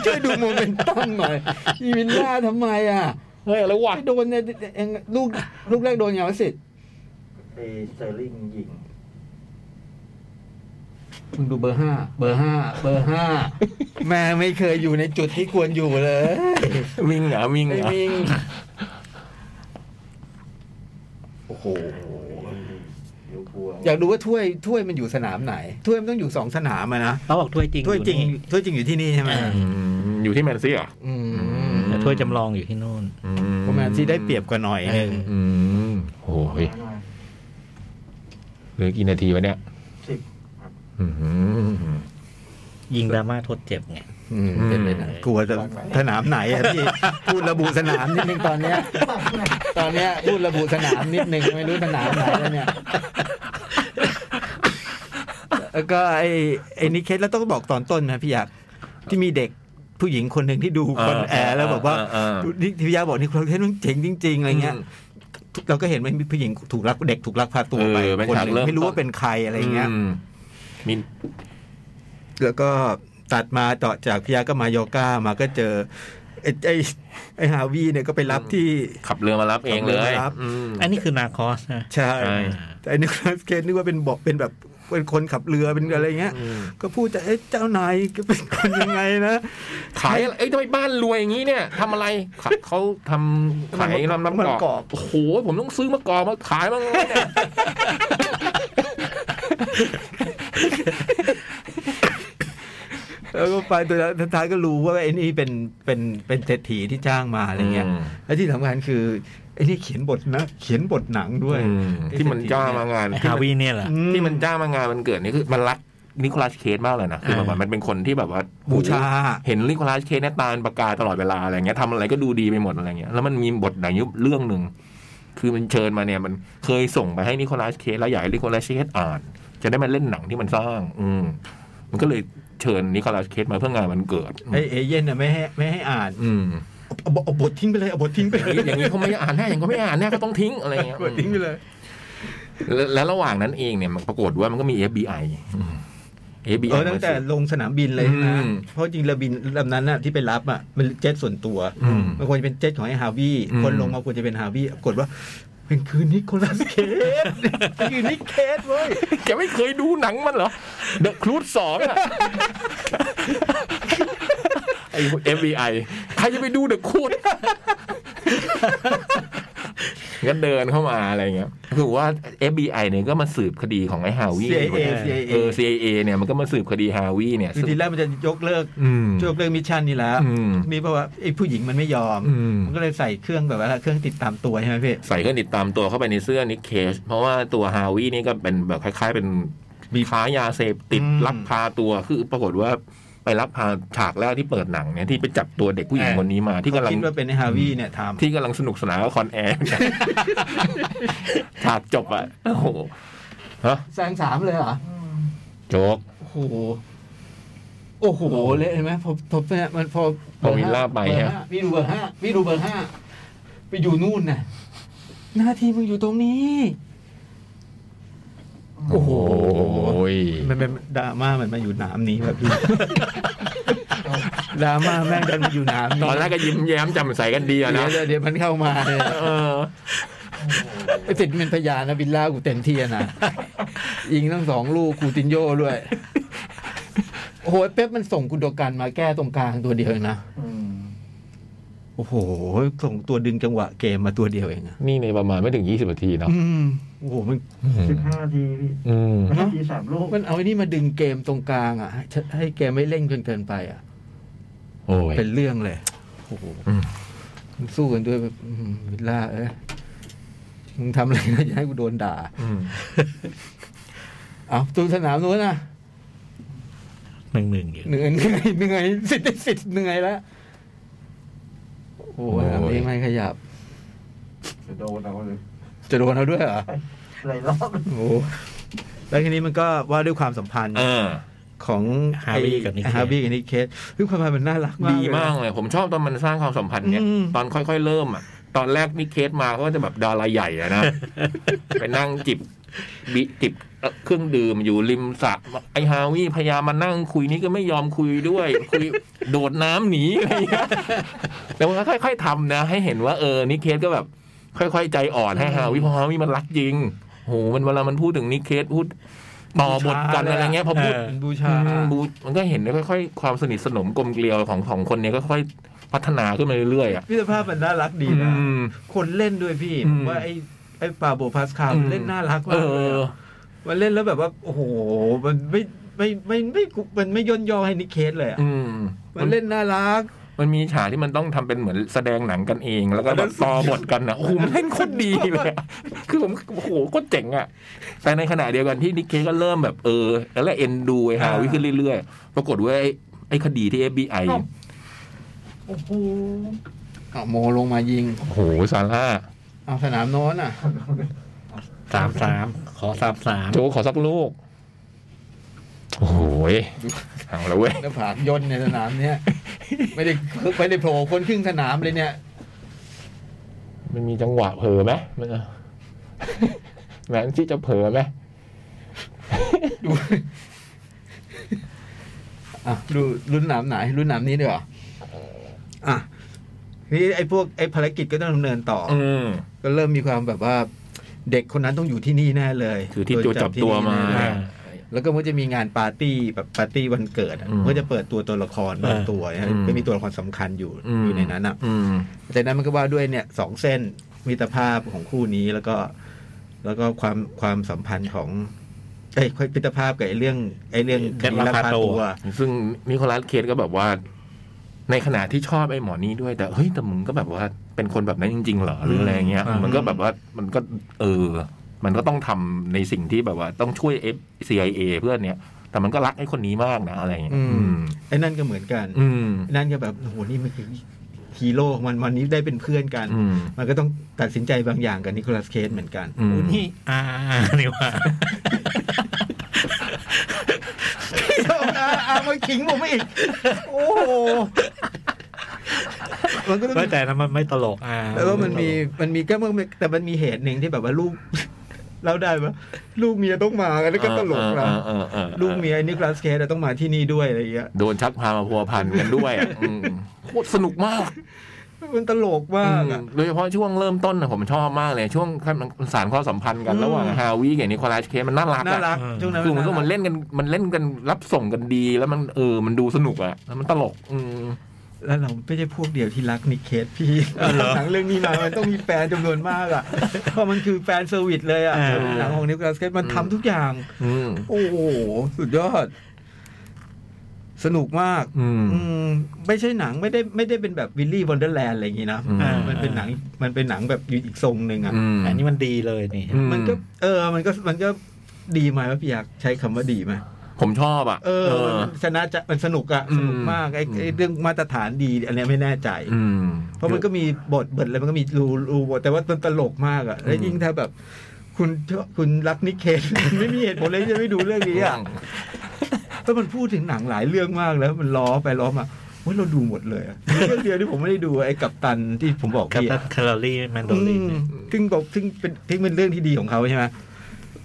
[SPEAKER 2] ช่วยดูโมเมนตัมหน่อยอีวินล่าทำไมอ่ะ
[SPEAKER 3] เฮ้ย อะไรวะ
[SPEAKER 2] ไม่โดนเนี่ยเองลูกลูกแรกโดนไงวะสิทธิ์
[SPEAKER 7] เอเซอร์ลิงหญิง
[SPEAKER 2] มึงดูเบอร์ห้าเบอร์ห้าเบอร์ห้าแม่ไม่เคยอยู่ในจุดที่ควรอยู่เลย
[SPEAKER 3] วิ่งเหรอวิ่งเห
[SPEAKER 2] ไอ้
[SPEAKER 3] รอ
[SPEAKER 2] มิง
[SPEAKER 3] โอ้โห
[SPEAKER 7] เดี๋ยวกลัว
[SPEAKER 2] อยากดูว่าถ้วยถ้วยมันอยู่สนามไหน ถ้วยมันต้องอยู่สองสนามอะนะ
[SPEAKER 5] เขาบอกถ้วยจริง
[SPEAKER 2] ถ้วยจริง
[SPEAKER 5] อนี่
[SPEAKER 2] ถ้วยจริงอยู่ที่นี่ใช่ไหม
[SPEAKER 3] อืม อยู่ที่แมนซี่เหรอ
[SPEAKER 2] อืม
[SPEAKER 5] แต่ถ้วยจำลองอยู่ที่นู่น
[SPEAKER 3] อื
[SPEAKER 2] เพราะแมนซีได้เปรียบกว่าหน่อยนึง
[SPEAKER 3] อืมโอ้ยเหลือกี่นาทีวะเนี่ย
[SPEAKER 7] สิบ
[SPEAKER 3] อืม
[SPEAKER 5] ยิงดราม่าทดเจ็บไง
[SPEAKER 2] อืมเป็นไปได้กลัวจะสนามไหนอะพี่พูดระบุสนามนิดนึงตอนเนี้ย ตอนเนี้ยพูดระบุสนามนิดหนึ่งไม่รู้สนามไหนแล้วเนี่ยแล้วก็ไอ้ไอ้นิเคสแล้วต้องบอกตอนต้นนะพี่ยักษ์ที่มีเด็กผู้หญิงคนหนึ่งที่ดูคอนแอร์แล้วบอกว่า
[SPEAKER 3] เออเออเออ
[SPEAKER 2] นี่พี่ยักษ์บอกนี่คอนเทนต์มันเจ๋งจริง ๆอะไรเงี้ยเราก็เห็นว่ามีผู้หญิงถูกลักเด็กถูกลักพาตัวไป
[SPEAKER 3] เออเป็น
[SPEAKER 2] คน
[SPEAKER 3] ฉาก
[SPEAKER 2] หนึ่ง
[SPEAKER 3] เริ่ม
[SPEAKER 2] ไม่รู้
[SPEAKER 3] ต้น
[SPEAKER 2] ว่าเป็นใครอะไรเงี้ย
[SPEAKER 3] มมี
[SPEAKER 2] แล้วก็ตัดมาต่อจากพี่ยักษ์ก็มาโยก้ามาก็เจอไอ้ไอ้ไอ้ฮาวีเนี่ยก็ไปรับที่
[SPEAKER 3] ขับเรือมารับเองเล
[SPEAKER 2] ขับเรื
[SPEAKER 3] ย
[SPEAKER 2] อมารับ
[SPEAKER 3] อืม
[SPEAKER 5] อันนี้คือนาคอสนะ
[SPEAKER 2] ใช่
[SPEAKER 3] ใช่
[SPEAKER 2] แต่ไอ้นิโคลัสเคสนึกว่าเป็นบอกเป็นแบบเป็นคนขับเรือเป็นอะไรเงี้ย ก็พูดแต่เอ๊ะเจ้านายก็เป็นคนยังไงนะ
[SPEAKER 3] ขายอะไรเอ้ยทำไมบ้านรวยอย่างนี้เนี่ยทำอะไรขายเขาทำขายน้ำน้ำกอกโอ้โห ผมต้องซื้อมะกอกมาขายบ้างแล้วเนี่ย
[SPEAKER 2] แล้วก็ไปตัวสุดท้ายก็รู้ว่าไอ้นี่เป็นเป็นเป็นเศรษฐีที่จ้างมาอะไรเงี้ยและที่สำคัญคือไอ้นี่เขียนบทนะเขียนบทหนังด้วย
[SPEAKER 3] อืมที่มันจ้างมางาน
[SPEAKER 5] ไอ้ฮาวีเนี่ยแหละ
[SPEAKER 2] อื
[SPEAKER 3] ที่มันจ้างมางานมันเกิดนี่คือมันรักนิโคลัสเคสมากเลยนะคือแบบว่ามันเป็นคนที่แบบว่า
[SPEAKER 2] บูชา
[SPEAKER 3] เห็นนิโคลัสเคสเนี่ยตาลประกายตลอดเวลาอะไรเงี้ยทำอะไรก็ดูดีไปหมดอะไรเงี้ยแล้วมันมีบทไหนอยู่เรื่องหนึ่งคือมันเชิญมาเนี่ยมันเคยส่งไปให้นิโคลัสเคสแล้วอยากให้นิโคลัสเคสอ่าน จะได้มาเล่นหนังที่มันสร้าง อืมมันก็เลยเชิญนิโคลัสเคสมาเพื่องานมันเกิด
[SPEAKER 2] ไอ้เอเย่นน่ะไม่ให้ไม่ให้อ่าน
[SPEAKER 3] อืม
[SPEAKER 2] เอาเอาเอาบททิ้งไปเลยเอาบททิ้งไป
[SPEAKER 3] อ
[SPEAKER 2] เล
[SPEAKER 3] ย่าง
[SPEAKER 2] ย
[SPEAKER 3] นี้อย่างนี้เขาไม่อ่านแน่อย่างนี้เขาไม่อ่านแน่ก็ต้องทิ้งอะไรเงี้ย
[SPEAKER 2] บททิ้งไปเลย
[SPEAKER 3] แล้วแล้วระหว่างนั้นเองเนี่ยมันปรากฏว่ามันก็มี FBI อืม
[SPEAKER 2] เอ
[SPEAKER 3] FBI
[SPEAKER 2] อตั้งแต่ลงสนามบินเลย
[SPEAKER 3] อื
[SPEAKER 2] นะ
[SPEAKER 3] ม
[SPEAKER 2] เพราะจริงเรือบินลำนั้นน่ะที่ไปรับอ่ะมันเจ็ตส่วนตัว
[SPEAKER 3] อืม
[SPEAKER 2] มันควรจะเป็นเจ็ตของไอ้ฮาวี
[SPEAKER 3] อืม
[SPEAKER 2] คนลงมาควรจะเป็นฮาวีปรากฏว่า เป็นคืนนี้คนละเค สเป็นคืนนี้เคสเว้ย
[SPEAKER 3] แกไม่เคยดูหนังมันเหรอ เดอะครูดสองอะไอเอฟบีไอใครจะไปดูเดอะครู ดก็เดินเข้ามาอะไรเงี้ยคือว่า FBI เนี่ยก็มาสืบคดีของไอ้ฮาวี
[SPEAKER 2] เ a เอ a
[SPEAKER 3] เออ CIA เนี่ยมันก็มาสืบคดีฮาวีเนี่ย
[SPEAKER 2] คือทีแรกมันจะยกเลิก
[SPEAKER 3] อืม
[SPEAKER 2] ยกเลิกมิชชั่นนี่แล้ว
[SPEAKER 3] อืม
[SPEAKER 2] มีเพราะว่าไอ้ผู้หญิงมันไม่ยอม
[SPEAKER 3] อืม
[SPEAKER 2] มันก็เลยใส่เครื่องแบบว่าเครื่องติดตามตัวใช่ไหมพี่
[SPEAKER 3] ใส่เครื่องติดตามตัวเข้าไปในเสื้อนิกเคชเพราะว่าตัวฮาวีนี่ก็เป็นแบบคล้าย ๆ เป็นมีค้ายาเสพติดลักพาตัวคือปรากฏว่าไปลักพาฉากแรกที่เปิดหนังเนี่ยที่ไปจับตัวเด็กผู้หญิงคนนี้มาที่กำลัง
[SPEAKER 2] คิดว่าเป็นไอ้ฮาวีเนี่ยทำ
[SPEAKER 3] ที่กำลังสนุกสนานกับคอนแอร์ ฉากจบอ่ะโอ้โหฮะ
[SPEAKER 2] แซงสามเลยเหรอ
[SPEAKER 3] โจ๊ก
[SPEAKER 2] โอ้โห โอ้โห เละเห็นไหมพอพอเนี่ยมันพอ
[SPEAKER 3] พอวิลล่าไป
[SPEAKER 2] เบอร์
[SPEAKER 3] ฮะ
[SPEAKER 2] ห้พี่ดูเบอร์ห้าพี่ดูเบอร์ห้าไปอยู่นู่นน่ะ หน้าที่มึงอยู่ตรงนี้
[SPEAKER 3] โอ้โห
[SPEAKER 2] มันเป็นดราม่ามันมาอยู่หนามนี้แบบ พี่ ดราม่าแม่งดันมาอยู่ห นาม
[SPEAKER 3] ต
[SPEAKER 2] นี้
[SPEAKER 3] อนแรกก็ยิ้มแย้มแจำใสกันดีอะนะ
[SPEAKER 2] เดี๋ยวเดี๋ยวมันเข้ามาเนี่ย
[SPEAKER 3] เออ
[SPEAKER 2] ไอ้ติดเป็นพยานนะวิลล่ากูเต็มที่อะ นะยิงทั้งสองลูกกูตินโยด้วยโอ้โหเป๊ปมันส่งกุนโดกันมาแก้ตรงกลางตัวเดียวเองนะ
[SPEAKER 7] อืม
[SPEAKER 2] โอ้โห ส่งตัวดึงจังหวะเกมมาตัวเดียวเองอะ
[SPEAKER 3] นี่ในประมาณไม่ถึงยี่สิบนาทีเนาะ
[SPEAKER 2] อืม โอ้โห มัน
[SPEAKER 7] สิบห้านาทีพี่
[SPEAKER 3] อืม
[SPEAKER 7] ห้านาทีสามลูก
[SPEAKER 2] มันเอาไอ้นี่มาดึงเกมตรงกลางอะให้ให้เกมไม่เร่งจนเกินไปอะ
[SPEAKER 3] โอ้ย
[SPEAKER 2] เป็นเรื่องเลยโอ้โห
[SPEAKER 3] อืม
[SPEAKER 2] มันสู้กันด้วยแบบอื้อหือวิลล่าเอ้ยมึงทำอะไรนะ จะให้กูโดนด่า
[SPEAKER 3] อืม
[SPEAKER 2] เอาตูสนามนู้นนะ
[SPEAKER 5] หนึ่งหนึ่งอยู่
[SPEAKER 2] เหนื่อยเหนื่อยเหนื่อยสิทธิ์ได้สิทธิ์เหนื่อยแล้วโอ้ยไม่ไม่ขยับ
[SPEAKER 7] จะโดนเอาเลย
[SPEAKER 2] จะโดนเอาด้วยเหรอ
[SPEAKER 7] หลายรอบ
[SPEAKER 2] โอ้โหแล้วทีนี้มันก็ว่าด้วยความสัมพันธ์
[SPEAKER 3] เออ
[SPEAKER 2] ของ
[SPEAKER 5] ฮาร์วีกับนิก
[SPEAKER 2] ฮาร์วีกับนิกเคสด้วยความสัมพันธ์มันน่ารักมาก
[SPEAKER 3] ดี
[SPEAKER 2] เลยนะ
[SPEAKER 3] มากเลย ผมชอบตอนมันสร้างความสัมพันธ์เนี่ย
[SPEAKER 2] อืม
[SPEAKER 3] ตอนค่อย ๆ เริ่มอ่ะ ตอนแรกนี่เคสมาเขาก็จะแบบดาราใหญ่อะนะ ไปนั่งจิบบิจิบเอ่อเครื่องดื่มอยู่ริมสระไอฮาวิพยายามมานั่งคุยนี่ก็ไม่ยอมคุยด้วย คุยโดดน้ำหนีอะไรอย่างเงี้ยแต่ว่าค่อยๆทำนะ ให้เห็นว่าเออนี่เคสก็แบบ ค่อย ๆ ใจอ่อนให้ฮาวิเพราะฮาวิมันรักจริงโหมันเวลามันพูดถึงนิเคสพูดต่อบทกันอะไรเงี้ยพอพูด
[SPEAKER 2] บูชา
[SPEAKER 3] อืมบูมันก็เห็นได้ค่อยๆ ความสนิทสนมกลมเกลียวของสองคนเนี้ก็ค่อยๆพัฒนาขึ้นมาเรื่อยๆอ่ะ
[SPEAKER 2] พิธภาพมันน่ารักดีนะ
[SPEAKER 3] อืม
[SPEAKER 2] คนเล่นด้วยพี่
[SPEAKER 3] อื
[SPEAKER 2] ผม มว่าไอ้ไอ้ปาโบพาสคาลมันเล่นน่ารัก
[SPEAKER 3] เอ
[SPEAKER 2] มากเลย
[SPEAKER 3] อ
[SPEAKER 2] อะมันเล่นแล้วแบบว่า โอ้โห มันไม่ไม่ไม่ไม่ไม่มันไม่ย่นย่อให้นิกเคสเลยอะ
[SPEAKER 3] อืม
[SPEAKER 2] มันเล่นน่ารัก
[SPEAKER 3] มันมีฉากที่มันต้องทำเป็นเหมือนแสดงหนังกันเอง แล้วก็แบบต่อบทกันอ่ะโอ้โหมันเล่นโคตรดีเลยอะคือผมโอ้โหโคตรเจ๋งอ่ะ แต่ในขณะเดียวกันที่นิกเคก็เริ่มแบบเออ แล้วแหละเอ็นดูไอ้ฮาวิขึ้นเรื่อยๆ ปรากฏว่าไอ้ไอ้คดีที่ FBI
[SPEAKER 7] โอ้โห
[SPEAKER 2] เอาโมลงมายิง
[SPEAKER 3] โอ้โหซาร่า
[SPEAKER 2] เอาสนามโน้นอ่ะ
[SPEAKER 5] สามสามขอสามสาม
[SPEAKER 3] โจขอสักลูก โอ้โหเอาละเว้ย
[SPEAKER 2] หน้าผากย่นในสนามเนี้ยไม่ได้ไม่ได้โผล่คนครึ่งสนามเลยเนี่ย
[SPEAKER 3] มันมีจังหวะเผลอไหมมัน แมนที่จะเผลอไหม
[SPEAKER 2] ดูอ่ะดูรุ่นหนามไหน รุ่นหนามนี้ดีกว่าอ่ะทีนี้ไอ้พวกไอ้ภารกิจก็ต้องดำเนินต่ออ
[SPEAKER 3] อืม
[SPEAKER 2] ก็เริ่มมีความแบบว่า เด็กคนนั้นต้องอยู่ที่นี่แน่เลย
[SPEAKER 3] คือที่โจ
[SPEAKER 2] โดน
[SPEAKER 3] จับตัว
[SPEAKER 2] ที่
[SPEAKER 3] มา
[SPEAKER 2] นี่แน่แล้วก็มันจะมีงานปาร์ตี้แบบปาร์ตี้วันเกิดอะ
[SPEAKER 3] อืม
[SPEAKER 2] มันก็จะเปิดตัวตัวละครเปิดตัวเนี่ย
[SPEAKER 3] อืม
[SPEAKER 2] ก็มีตัวละครสำคัญอยู่
[SPEAKER 3] อืม
[SPEAKER 2] อยู่ในนั้นอ่ะ
[SPEAKER 3] อืม
[SPEAKER 2] จากนั้นมันก็ว่าด้วยเนี่ยสองเส้นมิตรภาพของคู่นี้แล้วก็ แล้วก็ความความสัมพันธ์ของไอ้ยมิตรภาพกับไอ้เรื่อง ไอ้เรื่องคดีลักพาตัว
[SPEAKER 3] ซึ่งนิโคลัสเคสก็แบบว่า ในขณะที่ชอบไอ้หมอนี้ด้วย แต่เฮ้ยแต่มึงก็แบบว่าเป็นคนแบบนั้นจริง ๆ เหรอหรืออะไรเงี้ย มันก็แบบว่ามันก็ เออ มันก็ต้องทำในสิ่งที่แบบว่า ต้องช่วย F CIA เพื่อนเนี้ยแต่มันก็รักไอ้คนนี้มากนะอะไรเงี้ย
[SPEAKER 2] อื
[SPEAKER 3] อืม
[SPEAKER 2] มไอ้นั่นก็เหมือนกัน
[SPEAKER 3] อืม
[SPEAKER 2] ไอ้นั่นก็แบบโอ้โหนี่มันคือฮีโร่ของมันวันนี้ได้เป็นเพื่อนกัน
[SPEAKER 3] อืม
[SPEAKER 2] มันก็ต้องตัดสินใจบางอย่างกับนิโคลัสเคสเหมือนกัน
[SPEAKER 3] อืม
[SPEAKER 5] อู้นี่อานี่ว่า
[SPEAKER 2] เอาอาอามาขิงผมอีก โอ้ โหมันก็ต้อง
[SPEAKER 5] แต่ทำไมไม่ตลกอา
[SPEAKER 2] แล้วก็มันมีมันมีก็มันมีแต่มันมีเหตุหนึ่งที่แบบว่าลูก เราได้ปะลูกเมียต้องมากันแล้วก็ตลกนะ
[SPEAKER 3] เออเออเออเออ
[SPEAKER 2] ลูกเมียนิคลัสเคสต้องมาที่นี่ด้วยอะไรอย่างเงี้ย
[SPEAKER 3] โดนชักพามาพัวพันกันด้วยอ่ะอืมโคตรสนุกมาก
[SPEAKER 2] มันตลกมากอะ
[SPEAKER 3] อืมโดยเฉพาะช่วงเริ่มต้นนะผมชอบมากเลย ช่วงมันสารความสัมพันธ์กัน
[SPEAKER 2] อืม
[SPEAKER 3] ระหว่างฮาวิกับนิโคลัสเคสมันน่ารัก
[SPEAKER 2] น่า
[SPEAKER 3] อ่ะ
[SPEAKER 2] รักช่วงนั้น
[SPEAKER 3] คือมันก็
[SPEAKER 2] ารั
[SPEAKER 3] มันเล่นกันมันเล่นกันรับส่งกันดีแล้วมันเออ มันดูสนุกอ่ะแล้วมันตลก อืม
[SPEAKER 2] แล้วเราไม่ใช่พวกเดียวที่รักนิเคสพี่หนังเรื่องนี้มามันต้องมีแฟนจำนวนมากอ่ะเพราะมันคือแฟนเซอร์วิสเลยอ่ะหนังของนิคลัสเคสมันทำทุกอย่าง
[SPEAKER 3] อืม
[SPEAKER 2] โอ้โหสุดยอด สนุกมาก
[SPEAKER 3] อืม
[SPEAKER 2] อืมไม่ใช่หนังไม่ได้ไม่ได้เป็นแบบวิลลี่วันเดอร์แลนด์อะไรอย่างงี้นะ
[SPEAKER 3] อืม
[SPEAKER 2] อ่ามันเป็นหนังมันเป็นหนังแบบอยู่อีกทรงหนึ่งอ่ะ
[SPEAKER 3] อืม
[SPEAKER 5] อันนี้มันดีเลยนี่
[SPEAKER 3] อื
[SPEAKER 2] มันก็เออ มันก็มันก็ดีไหมว่าพี่อยากใช้คำว่าดีไหม
[SPEAKER 3] ผมชอบอ่ะ
[SPEAKER 2] เออมันชนะจะมันสนุกอะสนุกมากไอ้
[SPEAKER 3] อืม
[SPEAKER 2] ไอ้เรื่องมาตรฐานดีอันเนี้ยไม่แน่ใจ
[SPEAKER 3] อืม
[SPEAKER 2] เพราะมันก็มีบทเบิดอะไรมันก็มีรูรูบทแต่ว่ามันตลกมากอะแล้ว
[SPEAKER 3] อืม
[SPEAKER 2] ยิ่งถ้าแบบ คุณคุณรักนิกเคส ไม่มีเหตุผลเลยที่จะไม่ดูเรื่องนี้อะ แล้วมันพูดถึงหนังหลายเรื่องมากแล้วมันล้อไปล้อมาเว้ยเราดูหมดเลยอะมีเรื่องเดียวที่ผมไม่ได้ดูไอ้กับตันที่ผมบอก
[SPEAKER 5] กับ
[SPEAKER 2] พี่อะ
[SPEAKER 5] แคลอรี่แมนโด
[SPEAKER 2] อื
[SPEAKER 5] ลิน
[SPEAKER 2] ม
[SPEAKER 5] เนี่ย
[SPEAKER 2] ซึ่งบอกซึ่งเป็นซึ่งเป็นเรื่องที่ดีของเขาใช่ไหม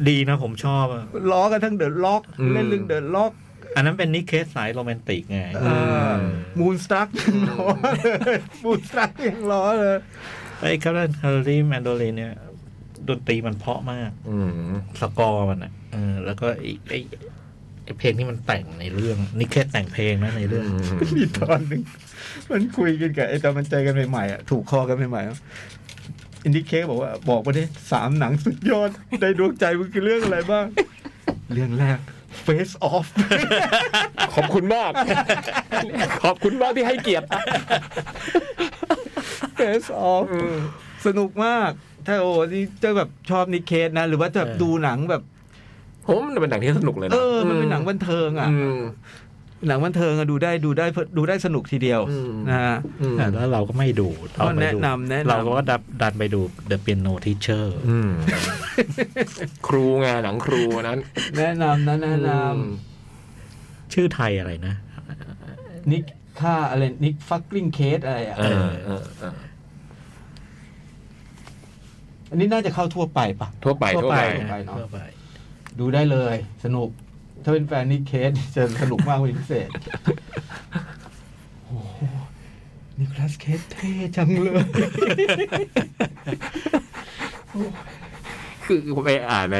[SPEAKER 5] ดีนะผมชอบอะ
[SPEAKER 2] ล้อกันทั้งเดอะล็อก
[SPEAKER 3] อืม
[SPEAKER 2] เล่นเรื่องเดอะล็อก
[SPEAKER 5] อันนั้นเป็นนิเคสสายโรแมนติกไง
[SPEAKER 2] มูนสตั๊กยังล้อเลยมูนสตั๊กยังล้อเลย
[SPEAKER 5] ไอ้คาร์ลคาร์ลีแมนโดลินเนี่ยดนตรีมันเพราะมาก
[SPEAKER 3] อืม
[SPEAKER 5] สกอร์มันอ่ะเออแล้วก็ไอ้ไอ้ไอ้เพลงที่มันแต่งในเรื่องนิเคสแต่งเพลงนะในเรื่อง
[SPEAKER 3] อืม
[SPEAKER 2] มีตอนหนึ่งมันคุยกันกับไอ้ตอนมันเจอกันใหม่ๆอะถูกคอกันใหม่ๆอะอินดิเคสบอกว่าบอกมาดิสามหนังสุดยอดในดวงใจมันคือเรื่องอะไรบ้าง เรื่องแรก
[SPEAKER 3] Face Off ขอบคุณมาก ขอบคุณมากที่ให้เกียรติ
[SPEAKER 2] เฟสออฟสนุกมาก ถ้าโอ้นี่จะแบบชอบนิเคสนะ หรือว่าจะ
[SPEAKER 5] เออ
[SPEAKER 2] ดูหนังแบบ
[SPEAKER 3] ผมว่ามันเป็นหนังที่สนุกเลยนะ
[SPEAKER 2] เออ มันเป็นหนังบันเทิงอ่ะ
[SPEAKER 3] อืม
[SPEAKER 2] หนังบันเทิงอะดูได้ดูได้ดูได้สนุกทีเดียว
[SPEAKER 3] อืม
[SPEAKER 2] นะฮะ
[SPEAKER 3] อืม
[SPEAKER 5] แล้วเราก็ไม่ดูเราไป
[SPEAKER 2] ก็แนะ
[SPEAKER 5] ดู
[SPEAKER 2] นำแนะนำ
[SPEAKER 5] เราก็ดับดันไปดู The Piano Teacher
[SPEAKER 3] อืมครูไงหนังครูอันนั้น
[SPEAKER 2] แนะนำนะแนะน
[SPEAKER 5] ชื่อไทยอะไรนะ
[SPEAKER 2] ำนิกค่าอะไรนิกฟักลิงเคสอะไรอ่ะ
[SPEAKER 3] เออเออเออ
[SPEAKER 2] อันนี้น่าจะเข้าทั่วไปปะ
[SPEAKER 3] ทั่วไปทั่วไป
[SPEAKER 2] ทั่วไป
[SPEAKER 5] เพื่อไป
[SPEAKER 2] ดูได้เลย สนุก ถ้าเป็นแฟนนิกเคสจะสนุกมากเป็นพิเศษโอ้โหนิโคลัสเคสเท่จังเลย
[SPEAKER 3] คือไปอ่านใน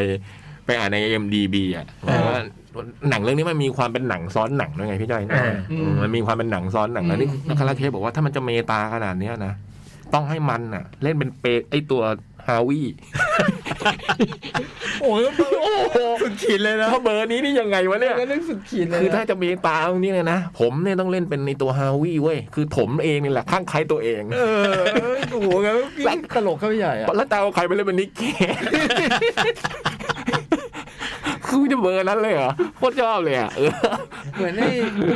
[SPEAKER 3] ไปอ่านใน MDB อ่ะ
[SPEAKER 2] อ่า
[SPEAKER 3] ว่าหนังเรื่องนี้มันมีความเป็นหนังซ้อนหนังด้วยไงพี่จ้อย
[SPEAKER 5] อ่า
[SPEAKER 3] อืมมันมีความเป็นหนังซ้อนหนังแล้วนี่
[SPEAKER 2] อืม
[SPEAKER 3] นักคาราเทพบอกว่าถ้ามันจะเมตาขนาดเนี้ยนะต้องให้มันน่ะ เล่นเป็นเปรตไอตัวฮาวิโอ้ยโอ้โหสุดขีดเลยนะถ้าเบอร์นี้นี่ยังไงวะเนี่ย
[SPEAKER 2] ก็เรื่องสุดขีดเลย
[SPEAKER 3] คือถ้าจะมีตาตรงนี้เลยนะ ผมเนี่ยต้องเล่นเป็นในตัวฮาวิเว้ยคือผมเองนี่แหละข้างใครตัวเอง
[SPEAKER 2] เออโอ้โหงั้นยิ่งตลกเข้าไปใหญ่อะ
[SPEAKER 3] แล้วจะเอาใครไปเล่นเป็นนิกเกคือจะเบอร์นั้นเลยเหรอโคตรชอบเลยอ่ะเออ
[SPEAKER 2] เหมือนไอ้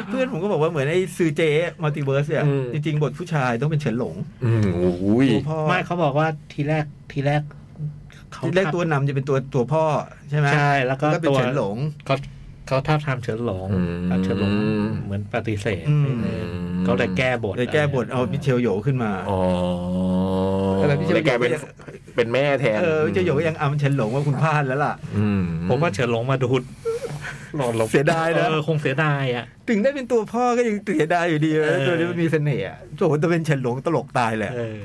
[SPEAKER 2] เพื่อนผมก็บอกว่าเหมือนไอ้ซือเจมัลติเวิร์สเนี่ย
[SPEAKER 3] อืม
[SPEAKER 2] จริง ๆ บทผู้ชายต้องเป็นเฉินหลง
[SPEAKER 3] อืมโอ้ย
[SPEAKER 2] ตัวพ่อ
[SPEAKER 5] ไม่เขาบอกว่าทีแรกทีแรก
[SPEAKER 2] ที่แรกตัวนำจะเป็นตัวตัวพ่อใช่ไหม
[SPEAKER 5] ใช่ แล้วก็
[SPEAKER 2] แล้วก็เป็น
[SPEAKER 5] ตัว
[SPEAKER 2] เฉินหลง
[SPEAKER 5] เขาเขาท้าบทามเฉินหลงแต่เฉินหลงเหมือนปฏิเสธ
[SPEAKER 2] อืม
[SPEAKER 5] ไม่เลยเขาเลยแก้บท
[SPEAKER 2] เลยแก้บทเอามิเชลโหยขึ้นมา
[SPEAKER 3] อ๋อ
[SPEAKER 2] อะไร
[SPEAKER 3] แล้ว
[SPEAKER 2] มิเชลโหย
[SPEAKER 3] กลายเป็น
[SPEAKER 2] ก็ยัง
[SPEAKER 3] เป็นแม่แทน
[SPEAKER 2] เออมิเชลโหยก็ยังอํเฉินหลงว่าคุณพลาดแล้วล่ะ
[SPEAKER 3] อืม
[SPEAKER 5] ผมว่าเฉินหลงมาดูหลอนหลง
[SPEAKER 2] เสียดายนะ
[SPEAKER 5] เออคงเสียดายอ่ะ
[SPEAKER 2] ถึงได้เป็นตัวพ่อก็ยังเสียดายอยู่ดีนะ
[SPEAKER 5] เออ
[SPEAKER 2] ตัวนี้มันมีเสน่ห์อะโอ้โหแต่เป็นเฉินหลงตลกตายเลย
[SPEAKER 5] เออ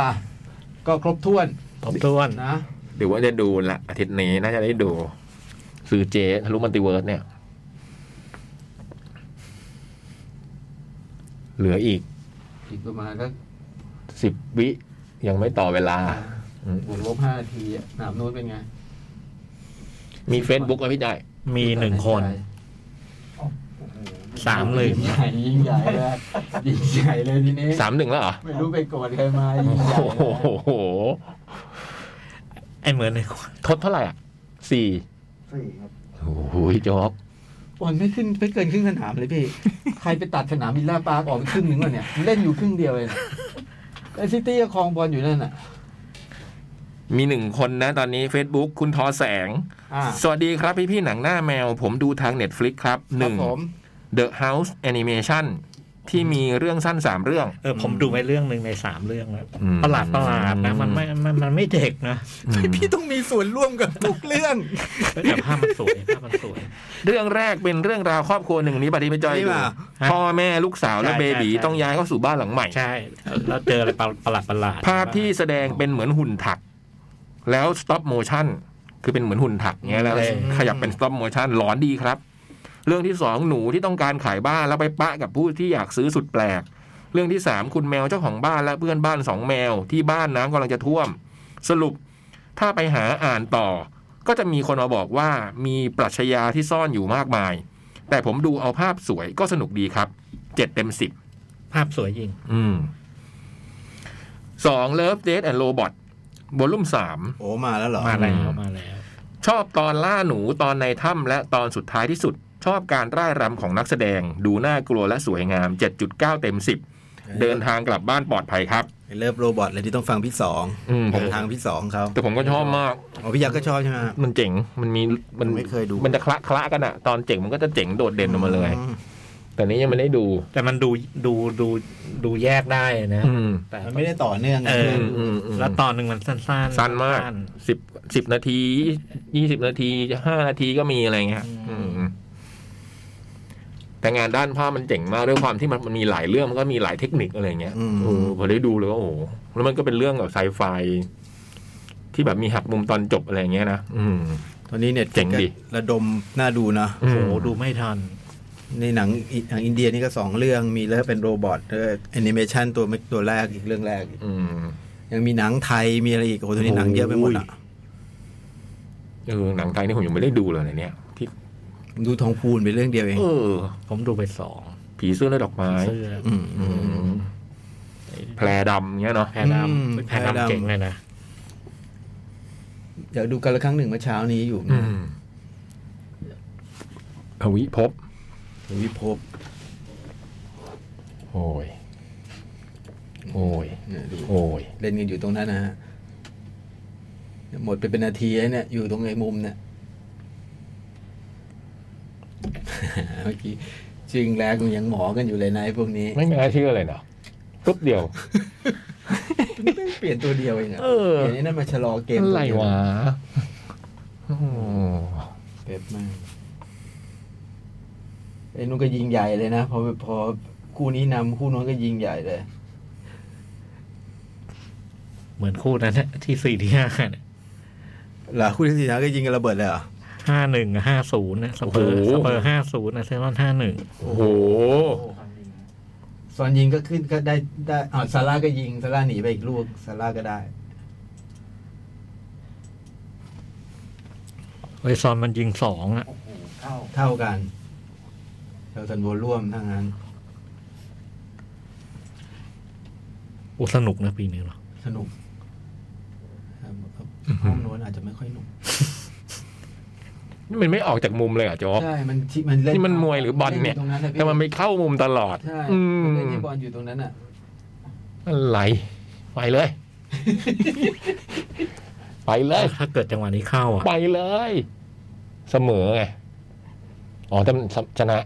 [SPEAKER 2] อ่ะก็ครบถ้วน
[SPEAKER 5] ทบต้วน
[SPEAKER 2] นะ
[SPEAKER 3] เดี๋ยวว่าจะดูละอาทิตย์นี้น่าจะได้ดูซื้อเจทะลุมัลติเวิร์สเนี่ย เหลืออีก
[SPEAKER 2] อีกประมาณสัก
[SPEAKER 3] สิบวิยังไม่ต่อเวลา
[SPEAKER 2] บวกลบห้านาทีอะหนามนู้นเป็นไง
[SPEAKER 3] มีเฟซบุ๊กไหมพี่จ่าย
[SPEAKER 5] มีหนึ่งคนสามหนึ่ง
[SPEAKER 2] ยิ่งใหญ่ยิ่งใหญ่เลยยิ่งใหญ่เลยทีนี้
[SPEAKER 3] สามหนึ่งแล้วเหรอ
[SPEAKER 2] ไม่รู้ไปโกรธใครมายิ่ง
[SPEAKER 3] โอ้
[SPEAKER 2] ใหญ่เลย
[SPEAKER 3] โห
[SPEAKER 5] ไอ้เหมือนหนึ่งคน
[SPEAKER 3] ทดเท่าไหร่อ่ะสี่
[SPEAKER 7] สี่ครับ
[SPEAKER 3] โอ้โหจ๊อบ
[SPEAKER 2] บอลไม่ขึ้นไม่เกินครึ่งสนามเลยพี่ ใครไปตัดสนามวิลล่าปาร์กออกไปครึ่งหนึ่งวะเนี่ย เล่นอยู่ครึ่งเดียวเองไอซิตี้ก็ครองบอลอยู่นั่นน่ะ
[SPEAKER 3] มีหนึ่งคนนะตอนนี้ Facebook คุณทอแสง
[SPEAKER 2] อ่า
[SPEAKER 3] สวัสดีครับพี่พี่ๆหนังหน้าแมว ผมดูทาง Netflix ครับห
[SPEAKER 2] ครั
[SPEAKER 3] นึ่
[SPEAKER 2] บ
[SPEAKER 3] ง
[SPEAKER 2] ผม
[SPEAKER 3] The House Animation ที่มีเรื่องสั้นสามเรื่อง
[SPEAKER 5] เออผมดูไปเรื่องหนึ่งในสามเรื่องแล้ว
[SPEAKER 3] อืม
[SPEAKER 5] ประหลาดประหลาดนะมันไม่มันมันไม่เด็กนะ
[SPEAKER 2] พี่ต้องมีส่วนร่วมกับทุกเรื่อง
[SPEAKER 5] แต่ภาพมันสวยภาพมันสวย
[SPEAKER 3] เรื่องแรกเป็นเรื่องราวครอบครัวหนึ่งนี้ปฏิไปจอย
[SPEAKER 2] นี่
[SPEAKER 3] ดู
[SPEAKER 2] มา
[SPEAKER 3] พ่อแม่ลูกสาวและ
[SPEAKER 5] ใช่
[SPEAKER 3] เบบี
[SPEAKER 5] ใช่
[SPEAKER 3] ต้องย้ายเข้าสู่บ้านหลังใหม่
[SPEAKER 5] ใช่แล้วเจออะไรประหลาดประหลาด
[SPEAKER 3] ภาพที่แสดงเป็นเหมือนหุ่นถัก แล้ว stop motion คือเป็นเหมือนหุ่นถักเงี้ยแล้วขยับเป็น stop motion หลอนดีครับ เรื่องที่สองหนูที่ต้องการขายบ้านแล้วไปปะกับผู้ที่อยากซื้อสุดแปลก เรื่องที่สามคุณแมวเจ้าของบ้านและเพื่อนบ้านสองแมวที่บ้านน้ำกำลังจะท่วม สรุปถ้าไปหาอ่านต่อ ก็จะมีคนมาบอกว่ามีปรัชญาที่ซ่อนอยู่มากมาย แต่ผมดูเอาภาพสวยก็สนุกดีครับเจ็ดเต็มสิบ
[SPEAKER 5] ภาพสวยจริง
[SPEAKER 3] อืมสอง Love Death and Robot วอลลุ่มสาม
[SPEAKER 2] โอ้มาแล้วเหรอ
[SPEAKER 5] มาแล้วมาแล้ว
[SPEAKER 3] ชอบตอนล่าหนูตอนในถ้ำและตอนสุดท้ายที่สุด ชอบการร่ายรำของนักแสดง ดูน่ากลัวและสวยงาม 7.9 เต็ม 10 เดินทางกลับบ้านปลอดภัยครับ
[SPEAKER 2] เลิฟโรบอทเลยที่ต้องฟังพี่สอง
[SPEAKER 3] อืมผม
[SPEAKER 2] ทางพี่สองเขา
[SPEAKER 3] แต่ผมก็ชอบมาก
[SPEAKER 2] อ๋อพี่ยักษ์ก็ชอบใช่ไหม
[SPEAKER 3] มันเจ๋ง มันมีมัน
[SPEAKER 2] ไม่เคยดู
[SPEAKER 3] มันจะคละคละกันอะตอนเจ๋งมันก็จะเจ๋งโดดเด่นออกมาเลย
[SPEAKER 2] อืม
[SPEAKER 3] แต่นี้ยังไม่ได้ดู
[SPEAKER 5] แต่มันดูดูดูดูแยกได้นะ
[SPEAKER 3] อืม
[SPEAKER 5] แต่
[SPEAKER 2] มันไม่ได้ต่อเนื่องไง
[SPEAKER 5] เออ
[SPEAKER 3] อืมอืมอืม
[SPEAKER 5] แล้วตอนหนึ่งมันสั้นๆ
[SPEAKER 3] สั้นมากสิบสิบนาทียี่สิบนาทีห้านาทีก็มีอะไรเงี้ยอืม แต่งานด้านภาพมันเจ๋งมากด้วยความที่มันมันมีหลายเรื่องมันก็มีหลายเทคนิคอะไรเงี้ยเออพอได้ดูเลยว่าโอ้โหแล้วมันก็เป็นเรื่องแบบไซไฟที่แบบมีหักมุมตอนจบอะไรเงี้ยนะอืม
[SPEAKER 2] ตอนนี้เนี่ย
[SPEAKER 3] เจ๋งดิ
[SPEAKER 2] ระดมน่าดูนะ
[SPEAKER 5] โอ้โหดูไม่ทัน
[SPEAKER 2] ในหนังอิหนังอินเดียนี่ก็สองเรื่องมีเลิฟเป็นโรบอทแอนิเมชันตัวเมื่อตัวแรกอีกเรื่องแรก
[SPEAKER 3] อืม
[SPEAKER 2] ยังมีหนังไทยมีอะไรอีกโอ้โหตอนนี้หนังเยอะไปหมดอ่ะ
[SPEAKER 3] เออหนังไทยนี่ผมยังไม่ได้ดูเลยเนี่ย ที่
[SPEAKER 2] ผมดูทองพูนเป็นเรื่องเดียวเอง
[SPEAKER 3] เออ
[SPEAKER 5] ผมดูไปสอง
[SPEAKER 3] ผีเสื้อและดอกไม้
[SPEAKER 5] เสื้อ
[SPEAKER 2] อืม
[SPEAKER 3] อืมแพรดำเงี้ยเนาะ
[SPEAKER 5] แพรดำเฮ้ยแพรดำเก่งเลยนะ
[SPEAKER 2] เดี๋ยวดูกันละครั้งหนึ่งเมื่อเช้านี้อยู่
[SPEAKER 3] อืมอวิภพ
[SPEAKER 2] วิภพ
[SPEAKER 3] โอ้ยโอ้ย
[SPEAKER 2] เนี่ยดู
[SPEAKER 3] โอ้ย
[SPEAKER 2] เล่นกันอยู่ตรงนั้นนะฮะเนี่ยหมดไปเป็นนาทีแล้วเนี่ย อยู่ตรงไอ้มุมเนี่ย เมื่อกี้จริงแล้วกูยังหมอกันอยู่เลยนะไอ้พวกนี้
[SPEAKER 3] ไม่น่าเชื่อเลยเนาะปุ๊บเดียว
[SPEAKER 2] เปลี่ยนตัวเดียวเองอะ
[SPEAKER 3] เออ
[SPEAKER 2] เปลี่ยนไอ้นั่นมาชะลอเกม
[SPEAKER 3] อะไรวะโอ้
[SPEAKER 2] เป๊บมากไอ้นู้นก็ยิงใหญ่เลยนะพอพอคู่นี้นำคู่นู้นก็ยิงใหญ่เลย
[SPEAKER 5] เหมือนคู่นั้นนะที่สี่ที่ห้าเนี่ย
[SPEAKER 2] เหรอคู่ที่สี่นะก็ยิงกันระเบิดเลยเหรอ
[SPEAKER 5] ห้าหนึ่งห้าศูนย์นะสเปอร์สเปอร์ห้าศูนย์นะเซนอนห้าหนึ่ง
[SPEAKER 3] โห
[SPEAKER 2] ซอนยิงก็ขึ้นก็ได้ได้อ่าซาร่าก็ยิงซาร่าหนีไปอีกลูกซาร่าก็ได้
[SPEAKER 5] ไอซอนมันยิงสองอะ
[SPEAKER 7] โอ้โหเข้า
[SPEAKER 2] เท่ากันเราสันโบร่วมทั้งนั้น
[SPEAKER 5] โอ้สนุกนะปีนี้เนาะ
[SPEAKER 2] สนุกครับห้องโน้นอาจจะไม่ค่อยหนุก
[SPEAKER 3] นี่มันไม่ออกจากมุมเลยเหรอ่ะโจ๊ก
[SPEAKER 2] ใช่ มันที่มันเล่น
[SPEAKER 3] นี่มันมวยหรือบอลเนี่ย
[SPEAKER 2] ตรงนั้นนะพี่
[SPEAKER 3] แต่มันไม่เข้ามุมตลอด
[SPEAKER 2] ใช่
[SPEAKER 3] อืม
[SPEAKER 2] เล่นที่บอลอยู่ตรงนั้นอ่ะ
[SPEAKER 3] อะไร ไปเลย ไปเลย
[SPEAKER 5] ถ้าเกิดจังหวะนี้เข้าอ่ะ
[SPEAKER 3] ไปเลย เสมอไง อ๋อแต่มันชนะ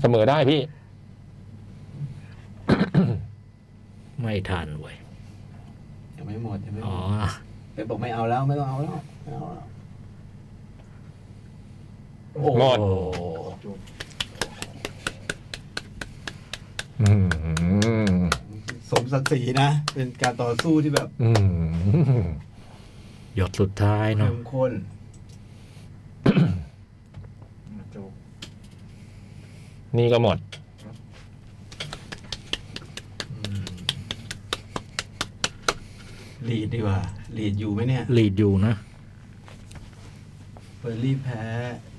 [SPEAKER 3] เสมอได้พี่
[SPEAKER 5] ไม่ทันเว้ย
[SPEAKER 2] ยังไม่หมดยังไม่ห
[SPEAKER 5] อ๋
[SPEAKER 2] ม
[SPEAKER 5] อ
[SPEAKER 2] ดไปบอกไม่เอาแล้วไม่ต้องเอาแล้วไม่เอาแล้วโอ้
[SPEAKER 3] หมด
[SPEAKER 2] โห
[SPEAKER 3] อืม
[SPEAKER 2] สมศักดิ์ศรีนะ เป็นการต่อสู้ที่แบบ
[SPEAKER 3] อืม
[SPEAKER 5] หยดสุดท้ายเนาะ
[SPEAKER 2] เข้มข้น
[SPEAKER 3] นี่ก็หมด
[SPEAKER 2] ลีดดีกว่า ลีดอยู่ไหมเนี่ย
[SPEAKER 5] ลีดอยู่นะ
[SPEAKER 2] เบอร์ลี่แพ้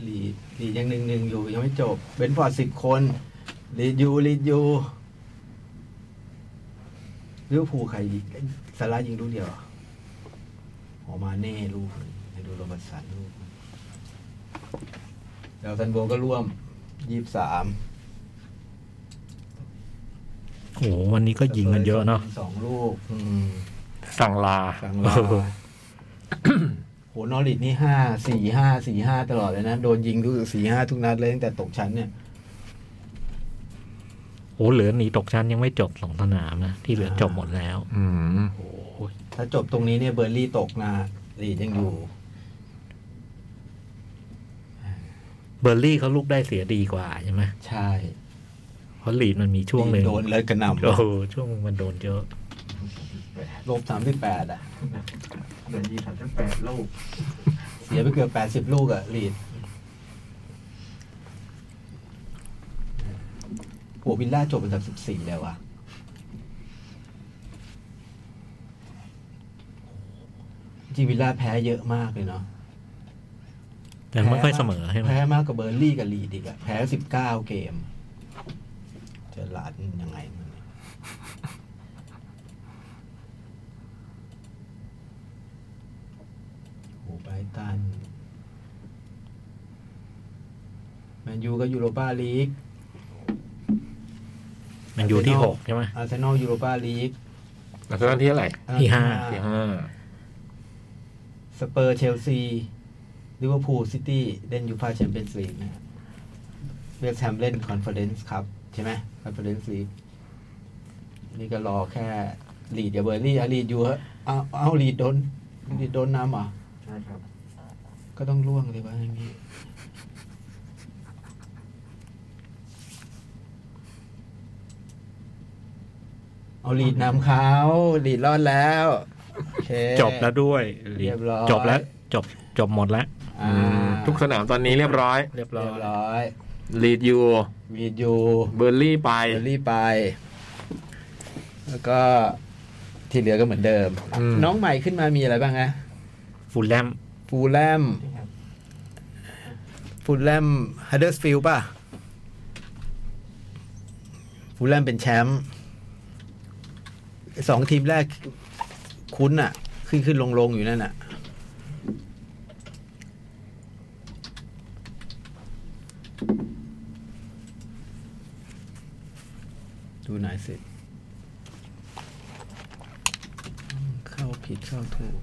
[SPEAKER 2] ลีดลีดยังหนึ่งหนึ่งอยู่ยังไม่จบ เบนฟอร์ดสิบคน ลีดอยู่ลีดอยู่ลิเวอร์พูลใครยิงเอ้ยซาร่ายิงลูกเดียวเหรอออกมาเน่ลูกหนึ่งให้ดูโรบัตสันลูกหนึ่งแล้วซันโบก็ร่วมยี่สิบสาม
[SPEAKER 5] โอ้โหวันนี้ก็ยิงกันเยอะเนาะ
[SPEAKER 2] สองลูก อืม
[SPEAKER 3] สั่งลา
[SPEAKER 2] สังลาโหนอริดนี่ห้าสี่ห้าสี่ห้าตลอดเลยนะ โดนยิงทุกสี่ห้าทุกนัดเลยตั้งแต่ตกชั้นเนี่ย
[SPEAKER 5] โอ้เหลือหนีตกชั้นยังไม่จบสองสนามนะ ที่เหลือจบหมดแล้ว
[SPEAKER 3] อืม
[SPEAKER 2] ถ้าจบตรงนี้เนี่ยเบอร์ลี่ตกนะลีดยังอยู่
[SPEAKER 5] เบอร์ลี่เขาลูกได้เสียดีกว่าใช่ไหม
[SPEAKER 2] ใช่
[SPEAKER 5] เพราะลีดมันมีช่วงหนึ่ง
[SPEAKER 2] โดนเลยกระห
[SPEAKER 5] โอ้
[SPEAKER 2] นำ
[SPEAKER 5] โหช่วงมันโดนเยอะ
[SPEAKER 2] ลบสามสิบแปดอ่ะ
[SPEAKER 7] เหลือยี่สิบสามแปดลูก
[SPEAKER 2] เสียไปเกือบแปดสิบลูกอ่ะลีดโอ้วิลล่าจบอันดับสิบสี่แล้วว่ะ จริงวิลล่าแพ้เยอะมากเลยเนาะ
[SPEAKER 5] แต่ไม่ค่อยเสมอใช่ไหม
[SPEAKER 2] แพ้มากกว่าเบอร์ลี่กับลีดอีกอะแพ้สิบเก้าเกม เจอหลาดยังไงมันเนี่ย โอ้โหไบรตันแมนยูก็ยูโรปาลีก
[SPEAKER 5] มันอยู่ที่หกใช่ไหม
[SPEAKER 2] อาร์เซนอลยูโรปาลีก
[SPEAKER 3] อาร์เซนอลที่เท่าไหร่
[SPEAKER 5] ที่ห้า
[SPEAKER 3] ที่ห้า
[SPEAKER 2] สเปอร์เชลซีลิเวอร์พูลซิตี้เล่นยูฟาแชมเปี้ยนส์ลีกนะฮะเวสต์แฮมเล่นคอนเฟอเรนซ์ครับ ใช่ไหมคอนเฟอเรนซ์ลีกนี่ก็รอแค่ลีดกับเบอร์ลี่อะลีดอยู่เหอะเอาเอาลีดโดนลีดโดนน้ำเหรอ่ะ
[SPEAKER 7] ใช่ครับ
[SPEAKER 2] ก็ต้องล่วงเลยวะอย่างนี้เอาลีดนำเขาลีดรอดแล้วโอเค
[SPEAKER 5] จบแล้วด้วย lead
[SPEAKER 2] เรียบร้อย
[SPEAKER 5] จบแล้วจบจบหมดแล้ว
[SPEAKER 2] อ่า
[SPEAKER 3] ทุกสนามตอนนี้เรียบร้อย
[SPEAKER 5] เรียบ
[SPEAKER 2] เรี
[SPEAKER 5] ร้อ
[SPEAKER 2] บ
[SPEAKER 5] ย
[SPEAKER 2] ร้อย
[SPEAKER 3] ลีดยู
[SPEAKER 2] วีดยู
[SPEAKER 3] เบอร์ลี่ไป
[SPEAKER 2] เบอร์รี่ไป แล้วก็ที่เหลือก็เหมือนเดิม
[SPEAKER 3] อืม
[SPEAKER 2] น้องใหม่ขึ้นมามีอะไรบ้างฮะ
[SPEAKER 5] ฟูลแลม
[SPEAKER 2] ฟูลแลม ฟูลแลมฮัดเดอร์สฟิลป่ะฟูลแลมเป็นแชมป์สองทีมแรกคุ้นอะขึ้นขึ้นลงลงอยู่นั่นอะดูหน่อยสิ เข้าผิดเข้าถูก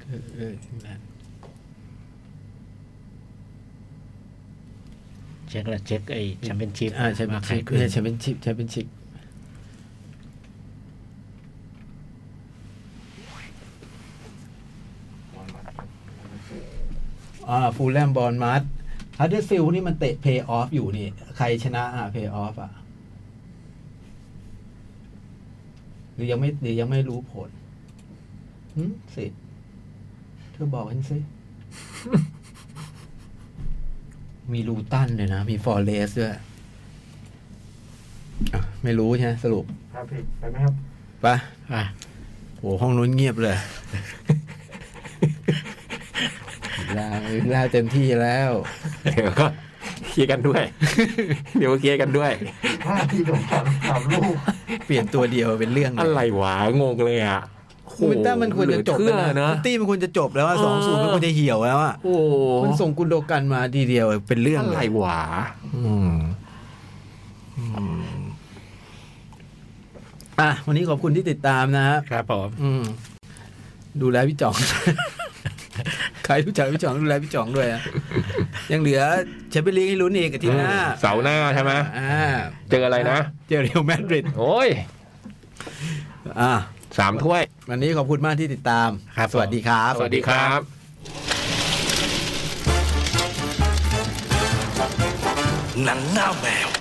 [SPEAKER 2] เออเออนั่น
[SPEAKER 5] เช็คละเช็คไอ้แชมเปี้ยนชิพ
[SPEAKER 2] อ่าแชมเปี้ยนชิพ
[SPEAKER 5] เนี่
[SPEAKER 2] เนี่ย ยแชมเปี้ยนชิพแชมเปี้ยนชิพอ่าฟูลแลมบอลมาร์ทฮัดเดอร์ฟิลนี่มันเตะเพย์ออฟอยู่นี่ ใครชนะอ่ะเพย์ออฟอ่ะ หรือยังไม่หรือยังไม่รู้ผลหืมสิเธอบอกฉันสิ มีลูตันเลยนะ มีฟอร์เรสด้วยอ่ะไม่รู้ใช่ไหมสรุป
[SPEAKER 7] ครับพี่ไปไหมครับ
[SPEAKER 2] ปะ
[SPEAKER 5] อ่ะ
[SPEAKER 2] โหห้องนู้นเงียบเลย ลาลาเต็มที่แล้ว
[SPEAKER 3] เดี๋ยวก็เคลียร์กันด้วย เดี๋ยวก็เคลียร์กันด้วย
[SPEAKER 7] ถ้าพี่โดนสามสามลูก
[SPEAKER 2] เปลี่ยนตัวเดียวเป็นเรื่องเล
[SPEAKER 3] อะ
[SPEAKER 2] ย
[SPEAKER 3] ไรวะงงเลยอ่ะ
[SPEAKER 2] โอ้โหคุณต้ามันควรจะจบ
[SPEAKER 3] เหลือ
[SPEAKER 2] แล้ว
[SPEAKER 3] เชื่อ
[SPEAKER 2] นะ
[SPEAKER 3] นะ
[SPEAKER 2] คุณตี้มันควรจะจบแล้วว่า
[SPEAKER 3] เออ
[SPEAKER 2] สองศูนย์มันควรจะเหี่ยวแล้วอ่ะ
[SPEAKER 3] โอ้โห
[SPEAKER 2] มันส่งกุนโดกันมาทีเดียวเป็นเรื่อง
[SPEAKER 3] อะไร
[SPEAKER 2] เลยว
[SPEAKER 3] ะอืมอืม
[SPEAKER 2] อ่ะวันนี้ขอบคุณที่ติดตามนะครับ
[SPEAKER 5] ครับผม
[SPEAKER 2] อืม ดูแลพี่จ่อง ใครรู้จักพี่จ่องดูแลพี่จ่องด้วยอะยังเหลือแชมเปี้ยนลีกให้ลุ้นอีกอาทิตย์หน้า
[SPEAKER 3] เสาร์หน้าใช่ไหม
[SPEAKER 2] อ่า
[SPEAKER 3] เจออะไรนะ
[SPEAKER 2] เจอเรียวมาดริด
[SPEAKER 3] โอ้ย
[SPEAKER 2] อ่า
[SPEAKER 3] สามถ้วย
[SPEAKER 2] วันนี้ขอบคุณมากที่ติดตามสวัสดีครับ
[SPEAKER 3] สวัสดีครับ
[SPEAKER 1] หนังหน้าแมว